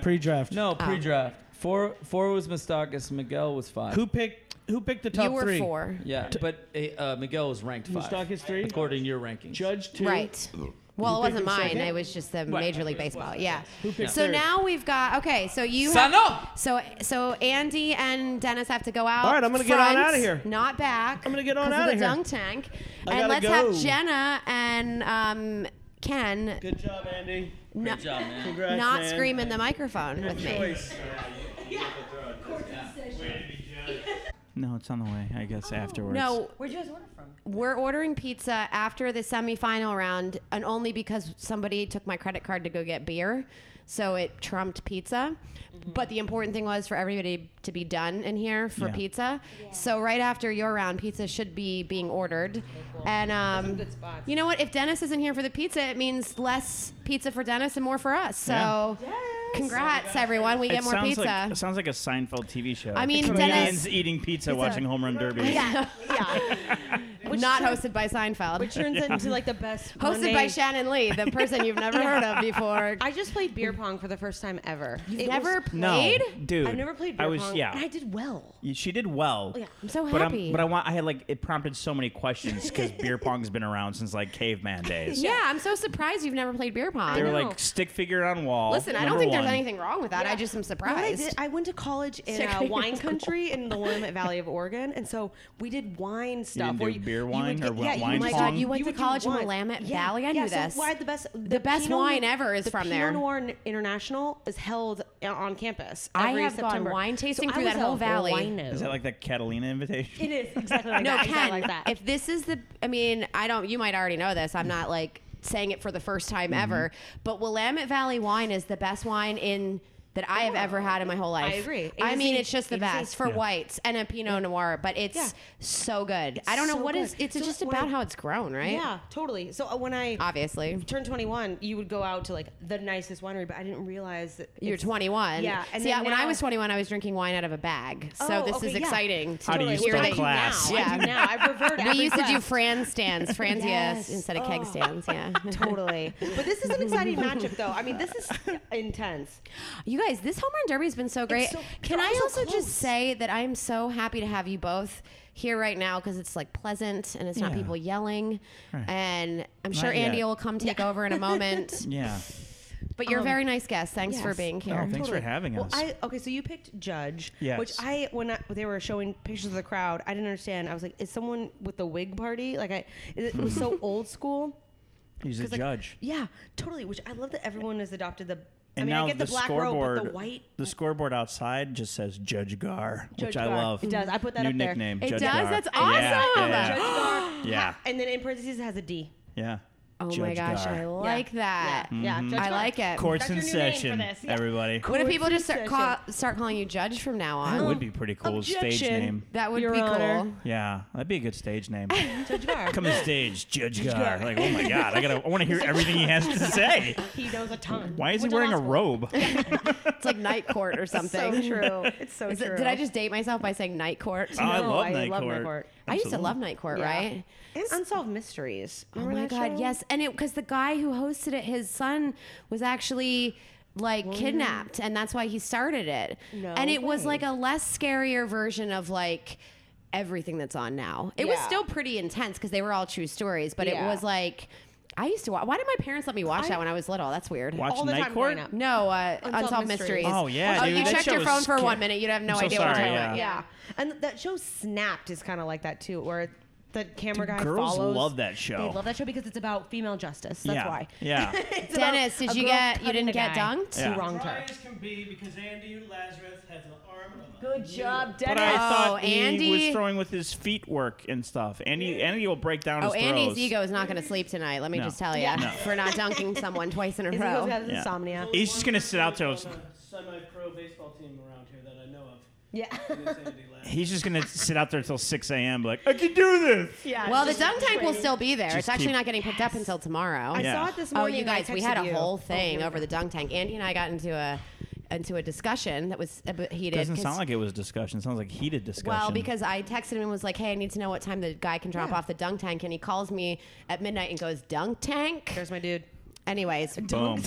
Speaker 4: pre-draft.
Speaker 2: Oh.
Speaker 5: No, pre-draft. Four, four was Mustakis. Miguel was five.
Speaker 4: Who picked? Who picked the top
Speaker 2: You were
Speaker 4: three?
Speaker 2: four.
Speaker 5: Yeah, but uh, Miguel was ranked five.
Speaker 4: Mustakis three?
Speaker 5: according to your rankings.
Speaker 4: Judge two.
Speaker 2: Right. Well,
Speaker 4: You
Speaker 2: it wasn't
Speaker 4: picked him
Speaker 2: mine.
Speaker 4: second?
Speaker 2: It was just the
Speaker 4: Right.
Speaker 2: Major League Baseball. Yeah.
Speaker 4: Who picked
Speaker 2: So
Speaker 4: third?
Speaker 2: now we've got okay. So you
Speaker 5: Sano!
Speaker 2: have, so so Andy and Dennis have to go out.
Speaker 4: All right, I'm gonna get on
Speaker 2: front,
Speaker 4: outta here.
Speaker 2: Not back.
Speaker 4: I'm gonna get on
Speaker 2: 'cause
Speaker 4: outta
Speaker 2: of the
Speaker 4: here.
Speaker 2: dunk tank.
Speaker 4: I
Speaker 2: and
Speaker 4: gotta
Speaker 2: let's
Speaker 4: go.
Speaker 2: have Jenna and um, Ken
Speaker 4: Good job, Andy.
Speaker 2: no-
Speaker 5: job, man.
Speaker 4: Congrats,
Speaker 2: not
Speaker 4: man.
Speaker 2: scream in the microphone with me.
Speaker 4: Choice.
Speaker 10: No, it's on the way. I guess afterwards.
Speaker 2: No,
Speaker 8: Where'd you guys order from?
Speaker 2: We're ordering pizza after the semifinal round, and only because somebody took my credit card to go get beer, so it trumped pizza.
Speaker 8: Mm-hmm.
Speaker 2: But the important thing was for everybody to be done in here for
Speaker 10: Yeah.
Speaker 2: pizza. So right after your round, pizza should be being ordered. And um, you know what? If Dennis isn't here for the pizza, it means less pizza for Dennis and more for us. So, congrats everyone, we
Speaker 10: It
Speaker 2: get more
Speaker 10: sounds
Speaker 2: pizza.
Speaker 10: Like, it sounds like a Seinfeld TV show.
Speaker 2: I mean,
Speaker 10: comedians
Speaker 2: Dennis- Oh,
Speaker 10: eating pizza, watching home run derbies.
Speaker 2: yeah, yeah. Not hosted by Seinfeld.
Speaker 8: Which turns it into like the best.
Speaker 2: Hosted
Speaker 8: Monday-
Speaker 2: by Shannon Lee, the person you've never heard of before.
Speaker 8: I just played beer pong for the first time ever. You've
Speaker 2: never
Speaker 10: No,
Speaker 2: played?
Speaker 10: dude.
Speaker 8: I've never played beer
Speaker 10: I was
Speaker 8: pong.
Speaker 10: yeah.
Speaker 8: And I did well. Oh,
Speaker 10: You- She did well.
Speaker 8: Yeah,
Speaker 2: I'm Oh, so
Speaker 10: But,
Speaker 2: happy.
Speaker 10: I'm, but I want. I had like it prompted so many questions because beer pong's been around since like caveman days.
Speaker 2: yeah, I'm so surprised you've never played beer pong.
Speaker 10: They were
Speaker 8: know.
Speaker 10: like stick figure on wall.
Speaker 2: Listen, I don't
Speaker 10: number
Speaker 2: think there's
Speaker 10: one.
Speaker 2: anything wrong with that. I just am
Speaker 8: You know what I
Speaker 2: surprised.
Speaker 8: did? I went to college in uh,
Speaker 2: Secretary
Speaker 8: wine country in the Willamette Valley of Oregon, and so we did wine stuff.
Speaker 10: didn't
Speaker 8: where
Speaker 10: do beer
Speaker 8: would
Speaker 10: wine
Speaker 8: get-
Speaker 10: or
Speaker 8: yeah,
Speaker 10: wine
Speaker 8: you
Speaker 10: My
Speaker 8: would-
Speaker 10: God, you
Speaker 2: went to
Speaker 8: would do
Speaker 2: college in
Speaker 8: wine.
Speaker 2: Willamette
Speaker 8: Yeah,
Speaker 2: Valley? I
Speaker 8: yeah,
Speaker 2: knew
Speaker 8: so
Speaker 2: this.
Speaker 8: why the best, the,
Speaker 2: best
Speaker 8: Pinot-
Speaker 2: wine ever is
Speaker 8: the
Speaker 2: from there.
Speaker 8: Pinot Noir International is held uh, on campus.
Speaker 2: I
Speaker 8: every
Speaker 2: have gone
Speaker 8: September.
Speaker 2: wine tasting
Speaker 8: so
Speaker 2: through
Speaker 8: I was
Speaker 2: that whole
Speaker 8: a
Speaker 2: valley.
Speaker 8: wino.
Speaker 10: Is that like the Catalina invitation?
Speaker 8: it is exactly like
Speaker 2: no,
Speaker 8: that.
Speaker 2: Ken,
Speaker 8: exactly like that.
Speaker 2: if this is the, I mean, I don't, you might already know this. I'm not like saying it for the first time
Speaker 10: Mm-hmm.
Speaker 2: ever, but Willamette Valley wine is the best wine in. That I have ever had in my whole life.
Speaker 8: I agree.
Speaker 2: I mean,
Speaker 8: Exact-
Speaker 2: it's just the
Speaker 8: exact.
Speaker 2: best for
Speaker 10: Yeah.
Speaker 2: whites and a Pinot Noir, but it's
Speaker 8: Yeah.
Speaker 2: so good. I don't know
Speaker 8: so
Speaker 2: what
Speaker 8: good.
Speaker 2: is. It's
Speaker 8: So
Speaker 2: just
Speaker 8: when I-
Speaker 2: about how it's grown, right?
Speaker 8: Yeah, totally. So uh, when I
Speaker 2: Obviously.
Speaker 8: turned 21, you would go out to like the nicest winery, but I didn't realize that
Speaker 2: You're
Speaker 8: it's-
Speaker 2: 21.
Speaker 8: Yeah,
Speaker 2: And
Speaker 8: and
Speaker 2: See,
Speaker 8: then
Speaker 2: I- when I
Speaker 8: now-
Speaker 2: was 21, I was drinking wine out of a bag. So
Speaker 8: Oh,
Speaker 2: this
Speaker 8: okay,
Speaker 2: is
Speaker 8: yeah.
Speaker 2: exciting. to
Speaker 10: How do you
Speaker 2: hear
Speaker 10: spell
Speaker 2: that
Speaker 8: I do
Speaker 10: class?
Speaker 8: Now. I do now. I revert
Speaker 2: We
Speaker 8: every
Speaker 2: used to do
Speaker 8: class.
Speaker 2: Fran stands, Franzias
Speaker 8: Yes.
Speaker 2: instead of keg
Speaker 8: Oh.
Speaker 2: stands. Yeah.
Speaker 8: totally. But this is an exciting matchup, though. I mean, this is intense.
Speaker 2: You guys, this home run derby has been so great.
Speaker 8: so-
Speaker 2: Can
Speaker 8: they're
Speaker 2: I
Speaker 8: all so
Speaker 2: also
Speaker 8: close.
Speaker 2: just say that I'm so happy to have you both here right now because it's like pleasant and it's not
Speaker 10: Yeah.
Speaker 2: people yelling. And I'm sure
Speaker 10: Not
Speaker 2: Andy
Speaker 10: yet.
Speaker 2: will come take over in a moment.
Speaker 10: Yeah.
Speaker 2: But
Speaker 8: Um,
Speaker 2: you're a very nice guest. Thanks for
Speaker 8: yes.
Speaker 2: being here.
Speaker 10: Oh, thanks for having
Speaker 8: Well,
Speaker 10: us.
Speaker 8: I okay. So you picked Judge,
Speaker 10: Yes.
Speaker 8: which I when I, they were showing pictures of the crowd, I didn't understand. I was like, is someone with the wig party? Like, I it was so old school.
Speaker 10: He's a
Speaker 8: 'Cause, like,
Speaker 10: judge.
Speaker 8: Yeah, totally. Which I love that everyone has adopted the. I
Speaker 10: And
Speaker 8: mean,
Speaker 10: now
Speaker 8: I get the,
Speaker 10: the,
Speaker 8: black
Speaker 10: scoreboard,
Speaker 8: robe, but the white.
Speaker 10: the scoreboard outside just says Judge Gar,
Speaker 8: Judge
Speaker 10: which I
Speaker 8: Gar.
Speaker 10: love.
Speaker 8: It does. I put that
Speaker 10: New
Speaker 8: up there.
Speaker 10: nickname.
Speaker 2: It
Speaker 10: Judge
Speaker 2: does?
Speaker 10: Gar.
Speaker 2: That's
Speaker 10: Yeah,
Speaker 2: awesome.
Speaker 10: Yeah.
Speaker 8: Judge Gar,
Speaker 10: Yeah.
Speaker 8: and then in parentheses it has a D.
Speaker 10: yeah.
Speaker 2: Oh my
Speaker 10: Judge
Speaker 2: gosh,
Speaker 10: Gar.
Speaker 2: I
Speaker 10: Yeah.
Speaker 2: like that.
Speaker 10: Yeah. Yeah, Mhm. Judge
Speaker 2: I
Speaker 10: Gar.
Speaker 2: like it.
Speaker 10: Courts That's in your new name for session, this. Yeah. everybody.
Speaker 2: What if
Speaker 10: Courts
Speaker 2: people
Speaker 10: in
Speaker 2: just start, call,
Speaker 10: session.
Speaker 2: start calling you Judge from now on?
Speaker 10: That would be pretty cool stage
Speaker 2: Objection.
Speaker 10: name.
Speaker 2: That would
Speaker 10: Your
Speaker 2: be
Speaker 10: Honor.
Speaker 2: cool.
Speaker 10: Yeah, that'd be a good stage name.
Speaker 8: Judge Gar.
Speaker 10: Come to stage, Judge Gar. Like, oh my God, I gotta, I want to hear everything he has to say.
Speaker 8: He knows a ton.
Speaker 10: Why is he
Speaker 2: Went to
Speaker 10: wearing
Speaker 2: law
Speaker 10: a robe?
Speaker 2: It's like night court or something.
Speaker 9: So true. It's so
Speaker 2: Is it-
Speaker 9: true.
Speaker 2: did I just date myself by saying night court?
Speaker 10: Oh, I No, love I night love night court. court.
Speaker 2: I used to
Speaker 10: Absolutely.
Speaker 2: love night court,
Speaker 8: Yeah.
Speaker 2: right?
Speaker 8: Unsolved Mysteries.
Speaker 2: oh
Speaker 8: Remember
Speaker 2: my
Speaker 8: that
Speaker 2: god,
Speaker 8: show?
Speaker 2: yes. And it because the guy who hosted it, his son was actually like kidnapped, and that's why he started it.
Speaker 8: No
Speaker 2: and it was
Speaker 8: way.
Speaker 2: like a less scarier version of like everything that's on now. It was
Speaker 8: Yeah.
Speaker 2: still pretty intense because they were all true stories, but it
Speaker 8: Yeah.
Speaker 2: was like. I used to watch. Why did my parents let me watch
Speaker 8: I-
Speaker 2: that when I was little? That's weird.
Speaker 10: Watch All the Night time growing Court? up.
Speaker 2: No, uh, Unsolved,
Speaker 8: Unsolved
Speaker 2: Mysteries.
Speaker 8: Mysteries.
Speaker 10: Oh, yeah,
Speaker 2: Oh,
Speaker 10: dude,
Speaker 2: you
Speaker 10: that
Speaker 2: checked
Speaker 10: show
Speaker 2: your
Speaker 10: was
Speaker 2: phone for
Speaker 10: scar-
Speaker 2: one minute. You'd have no
Speaker 10: I'm so
Speaker 2: idea what
Speaker 10: sorry,
Speaker 2: time.
Speaker 10: yeah.
Speaker 8: Yeah. And th- that show Snapped is kind of like that too, where the camera guy
Speaker 10: girls
Speaker 8: follows.
Speaker 10: love that show.
Speaker 8: They love that show because it's about female justice. That's
Speaker 10: Yeah.
Speaker 8: why.
Speaker 10: Yeah.
Speaker 8: It's about
Speaker 2: Dennis, did
Speaker 8: a
Speaker 2: you
Speaker 8: girl
Speaker 2: get? You
Speaker 8: cutting
Speaker 2: didn't
Speaker 8: a
Speaker 2: get
Speaker 8: guy
Speaker 2: dunked?
Speaker 10: Yeah.
Speaker 8: Who wronged
Speaker 4: Dry
Speaker 8: her.
Speaker 4: as can be because Andy Lazarus has an arm of a
Speaker 8: Good job, Dennis.
Speaker 10: But I
Speaker 4: Oh,
Speaker 10: thought he
Speaker 2: Oh, Andy-
Speaker 10: was throwing with his feet work and stuff. Andy, Andy will break down
Speaker 2: Oh,
Speaker 10: his throws.
Speaker 2: Andy's ego is not going to sleep tonight. Let me
Speaker 10: No.
Speaker 2: just tell you,
Speaker 10: Yeah. No.
Speaker 2: for not dunking someone twice in a
Speaker 8: Is he goes
Speaker 2: row.
Speaker 8: out with
Speaker 10: Yeah.
Speaker 8: insomnia.
Speaker 10: He's just gonna sit out till. it's-
Speaker 4: semi-pro baseball team around here that I know of.
Speaker 8: Yeah.
Speaker 4: And it's Andy Lazarus.
Speaker 10: He's just gonna sit out there until 6 a.m. Like I can do this.
Speaker 8: Yeah.
Speaker 2: Well, the dunk tank will still be there.
Speaker 10: Just
Speaker 2: It's actually
Speaker 10: keep-
Speaker 2: not getting picked up until tomorrow.
Speaker 8: I
Speaker 10: Yeah.
Speaker 8: saw it this
Speaker 2: Oh,
Speaker 8: morning.
Speaker 2: you
Speaker 8: and I
Speaker 2: guys, we had a
Speaker 8: texted you.
Speaker 2: whole
Speaker 8: Oh,
Speaker 2: thing
Speaker 8: here
Speaker 2: over
Speaker 8: we
Speaker 2: the
Speaker 8: go.
Speaker 2: dunk tank. Andy and I got into a into a discussion that was a bit heated.
Speaker 10: Doesn't
Speaker 2: 'cause-
Speaker 10: sound like it was discussion. Sounds like heated discussion.
Speaker 2: Well, because I texted him and was like, "Hey, I need to know what time the guy can drop
Speaker 8: Yeah.
Speaker 2: off the dunk tank," and he calls me at midnight and goes, "Dunk tank."
Speaker 8: There's my dude.
Speaker 2: Anyways,
Speaker 10: boom,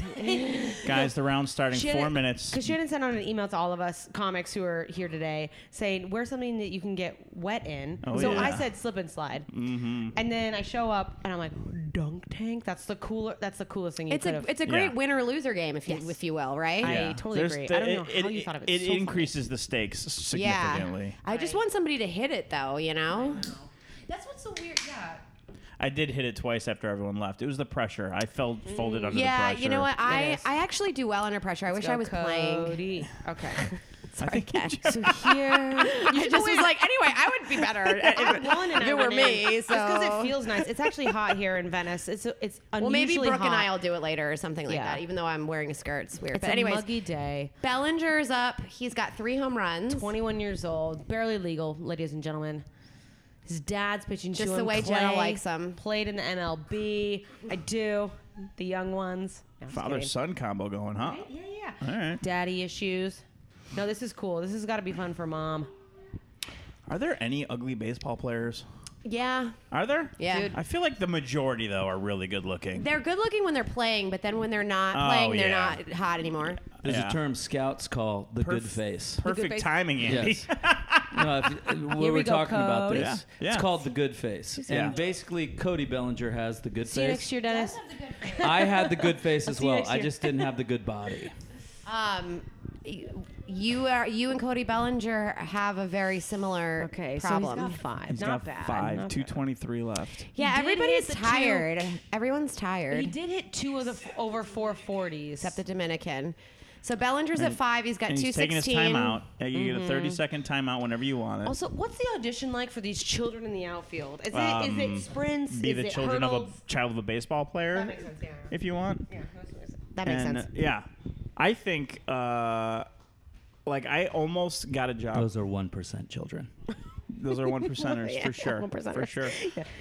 Speaker 10: guys, the round's starting four minutes.
Speaker 8: Because Shannon sent out an email to all of us comics who are here today saying, "Where's something that you can get wet in?"
Speaker 10: Oh,
Speaker 8: so
Speaker 10: yeah.
Speaker 8: I said slip and slide, mm-hmm. and then I show up and I'm like, "Dunk tank." That's the cooler. That's the coolest thing you
Speaker 2: it's
Speaker 8: could
Speaker 2: a
Speaker 8: have.
Speaker 2: it's a great
Speaker 10: Yeah.
Speaker 2: winner loser game, if you
Speaker 8: Yes.
Speaker 2: if you will, right?
Speaker 8: I totally agree. I don't know
Speaker 10: it,
Speaker 8: how
Speaker 10: it-
Speaker 8: you thought of it.
Speaker 10: It
Speaker 8: It's so funny.
Speaker 10: increases the stakes significantly.
Speaker 2: I just want somebody to hit it though, you know?
Speaker 8: That's what's so weird. Yeah.
Speaker 10: I did hit it twice after everyone left. It was the pressure. I fell folded under
Speaker 2: Yeah,
Speaker 10: the pressure.
Speaker 2: you know what? I,
Speaker 8: Yes.
Speaker 2: I actually do well under pressure. I wish I was playing.
Speaker 8: Okay.
Speaker 10: I think you just-
Speaker 8: so here,
Speaker 2: You just was like, anyway, I would be better if,
Speaker 8: I'm willing and
Speaker 2: if
Speaker 8: I
Speaker 2: it were
Speaker 8: went in.
Speaker 2: me.
Speaker 8: It's
Speaker 2: So
Speaker 8: 'cause it feels nice. It's actually hot here in Venice. It's it's unusually
Speaker 2: well, maybe Brooke
Speaker 8: hot.
Speaker 2: and I will do it later or something like
Speaker 8: Yeah.
Speaker 2: that. Even though I'm wearing a skirt, it's weird.
Speaker 8: It's
Speaker 2: but
Speaker 8: a
Speaker 2: anyways,
Speaker 8: muggy day.
Speaker 2: Bellinger's up. He's got three home runs.
Speaker 8: 21 years old, barely legal, ladies and gentlemen. His dad's pitching
Speaker 2: Just
Speaker 8: to
Speaker 2: the
Speaker 8: him,
Speaker 2: way Jenna
Speaker 8: Clay,
Speaker 2: likes him.
Speaker 8: Played in the MLB. I do. The young ones. No, I'm just
Speaker 10: Father
Speaker 8: kidding.
Speaker 10: son combo going, huh?
Speaker 8: Yeah, yeah.
Speaker 10: All right.
Speaker 8: Daddy issues. No, this is cool. This has got to be fun for mom.
Speaker 10: Are there any ugly baseball players?
Speaker 2: Yeah,
Speaker 10: Are there?
Speaker 2: Yeah. Dude.
Speaker 10: I feel like the majority though are really good looking.
Speaker 2: they're good looking when they're playing, but then when they're not
Speaker 10: Oh,
Speaker 2: playing, they're
Speaker 10: yeah.
Speaker 2: not hot anymore.
Speaker 5: There's
Speaker 10: Yeah.
Speaker 5: a term scouts call the
Speaker 10: Perf-
Speaker 5: good face.
Speaker 10: Perfect
Speaker 8: base-
Speaker 10: timing, Andy.
Speaker 5: Yes. no, if, we
Speaker 8: Here
Speaker 5: were
Speaker 8: we go,
Speaker 5: talking about
Speaker 8: Cody.
Speaker 5: this.
Speaker 10: Yeah. Yeah.
Speaker 5: It's called the good face,
Speaker 10: Yeah.
Speaker 5: and basically Cody Bellinger has the good
Speaker 8: See you
Speaker 5: face.
Speaker 8: next year, Dennis.
Speaker 5: I had the good face as
Speaker 8: see you
Speaker 5: well.
Speaker 8: next
Speaker 5: I
Speaker 8: year.
Speaker 5: just didn't have the good body.
Speaker 2: Um, y- you are you and Cody Bellinger have a very similar
Speaker 8: Okay,
Speaker 2: problem.
Speaker 8: so he's got five.
Speaker 10: He's
Speaker 8: Not
Speaker 10: got
Speaker 8: bad.
Speaker 10: five,
Speaker 8: Not
Speaker 10: two
Speaker 8: bad.
Speaker 10: twenty three left.
Speaker 2: yeah,
Speaker 8: He did
Speaker 2: everybody's
Speaker 8: hit the two.
Speaker 2: tired. Everyone's tired
Speaker 8: He did hit two of the f- over 440s.
Speaker 2: except the Dominican. So Bellinger's at
Speaker 10: And-
Speaker 2: five. He's got
Speaker 10: And
Speaker 2: two
Speaker 10: he's taking his
Speaker 2: sixteen.
Speaker 10: timeout. Yeah, you get a thirty second timeout whenever you want it.
Speaker 8: Mm-hmm. Also, what's the audition like for these children in the outfield? Is it, is
Speaker 10: Um,
Speaker 8: it sprints?
Speaker 10: Be
Speaker 8: is
Speaker 10: the
Speaker 8: it
Speaker 10: children
Speaker 8: hurdles?
Speaker 10: of a child of a baseball player.
Speaker 8: That makes sense, yeah.
Speaker 10: If you want.
Speaker 8: Yeah, that's what it is.
Speaker 2: That makes
Speaker 10: And,
Speaker 2: sense.
Speaker 10: uh, Yeah. I think uh like I almost got a job.
Speaker 5: Those are one percent children.
Speaker 10: Those are one percenters
Speaker 2: Yeah,
Speaker 10: for sure.
Speaker 2: one percenters.
Speaker 10: For sure.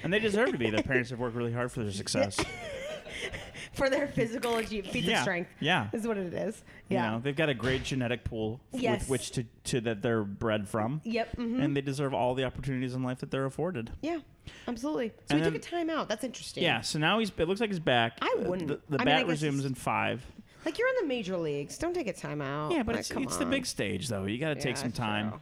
Speaker 10: And they deserve to be. Their parents have worked really hard for their success.
Speaker 8: for their physical achievement, feats
Speaker 10: Yeah,
Speaker 8: of strength.
Speaker 10: yeah.
Speaker 8: is what it is.
Speaker 10: You
Speaker 8: Yeah.
Speaker 10: know, they've got a great genetic pool f-
Speaker 8: Yes.
Speaker 10: with which to, to that they're bred from.
Speaker 8: Yep. mhm.
Speaker 10: And they deserve all the opportunities in life that they're afforded.
Speaker 8: yeah. Absolutely. So
Speaker 10: And
Speaker 8: we took a
Speaker 10: then-
Speaker 8: timeout. That's interesting.
Speaker 10: Yeah, so now he's it looks like he's back.
Speaker 8: I
Speaker 10: Uh,
Speaker 8: wouldn't.
Speaker 10: The, the
Speaker 8: I mean, I
Speaker 10: bat
Speaker 8: guess
Speaker 10: resumes
Speaker 8: it's-
Speaker 10: in five.
Speaker 8: Like you're in the major leagues. Don't take a timeout.
Speaker 10: yeah, but
Speaker 8: Like,
Speaker 10: it's,
Speaker 8: Oh, come
Speaker 10: it's the
Speaker 8: on.
Speaker 10: big stage though. You got to
Speaker 8: Yeah,
Speaker 10: take some
Speaker 8: that's
Speaker 10: time.
Speaker 8: true.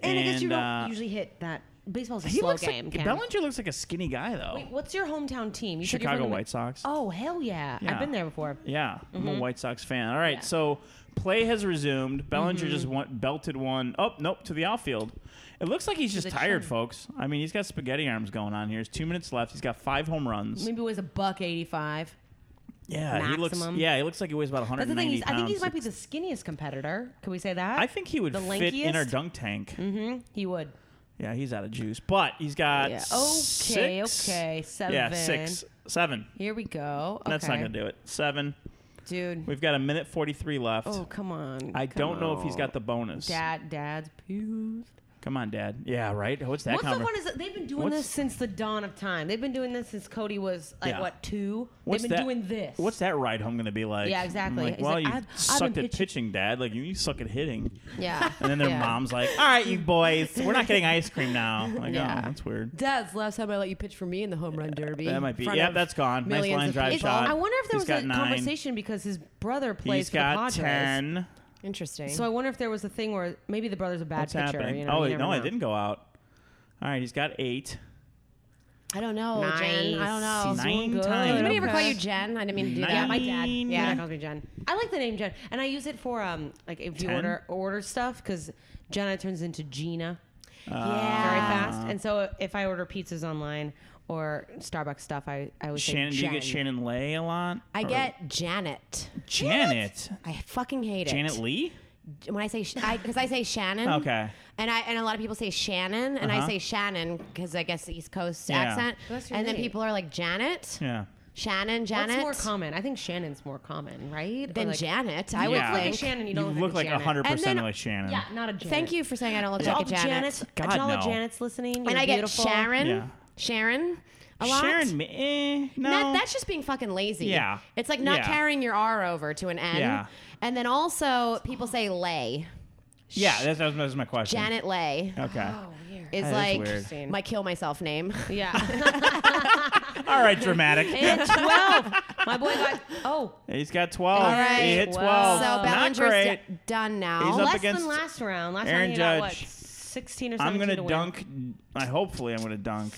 Speaker 8: And, I guess you
Speaker 10: And,
Speaker 8: don't
Speaker 10: uh,
Speaker 8: usually hit that. Baseball's a
Speaker 10: He
Speaker 8: slow
Speaker 10: looks
Speaker 8: game.
Speaker 10: like
Speaker 8: Cam.
Speaker 10: Bellinger looks like a skinny guy though.
Speaker 8: Wait, what's your hometown team? You said you're from
Speaker 10: Chicago
Speaker 8: the-
Speaker 10: White Sox.
Speaker 8: Oh hell yeah.
Speaker 10: Yeah.
Speaker 8: I've been there before.
Speaker 10: Yeah,
Speaker 8: Mm-hmm.
Speaker 10: I'm a White Sox fan. All right, so play has resumed. Bellinger
Speaker 8: Mm-hmm.
Speaker 10: just won, belted one. Oh, nope, to the outfield. It looks like he's just
Speaker 8: the
Speaker 10: tired,
Speaker 8: chin.
Speaker 10: folks. I mean, he's got spaghetti arms going on here. There's two minutes left. He's got five home runs.
Speaker 8: Maybe it was a buck eighty-five.
Speaker 10: yeah, he looks.
Speaker 8: maximum.
Speaker 10: Yeah, he looks like he weighs about
Speaker 8: That's the
Speaker 10: 190
Speaker 8: thing. He's,
Speaker 10: pounds.
Speaker 8: I think he might be the skinniest competitor. Could we say that?
Speaker 10: I think he would
Speaker 8: the
Speaker 10: fit in our
Speaker 8: lankiest.
Speaker 10: dunk tank.
Speaker 8: hmm He would.
Speaker 10: Yeah, he's out of juice, but he's got
Speaker 8: Yeah. Okay.
Speaker 10: six-
Speaker 8: Okay. Seven.
Speaker 10: Yeah, six Seven.
Speaker 8: Here we go.
Speaker 10: That's not
Speaker 8: Okay.
Speaker 10: gonna do it. Seven.
Speaker 8: Dude.
Speaker 10: We've got a minute forty three left.
Speaker 8: Oh, come on.
Speaker 10: I
Speaker 8: Come
Speaker 10: don't know if he's
Speaker 8: on.
Speaker 10: got the bonus.
Speaker 8: Dad, dad's pews.
Speaker 10: Come on, Dad. Yeah, right. What's that?
Speaker 8: What's
Speaker 10: conver-
Speaker 8: the fun is that they've been doing
Speaker 10: What's-
Speaker 8: this since the dawn of time. They've been doing this since Cody was like
Speaker 10: Yeah.
Speaker 8: what two?
Speaker 10: What's
Speaker 8: they've been
Speaker 10: that-
Speaker 8: doing this.
Speaker 10: What's that ride home gonna be like?
Speaker 8: Yeah,
Speaker 10: I'm
Speaker 8: exactly.
Speaker 10: Like,
Speaker 8: He's
Speaker 10: well,
Speaker 8: like,
Speaker 10: you
Speaker 8: "I've- I've been
Speaker 10: sucked at pitching. Dad. Like you, you suck at hitting.
Speaker 8: Yeah.
Speaker 10: And then their
Speaker 8: Yeah.
Speaker 10: mom's like, "All right, you boys, we're not getting ice cream now." Like,
Speaker 2: Yeah.
Speaker 10: oh, that's weird.
Speaker 2: Dad's last time I let you pitch for me in the home run derby.
Speaker 10: That might be-
Speaker 2: in front
Speaker 10: yeah,
Speaker 2: of
Speaker 10: that's gone. Nice
Speaker 2: millions
Speaker 10: line
Speaker 2: of
Speaker 10: drive
Speaker 2: people.
Speaker 10: shot.
Speaker 8: I wonder if there was
Speaker 10: He's got
Speaker 8: a
Speaker 10: nine.
Speaker 8: conversation because his brother plays
Speaker 10: He's
Speaker 8: for
Speaker 10: got
Speaker 8: the Padres.
Speaker 10: 10.
Speaker 2: Interesting.
Speaker 8: So I wonder if there was a thing where maybe the brother's a bad
Speaker 10: What's
Speaker 8: pitcher.
Speaker 10: happening?
Speaker 8: You know,
Speaker 10: oh
Speaker 8: you
Speaker 10: wait,
Speaker 8: never
Speaker 10: no, I
Speaker 8: know.
Speaker 10: didn't go out. All right, he's got eight.
Speaker 2: I don't know, Jen. I don't know.
Speaker 10: Nice. Nine Does times.
Speaker 2: Anybody ever call
Speaker 10: Okay.
Speaker 2: you Jen? I didn't mean to do
Speaker 10: Nine.
Speaker 2: that.
Speaker 8: Yeah, my dad. Yeah,
Speaker 2: Yeah.
Speaker 8: calls me Jen. I like the name Jen, and I use it for um like if you
Speaker 2: Ten?
Speaker 8: order order stuff because Jenna turns into Gina very
Speaker 10: Ah.
Speaker 8: fast, and so if I order pizzas online or Starbucks stuff, I I would
Speaker 10: Shannon,
Speaker 8: say
Speaker 10: do you
Speaker 8: Jen.
Speaker 10: get Shannon Lay a lot?
Speaker 2: I
Speaker 10: Or-
Speaker 2: get Janet.
Speaker 10: Janet.
Speaker 2: I fucking hate it.
Speaker 10: Janet Lee.
Speaker 2: When I say sh- I because I say Shannon.
Speaker 10: Okay.
Speaker 2: And I and a lot of people say Shannon, and
Speaker 10: Uh-huh.
Speaker 2: I say Shannon because I guess the East Coast
Speaker 10: Yeah.
Speaker 2: accent.
Speaker 8: That's your
Speaker 2: and then
Speaker 8: name.
Speaker 2: people are like Janet,
Speaker 10: Yeah.
Speaker 2: Shannon,
Speaker 8: What's
Speaker 2: Janet.
Speaker 8: more common? I think Shannon's more common, right? Or
Speaker 2: than
Speaker 8: like-
Speaker 2: Janet. I
Speaker 10: Yeah.
Speaker 2: would
Speaker 10: Look
Speaker 2: think.
Speaker 10: like a
Speaker 8: Shannon, you
Speaker 10: You
Speaker 8: don't
Speaker 10: look like
Speaker 8: Janet.
Speaker 10: 100%
Speaker 2: And then-
Speaker 10: like Shannon.
Speaker 8: Yeah, not a Janet.
Speaker 2: Thank you for saying I don't look like a Janet.
Speaker 10: Oh, God,
Speaker 8: all the
Speaker 10: no.
Speaker 8: Janet's listening.
Speaker 2: and
Speaker 8: you're
Speaker 2: I get
Speaker 8: beautiful.
Speaker 2: Sharon.
Speaker 10: Yeah.
Speaker 2: Sharon. A lot.
Speaker 10: Sharon, eh, no.
Speaker 2: That- that's just being fucking lazy.
Speaker 10: Yeah.
Speaker 2: It's like not
Speaker 10: Yeah.
Speaker 2: carrying your R over to an N.
Speaker 10: Yeah.
Speaker 2: And then also people say lay.
Speaker 10: yeah, that's, that was, that was my question.
Speaker 2: Janet Lay.
Speaker 10: Okay.
Speaker 8: Oh,
Speaker 2: Is
Speaker 10: That is
Speaker 2: like
Speaker 10: weird.
Speaker 2: my kill myself name.
Speaker 8: Yeah.
Speaker 10: All right, dramatic.
Speaker 8: And twelve. My boy got oh
Speaker 10: He's got 12.
Speaker 2: All right.
Speaker 10: He hit 12.
Speaker 2: So
Speaker 10: Not
Speaker 2: Bellinger's
Speaker 10: great.
Speaker 2: d- done now.
Speaker 10: He's up
Speaker 8: less
Speaker 10: against
Speaker 8: than last round. Last
Speaker 10: Aaron
Speaker 8: round he got what
Speaker 10: Judge.
Speaker 8: sixteen or
Speaker 10: I'm
Speaker 8: 17
Speaker 10: going
Speaker 8: to
Speaker 10: to
Speaker 8: win.
Speaker 10: dunk. I Hopefully, I'm going to dunk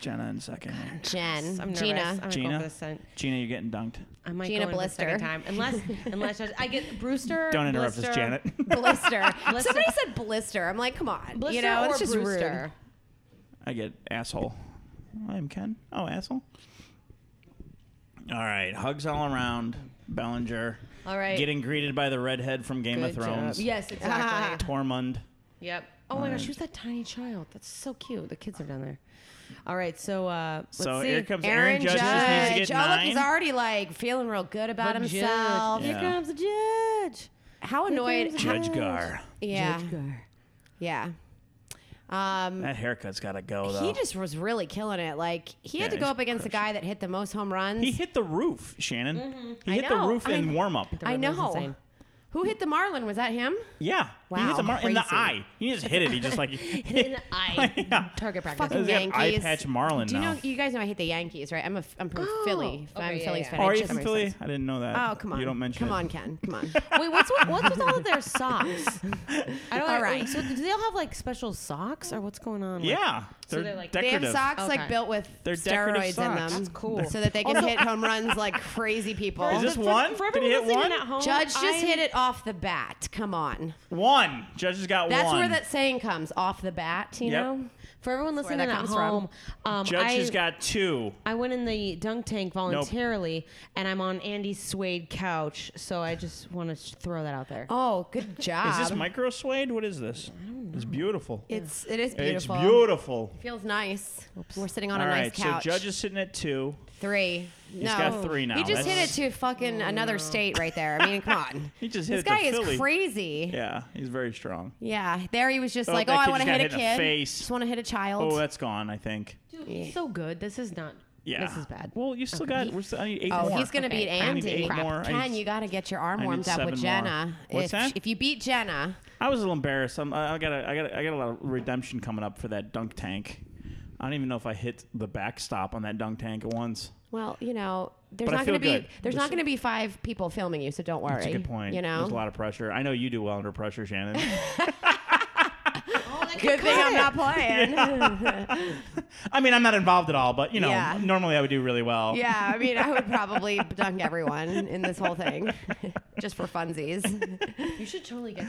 Speaker 10: Jenna in second. here.
Speaker 2: Jen.
Speaker 8: I'm nervous. I'm
Speaker 2: Gina.
Speaker 8: gonna go for
Speaker 10: Gina,
Speaker 8: the second.
Speaker 10: Gina, you're getting dunked.
Speaker 8: I might
Speaker 2: Gina
Speaker 8: go in for the second
Speaker 2: Blister.
Speaker 8: time, unless unless Judge, I get Brewster.
Speaker 10: Don't interrupt us,
Speaker 8: Blister-
Speaker 10: Janet.
Speaker 2: Blister.
Speaker 8: Blister.
Speaker 2: Somebody said blister. I'm like, come on.
Speaker 8: Blister
Speaker 2: you know,
Speaker 8: or
Speaker 2: it's just
Speaker 8: Brewster.
Speaker 2: rude.
Speaker 10: I get asshole. I'm Ken. Oh, asshole. All right, hugs all around. Bellinger.
Speaker 8: All right.
Speaker 10: Getting greeted by the redhead from Game of
Speaker 8: Good
Speaker 10: Thrones.
Speaker 8: job. Yes, exactly.
Speaker 10: Tormund.
Speaker 8: Yep. Oh my gosh, she was that tiny child. That's so cute. The kids are down there. All right, so uh, let's
Speaker 10: So
Speaker 8: see.
Speaker 10: here comes Aaron, Judge. just needs to get
Speaker 2: oh, look, he's
Speaker 10: nine.
Speaker 2: already like feeling real good about
Speaker 8: The
Speaker 2: himself.
Speaker 8: Judge. Here
Speaker 10: Yeah.
Speaker 8: comes the judge.
Speaker 2: How annoyed.
Speaker 8: comes
Speaker 10: Judge Gar.
Speaker 2: yeah.
Speaker 8: Judge Gar.
Speaker 2: Yeah. Um,
Speaker 10: That haircut's got to go, though.
Speaker 2: he just was really killing it. Like he
Speaker 10: Yeah,
Speaker 2: had to go
Speaker 10: he's
Speaker 2: up against the guy that hit the most home runs.
Speaker 10: He hit the roof, Shannon. He
Speaker 2: Mm-hmm. I
Speaker 10: hit the
Speaker 2: know.
Speaker 10: roof
Speaker 2: I-
Speaker 10: in warm up.
Speaker 2: I
Speaker 8: That was
Speaker 2: know.
Speaker 8: insane.
Speaker 2: Who hit the Marlin? Was that him?
Speaker 10: Yeah. He hit
Speaker 2: Wow,
Speaker 10: the mar- in the
Speaker 2: crazy.
Speaker 10: eye. He just hit it. He just like
Speaker 8: In the eye.
Speaker 10: yeah.
Speaker 8: Target practice.
Speaker 2: Fucking
Speaker 10: He's got an eye
Speaker 2: Yankees.
Speaker 10: patch Marlin
Speaker 2: Do you
Speaker 10: now.
Speaker 2: know? You guys know I hate the Yankees, right? I'm a f- I'm from Philly.
Speaker 8: Oh, okay,
Speaker 2: I'm a
Speaker 8: yeah,
Speaker 2: Phillies
Speaker 8: yeah.
Speaker 2: fan.
Speaker 10: Oh,
Speaker 2: It
Speaker 10: are you
Speaker 2: just
Speaker 10: from
Speaker 2: makes
Speaker 10: Philly?
Speaker 2: sense.
Speaker 10: I didn't know that.
Speaker 2: Oh, come on.
Speaker 10: You don't mention
Speaker 2: Come
Speaker 10: it.
Speaker 2: on, Ken. Come on.
Speaker 8: Wait, what's with, what's with all of their socks? I don't.
Speaker 2: All right.
Speaker 8: So do they all have like special socks or what's going on? Like,
Speaker 10: Yeah. They're,
Speaker 8: they're like- They
Speaker 2: They
Speaker 10: decorative.
Speaker 2: have socks
Speaker 8: Okay.
Speaker 2: like built with
Speaker 10: They're decorative
Speaker 2: steroids in
Speaker 10: socks.
Speaker 2: them.
Speaker 10: That's
Speaker 8: cool.
Speaker 2: So that they can hit home runs like crazy people.
Speaker 10: Is this
Speaker 8: for-
Speaker 10: one?
Speaker 8: For everyone
Speaker 10: Did he hit
Speaker 8: listening
Speaker 10: one?
Speaker 8: at home,
Speaker 2: Judge just
Speaker 8: I'm-
Speaker 2: hit it off the bat. Come on.
Speaker 10: One. Judge has got
Speaker 2: That's
Speaker 10: one.
Speaker 2: where that saying comes off the bat, you
Speaker 10: Yep.
Speaker 2: know?
Speaker 8: For everyone
Speaker 2: That's where
Speaker 8: listening
Speaker 2: that
Speaker 8: at
Speaker 2: comes from.
Speaker 8: home, um,
Speaker 10: Judge
Speaker 8: I,
Speaker 10: has got two.
Speaker 8: I went in the dunk tank voluntarily, and I'm on Andy's suede couch. So I just want to throw that out there.
Speaker 2: Oh, good job.
Speaker 10: Is this micro suede? What is this? It's beautiful.
Speaker 2: It's it is beautiful.
Speaker 10: It's beautiful.
Speaker 2: Feels nice. We're sitting on
Speaker 10: All
Speaker 2: a
Speaker 10: right,
Speaker 2: nice couch.
Speaker 10: so Judge is sitting at two.
Speaker 2: three.
Speaker 10: He's
Speaker 2: no.
Speaker 10: got three now.
Speaker 2: He just
Speaker 10: That's-
Speaker 2: hit it to fucking another state right there. I mean, come on.
Speaker 10: He just hit
Speaker 2: this
Speaker 10: it to
Speaker 2: guy is
Speaker 10: Philly.
Speaker 2: crazy. Yeah.
Speaker 10: Yeah, he's very strong.
Speaker 2: There he was just
Speaker 10: Oh,
Speaker 2: like,
Speaker 10: that
Speaker 2: oh, I
Speaker 10: kid
Speaker 2: want to
Speaker 10: just
Speaker 2: hit
Speaker 10: got
Speaker 2: a
Speaker 10: hit in the
Speaker 2: kid.
Speaker 10: face.
Speaker 2: Just want to hit a child.
Speaker 10: Oh, that's gone. I think.
Speaker 8: Dude, he's so good. This is not.
Speaker 10: Yeah.
Speaker 8: This is bad.
Speaker 10: Well, you still got. We're still, I need eight
Speaker 2: Oh,
Speaker 10: more.
Speaker 2: he's gonna
Speaker 8: Okay,
Speaker 2: beat
Speaker 8: crap.
Speaker 10: I need
Speaker 2: Andy.
Speaker 10: eight more. I
Speaker 2: Ken,
Speaker 10: need-
Speaker 2: you gotta get your arm
Speaker 10: I need
Speaker 2: warmed up with
Speaker 10: seven more.
Speaker 2: Jenna.
Speaker 10: What's
Speaker 2: if,
Speaker 10: that?
Speaker 2: if you beat Jenna,
Speaker 10: I was a little embarrassed. I'm, I I got. A, I got. A, I got a lot of redemption coming up for that dunk tank. I don't even know if I hit the backstop on that dunk tank once.
Speaker 2: well, you know, there's
Speaker 10: But I
Speaker 2: not gonna
Speaker 10: feel
Speaker 2: be
Speaker 10: good.
Speaker 2: there's
Speaker 10: Just-
Speaker 2: not gonna be five people filming you, so don't worry.
Speaker 10: That's a good point.
Speaker 2: You know,
Speaker 10: there's a lot of pressure. I know you do well under pressure, Shannon.
Speaker 2: good thing I'm not playing.
Speaker 10: I mean, I'm not involved at all, but you know,
Speaker 2: Yeah.
Speaker 10: normally I would do really well.
Speaker 2: Yeah, I mean, I would probably dunk everyone in this whole thing just for funsies.
Speaker 8: You should totally get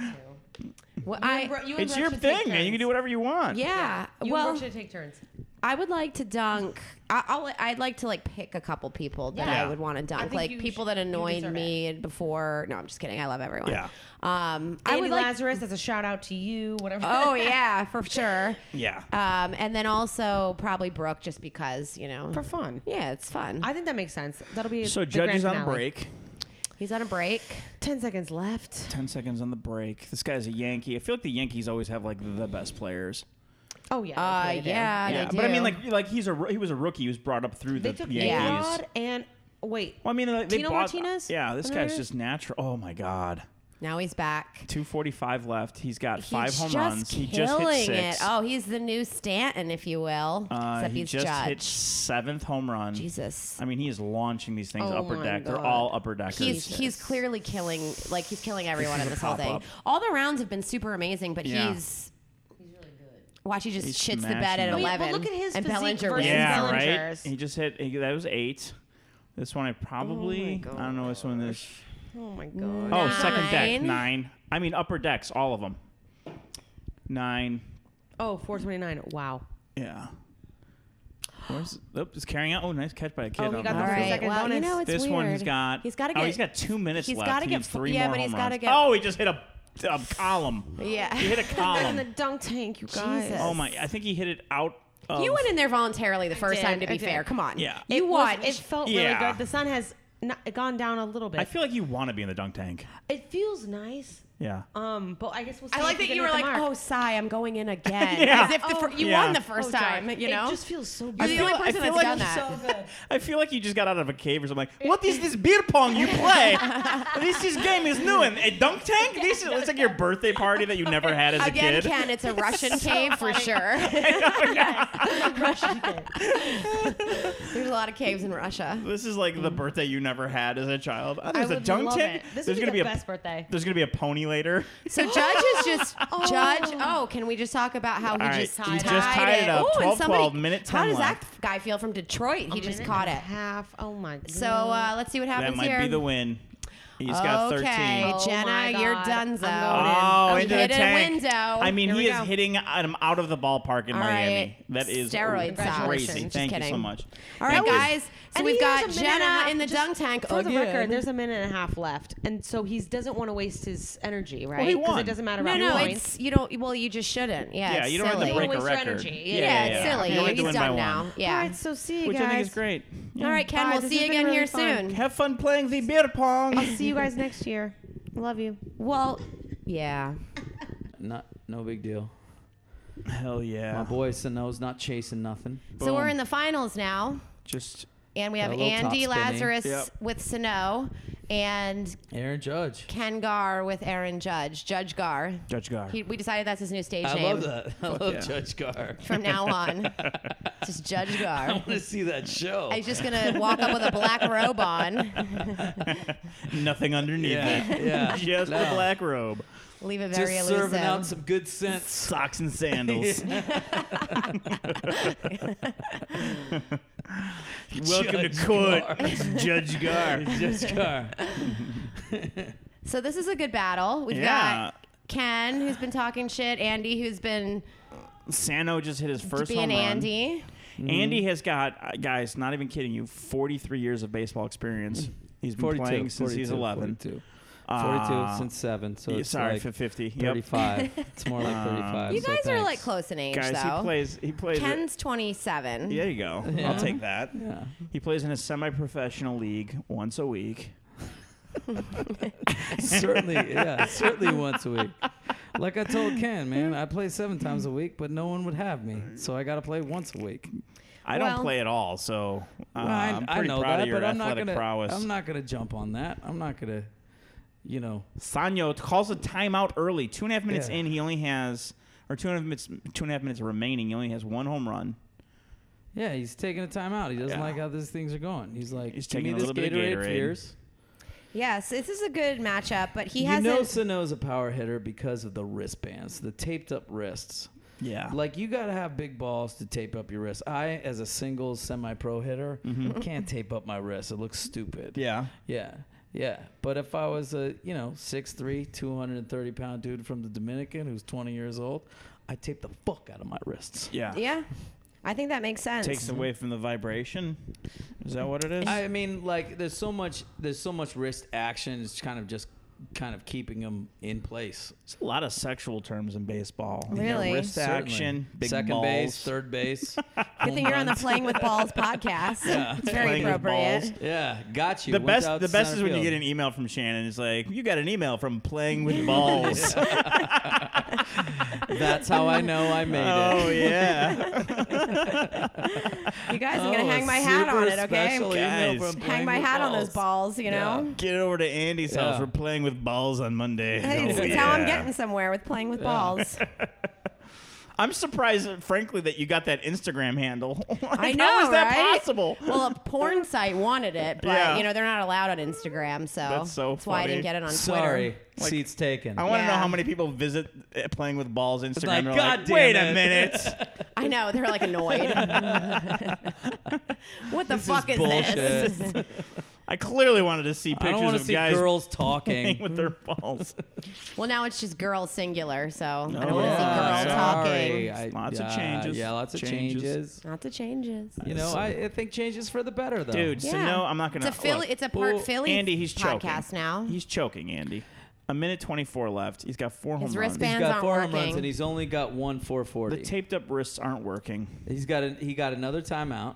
Speaker 8: two.
Speaker 2: Well, I,
Speaker 8: Bro, you and
Speaker 10: It's
Speaker 8: Brooke
Speaker 10: your
Speaker 8: should take
Speaker 10: thing, man. You can
Speaker 8: turns.
Speaker 10: do whatever you want.
Speaker 2: yeah,
Speaker 8: You and
Speaker 2: well,
Speaker 8: Brooke should take turns.
Speaker 2: I would like to dunk. I, I'll, I'd like to like pick a couple people that
Speaker 12: Yeah.
Speaker 2: I would want to
Speaker 12: I
Speaker 2: dunk,
Speaker 12: think
Speaker 2: like
Speaker 12: you
Speaker 2: people
Speaker 12: should-
Speaker 2: that
Speaker 12: you
Speaker 2: annoyed
Speaker 12: deserve
Speaker 2: me before. No, I'm just kidding. I love everyone.
Speaker 12: Yeah.
Speaker 2: Um, I
Speaker 12: Andy
Speaker 2: would like.
Speaker 12: Lazarus, that's a shout out to you. Whatever.
Speaker 2: Oh yeah, for sure.
Speaker 10: Yeah.
Speaker 2: Um, and then also probably Brooke, just because you know
Speaker 12: For fun.
Speaker 2: Yeah, it's fun.
Speaker 12: I think that makes sense. That'll be
Speaker 10: So
Speaker 12: the
Speaker 10: judge
Speaker 12: grand
Speaker 10: is on
Speaker 12: finale.
Speaker 10: break.
Speaker 2: He's on a break.
Speaker 12: Ten seconds left.
Speaker 10: Ten seconds on the break. This guy's a Yankee. I feel like the Yankees always have like the best players.
Speaker 12: Oh yeah.
Speaker 2: Uh,
Speaker 12: they do.
Speaker 2: yeah, they
Speaker 10: but I mean,
Speaker 2: do.
Speaker 10: like, like he's a ro- he was a rookie. He was brought up through
Speaker 12: they
Speaker 10: the
Speaker 12: took
Speaker 10: Yankees.
Speaker 12: A-Rod and wait.
Speaker 10: Well, I mean, like, they
Speaker 12: Tino
Speaker 10: bought-
Speaker 12: Martinez.
Speaker 10: Yeah, this
Speaker 12: Am I
Speaker 10: guy's
Speaker 12: right?
Speaker 10: just natural. Oh my god.
Speaker 2: Now he's back.
Speaker 10: Two forty-five left. He's got
Speaker 2: He's
Speaker 10: five home
Speaker 2: just
Speaker 10: runs. He just hit
Speaker 2: killing
Speaker 10: six.
Speaker 2: it. Oh, he's the new Stanton, if you will.
Speaker 10: Uh,
Speaker 2: Except
Speaker 10: he
Speaker 2: he's
Speaker 10: just
Speaker 2: Judge.
Speaker 10: hit seventh home run.
Speaker 2: Jesus.
Speaker 10: I mean, he is launching these things
Speaker 2: Oh
Speaker 10: upper
Speaker 2: my
Speaker 10: deck. They're
Speaker 2: God.
Speaker 10: all upper deckers.
Speaker 2: He's he's clearly killing like he's killing everyone
Speaker 10: is
Speaker 2: in
Speaker 10: a
Speaker 2: this whole thing.
Speaker 10: pop-up.
Speaker 2: All the rounds have been super amazing, but
Speaker 10: Yeah.
Speaker 2: he's Watch, he just
Speaker 10: He's
Speaker 2: shits the bed at
Speaker 10: smashing it. Oh, yeah,
Speaker 12: but
Speaker 2: 11.
Speaker 12: look at his
Speaker 2: and
Speaker 12: physique
Speaker 2: Bellinger
Speaker 12: versus
Speaker 2: wins.
Speaker 10: yeah, right.
Speaker 12: Bellinger's.
Speaker 10: He just hit. He, that was eight. This
Speaker 2: Oh
Speaker 10: one I probably. I don't know which one this.
Speaker 12: Oh my god.
Speaker 10: Oh, second deck
Speaker 12: Nine.
Speaker 10: nine. I mean, upper decks, all of them. Nine.
Speaker 12: Oh, 429. Wow.
Speaker 10: Yeah. Where's? Oop, it's carrying out. Oh, nice catch by a kid.
Speaker 12: Oh, he got
Speaker 10: on that.
Speaker 12: the All right, second well, you bonus. know, it's
Speaker 10: this one, he's
Speaker 12: weird.
Speaker 10: got.
Speaker 2: He's gotta
Speaker 10: Oh,
Speaker 2: get-
Speaker 10: he's got two minutes
Speaker 2: he's
Speaker 10: left.
Speaker 2: gotta
Speaker 10: he
Speaker 2: get
Speaker 10: needs
Speaker 2: fo-
Speaker 10: three
Speaker 2: yeah,
Speaker 10: more
Speaker 2: but he's
Speaker 10: home
Speaker 2: gotta
Speaker 10: runs.
Speaker 2: get-
Speaker 10: Oh, he just hit a, a column.
Speaker 2: Yeah.
Speaker 10: He hit a
Speaker 12: in the
Speaker 10: column.
Speaker 12: dunk tank, you guys.
Speaker 2: Jesus.
Speaker 10: oh my! I think he hit it out. Of,
Speaker 2: You went in there voluntarily the first
Speaker 12: did,
Speaker 2: time, to
Speaker 12: I
Speaker 2: be
Speaker 12: did.
Speaker 2: fair. Come on.
Speaker 10: Yeah.
Speaker 2: You
Speaker 12: it
Speaker 2: watched.
Speaker 12: Was, it felt
Speaker 10: Yeah.
Speaker 12: really good. The sun has not, gone down a little bit.
Speaker 10: I feel like you want to be in the dunk tank.
Speaker 12: it feels nice.
Speaker 10: Yeah.
Speaker 12: Um, but I guess we'll. See
Speaker 2: I like
Speaker 12: if we
Speaker 2: that
Speaker 12: can
Speaker 2: you
Speaker 12: hit
Speaker 2: were
Speaker 12: the
Speaker 2: like,
Speaker 12: mark.
Speaker 2: oh, sigh, I'm going in again.
Speaker 10: Yeah.
Speaker 2: As if the fir- you
Speaker 10: Yeah.
Speaker 2: won the first
Speaker 12: Oh, darn.
Speaker 2: time, you know?
Speaker 12: It just feels so
Speaker 2: You're
Speaker 12: good.
Speaker 2: the only person that's done that.
Speaker 10: I feel like you just got out of a cave or something. Like, what is this beer pong you play? this is game is new and a dunk tank. This is it's like your birthday party that you never had as a
Speaker 2: Again,
Speaker 10: kid.
Speaker 2: Ken, it's a Russian cave for sure. There's a lot of caves in Russia.
Speaker 10: This is like
Speaker 2: Mm.
Speaker 10: the birthday you never had as a child. Oh, there's a
Speaker 12: would
Speaker 10: dunk
Speaker 12: love
Speaker 10: tank.
Speaker 12: it. This
Speaker 10: there's
Speaker 12: would be
Speaker 10: gonna
Speaker 12: the
Speaker 10: be a
Speaker 12: best birthday.
Speaker 10: There's gonna be a pony later.
Speaker 2: So Judge is just Judge. Oh, can we just talk about how he
Speaker 10: All right,
Speaker 2: just
Speaker 10: he
Speaker 2: tied,
Speaker 10: just tied it up.
Speaker 2: Ooh, and
Speaker 10: 12,
Speaker 2: somebody-
Speaker 10: 12, minute
Speaker 2: How
Speaker 10: 10
Speaker 2: does that
Speaker 10: left.
Speaker 2: guy feel from Detroit? He just caught it.
Speaker 12: Half. Oh my. God.
Speaker 2: So uh, let's see what happens
Speaker 10: that might
Speaker 2: here.
Speaker 10: be the win. He's got
Speaker 2: Okay,
Speaker 12: Oh my
Speaker 10: 13.
Speaker 2: Jenna, you're
Speaker 12: God.
Speaker 2: donezo.
Speaker 10: Oh,
Speaker 2: You
Speaker 10: into
Speaker 2: hit
Speaker 10: the tank.
Speaker 2: a window.
Speaker 10: I mean,
Speaker 2: Here
Speaker 10: he
Speaker 2: we
Speaker 10: is
Speaker 2: go.
Speaker 10: hitting him out of the ballpark in
Speaker 2: All
Speaker 10: Miami.
Speaker 2: right.
Speaker 10: That is
Speaker 2: Steroid
Speaker 10: crazy.
Speaker 2: salvation. Just
Speaker 10: Thank you so
Speaker 2: kidding.
Speaker 10: much.
Speaker 2: All right,
Speaker 10: Thank you.
Speaker 2: guys. So
Speaker 12: And
Speaker 2: we've
Speaker 12: he has
Speaker 2: got
Speaker 12: a minute and a half
Speaker 2: Jenna in the
Speaker 12: just
Speaker 2: dunk tank Oh,
Speaker 12: For the record,
Speaker 2: again.
Speaker 12: there's a minute and a half left, and so he doesn't want to waste his energy, right?
Speaker 10: he
Speaker 12: Because
Speaker 10: won.
Speaker 12: it doesn't matter
Speaker 2: No,
Speaker 12: about
Speaker 2: no,
Speaker 12: points.
Speaker 2: it's you don't. Well, you just shouldn't. Yeah,
Speaker 10: Yeah,
Speaker 2: it's
Speaker 10: you don't
Speaker 2: silly.
Speaker 10: have to break a
Speaker 12: waste your
Speaker 10: record.
Speaker 12: energy. Yeah,
Speaker 10: Yeah,
Speaker 2: Yeah,
Speaker 10: yeah,
Speaker 2: it's
Speaker 10: yeah.
Speaker 2: silly.
Speaker 10: You only have to
Speaker 2: He's
Speaker 10: win by
Speaker 2: done
Speaker 10: one.
Speaker 2: now. Yeah.
Speaker 12: All right, so see you
Speaker 10: Which
Speaker 12: guys.
Speaker 10: I think is great.
Speaker 2: All right, Ken.
Speaker 12: Bye.
Speaker 2: We'll
Speaker 12: This
Speaker 2: see
Speaker 12: has
Speaker 2: you
Speaker 12: been
Speaker 2: again
Speaker 12: really
Speaker 2: here
Speaker 12: fun.
Speaker 2: soon.
Speaker 10: Have fun playing the beer pong.
Speaker 12: I'll see you guys next year. Love you.
Speaker 2: Well, yeah.
Speaker 5: Not no big deal.
Speaker 10: Hell yeah.
Speaker 5: My boy Sano's not chasing nothing.
Speaker 2: So we're
Speaker 10: Boom.
Speaker 2: in the finals now,
Speaker 10: Just
Speaker 2: and we
Speaker 5: Got
Speaker 2: have
Speaker 5: a little
Speaker 2: Andy
Speaker 5: top spinning.
Speaker 2: Lazarus
Speaker 10: Yep.
Speaker 2: with Sano, and
Speaker 5: Aaron Judge.
Speaker 2: Ken Gar with Aaron Judge. Judge Gar.
Speaker 10: Judge Gar.
Speaker 2: He, we decided that's his new stage
Speaker 5: I
Speaker 2: name
Speaker 5: love that. I love
Speaker 10: yeah.
Speaker 5: Judge Gar.
Speaker 2: from now on. Just Judge
Speaker 5: I
Speaker 2: Gar.
Speaker 5: want to see that show.
Speaker 2: He's just gonna walk up with a black robe on,
Speaker 10: Nothing underneath
Speaker 5: yeah,
Speaker 10: it.
Speaker 5: yeah.
Speaker 10: Just the
Speaker 5: No.
Speaker 10: black robe,
Speaker 2: leave it very
Speaker 5: Just
Speaker 2: elusive.
Speaker 5: serving out some good sense.
Speaker 10: socks and sandals. Welcome
Speaker 5: Judge
Speaker 10: to court,
Speaker 5: Gar.
Speaker 10: Judge Gar.
Speaker 5: Judge Gar.
Speaker 2: So this is a good battle. We've
Speaker 10: Yeah.
Speaker 2: got Ken, who's been talking shit, Andy, who's been
Speaker 10: Sano just hit his first
Speaker 2: being
Speaker 10: home run. Mm-hmm.
Speaker 2: Andy.
Speaker 10: Andy
Speaker 5: Mm-hmm.
Speaker 10: has got uh, guys, not even kidding you, 43 years of baseball
Speaker 5: Mm-hmm.
Speaker 10: experience. He's been
Speaker 5: 42,
Speaker 10: playing since he's
Speaker 5: 42,
Speaker 10: 11.
Speaker 5: 42. 42
Speaker 10: Uh,
Speaker 5: since 7. So
Speaker 10: yeah,
Speaker 5: it's
Speaker 10: sorry,
Speaker 5: like
Speaker 10: for 50. Yep.
Speaker 5: 35. it's more like
Speaker 10: Um,
Speaker 5: 35.
Speaker 2: You
Speaker 5: so
Speaker 2: guys are
Speaker 5: thanks.
Speaker 2: like close in age,
Speaker 10: Guys,
Speaker 2: though.
Speaker 10: he plays. He plays.
Speaker 2: Ken's 27.
Speaker 10: There you go. I'll
Speaker 5: Yeah.
Speaker 10: take that.
Speaker 5: Yeah.
Speaker 10: He plays in a semi-professional league once a week.
Speaker 5: certainly, yeah, certainly once a week. Like I told Ken, man, I play seven times a week, but no one would have me, so I got to play once a week.
Speaker 10: I
Speaker 2: Well-
Speaker 10: don't play at all, so uh,
Speaker 5: Well, I,
Speaker 10: I'm
Speaker 5: I
Speaker 10: pretty
Speaker 5: know
Speaker 10: proud
Speaker 5: that,
Speaker 10: of your
Speaker 5: but I'm not
Speaker 10: athletic
Speaker 5: gonna.
Speaker 10: prowess.
Speaker 5: I'm not gonna jump on that. I'm not gonna, you know,
Speaker 10: Sanyo calls a timeout early. Two and a half minutes
Speaker 5: Yeah.
Speaker 10: in, he only has, or two and a half minutes, two and a half minutes remaining. He only has one home run.
Speaker 5: Yeah, he's taking a time out. He doesn't
Speaker 10: Yeah.
Speaker 5: like how these things are going. He's like,
Speaker 10: He's
Speaker 5: give me
Speaker 10: taking a
Speaker 5: this
Speaker 10: little bit of
Speaker 5: Gatorade,
Speaker 10: Gatorade.
Speaker 5: Fierce.
Speaker 2: Yes, this is a good matchup, but he
Speaker 5: you
Speaker 2: hasn't.
Speaker 5: know Sano's a power hitter because of the wristbands, the taped up wrists.
Speaker 10: Yeah.
Speaker 5: Like you gotta have big balls to tape up your wrists. I, as a singles semi-pro hitter, can't tape up my wrists. It looks stupid.
Speaker 10: Mm-hmm. yeah.
Speaker 5: yeah, yeah. But if I was a you know 6'3", 230 pound dude from the Dominican who's twenty years old, I tape the fuck out of my wrists.
Speaker 10: Yeah.
Speaker 2: yeah.
Speaker 9: I think that makes sense.
Speaker 10: Takes away from the vibration. Is that what it is?
Speaker 5: I mean, like there's so much there's so much wrist action. It's kind of just kind of keeping them in place.
Speaker 10: It's a lot of sexual terms in baseball. You got
Speaker 5: Really?
Speaker 10: wrist
Speaker 5: Certainly.
Speaker 10: action, big
Speaker 5: Second
Speaker 10: balls.
Speaker 5: base, third base.
Speaker 2: Good thing you're on the Playing with Balls podcast. It's very
Speaker 10: Playing with
Speaker 2: appropriate.
Speaker 10: balls.
Speaker 5: Yeah, got you.
Speaker 10: The
Speaker 5: Went
Speaker 10: best,
Speaker 5: out
Speaker 10: the
Speaker 5: to
Speaker 10: best
Speaker 5: center
Speaker 10: is when you
Speaker 5: field.
Speaker 10: get an email from Shannon. It's like you got an email from playing with balls.
Speaker 5: That's how Oh, I know I made it.
Speaker 10: Oh yeah.
Speaker 2: You guys, I'm
Speaker 10: Oh,
Speaker 2: gonna
Speaker 10: a
Speaker 2: hang my hat on it,
Speaker 10: super
Speaker 2: okay?
Speaker 10: special email from
Speaker 2: hang
Speaker 10: Playing
Speaker 2: my
Speaker 10: with
Speaker 2: hat on those
Speaker 10: Balls.
Speaker 2: balls, you know?
Speaker 10: Get over to Andy's house.
Speaker 5: Yeah.
Speaker 10: We're playing with balls on Monday.
Speaker 2: Hey,
Speaker 10: Oh,
Speaker 2: it's how I'm
Speaker 10: yeah.
Speaker 2: getting somewhere with playing with
Speaker 10: Yeah.
Speaker 2: balls.
Speaker 10: I'm surprised, frankly, that you got that Instagram handle.
Speaker 2: I know,
Speaker 10: How is that
Speaker 2: right?
Speaker 10: possible?
Speaker 2: Well, a porn site wanted it, but
Speaker 10: Yeah.
Speaker 2: you know they're not allowed on Instagram, so
Speaker 10: That's so
Speaker 2: why I
Speaker 10: funny.
Speaker 2: didn't get it on
Speaker 5: Sorry,
Speaker 2: Twitter.
Speaker 5: seats taken.
Speaker 10: I want to know
Speaker 2: Yeah.
Speaker 10: how many people visit uh, playing with balls Instagram.
Speaker 5: like,
Speaker 10: They're
Speaker 5: "God damn
Speaker 10: wait
Speaker 5: it."
Speaker 10: a minute.
Speaker 2: I know they're like annoyed. what the
Speaker 10: This is
Speaker 2: fuck is, this?
Speaker 10: bullshit. I clearly wanted to see
Speaker 5: I don't
Speaker 10: pictures
Speaker 5: wanna
Speaker 10: of
Speaker 5: see
Speaker 10: guys
Speaker 5: girls talking.
Speaker 10: playing with their balls.
Speaker 2: well, now it's just girl singular, so I don't
Speaker 10: Oh,
Speaker 2: want to see
Speaker 10: yeah.
Speaker 2: girl
Speaker 10: Sorry.
Speaker 2: talking.
Speaker 5: I-
Speaker 10: Lots of
Speaker 5: yeah,
Speaker 10: changes.
Speaker 5: Yeah, lots of
Speaker 10: Changes.
Speaker 5: changes.
Speaker 2: Not the changes.
Speaker 5: You know, I, I think changes for the better, though.
Speaker 10: Dude, so no, I'm not going to.
Speaker 2: It's a Philly. it's a part Philly
Speaker 10: Andy, he's
Speaker 2: podcast
Speaker 10: choking.
Speaker 2: now.
Speaker 10: He's choking, Andy. A minute 24 left. He's got four
Speaker 2: His
Speaker 10: home runs.
Speaker 2: wristbands
Speaker 5: He's got
Speaker 2: aren't
Speaker 5: four home runs
Speaker 2: working.
Speaker 5: and he's only got one 440.
Speaker 10: The taped up wrists aren't working.
Speaker 5: He's got an, he got another timeout.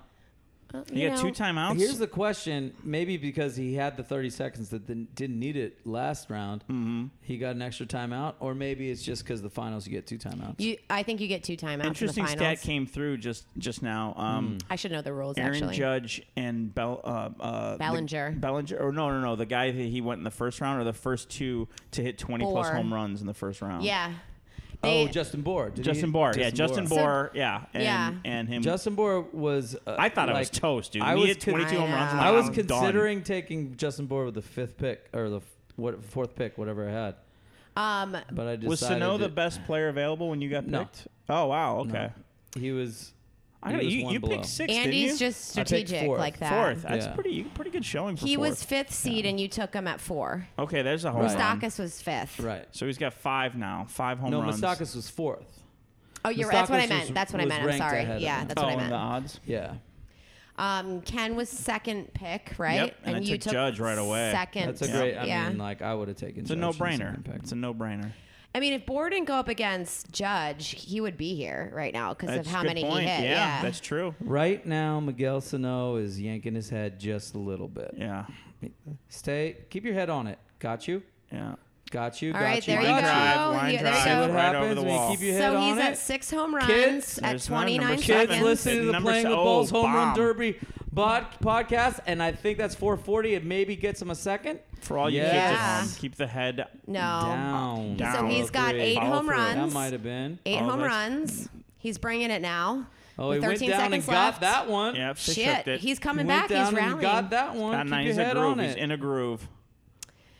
Speaker 10: He got two timeouts.
Speaker 5: Here's the question: Maybe because he had the 30 seconds that didn't didn't need it last round,
Speaker 10: Mm-hmm.
Speaker 5: he got an extra timeout, or maybe it's just because the finals you get two timeouts.
Speaker 2: You, I think you get two timeouts
Speaker 10: Interesting
Speaker 2: in the
Speaker 10: stat
Speaker 2: finals.
Speaker 10: came through just just now.
Speaker 5: Hmm.
Speaker 10: Um,
Speaker 2: I should know the rules
Speaker 10: Aaron
Speaker 2: actually.
Speaker 10: Judge and Bell, uh, uh, the-
Speaker 2: Bellinger.
Speaker 10: Bellinger, or no, no, no, the guy that he went in the first round, or the first two to hit 20 plus
Speaker 2: Bohr.
Speaker 10: home runs in the first round.
Speaker 2: Yeah.
Speaker 5: oh,
Speaker 2: They-
Speaker 5: Justin Bohr. Did
Speaker 10: Justin
Speaker 5: he-
Speaker 10: Bohr, yeah, Justin
Speaker 5: So-
Speaker 10: Bohr, yeah, and,
Speaker 5: Yeah.
Speaker 10: and him.
Speaker 5: Justin Bohr was. Uh,
Speaker 10: I thought I was
Speaker 5: like-
Speaker 10: toast, dude.
Speaker 5: I
Speaker 10: He
Speaker 5: was
Speaker 10: hit 22 home runs. I'm like,
Speaker 5: I was
Speaker 10: I'm done.
Speaker 5: considering taking Justin Bohr with the fifth pick or the f- what fourth pick, whatever I had.
Speaker 2: Um,
Speaker 5: But I
Speaker 10: was
Speaker 5: decided
Speaker 10: Sano the
Speaker 5: it-
Speaker 10: best player available when you got
Speaker 5: No.
Speaker 10: picked? Oh wow,
Speaker 5: No.
Speaker 10: okay.
Speaker 5: He was.
Speaker 10: I
Speaker 5: he
Speaker 10: gotta,
Speaker 5: was
Speaker 10: you
Speaker 5: one
Speaker 10: you
Speaker 5: below.
Speaker 10: picked six.
Speaker 2: Andy's
Speaker 10: didn't you?
Speaker 2: just I picked strategic fourth. like that.
Speaker 10: Fourth, that's
Speaker 5: Yeah.
Speaker 10: pretty pretty good showing. For
Speaker 2: He
Speaker 10: fourth.
Speaker 2: was fifth seed, and you took him at four.
Speaker 10: okay. There's a home run.
Speaker 2: Mustakas was fifth.
Speaker 5: Right.
Speaker 10: So he's got five now, five home
Speaker 5: no,
Speaker 10: runs.
Speaker 5: Mustakas was fourth.
Speaker 2: Oh, you're right. That's what I
Speaker 5: Moustakas
Speaker 2: meant.
Speaker 5: was-
Speaker 2: that's what I
Speaker 5: was
Speaker 2: meant. I'm
Speaker 5: ranked
Speaker 2: sorry.
Speaker 5: ahead of
Speaker 2: Yeah,
Speaker 5: him.
Speaker 2: that's what I
Speaker 10: Oh, and the
Speaker 2: meant.
Speaker 10: odds.
Speaker 5: Yeah.
Speaker 2: Um, Ken was second pick, right?
Speaker 10: Yep, and I
Speaker 2: you
Speaker 10: took Judge right away.
Speaker 2: Second.
Speaker 5: That's a great. I
Speaker 2: yeah.
Speaker 5: mean, like I would have taken.
Speaker 10: It's a
Speaker 5: Judge in the
Speaker 10: no-brainer.
Speaker 5: second pick.
Speaker 10: It's a no-brainer.
Speaker 2: I mean, if Bohr didn't go up against Judge, he would be here right now because of
Speaker 10: That's a
Speaker 2: how
Speaker 10: good
Speaker 2: many
Speaker 10: point.
Speaker 2: he hit.
Speaker 10: Yeah,
Speaker 2: Yeah,
Speaker 10: that's true.
Speaker 5: Right now, Miguel Sano is yanking his head just a little bit.
Speaker 10: Yeah,
Speaker 5: Stay. Keep your head on it. Got you.
Speaker 10: yeah.
Speaker 5: Got you.
Speaker 2: All
Speaker 5: got
Speaker 2: right,
Speaker 5: you.
Speaker 2: there you
Speaker 5: got
Speaker 2: go.
Speaker 10: drive, line
Speaker 2: Yeah, there
Speaker 10: drive,
Speaker 2: you
Speaker 5: See
Speaker 2: go.
Speaker 5: what
Speaker 10: Right over
Speaker 5: happens
Speaker 10: the
Speaker 5: when you
Speaker 10: wall.
Speaker 5: keep your head
Speaker 2: so
Speaker 5: on
Speaker 2: he's
Speaker 5: it.
Speaker 2: at six home runs
Speaker 5: Kids,
Speaker 2: at
Speaker 10: There's one, number
Speaker 2: 29
Speaker 10: seven.
Speaker 5: Kids,
Speaker 2: seconds.
Speaker 5: listen to the
Speaker 10: Number
Speaker 5: Playing
Speaker 10: se-
Speaker 5: with
Speaker 10: oh,
Speaker 5: Balls Home Run
Speaker 10: bomb.
Speaker 5: Derby bod- podcast, and I think that's 440. It maybe gets him a second.
Speaker 10: For all you kids
Speaker 2: Yeah.
Speaker 10: at home, keep the head
Speaker 2: No.
Speaker 5: Down.
Speaker 10: Down.
Speaker 2: So he's got
Speaker 5: Three.
Speaker 2: eight
Speaker 10: Follow
Speaker 2: home
Speaker 10: through.
Speaker 2: runs.
Speaker 5: Mm. That might have been.
Speaker 2: Eight
Speaker 10: Oh,
Speaker 2: home
Speaker 10: that's-
Speaker 2: runs. He's bringing it now.
Speaker 5: Oh,
Speaker 2: With
Speaker 5: he went
Speaker 2: 13
Speaker 5: down and
Speaker 2: seconds
Speaker 5: got
Speaker 2: left.
Speaker 5: that one.
Speaker 10: Yeah, they tripped
Speaker 2: Shit,
Speaker 10: it.
Speaker 2: he's coming
Speaker 5: Went
Speaker 2: back.
Speaker 5: down
Speaker 2: He's
Speaker 5: and
Speaker 2: rallying.
Speaker 5: Got that one.
Speaker 10: Got
Speaker 5: Keep
Speaker 10: nine.
Speaker 5: your
Speaker 10: He's a
Speaker 5: head
Speaker 10: groove.
Speaker 5: on it.
Speaker 10: He's in a groove.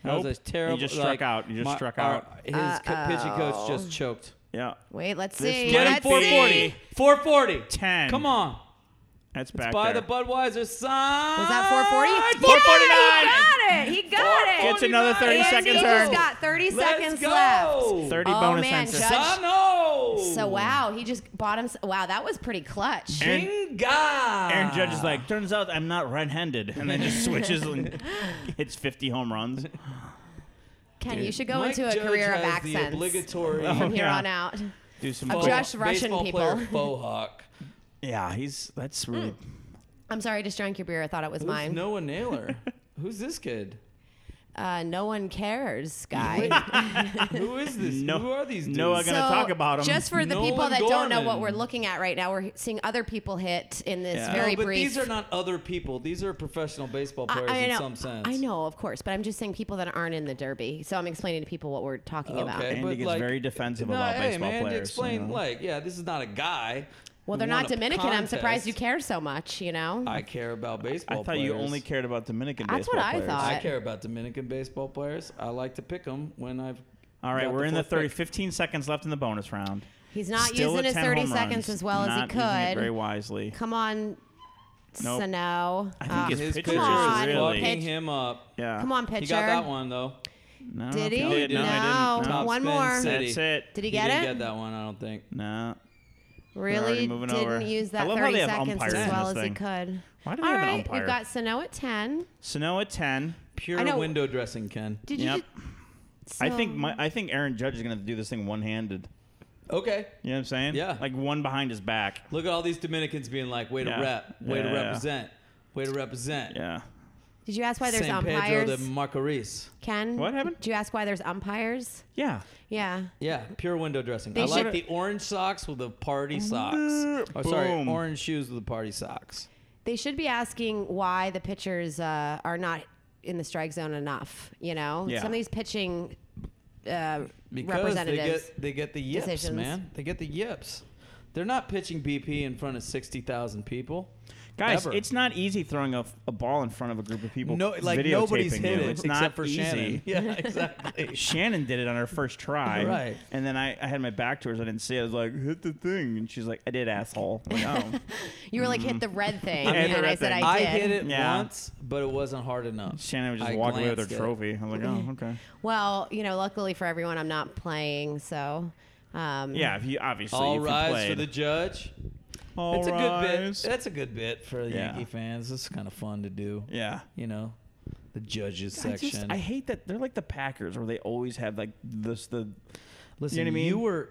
Speaker 5: That was
Speaker 10: Nope.
Speaker 5: a terrible.
Speaker 10: He just
Speaker 5: like,
Speaker 10: struck out. He just
Speaker 5: my-
Speaker 10: struck
Speaker 5: our-
Speaker 10: out.
Speaker 5: his co- pitching coach just choked.
Speaker 10: Yeah.
Speaker 2: Wait, let's
Speaker 10: This
Speaker 2: see.
Speaker 10: might
Speaker 5: Get him
Speaker 2: Let's
Speaker 5: 440.
Speaker 2: see.
Speaker 5: 440.
Speaker 10: 10.
Speaker 5: Come on.
Speaker 10: That's
Speaker 5: It's
Speaker 10: back
Speaker 5: by
Speaker 10: there.
Speaker 5: the Budweiser sign.
Speaker 2: Was that 440? Yeah, he got it. He got it.
Speaker 10: Gets another 30
Speaker 2: Andy
Speaker 10: second
Speaker 2: just
Speaker 10: turn.
Speaker 2: got 30 seconds
Speaker 5: go.
Speaker 2: left.
Speaker 10: 30
Speaker 2: Oh,
Speaker 10: bonus
Speaker 2: man,
Speaker 10: senses.
Speaker 2: Judge-
Speaker 5: Sano.
Speaker 2: So wow, he just bought him. Wow, that was pretty clutch.
Speaker 10: Aaron,
Speaker 5: Chinga.
Speaker 10: Aaron Judge is like, turns out I'm not right-handed, and then just switches and hits 50 home runs.
Speaker 2: Ken, you should go
Speaker 5: Mike
Speaker 2: into a
Speaker 5: Judge
Speaker 2: career of
Speaker 5: has the
Speaker 2: accents
Speaker 5: obligatory
Speaker 10: Oh,
Speaker 2: from here
Speaker 10: yeah.
Speaker 2: on out.
Speaker 10: Do some.
Speaker 2: I'm
Speaker 10: fo-
Speaker 2: Josh Russian
Speaker 5: baseball
Speaker 2: people.
Speaker 5: player faux hawk.
Speaker 10: yeah, he's that's really.
Speaker 2: I'm sorry, I just drank your beer. I thought it Hmm, was
Speaker 5: Who's
Speaker 2: mine.
Speaker 5: Noah Naylor? Who's this kid?
Speaker 2: Uh, no one cares, guy.
Speaker 5: Who is this?
Speaker 10: No-
Speaker 5: Who are these dudes?
Speaker 10: Noah We're gonna talk about him.
Speaker 2: Just for the
Speaker 5: Nolan
Speaker 2: people that don't know what
Speaker 5: Gorman.
Speaker 2: we're looking at right now, we're seeing other people hit in this
Speaker 10: Yeah.
Speaker 5: No,
Speaker 2: very
Speaker 5: but
Speaker 2: brief.
Speaker 5: these are not other people. These are professional baseball players
Speaker 2: I, I know,
Speaker 5: in some sense.
Speaker 2: I know, of course, but I'm just saying people that aren't in the derby. So I'm explaining to people what we're talking
Speaker 5: Okay,
Speaker 2: about.
Speaker 10: Andy
Speaker 5: but
Speaker 10: gets
Speaker 5: like-
Speaker 10: very defensive
Speaker 5: No,
Speaker 10: about
Speaker 5: hey,
Speaker 10: baseball
Speaker 5: man,
Speaker 10: players.
Speaker 5: To explain,
Speaker 10: you know?
Speaker 5: like, yeah, this is not a guy.
Speaker 2: Well,
Speaker 5: who
Speaker 2: they're
Speaker 5: won
Speaker 2: not
Speaker 5: a
Speaker 2: Dominican. I'm surprised you
Speaker 5: contest.
Speaker 2: care so much. You know,
Speaker 5: I care about
Speaker 10: I
Speaker 5: baseball.
Speaker 10: thought you
Speaker 5: players.
Speaker 10: only cared about Dominican
Speaker 2: That's
Speaker 10: baseball
Speaker 2: what I
Speaker 10: players.
Speaker 2: thought.
Speaker 5: I care about Dominican baseball players. I like to pick them when I've.
Speaker 10: All right,
Speaker 5: got
Speaker 10: we're in the
Speaker 5: fourth pick.
Speaker 10: 30, 15 seconds left in the bonus round.
Speaker 2: he's not
Speaker 10: Still
Speaker 2: using
Speaker 10: at
Speaker 2: his
Speaker 10: 10
Speaker 2: 30
Speaker 10: home
Speaker 2: seconds
Speaker 10: runs.
Speaker 2: as well
Speaker 10: Not
Speaker 2: as he
Speaker 10: using it very
Speaker 2: could.
Speaker 10: wisely.
Speaker 2: Come on,
Speaker 10: Nope.
Speaker 2: Sano.
Speaker 10: I think
Speaker 2: Ah,
Speaker 10: his
Speaker 5: His
Speaker 10: pitch
Speaker 5: pitcher
Speaker 2: come on,
Speaker 5: is
Speaker 10: really-
Speaker 5: fucking
Speaker 2: pitch-
Speaker 5: him up.
Speaker 10: Yeah.
Speaker 2: Come on, pitcher.
Speaker 5: He got that one though.
Speaker 10: No,
Speaker 2: Did he?
Speaker 10: no, didn't. No, I
Speaker 2: No.
Speaker 10: didn't.
Speaker 5: Top
Speaker 2: One
Speaker 5: spin
Speaker 2: more.
Speaker 5: city.
Speaker 10: That's it.
Speaker 2: Did he get
Speaker 5: didn't
Speaker 2: it?
Speaker 5: Get that one? I don't think.
Speaker 10: No.
Speaker 2: Really
Speaker 10: already moving
Speaker 2: didn't
Speaker 10: over.
Speaker 2: use
Speaker 10: I
Speaker 2: that
Speaker 10: love how
Speaker 2: 30
Speaker 10: they have
Speaker 2: seconds
Speaker 10: umpires
Speaker 2: as
Speaker 10: in
Speaker 2: well as
Speaker 10: this
Speaker 2: he
Speaker 10: thing.
Speaker 2: could.
Speaker 10: Why do they
Speaker 2: All
Speaker 10: have an
Speaker 2: right,
Speaker 10: umpire?
Speaker 2: we've got Sano at 10.
Speaker 10: Sanoa ten.
Speaker 2: I
Speaker 5: Pure
Speaker 2: know-
Speaker 5: window dressing, Ken.
Speaker 2: Did you
Speaker 10: Yep. I think
Speaker 2: So-
Speaker 10: my, I think Aaron Judge is gonna have to do this thing one handed.
Speaker 5: Okay.
Speaker 10: You know what I'm saying? Yeah. Like one behind his back.
Speaker 5: Look at all these Dominicans being like, way
Speaker 10: Yeah.
Speaker 5: to rep, way
Speaker 10: Yeah.
Speaker 5: to represent, way to represent.
Speaker 10: Yeah.
Speaker 2: Did you ask why there's
Speaker 5: San
Speaker 2: umpires?
Speaker 5: Pedro de Macorís.
Speaker 2: Ken?
Speaker 5: What
Speaker 2: happened? Did you ask why there's umpires?
Speaker 10: Yeah.
Speaker 2: Yeah.
Speaker 5: Yeah, pure window dressing.
Speaker 2: They
Speaker 5: I like
Speaker 2: should-
Speaker 5: the orange socks with the party socks.
Speaker 2: Brr,
Speaker 5: oh, sorry,
Speaker 2: boom.
Speaker 5: orange shoes with the party socks.
Speaker 2: They should be asking why the pitchers uh, are not in the strike zone enough. You know,
Speaker 5: Yeah.
Speaker 2: some of these pitching uh,
Speaker 5: Because they
Speaker 2: representatives.
Speaker 5: get they get the yips,
Speaker 2: decisions.
Speaker 5: man. They get the yips. They're not pitching BP in front of sixty thousand people.
Speaker 10: Guys,
Speaker 5: Ever.
Speaker 10: it's not easy throwing a, f- a ball in front of a group of people.
Speaker 5: No, like,
Speaker 10: videotaping
Speaker 5: nobody's
Speaker 10: you.
Speaker 5: hit it
Speaker 10: It's
Speaker 5: except
Speaker 10: not
Speaker 5: for
Speaker 10: easy.
Speaker 5: Shannon. Yeah, exactly.
Speaker 10: Shannon did it on her first try.
Speaker 5: Right.
Speaker 10: And then I, I had my back to her, so I didn't see it. I was like, hit the thing. And she's like, I did, asshole. I'm like, oh.
Speaker 2: you were like hit the red thing,
Speaker 10: I Mm-hmm. hit the
Speaker 2: and I
Speaker 10: red
Speaker 2: said
Speaker 10: thing.
Speaker 2: I
Speaker 5: I
Speaker 2: did.
Speaker 5: hit it
Speaker 10: Yeah.
Speaker 5: once, but it wasn't hard enough.
Speaker 10: Shannon would just
Speaker 5: I
Speaker 10: walk away with her
Speaker 5: glanced at it.
Speaker 10: trophy. I was like, oh, okay.
Speaker 2: Well, you know, luckily for everyone, I'm not playing, so. Um,
Speaker 10: Yeah, if you obviously
Speaker 5: All
Speaker 10: if you
Speaker 5: rise
Speaker 10: played.
Speaker 5: for the judge.
Speaker 10: All
Speaker 5: it's a good
Speaker 10: rise.
Speaker 5: bit. That's a good bit for the
Speaker 10: Yeah.
Speaker 5: Yankee fans. This is kind of fun to do.
Speaker 10: Yeah.
Speaker 5: you know, the judges
Speaker 10: I,
Speaker 5: section.
Speaker 10: just, I hate that they're like the Packers, where they always have like this the.
Speaker 5: Listen,
Speaker 10: you know what I mean?
Speaker 5: were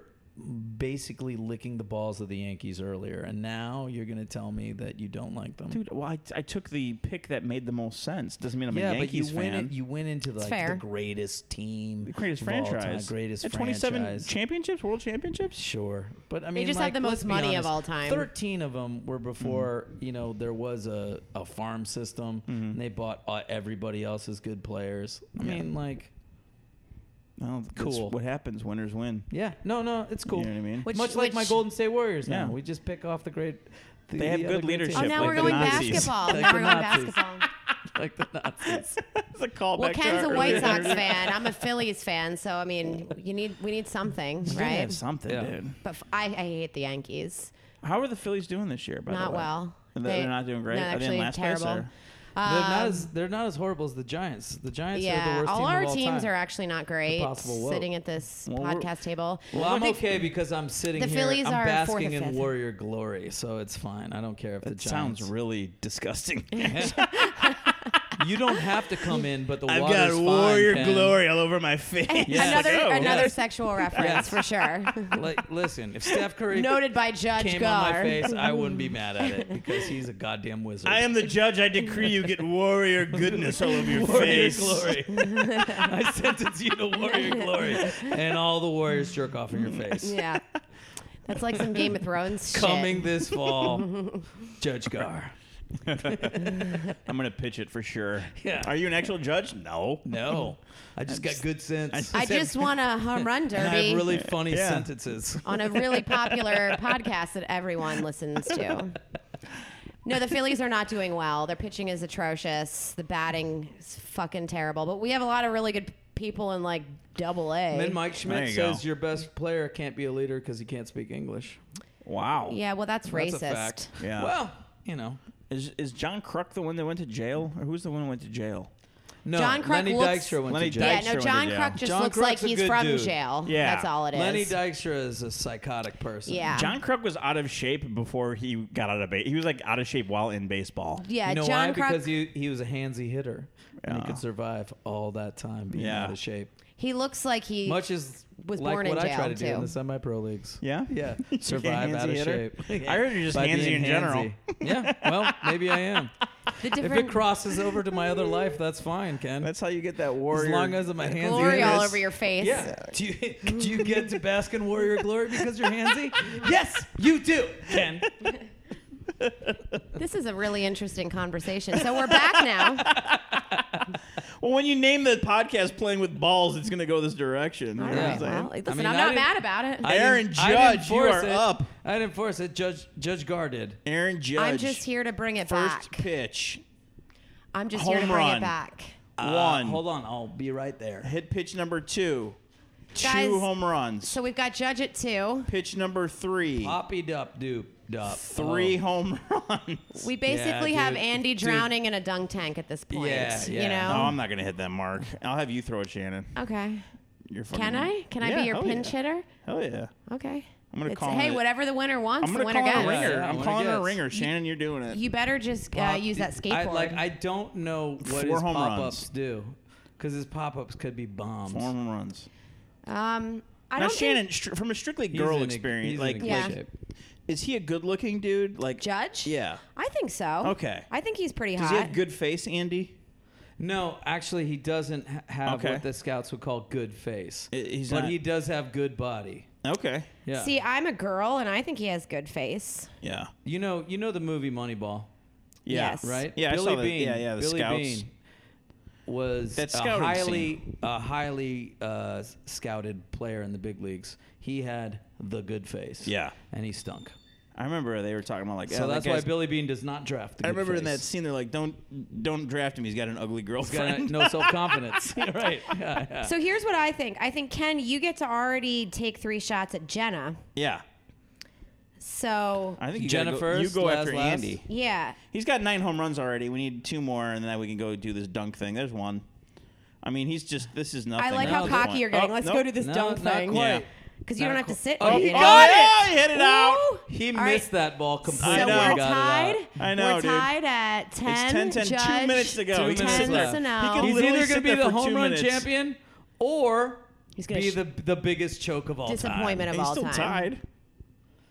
Speaker 5: basically licking the balls of the Yankees earlier, and now you're going to tell me that you don't like them.
Speaker 10: dude. Well, I, I took the pick that made the most sense. Doesn't mean I'm
Speaker 5: yeah,
Speaker 10: a Yankees
Speaker 5: but you
Speaker 10: fan.
Speaker 5: went in- you went into like
Speaker 10: fair.
Speaker 5: the greatest team, the
Speaker 10: greatest franchise,
Speaker 5: greatest
Speaker 10: At 27
Speaker 5: franchise.
Speaker 10: championships, world championships.
Speaker 5: Sure, but I
Speaker 2: They
Speaker 5: mean,
Speaker 2: just have
Speaker 5: like,
Speaker 2: the most
Speaker 5: let's be
Speaker 2: money of
Speaker 5: honest,
Speaker 2: all time.
Speaker 5: Thirteen of them
Speaker 10: Mm-hmm.
Speaker 5: were before you know there was a, a farm system, and they bought uh, everybody else's good players. I
Speaker 10: Mm-hmm. Yeah.
Speaker 5: mean, like,
Speaker 10: Well, that's
Speaker 5: Cool.
Speaker 10: What happens? Winners win.
Speaker 5: yeah, no, no, it's cool.
Speaker 10: You know what I mean?
Speaker 5: Much like my Golden State Warriors. Now
Speaker 10: Yeah.
Speaker 5: we just pick off the great. The,
Speaker 10: They have
Speaker 5: the
Speaker 10: good
Speaker 5: other great
Speaker 10: leadership,
Speaker 5: teams.
Speaker 10: Oh, now like we're the going Nazis. basketball.
Speaker 5: Like
Speaker 2: Now
Speaker 5: the
Speaker 2: we're going
Speaker 5: Nazis.
Speaker 2: basketball.
Speaker 5: like the Nazis.
Speaker 10: It's a callback.
Speaker 2: Well, Ken's a White Sox
Speaker 10: interview.
Speaker 2: fan. I'm a Phillies fan, so I mean, you need we need something,
Speaker 10: You gotta
Speaker 2: right?
Speaker 10: have something, dude.
Speaker 2: But f- I, I hate the Yankees.
Speaker 10: How are the Phillies doing this year? By the
Speaker 2: Not
Speaker 10: way?
Speaker 2: well.
Speaker 10: They,
Speaker 2: They-
Speaker 10: they're not doing great.
Speaker 2: no,
Speaker 10: Are they
Speaker 2: actually
Speaker 10: in last place?
Speaker 2: terrible.
Speaker 10: Or?
Speaker 5: they're not
Speaker 2: Um,
Speaker 5: as they're not as horrible as the Giants. The Giants are the
Speaker 2: yeah,
Speaker 5: worst
Speaker 2: all
Speaker 5: team
Speaker 2: our
Speaker 5: of all
Speaker 2: teams
Speaker 5: time.
Speaker 2: are actually not great.
Speaker 5: Impossible woke.
Speaker 2: Sitting at this
Speaker 5: Well, we're-
Speaker 2: podcast table.
Speaker 5: Well, I'm okay because I'm sitting
Speaker 2: The
Speaker 5: here.
Speaker 2: Phillies
Speaker 5: I'm
Speaker 2: are fourth or
Speaker 5: basking in
Speaker 2: fifth.
Speaker 5: Warrior glory, so it's fine. I don't care if the
Speaker 10: It sounds
Speaker 5: Giants.
Speaker 10: really disgusting.
Speaker 5: you don't have to come in, but the
Speaker 10: I've
Speaker 5: water's
Speaker 10: got
Speaker 5: fine,
Speaker 10: warrior
Speaker 5: Ken.
Speaker 10: glory all over my face.
Speaker 2: Another
Speaker 5: Yes.
Speaker 2: another
Speaker 5: Yes.
Speaker 2: sexual reference
Speaker 5: Yes.
Speaker 2: for sure.
Speaker 5: Like, listen, if Steph Curry
Speaker 2: Noted by Judge
Speaker 5: came on my
Speaker 2: Gar.
Speaker 5: face, I wouldn't be mad at it because he's a goddamn wizard.
Speaker 10: I am the judge. I decree you get warrior goodness all over your
Speaker 5: Warrior
Speaker 10: face.
Speaker 5: glory. I sentence you to warrior glory, and all the warriors jerk off in your face.
Speaker 2: yeah, that's like some Game of Thrones shit.
Speaker 5: Coming this fall, Judge Gar.
Speaker 10: I'm gonna pitch it for sure.
Speaker 5: Yeah.
Speaker 10: Are you an actual judge? No.
Speaker 5: No. I just got good sense.
Speaker 2: I just want a home run
Speaker 5: And I
Speaker 2: derby
Speaker 5: have really funny
Speaker 10: Yeah.
Speaker 5: sentences.
Speaker 2: on a really popular podcast that everyone listens to. No, the Phillies are not doing well. Their pitching is atrocious. The batting is fucking terrible. But we have a lot of really good people in like double A.
Speaker 5: And then Mike Schmidt
Speaker 10: There you
Speaker 5: says
Speaker 10: go.
Speaker 5: your best player can't be a leader because he can't speak English.
Speaker 10: Wow.
Speaker 2: Yeah, well, that's
Speaker 5: That's
Speaker 2: racist.
Speaker 5: a fact.
Speaker 10: Yeah.
Speaker 5: Well, you know.
Speaker 10: Is is John Cruck the one that went to jail, or who's the one who went to jail?
Speaker 5: No,
Speaker 2: John Kruk
Speaker 5: Lenny
Speaker 2: looks-
Speaker 5: Dykstra went
Speaker 10: Lenny
Speaker 5: to jail.
Speaker 2: yeah,
Speaker 10: Dykstra
Speaker 2: no,
Speaker 10: went to
Speaker 2: John
Speaker 10: jail.
Speaker 2: Cruck just
Speaker 5: John
Speaker 2: looks
Speaker 5: Kruk's
Speaker 2: like
Speaker 5: a
Speaker 2: he's
Speaker 5: good
Speaker 2: from
Speaker 5: dude.
Speaker 2: jail.
Speaker 10: Yeah.
Speaker 2: That's all it is.
Speaker 5: Lenny Dykstra is a psychotic person.
Speaker 2: Yeah.
Speaker 10: John Cruck was out of shape before he got out of base. He was like out of shape while in baseball.
Speaker 2: yeah,
Speaker 5: you know
Speaker 2: John
Speaker 5: why?
Speaker 2: Kruk,
Speaker 5: Because he, he was a handsy hitter and he
Speaker 10: Yeah.
Speaker 5: could survive all that time being
Speaker 10: Yeah.
Speaker 5: out of shape.
Speaker 2: he looks like he
Speaker 5: Much as
Speaker 2: was
Speaker 5: like
Speaker 2: born
Speaker 5: what
Speaker 2: in
Speaker 5: I
Speaker 2: jail,
Speaker 5: try to do
Speaker 2: too.
Speaker 5: in the semi-pro leagues.
Speaker 10: Yeah.
Speaker 5: Yeah,
Speaker 10: You're a
Speaker 5: survive out of
Speaker 10: handsy hitter?
Speaker 5: shape.
Speaker 10: I heard you're just
Speaker 5: By
Speaker 10: handsy
Speaker 5: being
Speaker 10: in general.
Speaker 5: yeah, well, maybe I am.
Speaker 2: the
Speaker 5: If it
Speaker 2: different
Speaker 5: crosses over to my other life, that's fine, Ken.
Speaker 10: That's how you get that
Speaker 5: as
Speaker 10: warrior.
Speaker 5: long as I'm a handsy
Speaker 2: glory all
Speaker 5: hitter.
Speaker 2: over your face.
Speaker 5: Yeah. Do you, do you get to bask in warrior glory because you're handsy? yes, you do, Ken.
Speaker 2: This is a really interesting conversation. So we're back now.
Speaker 10: well, when you name the podcast "Playing with Balls," it's gonna go this direction. You know
Speaker 2: All
Speaker 10: what
Speaker 2: right.
Speaker 10: I'm saying?
Speaker 2: Well, listen, I
Speaker 5: mean,
Speaker 2: am
Speaker 5: I
Speaker 2: not
Speaker 5: didn't-
Speaker 2: mad about it.
Speaker 5: I
Speaker 10: Aaron
Speaker 5: didn't- I didn't
Speaker 10: Judge, you
Speaker 5: force
Speaker 10: are
Speaker 5: it.
Speaker 10: up.
Speaker 5: I didn't force it. Judge Judge Gar did.
Speaker 10: Aaron Judge.
Speaker 2: I'm just here to bring it back.
Speaker 10: First pitch.
Speaker 2: I'm just here to
Speaker 10: home
Speaker 2: bring
Speaker 10: run.
Speaker 2: it back.
Speaker 5: Uh,
Speaker 10: one.
Speaker 5: Hold on, I'll be right there.
Speaker 10: Hit pitch number two.
Speaker 2: Guys,
Speaker 10: two home runs.
Speaker 2: So we've got Judge at two.
Speaker 10: pitch number three.
Speaker 5: Poppy dup doop dup.
Speaker 10: Three
Speaker 5: Oh.
Speaker 10: home runs.
Speaker 2: We basically have
Speaker 5: dude.
Speaker 2: Andy
Speaker 5: Dude.
Speaker 2: drowning in a dung tank at this point.
Speaker 5: Yeah,
Speaker 2: You
Speaker 5: yeah.
Speaker 10: No, I'm
Speaker 2: know?
Speaker 10: not gonna hit that mark. I'll have you throw it, Shannon.
Speaker 2: okay.
Speaker 10: You're fucking,
Speaker 2: Can I? Can I
Speaker 10: Yeah,
Speaker 2: be your
Speaker 10: hell
Speaker 2: pinch
Speaker 10: yeah.
Speaker 2: hitter?
Speaker 10: Hell yeah.
Speaker 2: Okay.
Speaker 10: I'm gonna
Speaker 2: It's-
Speaker 10: call.
Speaker 2: hey,
Speaker 10: it.
Speaker 2: whatever the winner wants,
Speaker 10: I'm
Speaker 2: the
Speaker 10: gonna
Speaker 2: winner
Speaker 10: call it
Speaker 2: gets.
Speaker 10: a ringer.
Speaker 2: Yeah,
Speaker 10: I'm
Speaker 2: winner
Speaker 10: calling it a
Speaker 2: gets.
Speaker 10: ringer. Shannon, you're doing it.
Speaker 2: You better just uh,
Speaker 5: Pop-
Speaker 2: use that skateboard.
Speaker 5: I, like I don't know what
Speaker 10: Four
Speaker 5: his
Speaker 10: home
Speaker 5: pop
Speaker 10: runs.
Speaker 5: ups do, because his pop ups could be bombs.
Speaker 10: Four home runs.
Speaker 2: um, I
Speaker 10: now,
Speaker 2: don't
Speaker 10: Shannon, str- from a strictly girl
Speaker 5: in a-
Speaker 10: experience,
Speaker 5: he's in a
Speaker 10: like,
Speaker 5: good
Speaker 10: like,
Speaker 5: shape.
Speaker 10: is he a good-looking dude? Like
Speaker 2: Judge?
Speaker 10: Yeah.
Speaker 2: think I think so.
Speaker 10: Okay.
Speaker 2: I think he's pretty
Speaker 10: Does
Speaker 2: hot.
Speaker 10: he have good face, Andy?
Speaker 5: No, actually, he doesn't ha- have
Speaker 10: Okay.
Speaker 5: what the scouts would call good face.
Speaker 10: he's
Speaker 5: but
Speaker 10: not-
Speaker 5: he does have good body.
Speaker 10: Okay.
Speaker 5: Yeah.
Speaker 2: See, I'm a girl, and I think he has good face.
Speaker 10: Yeah.
Speaker 5: You know, you know the movie Moneyball.
Speaker 10: Yeah. Yes.
Speaker 5: Right.
Speaker 10: Yeah, I
Speaker 5: Billy
Speaker 10: saw the-
Speaker 5: Bean.
Speaker 10: yeah, yeah, the
Speaker 5: Billy
Speaker 10: scouts.
Speaker 5: Bean was
Speaker 10: That
Speaker 5: a
Speaker 10: scouting
Speaker 5: highly, a highly uh, s- scouted player in the big leagues. He had the good face.
Speaker 10: Yeah.
Speaker 5: And he stunk.
Speaker 10: I remember they were talking about like.
Speaker 5: so
Speaker 10: "Oh, that
Speaker 5: that's why
Speaker 10: guy's-
Speaker 5: Billy Bean does not draft. The
Speaker 10: I
Speaker 5: good
Speaker 10: remember in
Speaker 5: face.
Speaker 10: that scene they're like, "Don't, don't draft him. He's got an ugly
Speaker 5: He's got
Speaker 10: girlfriend."
Speaker 5: no self confidence. right. Yeah, yeah.
Speaker 2: So here's what I think. I think Ken, you get to already take three shots at Jenna.
Speaker 10: yeah.
Speaker 2: So
Speaker 10: I think you
Speaker 5: Jenna
Speaker 10: gotta go,
Speaker 5: first,
Speaker 10: You go
Speaker 5: Laz
Speaker 10: after
Speaker 5: last.
Speaker 10: Andy.
Speaker 2: yeah,
Speaker 10: He's got nine home runs already. We need two more, and then we can go do this dunk thing. There's one. I mean, he's just. This is nothing.
Speaker 2: I like
Speaker 10: at
Speaker 2: how
Speaker 10: this
Speaker 2: cocky
Speaker 10: point.
Speaker 2: you're getting.
Speaker 10: Oh,
Speaker 2: Let's
Speaker 10: nope.
Speaker 2: go do this
Speaker 5: No,
Speaker 2: dunk
Speaker 5: not
Speaker 2: thing.
Speaker 5: quite.
Speaker 10: Yeah.
Speaker 2: Because you don't have
Speaker 5: Not
Speaker 2: to
Speaker 5: quite.
Speaker 2: sit.
Speaker 5: Oh,
Speaker 2: and
Speaker 5: he
Speaker 2: hit
Speaker 5: got
Speaker 10: it! He hit it out.
Speaker 2: Ooh.
Speaker 5: He
Speaker 2: All right.
Speaker 5: missed that ball completely.
Speaker 2: So
Speaker 10: know.
Speaker 5: and
Speaker 2: we're
Speaker 5: got it out.
Speaker 2: tied.
Speaker 10: I know,
Speaker 2: We're
Speaker 10: dude.
Speaker 2: tied at ten.
Speaker 10: 10, 10, two
Speaker 2: Judge,
Speaker 10: minutes to go.
Speaker 5: Two
Speaker 10: He
Speaker 5: minutes
Speaker 2: Ten
Speaker 5: left.
Speaker 10: He
Speaker 2: personnel.
Speaker 10: could
Speaker 5: He's
Speaker 10: literally
Speaker 5: either
Speaker 10: sit
Speaker 5: going to be the
Speaker 10: there for
Speaker 5: home
Speaker 10: two
Speaker 5: run
Speaker 10: minutes.
Speaker 5: champion or
Speaker 2: He's gonna
Speaker 5: be
Speaker 2: sh-
Speaker 5: the the biggest choke of all
Speaker 2: Disappointment
Speaker 5: time.
Speaker 2: of
Speaker 10: He's
Speaker 2: all
Speaker 10: still
Speaker 2: time.
Speaker 10: tied.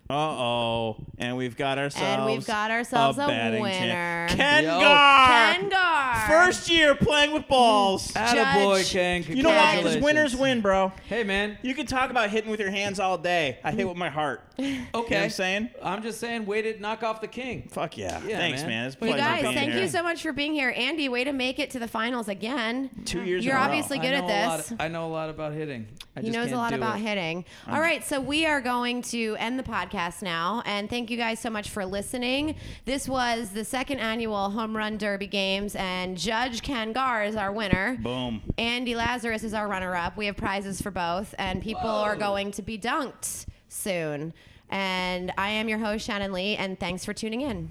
Speaker 10: Uh oh, and we've got ourselves.
Speaker 2: And we've got ourselves a
Speaker 10: batting
Speaker 2: winner.
Speaker 10: champ. Ken
Speaker 5: Yo.
Speaker 10: Gar.
Speaker 2: Ken Gar.
Speaker 10: First year playing with balls.
Speaker 5: Mm. Attaboy,
Speaker 2: Judge.
Speaker 5: Ken.
Speaker 10: You know what? Because
Speaker 5: Congratulations.
Speaker 10: winners win, bro.
Speaker 5: Hey, man.
Speaker 10: You can talk about hitting with your hands all day. I hit with my heart. You know
Speaker 5: Mm. Okay.
Speaker 10: what I'm saying?
Speaker 5: I'm just saying, way to knock off the king.
Speaker 10: Fuck yeah.
Speaker 5: Yeah,
Speaker 10: Thanks,
Speaker 5: man.
Speaker 10: man. It's a
Speaker 2: You
Speaker 10: pleasure
Speaker 2: guys,
Speaker 10: being
Speaker 2: thank
Speaker 10: here.
Speaker 2: you so much for being here, Andy. Way to make it to the finals again.
Speaker 10: Two years
Speaker 2: You're
Speaker 10: in a row.
Speaker 2: obviously
Speaker 5: I
Speaker 2: good
Speaker 5: know a
Speaker 2: at
Speaker 5: lot-
Speaker 2: this.
Speaker 5: I know a lot about hitting. I
Speaker 2: He
Speaker 5: just
Speaker 2: knows a
Speaker 5: can't
Speaker 2: lot
Speaker 5: do
Speaker 2: about
Speaker 5: it.
Speaker 2: hitting. All right, so we are going to end the podcast now. And thank you guys so much for listening. This was the second annual Home Run Derby Games, and Judge Ken Gar is our winner.
Speaker 10: Boom.
Speaker 2: Andy Lazarus is our runner up. We have prizes for both, and people are going to be dunked soon. And I am your host, Shannon Lee, and thanks for tuning in.